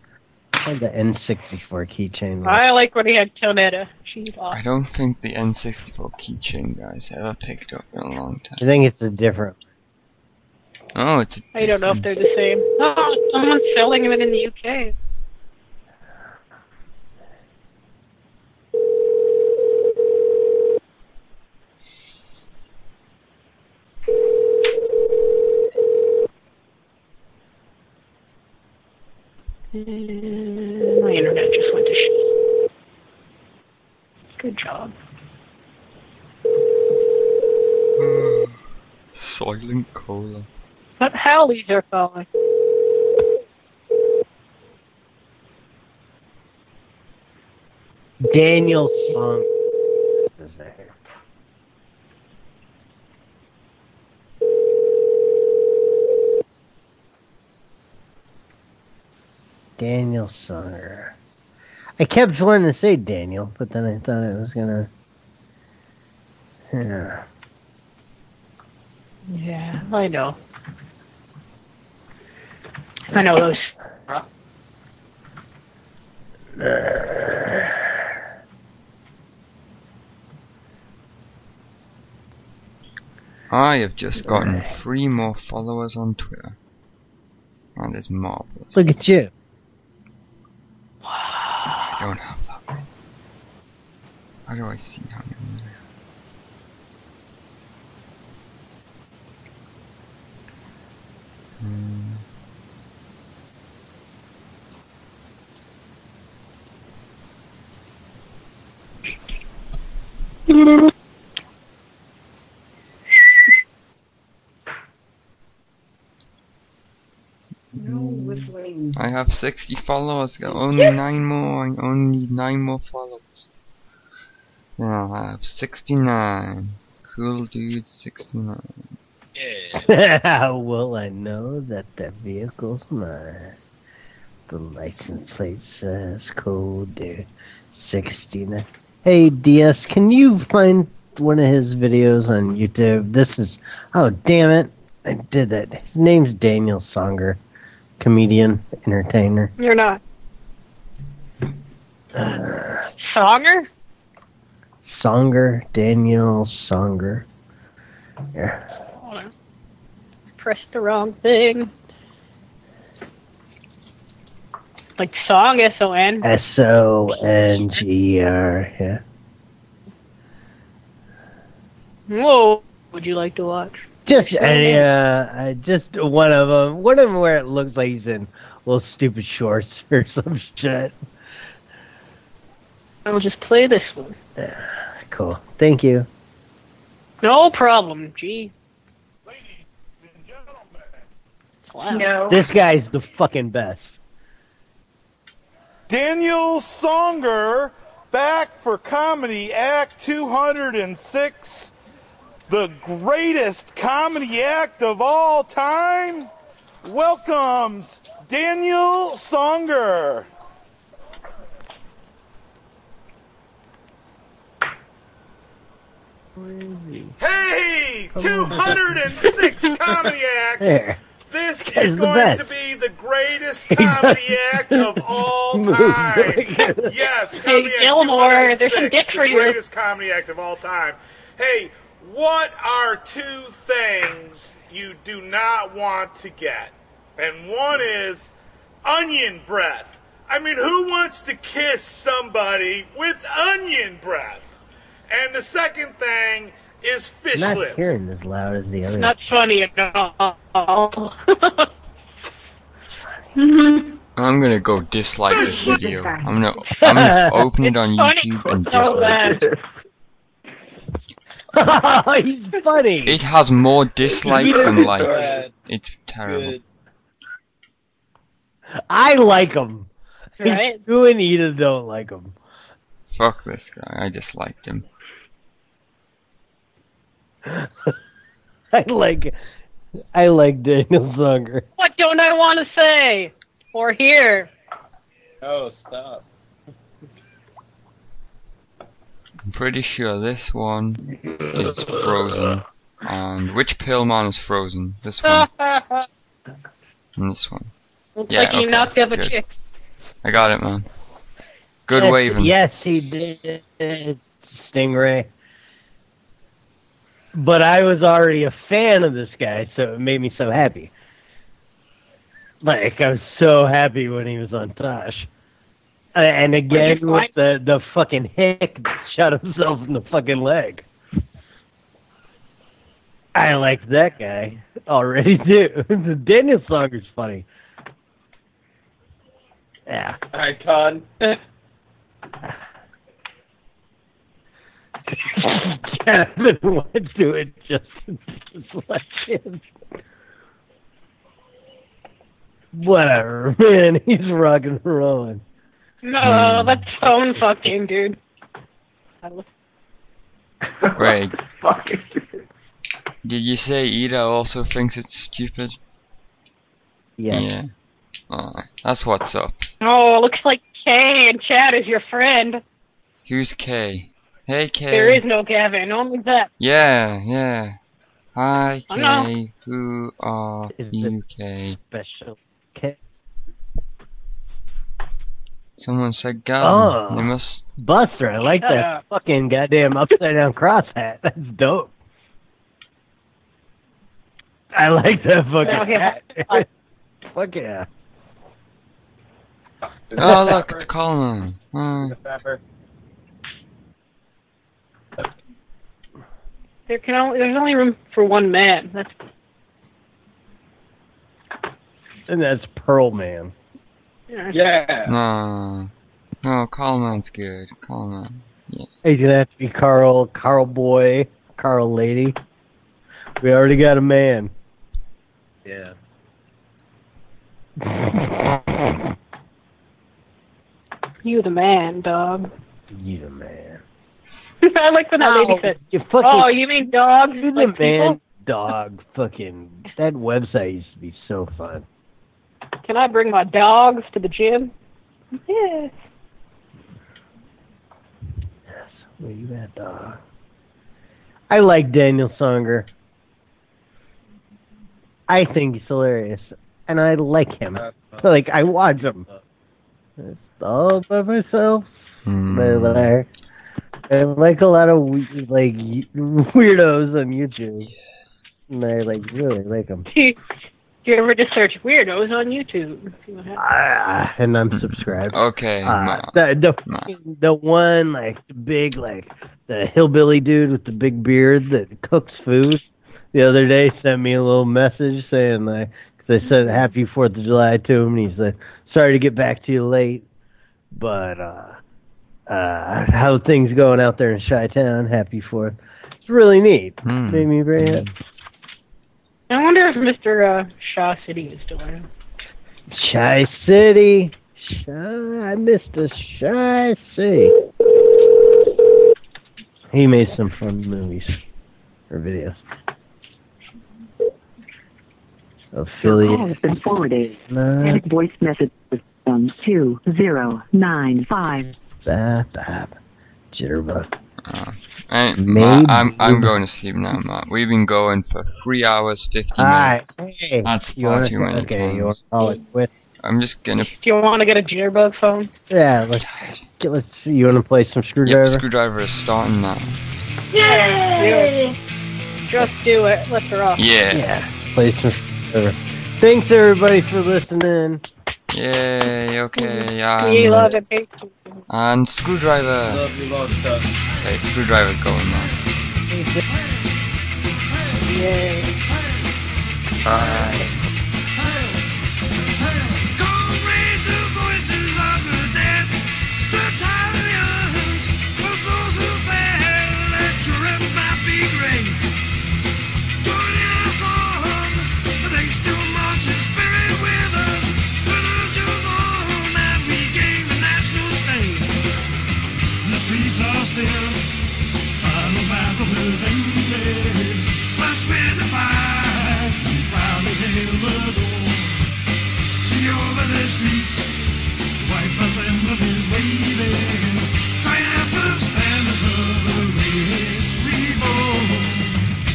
Speaker 5: I had the N64 keychain.
Speaker 8: I like when he had Tonetta. She's awesome.
Speaker 1: I don't think the N64 keychain guys ever picked up in a long time.
Speaker 5: I think it's a different.
Speaker 1: Oh, it's
Speaker 8: I don't know if they're the same. Oh, someone's selling them in the UK. My internet just went to shit. Good job.
Speaker 1: *sighs* silent cola.
Speaker 8: But Howleys are calling.
Speaker 5: Daniel Song. This is it. Daniel Songer. I kept wanting to say Daniel, but then I thought it was gonna. Yeah.
Speaker 8: Yeah, I know. I know those.
Speaker 1: I have just gotten three more followers on Twitter. That is marvelous.
Speaker 5: Look at you.
Speaker 1: I don't have that many. How do I see how many? there are? Hmm.
Speaker 9: No whistling.
Speaker 1: I have 60 followers. Got only nine more. I only need nine more followers. Then I'll have 69. Cool dude, 69.
Speaker 5: How will I know that the vehicle's mine? The license plate
Speaker 16: uh,
Speaker 5: says code dude 69. Hey DS, can you find one of his videos on YouTube? This is oh damn it, I did that. His name's Daniel Songer, comedian, entertainer.
Speaker 8: You're not.
Speaker 1: Uh,
Speaker 8: Songer?
Speaker 5: Songer, Daniel Songer. Yeah.
Speaker 8: Hold on. Pressed the wrong thing.
Speaker 17: Like song S O N.
Speaker 16: S O N G E R. Yeah.
Speaker 17: Whoa. Would you like to watch?
Speaker 16: Just a, uh, I- just one of them. One of them where it looks like he's in little stupid shorts *laughs* or some shit. *sighs*
Speaker 17: I'll just play this one.
Speaker 16: Cool. Thank you.
Speaker 17: No problem. Gee. It's loud.
Speaker 8: No.
Speaker 16: This guy's the fucking best.
Speaker 10: Daniel Songer back for Comedy Act 206, the greatest comedy act of all time, welcomes Daniel Songer. Hey,
Speaker 16: *laughs*
Speaker 10: 206 Comedy Acts!
Speaker 16: There.
Speaker 10: This
Speaker 16: Guy's
Speaker 10: is
Speaker 16: the
Speaker 10: going
Speaker 16: best.
Speaker 10: to be the
Speaker 16: *laughs*
Speaker 10: greatest comedy act of
Speaker 5: *laughs*
Speaker 10: all time. Yes,
Speaker 17: *laughs* Hey,
Speaker 10: comedy act
Speaker 17: Gilmore, there's some
Speaker 10: 206,
Speaker 17: dick for
Speaker 10: the
Speaker 17: you.
Speaker 10: greatest comedy act of all time. Hey, what are two things you do not want to get? And one is onion breath. I mean, who wants to kiss somebody with onion breath? And the second thing is fish
Speaker 16: not
Speaker 10: lips.
Speaker 16: hearing as loud as the other.
Speaker 17: Not funny at all.
Speaker 1: I'm gonna go dislike this
Speaker 17: Look at
Speaker 1: video.
Speaker 17: that.
Speaker 1: I'm gonna I'm gonna open it on
Speaker 17: funny
Speaker 1: YouTube
Speaker 7: Oh,
Speaker 1: and
Speaker 17: so
Speaker 5: *laughs*
Speaker 1: dislike it.
Speaker 16: He's funny.
Speaker 1: It has more dislikes than
Speaker 16: Good.
Speaker 1: likes. It's terrible.
Speaker 16: I like him. *laughs*
Speaker 17: Right?
Speaker 16: You and Ida don't like him.
Speaker 1: Fuck this guy. I disliked him.
Speaker 16: *laughs* I like, I like Daniel Zunger.
Speaker 17: what don't I want to say or hear?
Speaker 7: Oh, stop.
Speaker 1: I'm pretty sure this one is frozen. And which Pillman is frozen? This one
Speaker 17: Looks
Speaker 1: and this one. Yeah,
Speaker 17: like he
Speaker 1: okay,
Speaker 17: knocked up a
Speaker 1: good.
Speaker 17: chick.
Speaker 1: I got it, man. Good
Speaker 16: yes,
Speaker 1: waving.
Speaker 16: Yes, he did. Stingray. But I was already a fan of this guy, so it made me so happy. Like I was so happy when he was on Tosh. Uh, And again
Speaker 17: What'd you
Speaker 16: with the the fucking hick that shot himself in the fucking leg. I like that guy already *laughs* too. the Daniel song is funny. Yeah.
Speaker 7: Icon.
Speaker 16: Kevin went to it just just like him. Whatever, *laughs* man. He's rocking and rolling.
Speaker 17: No,
Speaker 16: Hmm.
Speaker 17: that's phone fucking, dude. I look-
Speaker 1: Wait. Did you say Ida also thinks it's stupid?
Speaker 16: Yeah.
Speaker 1: Yeah. Alright. That's what's up.
Speaker 17: Oh, it looks like Kay and Chad is your friend.
Speaker 1: Who's Kay? Hey Kay.
Speaker 17: There is no Gavin, only that.
Speaker 1: Yeah, yeah. Hi
Speaker 17: I know.
Speaker 1: Kay. Who are you Kay?
Speaker 16: Special. Okay.
Speaker 1: Someone said Gavin.
Speaker 16: Oh.
Speaker 1: They must
Speaker 16: Buster, I like
Speaker 1: Shut
Speaker 16: that
Speaker 1: up.
Speaker 16: fucking goddamn upside down cross hat. That's dope. I like that fucking
Speaker 17: Oh, yeah.
Speaker 16: hat. *laughs* Fuck yeah.
Speaker 1: Oh look, it's Colin. Uh,
Speaker 17: There can only there's only room for one man. That's
Speaker 16: And that's Pearl Man.
Speaker 7: Yeah.
Speaker 1: no. No, Colin's good. Colin. Yeah.
Speaker 16: He's gonna have to be Carl, Carl boy, Carl lady. We already got a man.
Speaker 23: Yeah.
Speaker 17: you, the man, dog. *laughs*
Speaker 16: You the man.
Speaker 17: I like when that lady said,
Speaker 16: You fucking
Speaker 17: "Oh, you mean dogs?
Speaker 16: you the
Speaker 17: like people?
Speaker 16: *laughs* man dog fucking that website used to be so fun.
Speaker 17: Can I bring my dogs to the gym? Yes.
Speaker 16: Where you at dog? I like Daniel Songer. I think he's hilarious. And I like him. So, like I watch him. It's all by myself. But like, I like a lot of we- like y- weirdos on YouTube, and I like really like them.
Speaker 17: He you ever just search weirdos on YouTube? See what happens.
Speaker 5: Ah, and I'm subscribed.
Speaker 1: Okay.
Speaker 5: Uh, the the *laughs* the one like the big like the hillbilly dude with the big beard that cooks food. The other day sent me a little message saying like 'cause I said happy Fourth of July to him, and he said sorry to get back to you late, but uh, uh, how are things going out there in Chi Town? Happy Fourth. It's really neat.
Speaker 1: Hmm.
Speaker 5: Made me very happy.
Speaker 17: I wonder if Mr. Uh, Shaw City is still around.
Speaker 5: Shy City. Shy, I missed a Shy City. He made some fun movies or videos.
Speaker 16: Your call
Speaker 5: Affiliate.
Speaker 16: has been forwarded.
Speaker 5: Nah,
Speaker 16: Edit voice message system two zero nine five.
Speaker 5: bah, bah, jitterbug.
Speaker 1: Hey,
Speaker 5: Maybe.
Speaker 1: Matt, Uh, I'm I'm going to sleep now, Matt. We've been going for three hours fifty
Speaker 5: Alright,
Speaker 1: minutes.
Speaker 5: hey,
Speaker 1: Hmm. That's
Speaker 5: you
Speaker 1: far
Speaker 5: wanna-
Speaker 1: too many
Speaker 5: okay,
Speaker 1: times.
Speaker 5: you wanna call it quits?
Speaker 1: I'm just gonna
Speaker 17: Do you want to get a jitterbug phone?
Speaker 5: Yeah, let's get, let's see. You want to play some screwdriver?
Speaker 1: screwdriver is starting now.
Speaker 17: Yay! Just do it. Let's rock.
Speaker 1: Yeah.
Speaker 5: Yes. Play some screwdriver. Thanks everybody for listening.
Speaker 1: Yay. Okay.
Speaker 17: You
Speaker 1: And,
Speaker 17: love it, baby.
Speaker 1: and screwdriver.
Speaker 50: Love you, long
Speaker 1: Hey, screwdriver's going now.
Speaker 17: Yay.
Speaker 1: Alright.
Speaker 3: Still, I'm a battle with England. I swear the fight, probably never go. See over the streets, white man's emblem is waving. Triumphant stand above the race we go.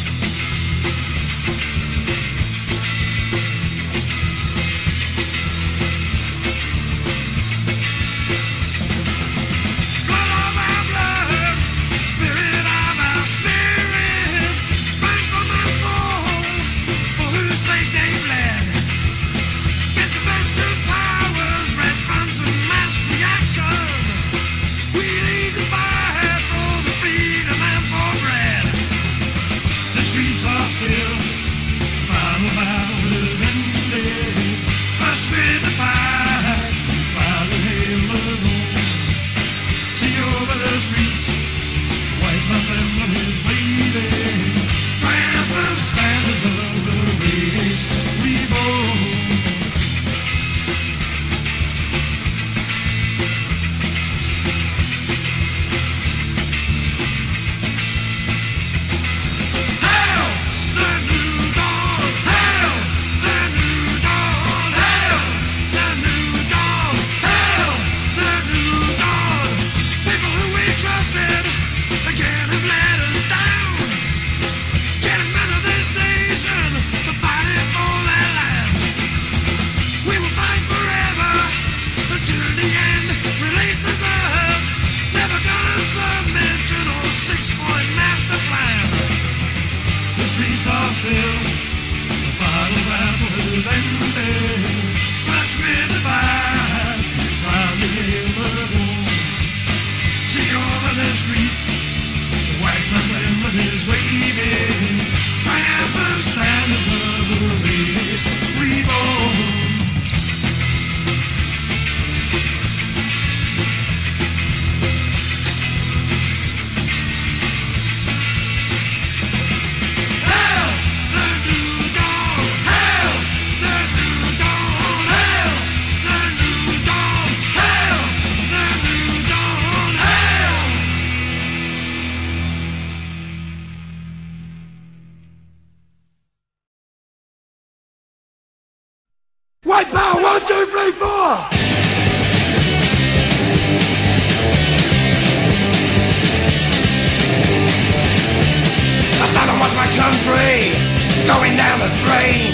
Speaker 3: Blood of our blood, spirit of our spirit. Strength for my soul, for whose sake they bled. Get the best of powers, red buns and mass reaction. We lead the fire for the freedom and for bread. The streets are still, the final battle is ended. Rush with the fire, while the hail alone. See over the streets, white man's emblem is waving. Triumphant stand above the race, reborn. Six-point master plan. The streets are still, the bottle battle has ended. Rush with the fire, round the hill of war. See over the streets, the white man's emblem is waving. Triumphant standards of the race reborn. White power, one, two, three, four! I stand and watch my country going down the drain.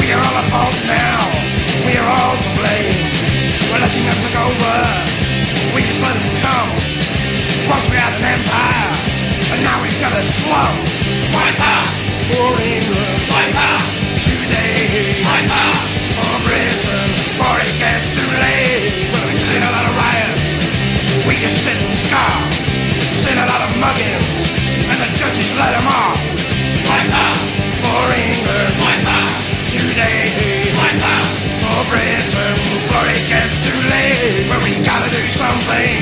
Speaker 3: We are all at fault now. We are all to blame. We're letting them take over. We just let them come. Once we had an empire, and now we've got a slum. Wipe out, poor England. Wipe out, today. Wipe you sit and scar. Seen a lot of muggings, and the judges let them off. Wipe up for England. Wipe up today. Wipe up for Britain. Before it gets too late, but we gotta do something.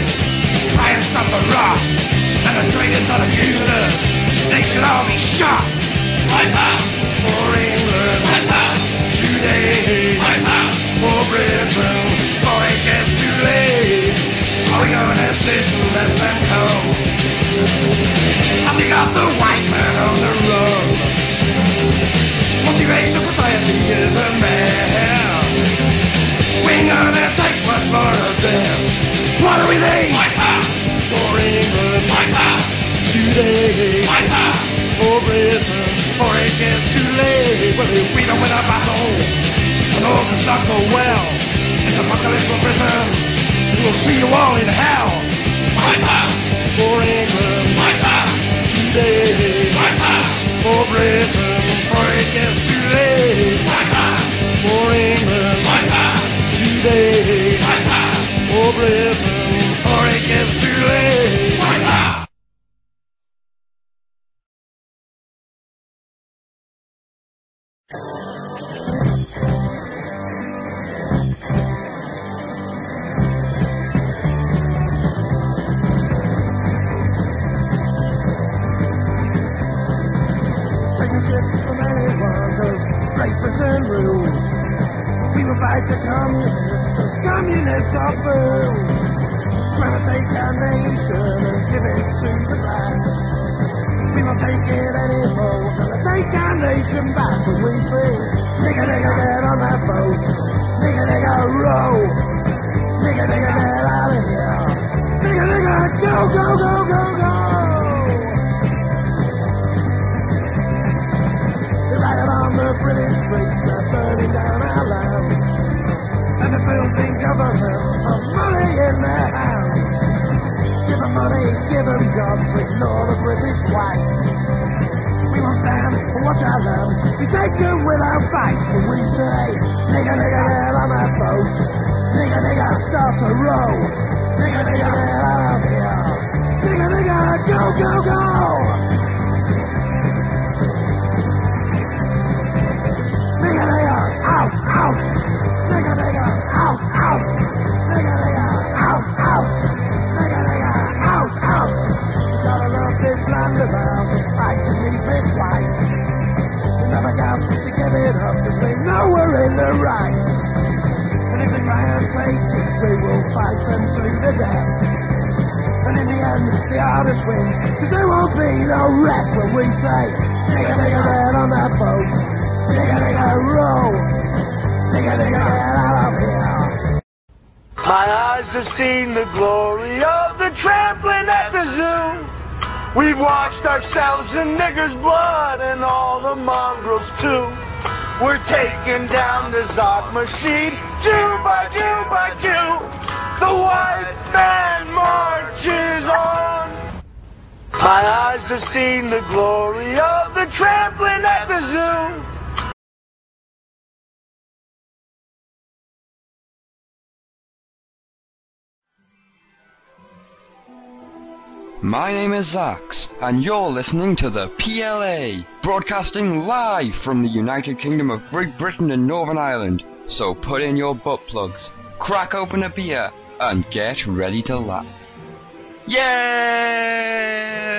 Speaker 3: Try and stop the rot, and the traitors that abused us. They should all be shot. Wipe up for England. Wipe up today. Wipe up for Britain. Before it gets too late. Are we gonna sit and let them go? I think I'm the white man on the road. Multiracial society is a mess. We ain't gonna take much more of this. What do we need? White power for England. White power today. White power for Britain. Before it gets too late. Well, if we don't win a battle, and all does not go well, it's apocalypse for Britain. We'll see you all in hell. White power for England. White power today. White power for Britain. Before it gets too late. White power for England. White power today. White power for Britain. Before it gets too late. White power. taking shit from anyone, cause Great Britain rules. We will fight the communists, cause communists are fools. Trying to take our nation and give it to the blacks. We won't take it anymore, we're gonna take our nation back when we sing. Nigga, nigga, get on that boat. Nigga, nigga, row. Nigga, nigga, get out of here. Nigga, nigga, go, go, go, go, go. Riding on the British streets, they're burning down our land. And the fools in government are money in their hands. Give them money, give them jobs, ignore the British whites. We will stand and watch our land be taken without fight. And we say, nigga, nigga, get on that boat. Nigga, nigga, start to row. Nigga, nigga, get out of here. Nigga, nigga, go, go, go. Nigga, nigga, out, out. Nigga, nigga, out, out. Nigga, nigga, out, out. Nigga, nigga, out, out. Gotta love this land of ours and fight to keep it white. We never got to give it up because we know we're in the right. And if they try and take it, we will fight them to the death. And in the end, the hardest wins, because there won't be no rest when we say, nigga, nigga, man on that boat. Nigga, nigga, row. Nigga, nigga, get out of here. My eyes have seen the glory of the trampling at the zoo. We've washed ourselves in niggers' blood and all the mongrels too. We're taking down the Zog machine, Jew by Jew by Jew. The white man marches on. My eyes have seen the glory of the trampling at the zoo.
Speaker 1: My name is Zax, and you're listening to the PLA, broadcasting live from the United Kingdom of Great Britain and Northern Ireland. So put in your butt plugs, crack open a beer, and get ready to laugh. Yay!